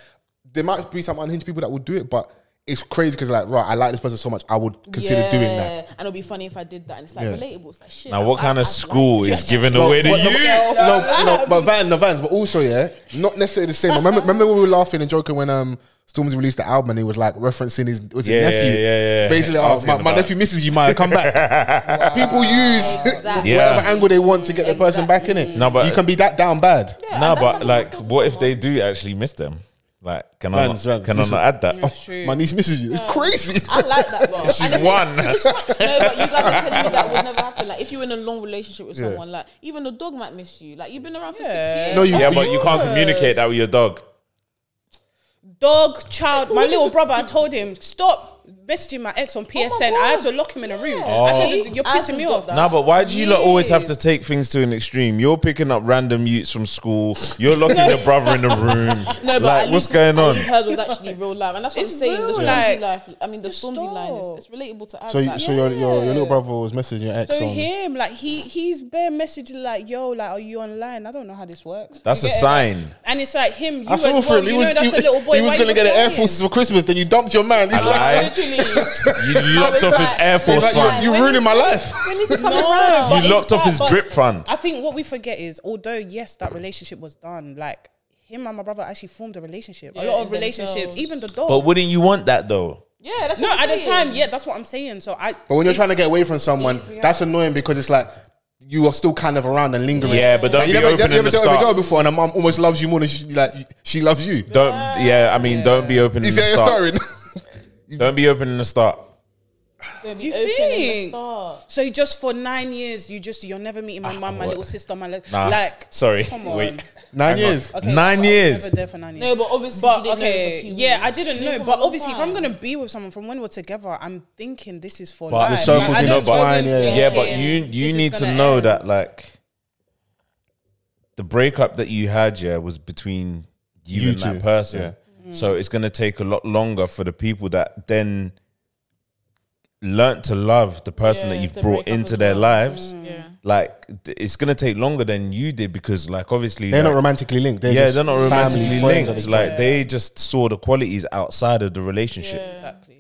S4: there might be some unhinged people that would do it, but it's crazy because like right, I like this person so much, I would consider
S6: Yeah,
S4: doing that.
S6: and it'll be funny if I did that. And it's like
S4: Yeah.
S6: relatable. It's like shit.
S3: now, what
S6: I-
S3: kind
S6: I-
S3: of school
S6: I-
S3: is giving
S4: No,
S3: away to
S4: but- no,
S3: you?
S4: no, no, but Van, no Vans, but also yeah, not necessarily the same. Remember, remember when we were laughing and joking when um Storms released the album and he was like referencing his was
S3: Yeah,
S4: his nephew,
S3: yeah, yeah, yeah.
S4: basically,
S3: I
S4: oh,
S3: was
S4: my,
S3: thinking
S4: my
S3: about
S4: nephew misses you, Maya, come back. People use
S6: Exactly.
S4: whatever
S3: Yeah.
S4: angle they want to get the person back in it.
S3: No, but-
S4: you can be that down bad.
S6: Yeah,
S3: no,
S6: and that's
S3: but
S6: how
S3: like,
S6: people
S3: what if
S6: feel.
S3: they do actually miss them? Like, can
S4: Vans,
S3: I not,
S4: Vans,
S3: can I
S4: listen.
S3: not add that?
S4: Oh, my niece misses you. It's crazy.
S6: I like that. Bro.
S3: She's
S6: And it's
S3: one.
S6: Like, it's fun- no, but you guys are telling me that would never happen. Like, if you're in a long relationship with someone, like even the dog might miss you. Like, you've been around for six years.
S4: No, you-
S3: yeah, but you can't communicate that with your dog.
S7: dog, child. My little brother, I told him, stop messaging my ex on PSN. I had to lock him in a room. I said, you're
S6: I
S7: pissing
S6: just
S7: me
S6: got
S7: off.
S6: that.
S3: No, Oh. but why do you lot always have to take things to an extreme? You're picking up random youths from school. You're locking your brother in the room.
S6: No,
S3: like,
S6: but at
S3: what's
S6: least-
S3: going
S6: at
S3: on?
S6: least hers was actually real life, and that's what
S7: It's
S6: I'm saying. The
S7: real,
S6: Stormzy
S7: like,
S6: life, I mean, the
S7: just
S6: Stormzy line
S7: stop.
S6: is it's relatable to us.
S4: So, you,
S6: like,
S4: so your, your your little brother was messaging your ex
S7: So
S4: on.
S7: him, like he he's bare messaging like, yo, like, are you online? I don't know how this works.
S3: That's
S7: You
S3: a
S7: get it?
S3: sign.
S7: And it's like him. You
S4: I feel
S7: as
S4: for
S7: well,
S4: him.
S7: You
S4: He
S7: know,
S4: was,
S7: that's
S4: he,
S7: a little boy.
S4: he was
S7: why
S4: going
S7: you
S4: to get an Air
S7: recording?
S4: Forces for Christmas, then you dumped your man. He's
S3: I
S4: like,
S3: lied.
S6: literally.
S3: You locked
S6: was
S3: off his
S6: like-
S3: Air
S4: he's
S3: Force
S4: like,
S3: fund.
S4: you're,
S6: When
S4: you're
S6: he-
S4: ruining my life.
S6: when is he coming
S7: No,
S6: around?
S7: but
S3: You
S7: it's
S3: locked off
S7: that-
S3: his
S7: but
S3: drip fund.
S7: I think what we forget is, although yes, that relationship was done, like him and my brother actually formed a relationship. a
S6: Yeah,
S7: lot of
S6: in
S7: relationships,
S6: themselves.
S7: even the dog.
S3: But wouldn't you want that though?
S6: yeah, that's
S7: no,
S6: what
S7: at
S6: I'm
S7: the
S6: saying.
S7: time, yeah, that's what I'm saying. So I.
S4: But when you're trying to get away from someone, that's annoying because it's like you are still kind of around and lingering.
S3: Yeah, but don't
S4: Like, you
S3: be
S4: never, you
S3: open in the
S4: never dealt with a girl
S3: start.
S4: before, and a mum almost loves you more than she like she loves you.
S3: Don't. Yeah, I mean, don't be open in
S4: You
S3: the
S4: see how you're
S3: start.
S4: starting?
S3: Don't be open in the start.
S6: They'll be
S7: You
S6: open in the
S7: think?
S6: start.
S7: So you just for nine years, you just you're never meeting my mum, my
S3: Ah, what?
S7: little sister, my li-
S3: Nah.
S7: like.
S3: sorry.
S7: Come on.
S3: Wait.
S4: Nine years.
S3: Nine
S7: Well, I was
S3: years.
S7: Never there for nine years.
S6: No, but obviously,
S7: But
S6: you didn't know
S7: okay,
S6: for two
S7: yeah,
S6: weeks.
S7: I didn't
S6: You knew
S7: know.
S6: for a
S7: But
S6: long
S7: obviously, if I'm
S6: time.
S7: gonna be with someone from when we're together, I'm thinking this is for
S3: But-
S7: life.
S3: The
S4: circles
S7: Like, I don't
S4: intertwine,
S7: go
S4: yeah.
S7: in
S3: Yeah, but
S7: thinking
S3: you
S7: this
S3: you
S7: is
S3: need to
S7: gonna
S3: know
S7: end.
S3: that like the breakup that you had yeah was between you,
S4: You
S3: and
S4: two,
S3: that person. So it's gonna take a lot longer for the people that then learnt to love the person
S6: Yeah,
S3: that you've
S6: to
S3: brought
S6: break up
S3: into
S6: as
S3: their
S6: well. Mm.
S3: lives.
S6: Yeah.
S3: Like th- it's gonna take longer than you did because like obviously
S4: They're not
S3: like,
S4: romantically linked. They're
S3: yeah
S4: just
S3: they're not
S4: family,
S3: romantically
S4: friends at
S3: linked.
S4: this
S3: Like
S4: point.
S3: they just saw the qualities outside of the relationship.
S7: Exactly.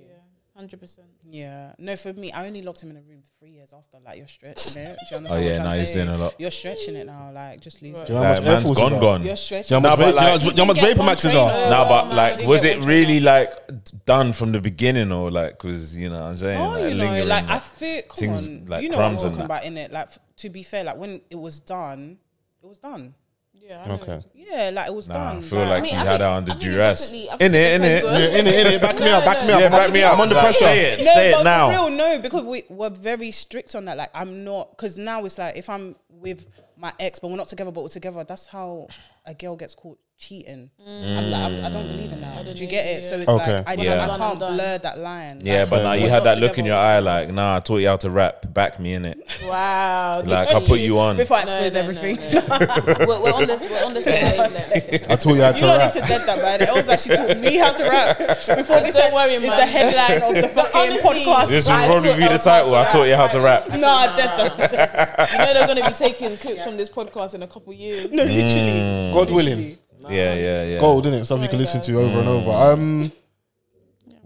S6: Hundred percent.
S7: Yeah. No, for me, I only locked him in a room three years after. Like you're stretching it. Do you understand
S3: Oh,
S7: what
S3: yeah,
S7: I'm
S3: now
S7: saying?
S3: he's doing a lot.
S7: You're stretching it now. Like just lose.
S4: Do you
S7: it.
S4: know how
S3: Like,
S4: much Air
S3: man's
S4: Forces
S3: gone
S4: are?
S3: gone.
S7: You're
S4: Do you
S7: stretching.
S4: know how
S3: Nah,
S4: much-
S3: but
S4: do you know
S3: like-
S4: do you know how much
S6: You didn't
S4: vapor
S6: get
S4: maxes
S6: one
S4: are?
S6: trainer.
S3: No,
S6: Oh,
S3: but
S6: no, I
S3: like,
S6: didn't
S3: was
S6: get
S3: it
S6: what you
S3: really
S6: meant.
S3: like done from the beginning, or like, because you know what I'm saying?
S7: Oh,
S3: like,
S7: you know,
S3: lingering,
S7: like I feel. Come
S3: things
S7: on,
S3: like
S7: you know what I'm
S3: crumbs and
S7: talking
S3: that.
S7: about in it. Like f- to be fair, like when it was done, it was done.
S6: Yeah. I know.
S4: Okay.
S7: Yeah, like it was
S3: Nah,
S7: done.
S3: I feel like
S6: mean,
S3: you
S6: I
S3: had
S6: think-
S3: her under
S6: I think it
S3: duress.
S6: definitely- I
S3: In it,
S6: think
S3: in
S6: it
S3: it,
S6: depends on-
S4: In it, in it. Back me
S6: No,
S4: up. Back
S6: no,
S4: me
S6: no.
S4: up.
S3: yeah,
S4: I'm
S3: back
S4: under-
S3: me up.
S4: I'm under
S3: Like,
S4: pressure.
S3: Say it,
S7: No,
S3: say
S7: but
S3: it now.
S7: For real, no, because we we're very strict on that. Like, I'm not because now it's like if I'm with my ex, but we're not together, but we're together. That's how a girl gets caught cheating. I'm like, I'm, I don't
S6: Mm.
S7: believe in that. Do you get it? So it's
S4: Okay.
S7: like I,
S3: Yeah.
S7: I
S6: Done,
S7: can't
S6: I'm done.
S7: blur that line.
S3: Yeah,
S7: Like,
S3: but now
S7: we're
S3: you had
S7: not
S3: that look in
S7: together,
S3: your
S7: we're
S3: eye,
S7: together.
S3: like, nah, I taught you how to rap. Back me in it.
S6: Wow.
S3: Like, I put you on.
S7: Before I
S6: No,
S7: expose
S6: no, no,
S7: everything,
S6: we're, we're on this. We're on this. wavelength.
S4: I told you how
S7: you
S4: to
S7: don't
S4: rap.
S7: need to dead that man. It was actually taught me how to rap before this.
S6: Don't worry,
S7: is
S6: man.
S7: the headline of the
S6: But
S7: fucking
S6: honestly-
S7: podcast.
S3: This
S6: I
S3: would probably
S6: taught
S3: be
S6: her
S3: the
S6: how to
S3: title. I taught you how to rap.
S7: No, I dead that.
S6: you know they're going to be taking clips from this podcast in a couple years.
S7: No,
S3: Mm.
S7: literally.
S4: God willing.
S3: Yeah, yeah, yeah. Mm.
S4: gold, isn't it? Something you can listen to over and over. Um,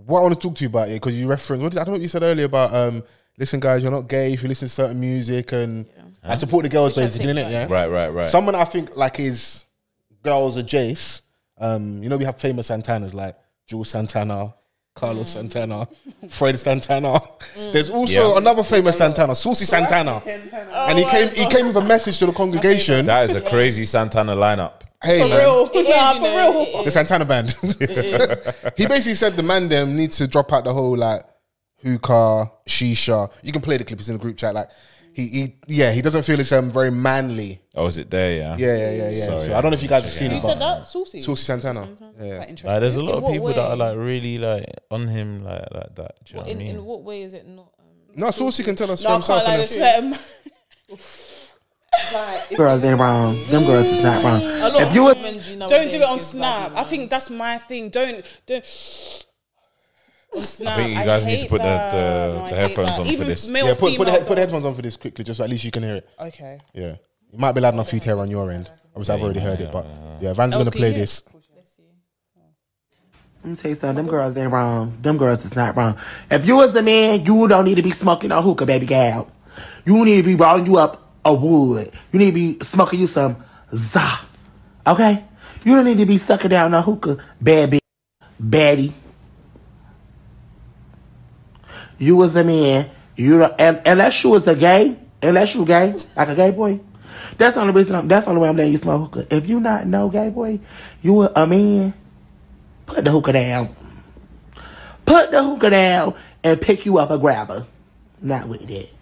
S4: what I want to talk to you about here because you referenced. What did, I don't know what you said earlier about um, listen, guys, you're not gay if you listen to certain music and I support the girls basically, innit? Yeah.
S3: Right, right, right.
S4: Someone I think like is girls are Jace. Um, you know, we have famous Santanas like Jules Santana, Carlos Santana, Fred Santana. There's also
S3: Yeah.
S4: another famous Mm. Santana, Saucy Santana. Oh and he came he came with a message to the congregation.
S3: That is a crazy Santana lineup.
S4: Hey man,
S6: nah, for real.
S4: the Santana band. he basically said the man them need to drop out the whole like hookah, shisha. You can play the clip, it's in the group chat. Like he, he yeah, he doesn't feel it's um very manly.
S3: Oh, is it there? Yeah.
S4: Yeah, yeah, yeah, yeah.
S3: Sorry,
S4: so I don't know if you guys have
S3: yeah.
S4: seen
S6: Who
S4: it,
S6: said
S4: but
S6: that? Saucy.
S4: Saucy Santana. Yeah.
S7: Quite interesting.
S3: Like, Uh, there's a lot
S6: In
S3: of
S6: what
S3: people that
S6: way?
S3: are like really like on him like like that. Do you know what I
S6: In,
S3: mean?
S6: in what way is it not? Um,
S4: No, Saucy can tell us
S6: no, I
S4: from
S6: can't
S4: himself.
S6: lie.
S4: innit?
S6: There's certain
S1: Girls, they're wrong. Them girls is not wrong.
S6: a lot of
S1: you was-
S6: women do
S7: Don't do it on
S6: nowadays is
S7: Snap.
S6: bloody,
S7: I think that's my thing. Don't don't. on Snap.
S3: I think you guys need to
S7: hate
S3: put the-
S7: that.
S3: the-
S7: No, I
S3: the
S7: hate
S3: headphones
S7: that.
S3: on for
S7: Even
S3: this.
S7: Male,
S4: yeah, put, put, the,
S7: female,
S4: head- put the headphones on for this quickly, just so at least you can hear it.
S7: Okay.
S4: Yeah. It might be loud enough for you to hear on your end. Obviously, I've already heard it, but yeah, Van's going to play this.
S1: Let me tell you something. Them girls ain't wrong. Them girls is not wrong. If you was a man, you don't need to be smoking a hookah, baby gal. You need to be rolling you up a wood. You need to be smoking you some za. Okay? You don't need to be sucking down a hookah, baby, baddie. You was a man. You don't, and, unless you was a gay, unless you gay, like a gay boy. That's the only reason. I'm, that's the only way I'm letting you smoke hookah. If you not no gay boy, you a, a man put the hookah down. Put the hookah down and pick you up a grabber. Not with that.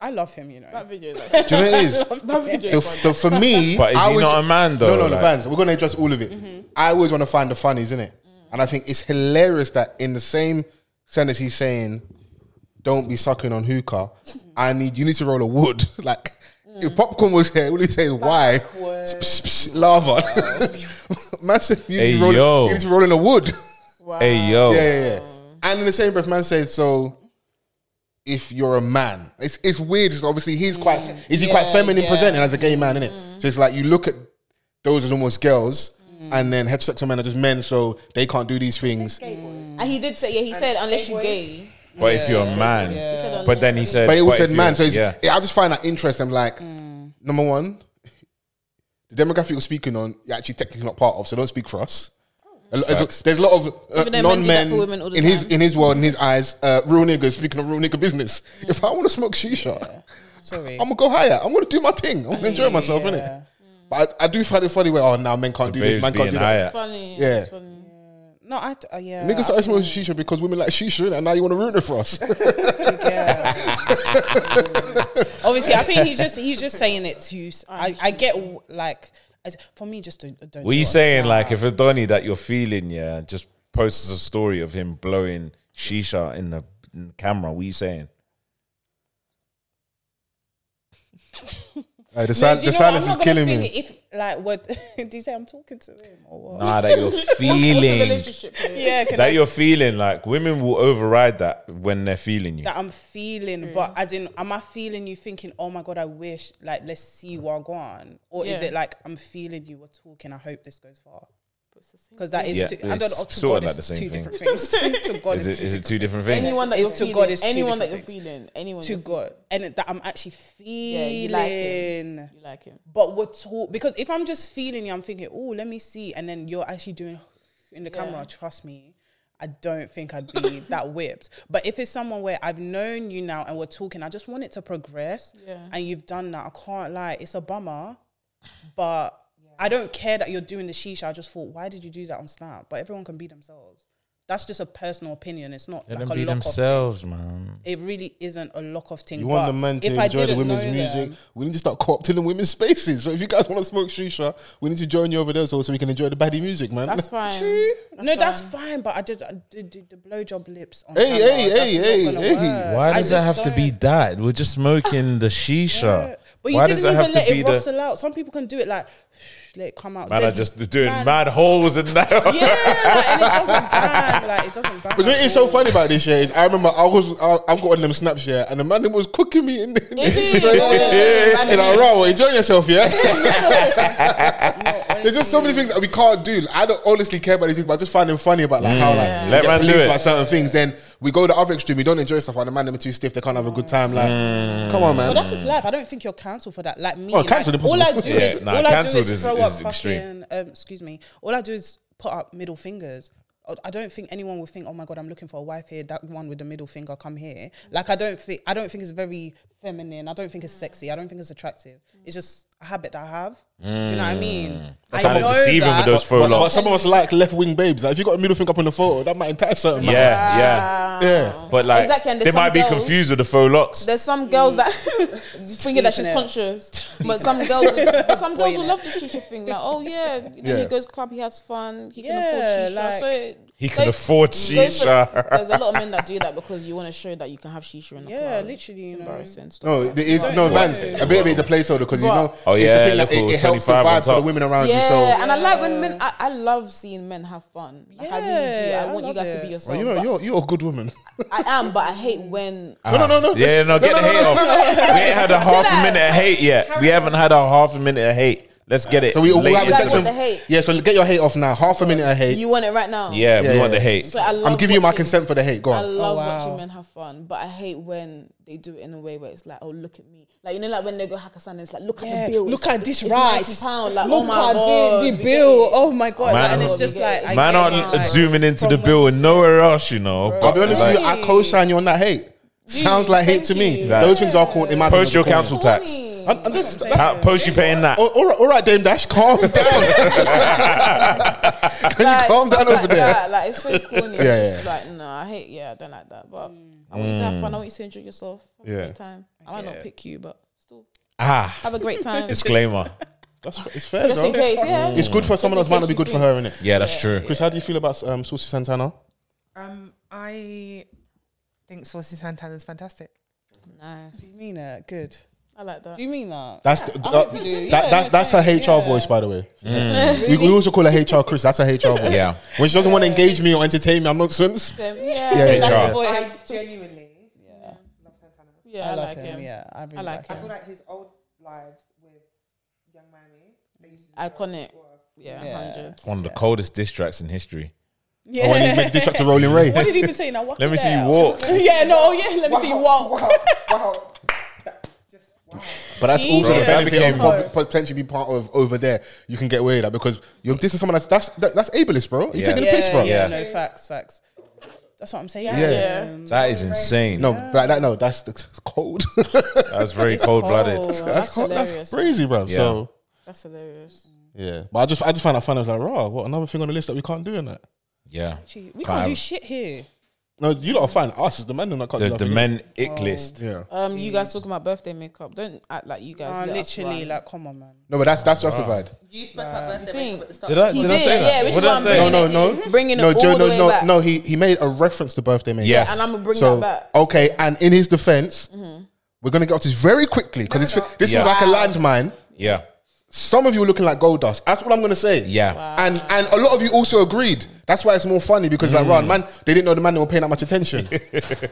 S7: I love him. You know.
S6: That video is actually.
S4: Do you know what it is?
S6: That video
S4: The,
S6: is
S4: f- the, for me,
S3: But is
S4: I
S3: he
S4: always-
S3: not a man, though?
S4: No, no, no,
S3: Like-
S4: Vans. We're going to address all of it. I always want to find the funnies, innit? And I think it's hilarious that in the same sentence he's saying, "Don't be sucking on hookah," I need you need to roll a wood. like if popcorn was here, would he say why? Psh, psh, psh, lava. man said you need,
S3: Hey,
S4: to roll,
S3: yo.
S4: you need to roll in a wood.
S3: Hey yo,
S4: yeah, yeah, yeah. And in the same breath, man said so. If you're a man, it's it's weird. It's obviously, he's quite is he quite
S6: Yeah,
S4: feminine
S6: yeah.
S4: presenting as a gay man, innit? So it's like you look at those as almost girls, and then heterosexual men are just men, so they can't do these things.
S6: And he did say, yeah, he said, unless you gay.
S3: but if you're a man,
S6: said
S3: but then he said,
S4: But it also
S3: if
S4: said
S3: you're-
S4: man, so it's,
S3: yeah,
S4: I just find that interesting. I'm like,
S7: Mm.
S4: number one, the demographic you're speaking on, you're actually technically not part of, so don't speak for us. A lo- There's a, there's a lot of uh,
S6: Even though men do that
S4: non men
S6: for women all the
S4: in his
S6: time.
S4: in his world in his eyes. Uh, real niggas speaking of real nigga business.
S7: Mm.
S4: If I want to smoke shisha,
S7: Sorry.
S4: I'm gonna go higher. I'm gonna do my thing. I'm gonna enjoy myself,
S7: yeah. Mm.
S4: innit? But I, I do find it funny where oh now men can't do
S3: babes
S4: this, man can't
S3: being
S4: do that.
S3: higher.
S6: Funny.
S4: Yeah.
S6: It's funny.
S7: No, I. d- Uh, yeah.
S4: Niggas started smoking shisha because women like shisha, innit? and now you want to ruin it for us.
S7: Obviously, I think he's just he's just saying it to. s- I I get w- like as, for me just don't don't.
S3: Were you
S7: do it.
S3: saying
S7: Nah.
S3: like if Adoni that you're feeling, yeah, just posts a story of him blowing shisha in the in the camera? What you saying?
S4: Uh, the
S7: No,
S4: sil-
S7: do you
S4: the
S7: know what?
S4: silence
S7: I'm
S4: is
S7: not gonna
S4: killing me.
S7: think it If like what do you say? I'm talking to him or what?
S3: Nah, that you're feeling,
S7: Yeah, can I-
S3: that you're feeling. Like women will override that when they're feeling you.
S7: that I'm feeling, but as in, am I feeling you thinking, oh my god, I wish, like, let's see Wagwan, or is
S6: Yeah.
S7: it like I'm feeling you, we're talking, I hope this goes far, because that is,
S3: Yeah,
S7: two, I don't
S3: it's
S7: know, to
S3: sort
S7: God,
S3: of like
S7: it's
S3: the
S7: two
S3: same thing.
S7: different things. to God,
S3: Is
S7: it's
S3: it
S7: two
S3: is it two different things?
S6: Anyone that
S7: It's
S6: you're
S7: to
S6: feeling,
S7: God, it's two
S6: anyone that you're
S7: different
S6: feeling, anyone
S7: to
S6: you're
S7: God, and it- that I'm actually
S6: feeling. Yeah,
S7: feeling.
S6: you like him. You like him.
S7: But we're talk because if I'm just feeling you, I'm thinking, oh, let me see, and then you're actually doing in the camera. Trust me, I don't think I'd be that whipped. But if it's someone where I've known you now and we're talking, I just want it to progress.
S6: Yeah.
S7: And you've done that. I can't lie. It's a bummer, but I don't care that you're doing the shisha. I just thought, why did you do that on Snap? But everyone can be themselves. That's just a personal opinion. It's not
S3: Let
S7: like
S3: them
S7: a
S3: be
S7: lock of thing.
S3: themselves, man.
S7: It really isn't a lock of thing.
S4: You want
S7: but
S4: the men to
S7: if I
S4: enjoy the
S7: didn't
S4: women's
S7: know
S4: music.
S7: them-
S4: We need to start co-opting the women's spaces. So if you guys want to smoke shisha, we need to join you over there so, so we can enjoy the baddie music, man.
S6: That's fine.
S7: no, that's fine, but I just I did, did the blowjob lips on.
S4: Hey,
S7: camera.
S4: hey,
S7: That's
S4: hey,
S7: not
S4: hey,
S7: gonna
S4: hey.
S7: work.
S3: Why
S7: Uh, I
S3: does it
S7: just
S3: have to be
S7: don't.
S3: that? We're just smoking the
S7: Yeah.
S3: shisha.
S7: But you
S3: Why
S7: didn't
S3: does it
S7: even
S3: have
S7: let
S3: to be
S7: it
S3: the
S7: rustle out. Some people can do it like let it come out.
S3: man?
S7: Then
S3: I
S7: you-
S3: just doing
S7: man.
S3: mad holes and that.
S7: Yeah, like, and it doesn't bang. Like it doesn't bang.
S4: But what
S7: at
S4: is so
S7: all.
S4: funny about this year is I remember I was I, I've got on them snaps yeah, and the man was cooking me in, in,
S6: Is it?
S4: straight
S6: Yeah, yeah, yeah.
S4: in a row. Enjoy yourself, yeah. There's just so many things that we can't do. Like, I don't honestly care about these things, but I just find them funny about like how like
S3: Let
S4: we get
S3: man do
S4: policed
S3: it.
S4: about certain things. Then we go the other extreme. We don't enjoy stuff. Like the man them are too stiff. They can't have a good time. Like,
S3: Mm.
S4: come on, man.
S7: But that's just life. I don't think you're cancelled for that. Like me,
S4: Oh,
S7: like,
S4: cancelled,
S7: all I
S4: impossible.
S7: do
S3: Yeah,
S7: is
S3: nah,
S7: all I do
S3: cancelled
S7: is,
S3: is-
S7: throw
S3: is
S7: up
S3: extreme.
S7: fucking. Um, excuse me. All I do is put up middle fingers. Oh, I- I don't think anyone would think, oh my god, I'm looking for a wife here. That one with the middle finger, come here. Like I don't think, I don't think it's very feminine. I don't think it's sexy. I don't think it's attractive. It's just a habit that I have. Do you know what I mean? I
S3: kinda deceiving with those faux
S4: But, but
S3: locks.
S4: some of us like left wing babes. Like, if you got a middle finger up in the photo, that might entice certain
S3: Yeah,
S4: man.
S3: yeah.
S4: Yeah.
S3: But like,
S6: Exactly, and
S3: they
S6: there's
S3: might
S6: some
S3: be
S6: girls-
S3: confused with the faux locks.
S6: There's some girls that thinking that
S7: Sleeping
S6: she's
S7: Mm. it.
S6: conscious, but some girls, some girls will love the shisha thing. Like, oh yeah, then
S4: Yeah.
S6: he goes club, he has fun, he can
S7: Yeah,
S6: afford shisha.
S7: like-
S6: so
S3: He can
S6: so-
S3: afford
S6: go for-
S3: shisha.
S6: There's a lot of men that do that because you want to show that you can have shisha in the
S7: Yeah,
S6: club.
S7: literally, you
S6: It's
S7: know.
S6: embarrassing. Stop
S4: No,
S6: that.
S4: it is no Vans. A bit of it is a placeholder because you know
S3: Oh,
S4: it's
S3: yeah,
S4: the thing that
S3: look,
S4: it, it helps the
S3: 25 on
S4: vibe for the
S3: top.
S4: women around
S6: Yeah,
S4: you. So
S6: and I like when men. I, I love seeing men have fun. Like, I really
S7: Yeah,
S6: do. I
S7: I
S6: want you
S7: love
S6: guys
S7: it.
S6: to be
S7: Well,
S4: Well,
S6: yourself.
S4: you know,
S6: but
S4: you're you're a good woman.
S6: I am, but I hate when.
S4: no, no, no.
S3: Ah, Yeah, no, get the hate off. We ain't had a half a
S6: that.
S3: minute of hate yet. We haven't had a half a minute of hate. Let's get it.
S4: So we all
S3: late
S4: have a
S3: into the-
S6: Like,
S4: section.
S6: what the hate?
S4: Yeah, so get your hate off now. Half a minute of hate.
S6: You want it right now.
S3: Yeah,
S4: Yeah,
S3: we want
S4: yeah.
S3: the hate.
S6: So I love
S4: I'm giving you my
S6: watching-
S4: consent for the hate. Go
S6: I
S4: on.
S6: love
S7: Oh, wow.
S6: watching men have fun, but I hate when they do it in a way where it's like, oh, look at me. Like, you know, like when they go Hakkasan, it's like, look at
S7: Yeah,
S6: the bill.
S7: look
S6: It's-
S7: at this
S6: it's
S7: rice.
S6: 90 pound. Like,
S7: Look
S6: oh my
S7: at
S6: God.
S7: the,
S6: we
S7: the
S6: get
S7: bill.
S6: it.
S7: Oh my god!
S3: Man,
S7: and it's
S3: I'm-
S7: just like I
S3: Man
S7: get
S3: aren't
S7: like-
S3: zooming into the bill and nowhere else, you know.
S4: I'll
S3: but,
S4: be honest with you.
S3: like,
S4: I co-sign you on that hate. Sounds like hate
S6: thank
S4: to me.
S6: you.
S3: That-
S4: Those things are called. in my
S3: Post your
S4: opinion,
S3: council tax.
S6: Funny.
S4: And, and this, that,
S3: How, post you paying that.
S4: all, all right, all right, Dame Dash, calm down. Can you
S6: Like,
S4: calm down
S6: stuff
S4: over
S6: like
S4: there?
S6: That. Like, it's so corny.
S4: Yeah,
S6: it's just
S4: yeah. Mm.
S6: like, no, I hate, yeah, I don't like that. But I want you to have fun. I want you to enjoy yourself. Have
S4: Yeah.
S6: a great time. I might not pick you, but still,
S3: Ah,
S6: have a great time.
S3: disclaimer.
S4: That's it's fair,
S6: Just in
S4: though.
S6: case, yeah.
S4: It's good for someone else. Might not be good for her, innit?
S3: Yeah, that's true.
S4: Chris, how do you feel about um, Saucy Santana?
S5: Um, I think Saucy Santana's fantastic.
S6: Nice.
S7: Do you mean that? Good.
S6: I like that.
S7: Do you mean that?
S4: That's the, uh,
S7: hope you do.
S4: that,
S7: Yeah,
S4: that, that's her HR voice, by the way. We, we also call her HR Chris. That's her HR voice.
S3: Mm. Yeah.
S4: When she doesn't want to engage me or entertain me, I'm not swims.
S6: Yeah,
S4: Yeah,
S6: yeah,
S4: yeah.
S6: that's
S3: Yeah.
S6: the
S5: I
S6: voice.
S5: genuinely love Santana.
S6: yeah, I like him.
S7: Yeah, I really
S6: I like
S7: like,
S5: I
S6: him.
S5: feel
S7: him.
S5: like his old lives with Young Miami, they used to
S6: Iconic. Yeah,
S7: Yeah.
S6: 100.
S3: One of the coldest diss tracks in history.
S4: Yeah. when you make this track to Rolling Ray.
S7: What did he even say now? Walk
S3: Oh, Let me
S7: it
S3: see you
S7: out.
S3: walk.
S7: yeah, no, oh yeah. Let me see you walk.
S5: Wow, wow. That just wow.
S4: But that's also
S3: Bro,
S4: the
S3: that
S4: benefit of
S3: became-
S4: prob- potentially be part of over there. You can get away with that because you're dissing someone that's that's, that, that's ableist, bro. You're
S3: Yeah.
S4: taking the piss, bro.
S7: Yeah, yeah,
S3: Yeah.
S7: no facts, facts. That's what I'm saying.
S4: Yeah.
S7: Um,
S3: That is insane.
S4: No, but that no, that's that's cold.
S3: that's very cold
S6: Oh,
S3: blooded.
S6: that's,
S4: that's cold.
S6: hilarious.
S4: That's crazy, bro.
S3: Yeah.
S4: So
S6: That's hilarious.
S4: yeah, but I just I just found that funny. I was like, raw. What another thing on the list that we can't do in that?
S3: Yeah.
S7: gee, we
S3: Can't
S7: can't do
S3: have-
S7: shit here.
S4: No, you lot are fine. Us, it's the men that can't do
S3: The, the
S4: nothing.
S3: men ick list.
S4: Yeah.
S6: Um, you guys talking about birthday makeup? Don't act like you guys.
S7: Uh,
S6: let us
S7: literally,
S6: run.
S7: like, come on, man.
S4: No, but that's that's justified.
S7: You spoke about
S6: You think?
S4: Did I,
S6: He
S4: did
S6: did,
S4: I say that?
S6: yeah.
S3: What
S6: Which is
S3: did I
S6: why I'm
S3: say?
S6: bringing
S4: no,
S6: it,
S4: no, no.
S6: bringing it
S4: no,
S6: all
S4: Joe,
S6: the
S4: no,
S6: way
S4: no,
S6: back.
S4: no. He he made a reference to birthday man.
S3: Yes.
S6: and I'm gonna bring
S4: so
S6: that back. Mm-hmm.
S4: okay, and in his defense, we're gonna get off this very quickly because this this
S3: Yeah.
S4: was like a landmine.
S3: Yeah.
S4: Some of you were looking like gold dust. That's what I'm gonna say.
S3: Yeah. Wow.
S4: and and a lot of you also agreed. That's why it's more funny because
S3: Hmm.
S4: like Ron, man, they didn't know the man they were paying that much attention.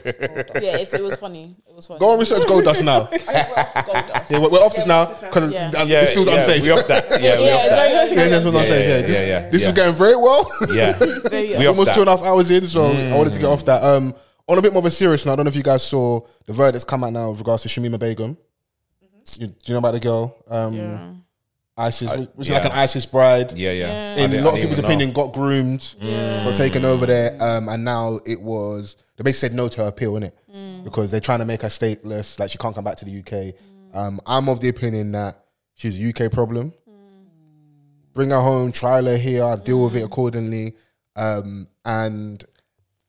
S6: Yeah, it's, it was funny. It was funny.
S4: Go and research gold dust now. yeah, we're, we're off this now because
S6: Yeah.
S4: this feels
S3: yeah,
S4: unsafe.
S3: We off that. Yeah, we
S6: yeah,
S3: off
S6: it's
S3: that.
S6: very,
S4: yeah, this feels
S3: Yeah,
S4: unsafe.
S3: yeah,
S4: Yeah,
S3: yeah,
S4: this,
S3: yeah,
S4: this
S3: yeah.
S4: is going very well.
S3: Yeah. We off
S4: almost
S3: that. Hmm.
S4: two and a half hours in, so I wanted to get off that. Um, on a bit more of a serious note, I don't know if you guys saw the verdicts come out now with regards to Shamima Begum. You, do you know about the girl? Um, ISIS,
S3: I-
S4: which is
S3: yeah.
S4: like an ISIS bride.
S3: Yeah, yeah. I
S4: In a
S3: didn't-
S4: lot
S3: I didn't
S4: of people's
S3: even know.
S4: opinion, got groomed, got taken over there, um, and now it was they basically said no to her appeal, innit? Because they're trying to make her stateless, like she can't come back to the UK. Um, I'm of the opinion that she's a UK problem. Bring her home, trial her here, deal with it accordingly. Um, and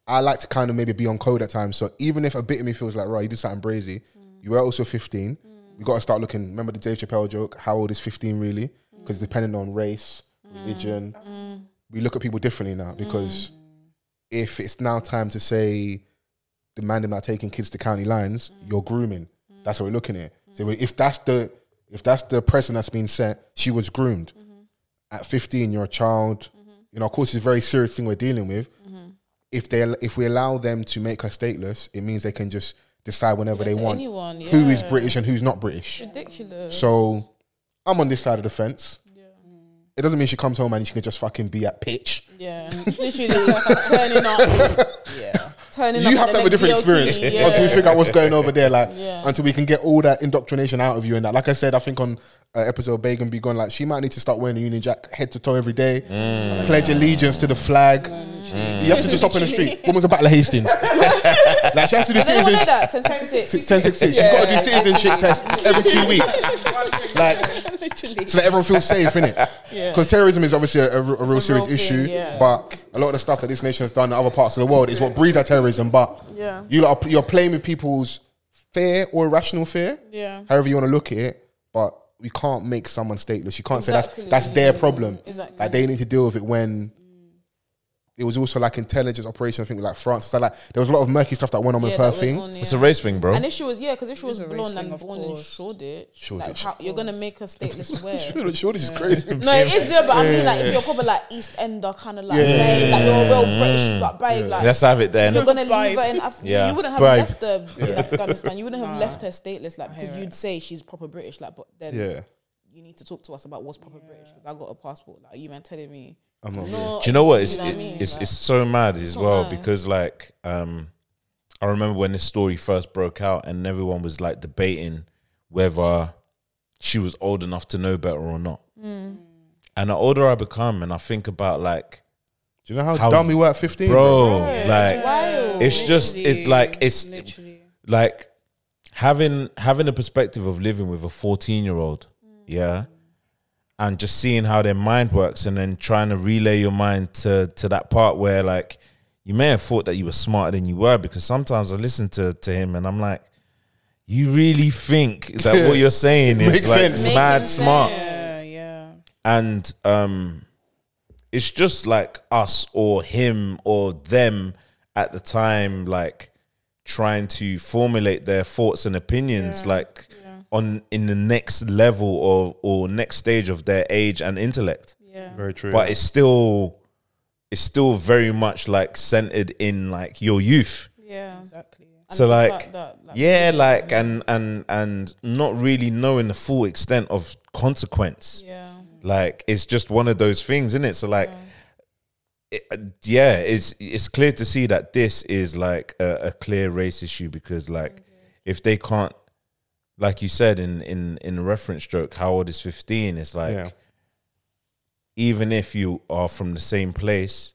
S4: I like to kind of maybe be on code at times. So even if a bit of me feels like, right, you did something brazy, you were also 15. You got to start looking. Remember the Dave Chappelle joke? How old is 15 really? Because depending on race, religion, we look at people differently now. Because if it's now time to say, the man them not taking kids to county lines, you're grooming. That's how we're looking at. it. So if that's the if that's the precedent that's been set, she was groomed. At 15, you're a child. You know, of course, it's a very serious thing we're dealing with if they if we allow them to make her stateless, it means they can just decide whenever they
S6: to
S4: want
S6: anyone,
S4: who is
S6: yeah.
S4: British and who's not British.
S6: ridiculous.
S4: So I'm on this side of the fence. It doesn't mean she comes home and she can just fucking be at pitch.
S6: yeah, literally turning up.
S7: Yeah,
S6: turning up
S4: you
S6: at
S4: have to have
S6: the
S4: a
S6: next
S4: different
S6: DLT,
S4: experience
S6: yeah.
S4: until we figure out what's going over there. Like
S6: Yeah.
S4: until we can get all that indoctrination out of you and that. Like I said, I think on uh, episode Bacon Be Gone, like she might need to start wearing a Union Jack head to toe every day. Pledge allegiance to the flag. You have to just stop in the street. When was the Battle of Hastings? like she has to do
S6: Does anyone know
S4: citizenship.
S6: that? 1066.
S4: 1066. She's got to do citizenship test every two weeks. Like
S6: Literally.
S4: so that everyone feels safe, innit? Because terrorism is obviously a, a, r- a real
S6: a
S4: serious
S6: real
S4: issue,
S6: thing, yeah.
S4: but a lot of the stuff that this nation has done in other parts of the world is what breeds at terrorism. But
S6: Yeah.
S4: you lot are, you're playing with people's fear or irrational fear,
S6: Yeah.
S4: however you want to look at it. But we can't make someone stateless. You can't say
S6: Exactly.
S4: that's that's their problem.
S6: Exactly.
S4: Like they need to deal with it when. It was also like intelligence operation. I think like France. So like there was a lot of murky stuff that went on with
S6: Yeah,
S4: her
S6: that was
S4: thing.
S6: on,
S3: It's
S6: yeah.
S3: a race thing, bro.
S6: And if she was, yeah, because if she was
S12: a race
S6: blonde
S12: thing,
S6: and
S12: of
S6: born in
S12: course.
S6: Shoreditch, like
S4: Shoreditch.
S6: how, you're gonna make her stateless where?
S4: Surely she's crazy.
S6: No, it is there, but I mean, like, if you're probably like East Ender, kind of like,
S4: Yeah, yeah,
S6: babe, like you're a real British, but babe, like,
S3: Let's have it then.
S6: you're gonna leave her in Africa.
S3: Yeah.
S6: You wouldn't have
S3: Bribe.
S6: left her in Afghanistan. You wouldn't have left her stateless, like, because you'd say she's proper British, like, but then
S4: Yeah,
S6: you need to talk to us about what's proper British because I got a passport. Like, are you man telling me?
S4: I'm not.
S6: No,
S3: Do you know what? It's
S6: know what I
S3: it-
S6: mean?
S3: it's
S6: Like-
S3: it's so mad as
S6: not
S3: well
S6: mad.
S3: because like um, I remember when this story first broke out and everyone was like debating whether she was old enough to know better or not.
S6: Mm.
S3: And the older I become, and I think about like,
S4: Do you know how,
S3: How-
S4: dumb we were at 15?
S3: bro, like
S6: Wild.
S3: it's just it's like it's
S7: Literally.
S3: like having having a perspective of living with a 14 year old yeah and just seeing how their mind works and then trying to relay your mind to to that part where like you may have thought that you were smarter than you were because sometimes i listen to to him and i'm like you really think that what you're saying is
S4: Makes
S3: like
S4: sense.
S6: Making
S3: mad smart
S7: Yeah, yeah.
S3: and um it's just like us or him or them at the time like trying to formulate their thoughts and opinions like on in the next level or or next stage of their age and intellect
S6: Yeah.
S4: Very true.
S3: but it's still it's still very much like centered in like your youth
S6: Yeah.
S7: Exactly.
S6: And
S3: so
S6: the
S3: like,
S6: fact that, like,
S3: yeah like and and and not really knowing the full extent of consequence
S6: Yeah.
S3: like it's just one of those things isn't it so like it- uh, yeah it's it's clear to see that this is like a, a clear race issue because like if they can't like you said in in in the reference stroke how old is 15 it's like
S4: Yeah.
S3: even if you are from the same place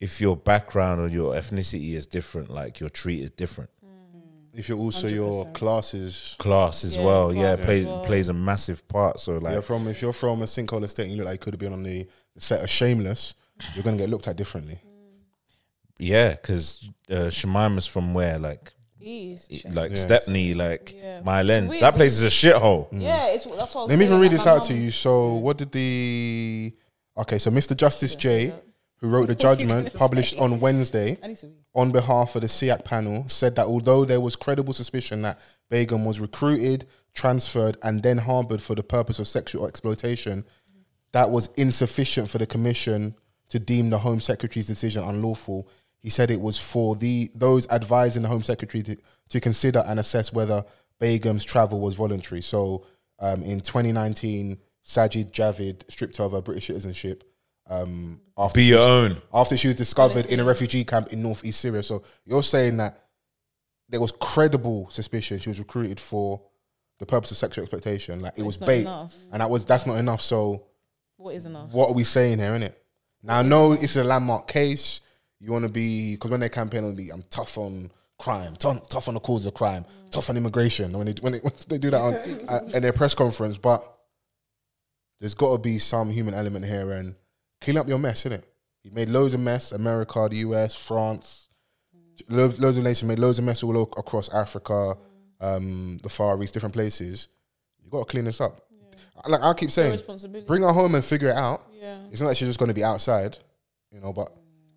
S3: if your background or your ethnicity is different like you're treated different
S4: if you're also your classes.
S3: class as
S6: Yeah,
S3: well yeah
S6: class as
S3: plays
S6: well.
S3: plays a massive part so like
S4: you're from if you're from a sinkhole estate and you look like you could have been on the set of Shameless, you're gonna get looked at differently.
S3: yeah because uh, Shemima's from where like e,
S6: East.
S3: like
S4: Yes.
S3: Stepney, like
S6: Yeah.
S3: Mile
S6: It's
S3: End.
S6: weird
S3: That place is a shithole.
S6: Yeah, it's that's what I was
S4: Let me even
S6: saying,
S4: read
S6: like,
S4: this
S6: my
S4: out to
S6: mum-
S4: you. So, what did the okay? So, Mr. Justice J, who wrote the judgment published on Wednesday on behalf of the SEAC panel, said that although there was credible suspicion that Begum was recruited, transferred, and then harbored for the purpose of sexual exploitation, that was insufficient for the commission to deem the Home Secretary's decision unlawful. He said it was for the those advising the Home Secretary to, to consider and assess whether Begum's travel was voluntary. So um, in 2019, Sajid Javid stripped her of her British citizenship um, after
S3: Be your own.
S4: after she was discovered in a refugee camp in northeast Syria. So you're saying that there was credible suspicion she was recruited for the purpose of sexual exploitation, like it was
S6: not
S4: bait,
S6: enough.
S4: and that was that's not enough. So
S6: What is enough?
S4: what are we saying here, innit? Now I know it's a landmark case. You want to be because when they campaign on be, I'm tough on crime, tough, tough on the cause of crime, tough on immigration. When they when they, when they do that on at, in their press conference, but there's got to be some human element here and clean up your mess, innit? You made loads of mess. America, the US, France, lo- loads of nations made loads of mess all o- across Africa, um, the Far East, different places. You got to clean this up. Like I keep saying,
S6: responsibility.
S4: bring her home and figure it out.
S6: Yeah. Mm.
S4: It's not like she's just going to be outside, you know. But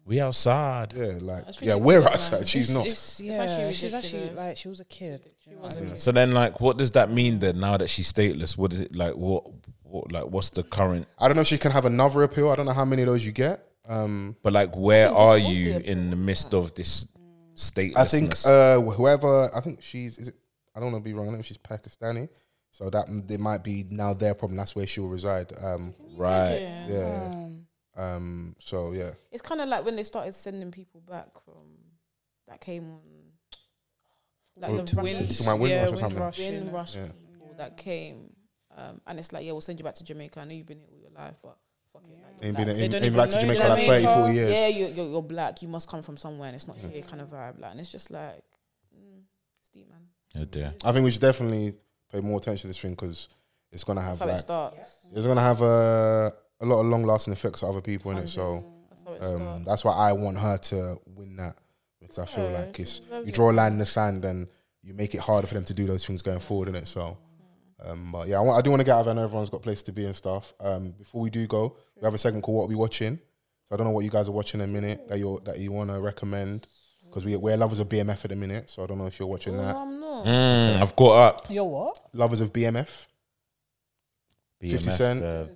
S3: We outside.
S4: yeah, like
S6: That's
S4: yeah,
S6: really
S4: we're
S6: good,
S4: outside.
S6: man.
S4: She's not.
S7: It's, yeah,
S6: actually
S7: she's actually
S6: ridiculous.
S7: like she was a kid. She was
S3: So then, like, what does that mean then? Now that she's stateless, what is it like? What, what, like, what's the current?
S4: I don't know if she can have another appeal. I don't know how many of those you get. Um,
S3: But like, where are
S6: supposed
S3: you
S6: to be
S3: in the midst of this statelessness?
S4: I think uh, whoever I think she's is it. I don't want to be wrong. I don't know if she's Pakistani, so that it might be now their problem. That's where she'll reside. Um,
S3: right.
S6: Yeah.
S4: yeah. Um, so yeah,
S6: It's kind of like when they started sending people back from that came on like the
S4: Wind-
S6: wind,
S4: Wind Rush or
S6: yeah,
S4: something?
S6: Rush, Wind
S7: Yeah.
S6: Rush people that came, um, and it's like yeah, we'll send you back to Jamaica. I know you've been here all your life, but fuck it, like,
S4: Ain't
S6: like,
S4: been-
S6: they
S4: ain't-
S6: don't
S4: ain't
S6: even
S4: back to
S6: know
S4: Jamaica
S6: you.
S4: like 30, 40 years.
S6: Yeah, you're, you're you're black. You must come from somewhere, and it's not here kind of vibe. Like, and it's just like, mm, it's deep, man.
S3: Oh dear.
S4: I think we should definitely pay more attention to this thing because it's gonna have
S6: That's how it
S4: like,
S6: starts.
S4: it's gonna have a a lot of long lasting effects to other people in it. So
S6: Mm-hmm. That's how it
S4: um,
S6: starts.
S4: that's why I want her to win that because I feel
S6: Yeah,
S4: like it's
S6: it's lovely.
S4: you draw a line in the sand and you make it harder for them to do those things going forward in it. So. Um, but yeah, I, want, I do want to get out of here. I know everyone's got places to be and stuff. Um, before we do go, we have a segment called "What Are We Watching." So I don't know what you guys are watching in a minute that you that you want to recommend because we we're lovers of BMF at the minute. So I don't know if you're watching
S6: No,
S4: that.
S6: I'm not.
S3: Mm, I've caught up.
S6: You're what?
S4: Lovers of BMF, 50 Cent.
S3: the-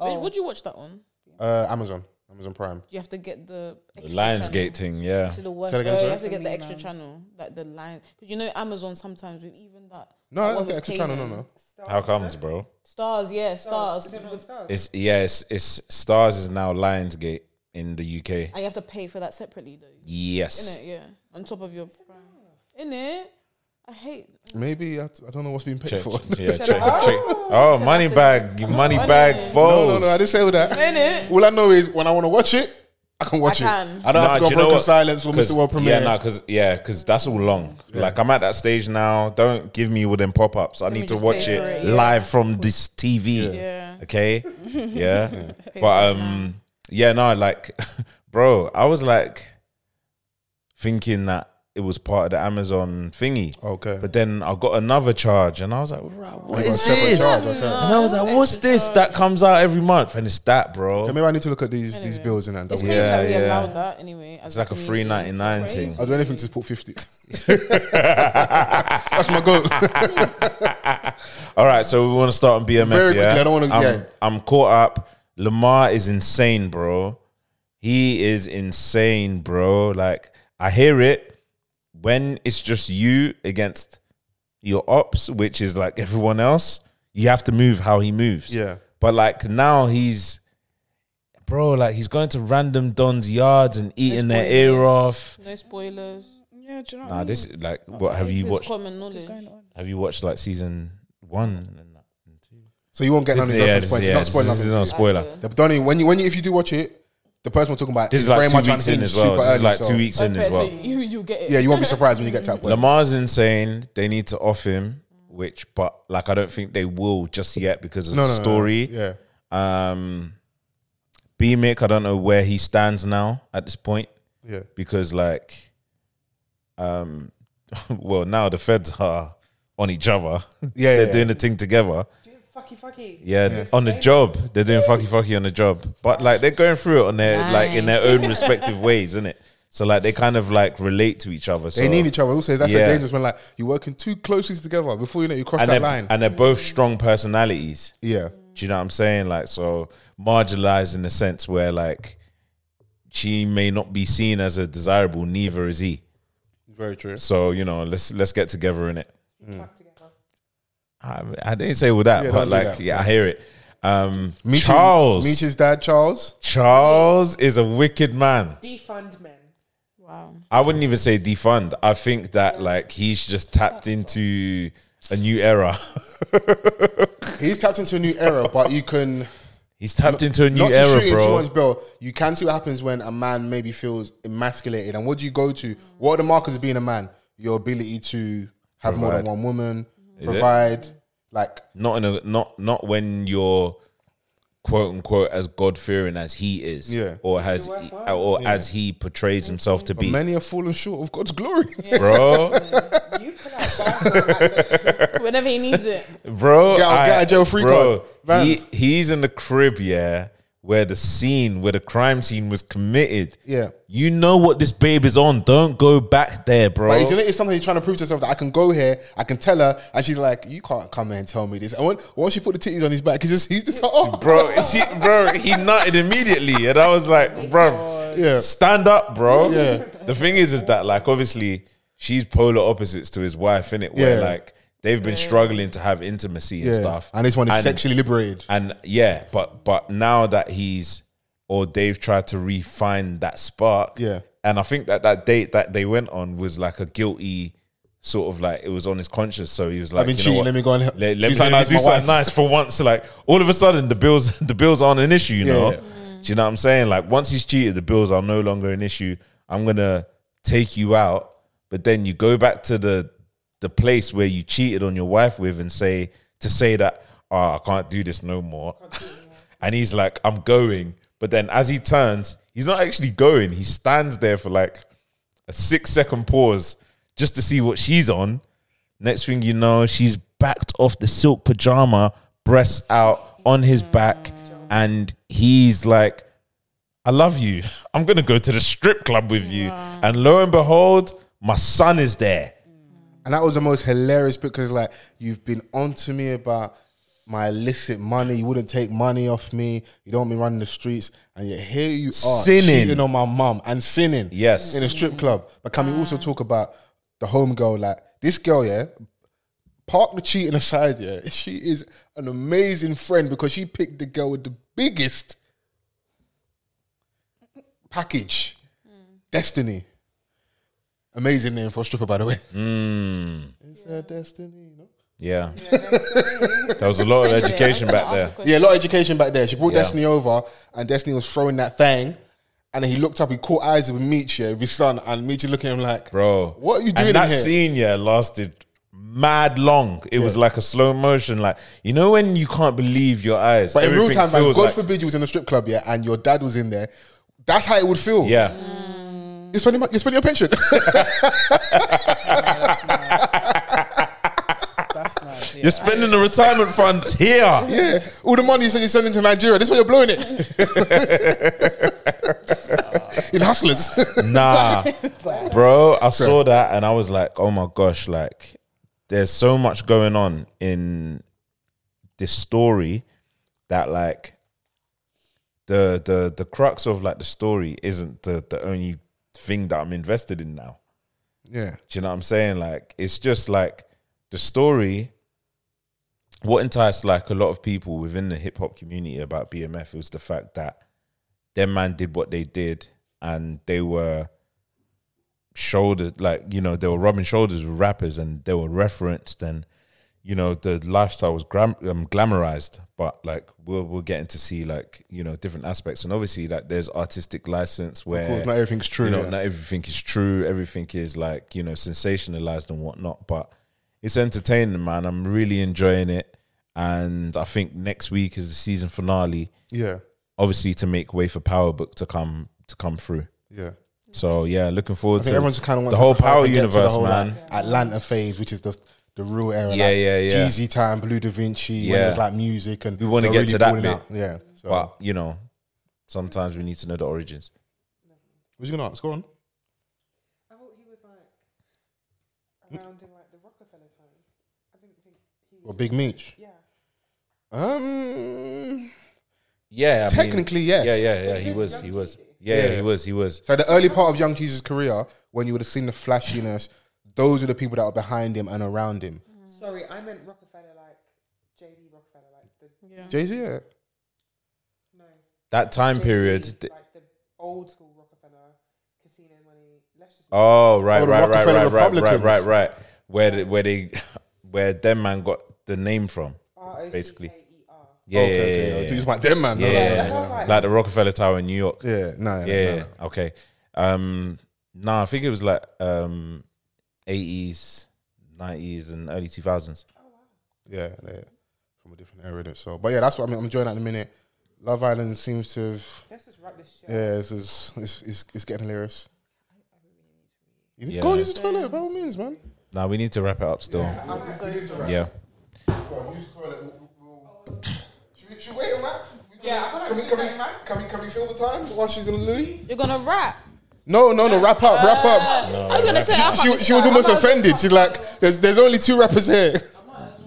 S6: Wait, would you watch that on?
S4: uh, Amazon, Amazon Prime.
S6: You have to get the
S3: the
S6: extra channel.
S3: Lionsgate thing. Yeah.
S6: to the worst.
S4: Say that again,
S6: oh,
S4: sorry?
S6: you have to get
S7: For
S6: the
S7: me,
S6: extra
S7: man.
S6: channel, like the line, because you know Amazon sometimes with even that.
S4: No, I
S6: that
S4: don't
S6: one
S4: get
S6: with
S4: extra channel. No,
S6: Kanan.
S4: no.
S3: How comes, bro?
S6: Stars, yeah, stars.
S5: Is it not
S6: With-
S5: stars?
S3: It's yeah. It's, it's stars is now Lionsgate in the UK.
S6: and you have to pay for that separately though.
S3: Yes.
S6: In it, yeah, on top of your. In it, I hate.
S4: Maybe I, I don't know what's being paid
S3: Check,
S4: for.
S3: yeah, check, check. Oh, money bag, you money bag
S4: No,
S3: falls.
S4: no, no. I didn't say all that.
S6: In it,
S4: All I know is when I want to watch it, I can watch
S6: I can.
S4: it. I don't have
S3: Nah,
S4: to go
S3: do you know
S4: broken
S3: what?
S4: silence or
S3: 'Cause-
S4: Mr. World Premiere.
S3: Yeah, no, because yeah, 'cause that's all long. Like I'm at that stage now. Don't give me all them pop ups. I need to
S6: just
S3: watch
S6: pay
S3: it,
S6: for it, yeah.
S3: live from this TV.
S6: Yeah.
S3: Okay. Yeah. but um, yeah, no, like, bro, I was like thinking that it was part of the Amazon thingy.
S4: Okay.
S3: But then I got another charge, and I was like, right, what is this?
S4: Okay.
S3: And I was like, what's this that comes out every month? And it's that, bro.
S4: Okay, maybe I need to look at these these bills and that.
S6: it's
S4: double
S6: crazy
S4: check.
S6: that we
S3: yeah.
S6: allowed that anyway.
S3: It's like a three ninety nine thing.
S4: I'll do anything to put fifty. That's my goal.
S3: All right, so we want to start on BMF.
S4: Very
S3: yeah?
S4: quickly, I don't wanna-
S3: I'm,
S4: yeah.
S3: I'm caught up. Lamar is insane, bro. He is insane, bro. Like I hear it when it's just you against your ops, which is like everyone else. You have to move how he moves.
S4: Yeah.
S3: But like now he's, bro. Like he's going to random Don's yards and eating their
S6: spoilers.
S3: ear off.
S6: No spoilers.
S7: Yeah, do you know what I
S3: Nah,
S7: mean?
S3: this is like what have you
S6: It's
S3: watched?
S6: common knowledge.
S3: Have you watched like season one and that? and two?
S4: So you won't get none of these
S3: this-
S4: reference points. It's not spoiling
S3: This
S4: nothing.
S3: is not a spoiler.
S4: Yeah, but Donnie, when you when you if you do watch it, the person we're talking about
S3: This
S4: is
S3: is
S4: very
S3: like
S4: much
S3: two weeks in
S4: unhinged,
S3: as well.
S4: super
S3: This is
S4: early,
S3: like
S4: so-
S3: two weeks in
S6: Fair,
S3: as
S6: so
S3: well.
S6: you you get it.
S4: Yeah, you won't be surprised when you get to that point.
S3: Lamar's insane. They need to off him, which but like I don't think they will just yet because of
S4: No,
S3: the
S4: no, no,
S3: story.
S4: Yeah.
S3: Um B Mick, I don't know where he stands now at this point
S4: Yeah.
S3: because like um well now the feds are on each other.
S4: Yeah,
S3: They're
S4: yeah,
S3: doing the thing together.
S5: Fucky, fucky.
S3: Yeah, on the job. They're doing fucky fucky on the job. But like they're going through it on their like in their own respective ways, isn't it? So like they kind of like relate to each other. So
S4: They need each other. Also, that's
S3: Yeah.
S4: a dangerous when like you're working too closely together. Before you know, it, you cross
S3: and
S4: that
S3: they're,
S4: line.
S3: and they're both strong personalities.
S4: yeah,
S3: Do you know what I'm saying? Like so marginalized in the sense where like she may not be seen as a desirable, neither is he.
S4: very true.
S3: So, you know, let's let's get together in it. I, I didn't say all that,
S4: Yeah,
S3: but
S4: don't do
S3: like
S4: that.
S3: yeah, I hear it. Um
S4: Meech
S3: Charles.
S4: Meech's dad, Charles.
S3: Charles is a wicked man.
S5: Defund men.
S6: Wow.
S3: I wouldn't even say defund. I think that like he's just tapped into a new era.
S4: He's tapped into a new era, but you can
S3: he's tapped into a new
S4: not to
S3: era,
S4: shoot him too
S3: bro.
S4: much, bro. You can see what happens when a man maybe feels emasculated. And what do you go to? What are the markers of being a man? Your ability to have more than
S3: Provide.
S4: one woman,
S3: it?
S4: provide, like
S3: Not in a not not when you're quote unquote as God fearing as he is,
S4: Yeah.
S3: or has or as he portrays himself to be,
S4: many are falling short of God's glory.
S3: bro,
S5: You pull out bars at the
S6: Whenever he needs it.
S3: bro.
S4: Get out-
S3: I-
S4: get out of jail free
S3: bro.
S4: card. Man.
S3: He, he's in the crib, yeah, where the scene where the crime scene was committed.
S4: Yeah.
S3: you know what this babe is on. Don't go back there, bro.
S4: But do you know, it's something he's trying to prove to herself that I can go here, I can tell her, and she's like, "You can't come here and tell me this." And when, once she put the titties on his back, he's just he's just like, "Oh,
S3: bro, he, bro, he nutted immediately, and I was
S6: Oh
S3: like, bro,
S4: Yeah.
S3: stand up, bro.
S4: Yeah.
S3: The thing is, is that like obviously she's polar opposites to his wife, innit? Where
S4: Yeah.
S3: like they've been struggling to have intimacy and
S4: yeah."
S3: stuff,
S4: And this one is sexually liberated.
S3: and yeah, but but now that he's or they've tried to refine that spark.
S4: Yeah.
S3: And I think that that date that they went on was like a guilty sort of like it was on his conscience. So he was like,
S4: I've been
S3: you know
S4: cheating.
S3: what?
S4: Let me go and
S3: let, let
S4: do
S3: me
S4: something
S3: go
S4: nice
S3: do
S4: for my
S3: something
S4: wife.
S3: nice for once. Like all of a sudden, the bills the bills aren't an issue. You
S4: Yeah,
S3: know,
S4: yeah.
S3: do you know what I'm saying? Like once he's cheated, the bills are no longer an issue. I'm gonna take you out, but then you go back to the the place where you cheated on your wife with and say to say that oh, I can't do this no more. and he's like, I'm going. But then as he turns, he's not actually going. He stands there for like a six second pause just to see what she's on. Next thing you know, she's backed off the silk pajama, breasts out on his back, and he's like, I love you. I'm gonna go to the strip club with you. And lo and behold, my son is there.
S4: And that was the most hilarious bit because like you've been onto me about my illicit money. You wouldn't take money off me. You don't want me running the streets, and yet here you are
S3: Sinning.
S4: cheating on my mum and sinning.
S3: Yes.
S4: in a strip club. But can we also talk about the home girl? Like this girl, yeah. Park the cheating aside, yeah. She is an amazing friend because she picked the girl with the biggest package. Destiny. Amazing name for a stripper, by the way. It's a destiny, no?
S3: Yeah. there was a lot of education back there.
S4: Yeah, a lot of education back there. She brought
S3: Yeah.
S4: Destiny over, and Destiny was throwing that thing. And then he looked up, he caught eyes with Meech, yeah, with his son, and Meech is looking at him like,
S3: Bro.
S4: What are you doing
S3: And
S4: in
S3: that
S4: here?
S3: scene, yeah, lasted mad long. It was like a slow motion. Like, you know when you can't believe your eyes.
S4: But in real
S3: Everything
S4: time, man,
S3: feels
S4: God
S3: like-
S4: forbid you was in a strip club, yeah, and your dad was in there. That's how it would feel.
S3: Yeah.
S4: You're spending, mon- you're spending your pension.
S7: That's nice. Yeah.
S3: You're spending the retirement fund here.
S4: yeah. All the money you said you're sending to Nigeria, this way you're blowing it. in hustlers.
S3: Nah, bro, I saw that and I was like, oh my gosh, like there's so much going on in this story that like the the the crux of like the story isn't the the only thing that I'm invested in now.
S4: yeah.
S3: Do you know what I'm saying? Like, it's just like the story. What enticed like a lot of people within the hip hop community about BMF was the fact that their man did what they did, and they were shouldered like you know they were rubbing shoulders with rappers, and they were referenced, and you know the lifestyle was gram- um, glamorized. But like we're we're getting to see like you know different aspects, and obviously like there's artistic license where
S4: course, not everything's true,
S3: You know,
S4: yeah.
S3: not everything is true. Everything is like you know sensationalized and whatnot. But it's entertaining, man. I'm really enjoying it, and I think next week is the season finale.
S4: Yeah.
S3: Obviously, to make way for Power Book to come to come through.
S4: Yeah.
S3: So yeah, looking forward
S4: I
S3: to
S4: think everyone's kind of wants
S3: the whole
S4: to hype
S3: Power
S4: and get to the
S3: universe,
S4: whole,
S3: man.
S4: like, Atlanta phase, which is the the real era.
S3: Yeah,
S4: like,
S3: yeah, yeah.
S4: Jeezy time, Blue Da Vinci, when
S3: Yeah.
S4: it was like music, and
S3: We wanna
S4: they were
S3: get to that
S4: balling
S3: bit.
S4: out. Yeah. So,
S3: But you know, sometimes we need to know the origins.
S4: what you gonna ask? Go on.
S5: I thought he was like around in like the Rockefeller times. I didn't think he was.
S4: Well, Big Meech.
S5: Yeah.
S4: Um.
S3: Yeah, I mean-
S4: Technically, yes.
S3: Yeah, yeah, yeah. He was, he was. Yeah,
S4: Yeah.
S3: he was, he was.
S4: So the early part of Young Jeezy's career, when you would have seen the flashiness, those were the people that were behind him and around him.
S5: Sorry, I meant Rockefeller like J.D. Rockefeller, like the
S4: Jay Z, yeah.
S5: no
S3: That time
S5: JD,
S3: period. th-
S5: like the old school Rockefeller casino money. Let's just
S3: Oh, right,
S4: Oh, the
S3: right, right,
S4: Rockefeller
S3: right, right, right,
S4: Republicans.
S3: right, right. Where the, where they where them man got the name from?
S5: R-O-C-K-E-R.
S3: basically.
S4: Oh,
S3: Yeah, yeah, yeah, yeah,
S4: okay.
S3: yeah.
S4: He's my them man.
S3: Yeah, yeah,
S5: Sounds like-
S3: like the Rockefeller Tower in New York.
S4: Yeah, no, no,
S3: yeah,
S4: no, no.
S3: okay um no i think it was like um 80s 90s and early 2000s
S4: yeah, yeah. From a different area. innit? So, but yeah, that's what I mean. I'm enjoying that in a minute. Love Island seems to have.
S5: Let's just wrap this shit. up.
S4: Yeah, it's it's it's, it's, it's getting hilarious. You need
S3: Yeah.
S4: to go and use the toilet by all means, man.
S3: now we need to wrap it up still yeah,
S5: I'm so sorry.
S4: Should we, should we wait on that?
S5: Yeah, I feel like
S4: Can we,
S5: she's
S4: can, we,
S5: saying that.
S4: can, we, can we fill the time while she's in the loo?
S6: You're gonna rap.
S4: No, no, no. Wrap up, wrap up.
S6: I was gonna say. I
S4: She,
S6: might-
S4: she was
S6: I
S4: almost
S6: might-
S4: offended. She's like, "There's there's only two rappers here."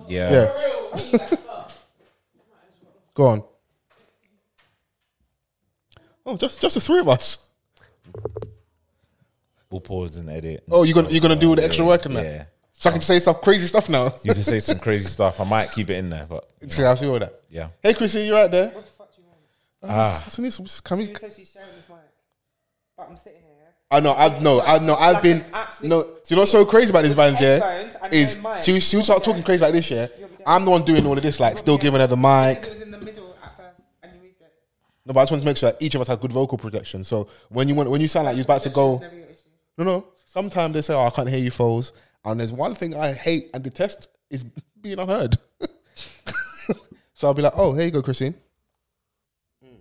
S3: yeah
S4: Yeah. Go on. Oh, just just the three of us.
S3: we'll pause and edit
S4: Oh, you're gonna you're gonna do all the extra work in that.
S3: yeah
S4: So I can say some crazy stuff now.
S3: you can say some crazy stuff i might keep it in there but
S4: See, I feel that.
S3: yeah
S4: Hey, Chrissy, you right there? Ah. That's, that's, that's, can we?
S5: She says she's sharing this mic, but I'm sitting here.
S4: I know. I've no. I know. I've
S5: Like
S4: been.
S5: an absolute
S4: No. Do you know what's so crazy about this Vans? Yeah,
S5: Headphones and
S4: is
S5: no mic.
S4: she she would start talking crazy like this. Yeah, I'm the one doing all of this. Like, still giving her the mic.
S5: Because it was in the middle at first, and you moved it.
S4: No, but I just wanted to make sure that each of us had good vocal projection. So when you want, when you sound like you're about to go, no, no. Sometimes they say, "Oh, I can't hear you, foes." And there's one thing I hate and detest is being unheard. so I'll be like, "Oh, here you go, Christine." Mm.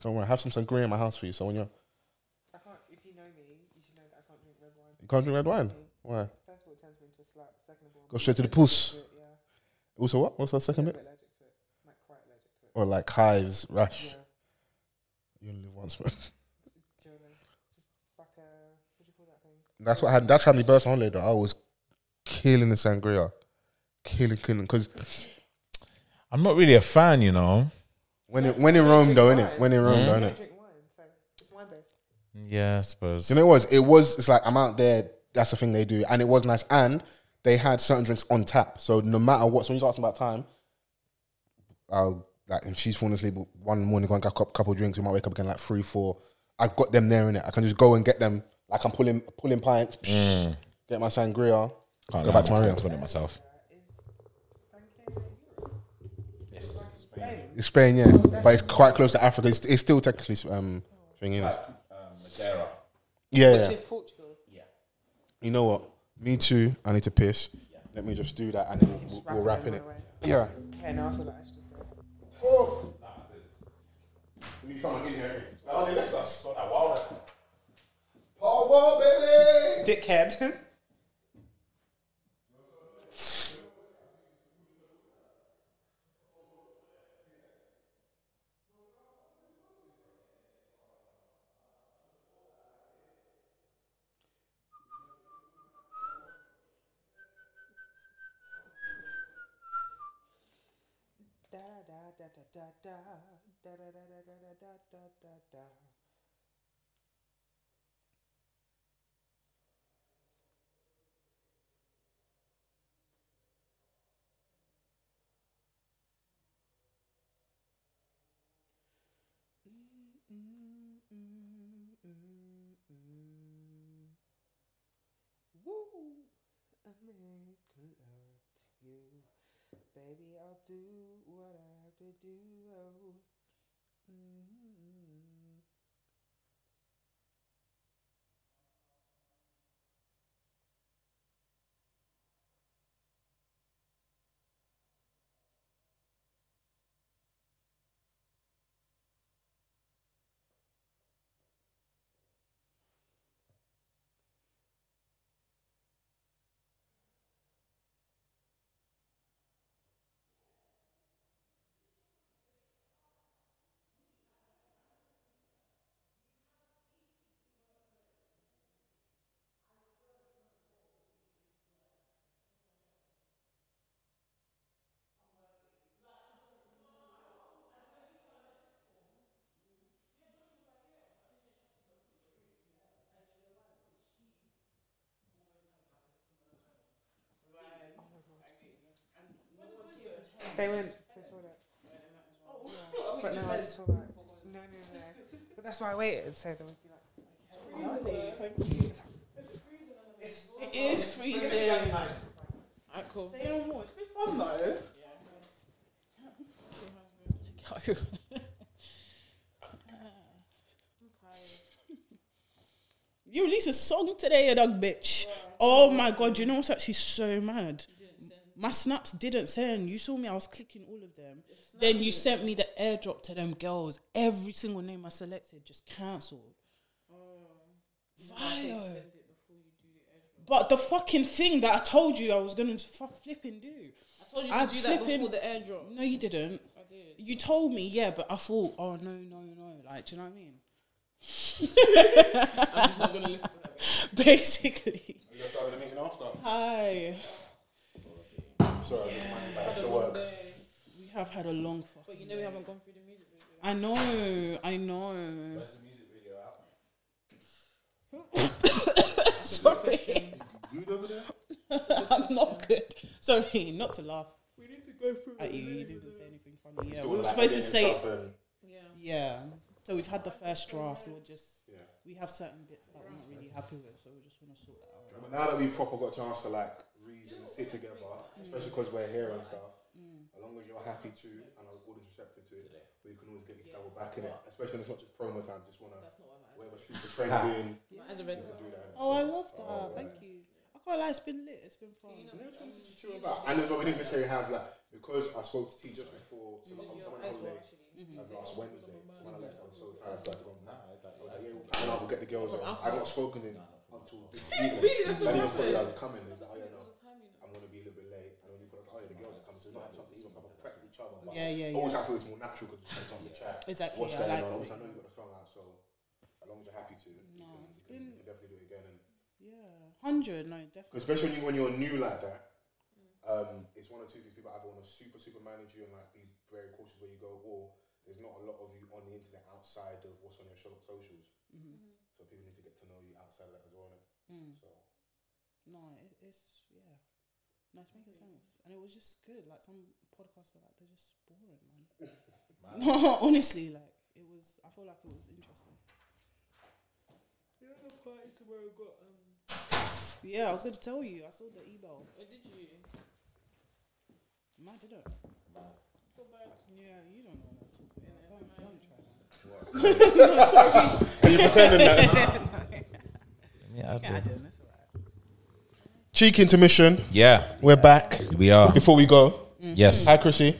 S4: Don't worry, I have some sangria in my house for you. So when you're,
S5: I can't. If you know me, you should know that I can't drink red wine. Mm-hmm.
S4: you can't drink red wine. Why?
S5: First of all, it turns me into a slut. Second of all,
S4: Go straight to the puss.
S5: yeah,
S4: Also, what? What's that second
S5: I'm
S4: bit?
S5: allergic to it. I'm like quite allergic to it.
S4: Or like hives, rash.
S5: Yeah.
S4: You only live once, man.
S5: Do you know what I mean? Just like a what do you call that thing?
S4: That's what happened. That's how many births on holiday. Though. I was killing the sangria, killing, killing. Because
S3: I'm not really a fan, you know.
S4: when it, when in Rome, though, innit? When in Rome, though,
S5: I
S4: innit?
S5: don't drink wine, so it's wine based.
S3: Yeah, I suppose.
S4: You know, it was. It was. It's like I'm out there. That's the thing they do, and it was nice. And they had certain drinks on tap, so no matter what. So when you asking about time, I'll like if she's falling asleep one morning, go and get a cou- couple of drinks. We might wake up again like three, four. I got them there in it. I can just go and get them. Like I'm pulling pulling pints, get my sangria.
S3: Can't
S4: go
S3: lie,
S4: back to
S3: I'm just
S4: my room.
S3: gonna put it myself.
S4: It's Spain, yeah, but it's quite close to Africa. It's, it's still technically um thing in it. Yeah, um, yeah.
S5: It's Portugal.
S4: you know what? Me too. I need to piss. Let me just do that, and then we'll, we'll wrap in it. Yeah.
S5: Yeah, no, I feel like I should just go.
S4: Oh. We need someone in here. Oh, they left us. Paul Wall, baby.
S5: Dickhead. Da da da da da da da da da da da da da da da da. Woo! I make love to you. Baby, I'll do what I have to do. Oh. Mm. They went to the toilet. Yeah. But no, I just feel like, no, no, no. But that's why I waited, so they would be like, lovely, thank you. It's like,
S6: It is freezing. Alright, cool.
S7: Say no more. It's been fun though.
S6: Check it out.
S7: You released a song today, you dog bitch. Oh my god, you know what's actually so mad? My snaps didn't send. You saw me, I was clicking all of them. Then you sent me the airdrop to them girls. Every single name I selected just cancelled. Oh. Fire. But the fucking thing that I told you I was going to f- flipping do.
S6: I told you
S7: I'm
S6: to do that
S7: flipping-
S6: before the airdrop.
S7: No, you didn't.
S6: I did.
S7: You told me, yeah, but I thought, oh no, no, no. Like, do you know what I mean?
S6: I'm just not gonna listen to that.
S7: Basically.
S4: after.
S7: Hi.
S4: Sorry,
S7: We have had a long fuck.
S6: But you know we haven't gone through the music video.
S7: I know, I know.
S6: Sorry,
S7: I'm not good. Sorry, not to laugh. We need to go through at you. You didn't say anything funny. Yeah, we
S9: All
S7: were
S9: that
S7: supposed to
S9: editing
S7: say
S9: stuff and-
S7: Yeah. So we've had the first draft. We're just we have certain bits that we're not really happy with, so we just want to sort that out.
S8: But now that we proper got a chance to like reason and sit together, especially because we're here and stuff, as long as you're happy to and are good and receptive to it, we can always get this double back in it. Especially when it's not just promo time, just wanna whatever shoots the trending.
S6: As a red
S8: do that.
S7: Oh, I love that. Thank you. I can't lie. It's been lit. It's been fun.
S8: And as well, we didn't necessarily have like because I spoke to T just before so like, on someone holiday like, last Wednesday. So when I left, I was so tired. So I had to go now. I was like, yeah, we'll pack it up, we'll get the girls. on. I've not spoken to him until this evening. I didn't even spoke to him. I was coming. He's like, oh yeah, no, I'm gonna be a little bit late. And when you put up, oh yeah, the girls are coming. So it's not a chance to even proper prep with each other. But
S7: Yeah, yeah,
S8: Always
S7: yeah.
S8: I feel it's more natural because it's a chance to chat.
S7: Exactly,
S8: What's
S7: I
S8: going
S7: like
S8: on?
S7: to.
S8: Obviously, I know you got the song out, so as long as you're happy to, you can,
S7: it's
S8: you can, you can definitely do it again. And
S7: Yeah, hundred. No, definitely.
S8: especially when, you, when you're new like that, um, it's one or two things people either want to super super manage you and like be very cautious where you go, or there's not a lot of you on the internet outside of what's on your sho- socials. So people need to get to know you outside of that as well. innit? So
S7: No, it, it's yeah. No, it's making sense, and it was just good. Like some podcasts are like they're just boring, man. No, honestly, like it was. I feel like it was interesting. You know the party to where we got. Um... Yeah, I was going to tell you. I saw the email.
S6: What did you?
S7: Mad, didn't.
S6: Feel bad.
S7: Yeah, you don't know what I'm talking about. Don't, don't try that. Yeah, I didn't. That's alright.
S4: Cheek intermission.
S3: Yeah,
S4: We're back.
S3: we are.
S4: Before we go,
S3: Yes.
S4: hi Chrissy.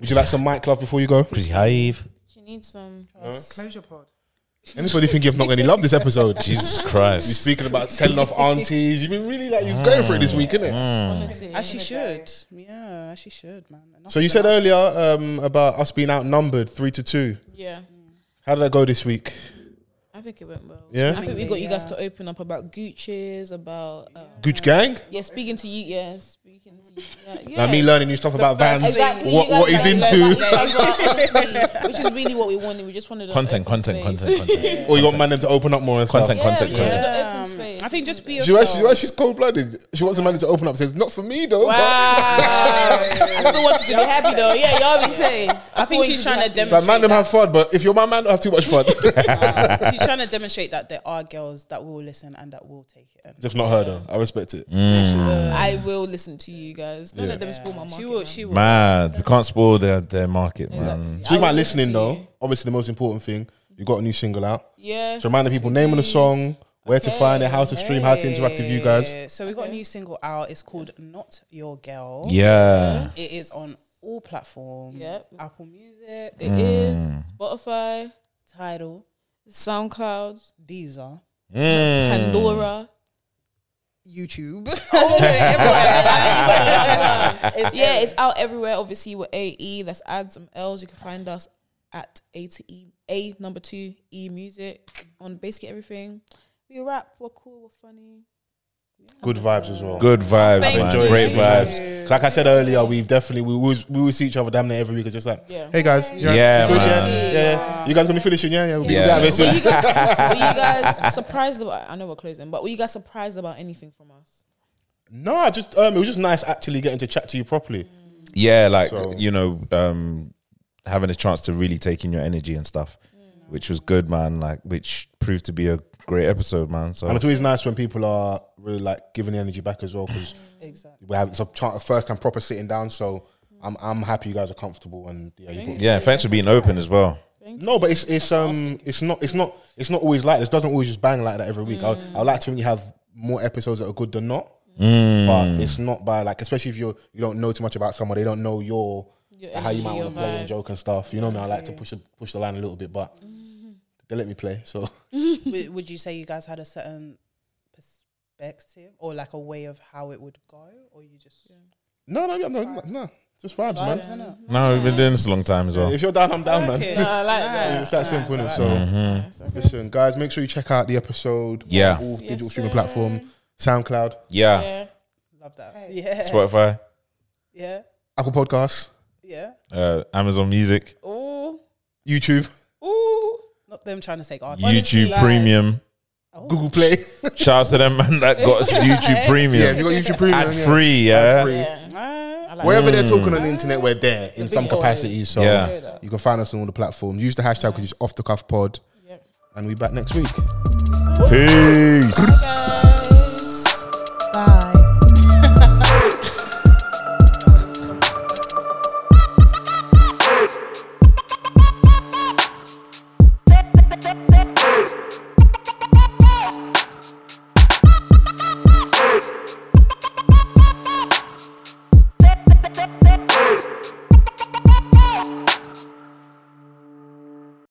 S4: Would you like some mic love before you go?
S3: Behive.
S10: She needs some.
S5: Closure pod.
S4: Anybody think you've not really loved this episode?
S3: Jesus Christ. Ah.
S4: Speaking about telling off aunties, you've been really like you've going for it this week, innit?
S3: Mm.
S10: Honestly.
S7: As she should. Yeah, as she should, man. Enough
S4: So you
S7: of
S4: said
S7: that.
S4: earlier um, about us being outnumbered three to two.
S6: Yeah.
S4: How did that go this week?
S6: I think it went well.
S4: Yeah?
S6: I think we got you guys to open up about Gucci's, about um,
S4: Gooch gang.
S6: yeah, speaking to you, yeah, speaking to you, yeah, yeah.
S4: Like me learning new stuff about vans,
S6: Exactly,
S4: what
S6: you guys
S4: what he's
S6: guys
S4: into.
S6: learned about each other, honestly, which is really what we wanted. We just wanted an
S3: Content,
S6: open
S3: content,
S6: space.
S3: content, content.
S4: Or you want man them to open up more and stuff.
S3: Content,
S6: Yeah, we
S3: content,
S6: just
S3: content.
S6: wanted an open space.
S7: Um, I think just be
S4: Do you know why, she, why
S7: yourself.
S4: she's cold blooded? She wants the man to open up. Says not for me though.
S6: I still want you to be happy though. Yeah, y'all be saying.
S7: I think she's trying to
S4: But, like, man,
S7: demonstrate.
S4: them have fun, but if you're my man, don't have too much fun.
S7: she's trying to demonstrate that there are girls that will listen and that will take it.
S4: Just not her though. I respect it.
S3: Mm.
S6: I will listen to you guys. Don't let them spoil my market.
S7: She will.
S6: man.
S7: She will.
S3: Mad. We can't spoil their, their market, man.
S4: Speaking
S6: I
S4: about
S6: will
S4: listening
S6: listen to
S4: though,
S6: you.
S4: obviously the most important thing. You got a new single out.
S6: Yes.
S4: So remind the people name of the song, where to find it, how to stream, how to interact with you guys.
S7: Yeah, So we got a new single out. It's called "Not Your Girl."
S3: Yeah.
S7: It is on all platforms.
S6: Yep.
S7: Apple Music,
S6: It is Spotify,
S7: Tidal,
S6: SoundCloud,
S7: Deezer,
S6: Pandora.
S7: YouTube.
S6: yeah, it's out everywhere. Obviously, we're AE. That's ads and L's. You can find us at A to E A number two E music on basically everything. We rap. We're cool. We're funny.
S4: Good vibes as well.
S3: Good vibes,
S6: Thank
S3: man.
S6: you.
S3: Great vibes.
S4: vibes. Like I said earlier, we've definitely we will we will see each other damn near every week. It's just like,
S6: Yeah.
S4: hey guys, you
S3: Yeah,
S4: alright? You good?
S3: man.
S4: yeah, yeah, yeah. You guys gonna be finishing? Yeah, yeah. We'll be
S3: Yeah.
S4: yeah.
S6: Were you, guys, were you guys surprised about? I know we're closing, but were you guys surprised about anything from us?
S4: No, I just um, it was just nice actually getting to chat to you properly.
S3: yeah like
S4: So-
S3: you know um having a chance to really take in your energy and stuff
S6: Mm.
S3: which was good man like which proved to be a great episode man so
S4: And it's always nice when people are really like giving the energy back as well because
S7: Exactly.
S4: we have it's a chance, first time proper sitting down. So I'm I'm happy you guys are comfortable and yeah. You put-
S3: yeah thanks for being open as well
S4: no, but it's it's um it's not it's not it's not always like this. Doesn't always just bang like that every week. I I like to when you have more episodes that are good than not. But it's not by like especially if you're you don't know too much about someone, they don't know your, like, how you
S6: energy,
S4: might
S6: your
S4: want to play and
S6: vibe.
S4: joke and stuff. You know me, I like to push the, push the line a little bit, but they let me play. So
S7: would, would you say you guys had a certain perspective or like a way of how it would go, or you just
S4: no, no, no, no, no. just vibes, man.
S3: no we've been doing this a long time as well
S4: If you're down, I'm down, man.
S7: Okay.
S6: I like that.
S4: It's that simple, innit? So,
S3: Mm-hmm.
S4: listen, guys, make sure you check out the episode. on
S3: Yeah.
S4: all
S3: Yes,
S4: digital streaming platform, SoundCloud,
S3: yeah,
S6: Yeah.
S7: love that? Yeah,
S3: spotify
S7: yeah,
S4: Apple Podcasts,
S7: yeah.
S3: uh amazon music
S6: Ooh.
S4: YouTube,
S6: Ooh.
S7: Not them trying to say "Oh, God.
S3: youtube premium
S4: Google Play.
S3: shout out to them man that got us youtube
S4: yeah,
S3: premium
S4: if you got YouTube Premium,
S3: ad
S4: yeah.
S3: free yeah
S4: Free.
S6: Yeah.
S7: Ah, like
S4: Wherever they're talking on the internet, we're there in
S7: The
S4: some
S7: big boys.
S4: capacity. So
S3: Yeah.
S4: you can find us on all the platforms. Use the hashtag because it's off the cuff pod. And we back next week.
S3: Peace.
S13: Bye.
S14: Hey.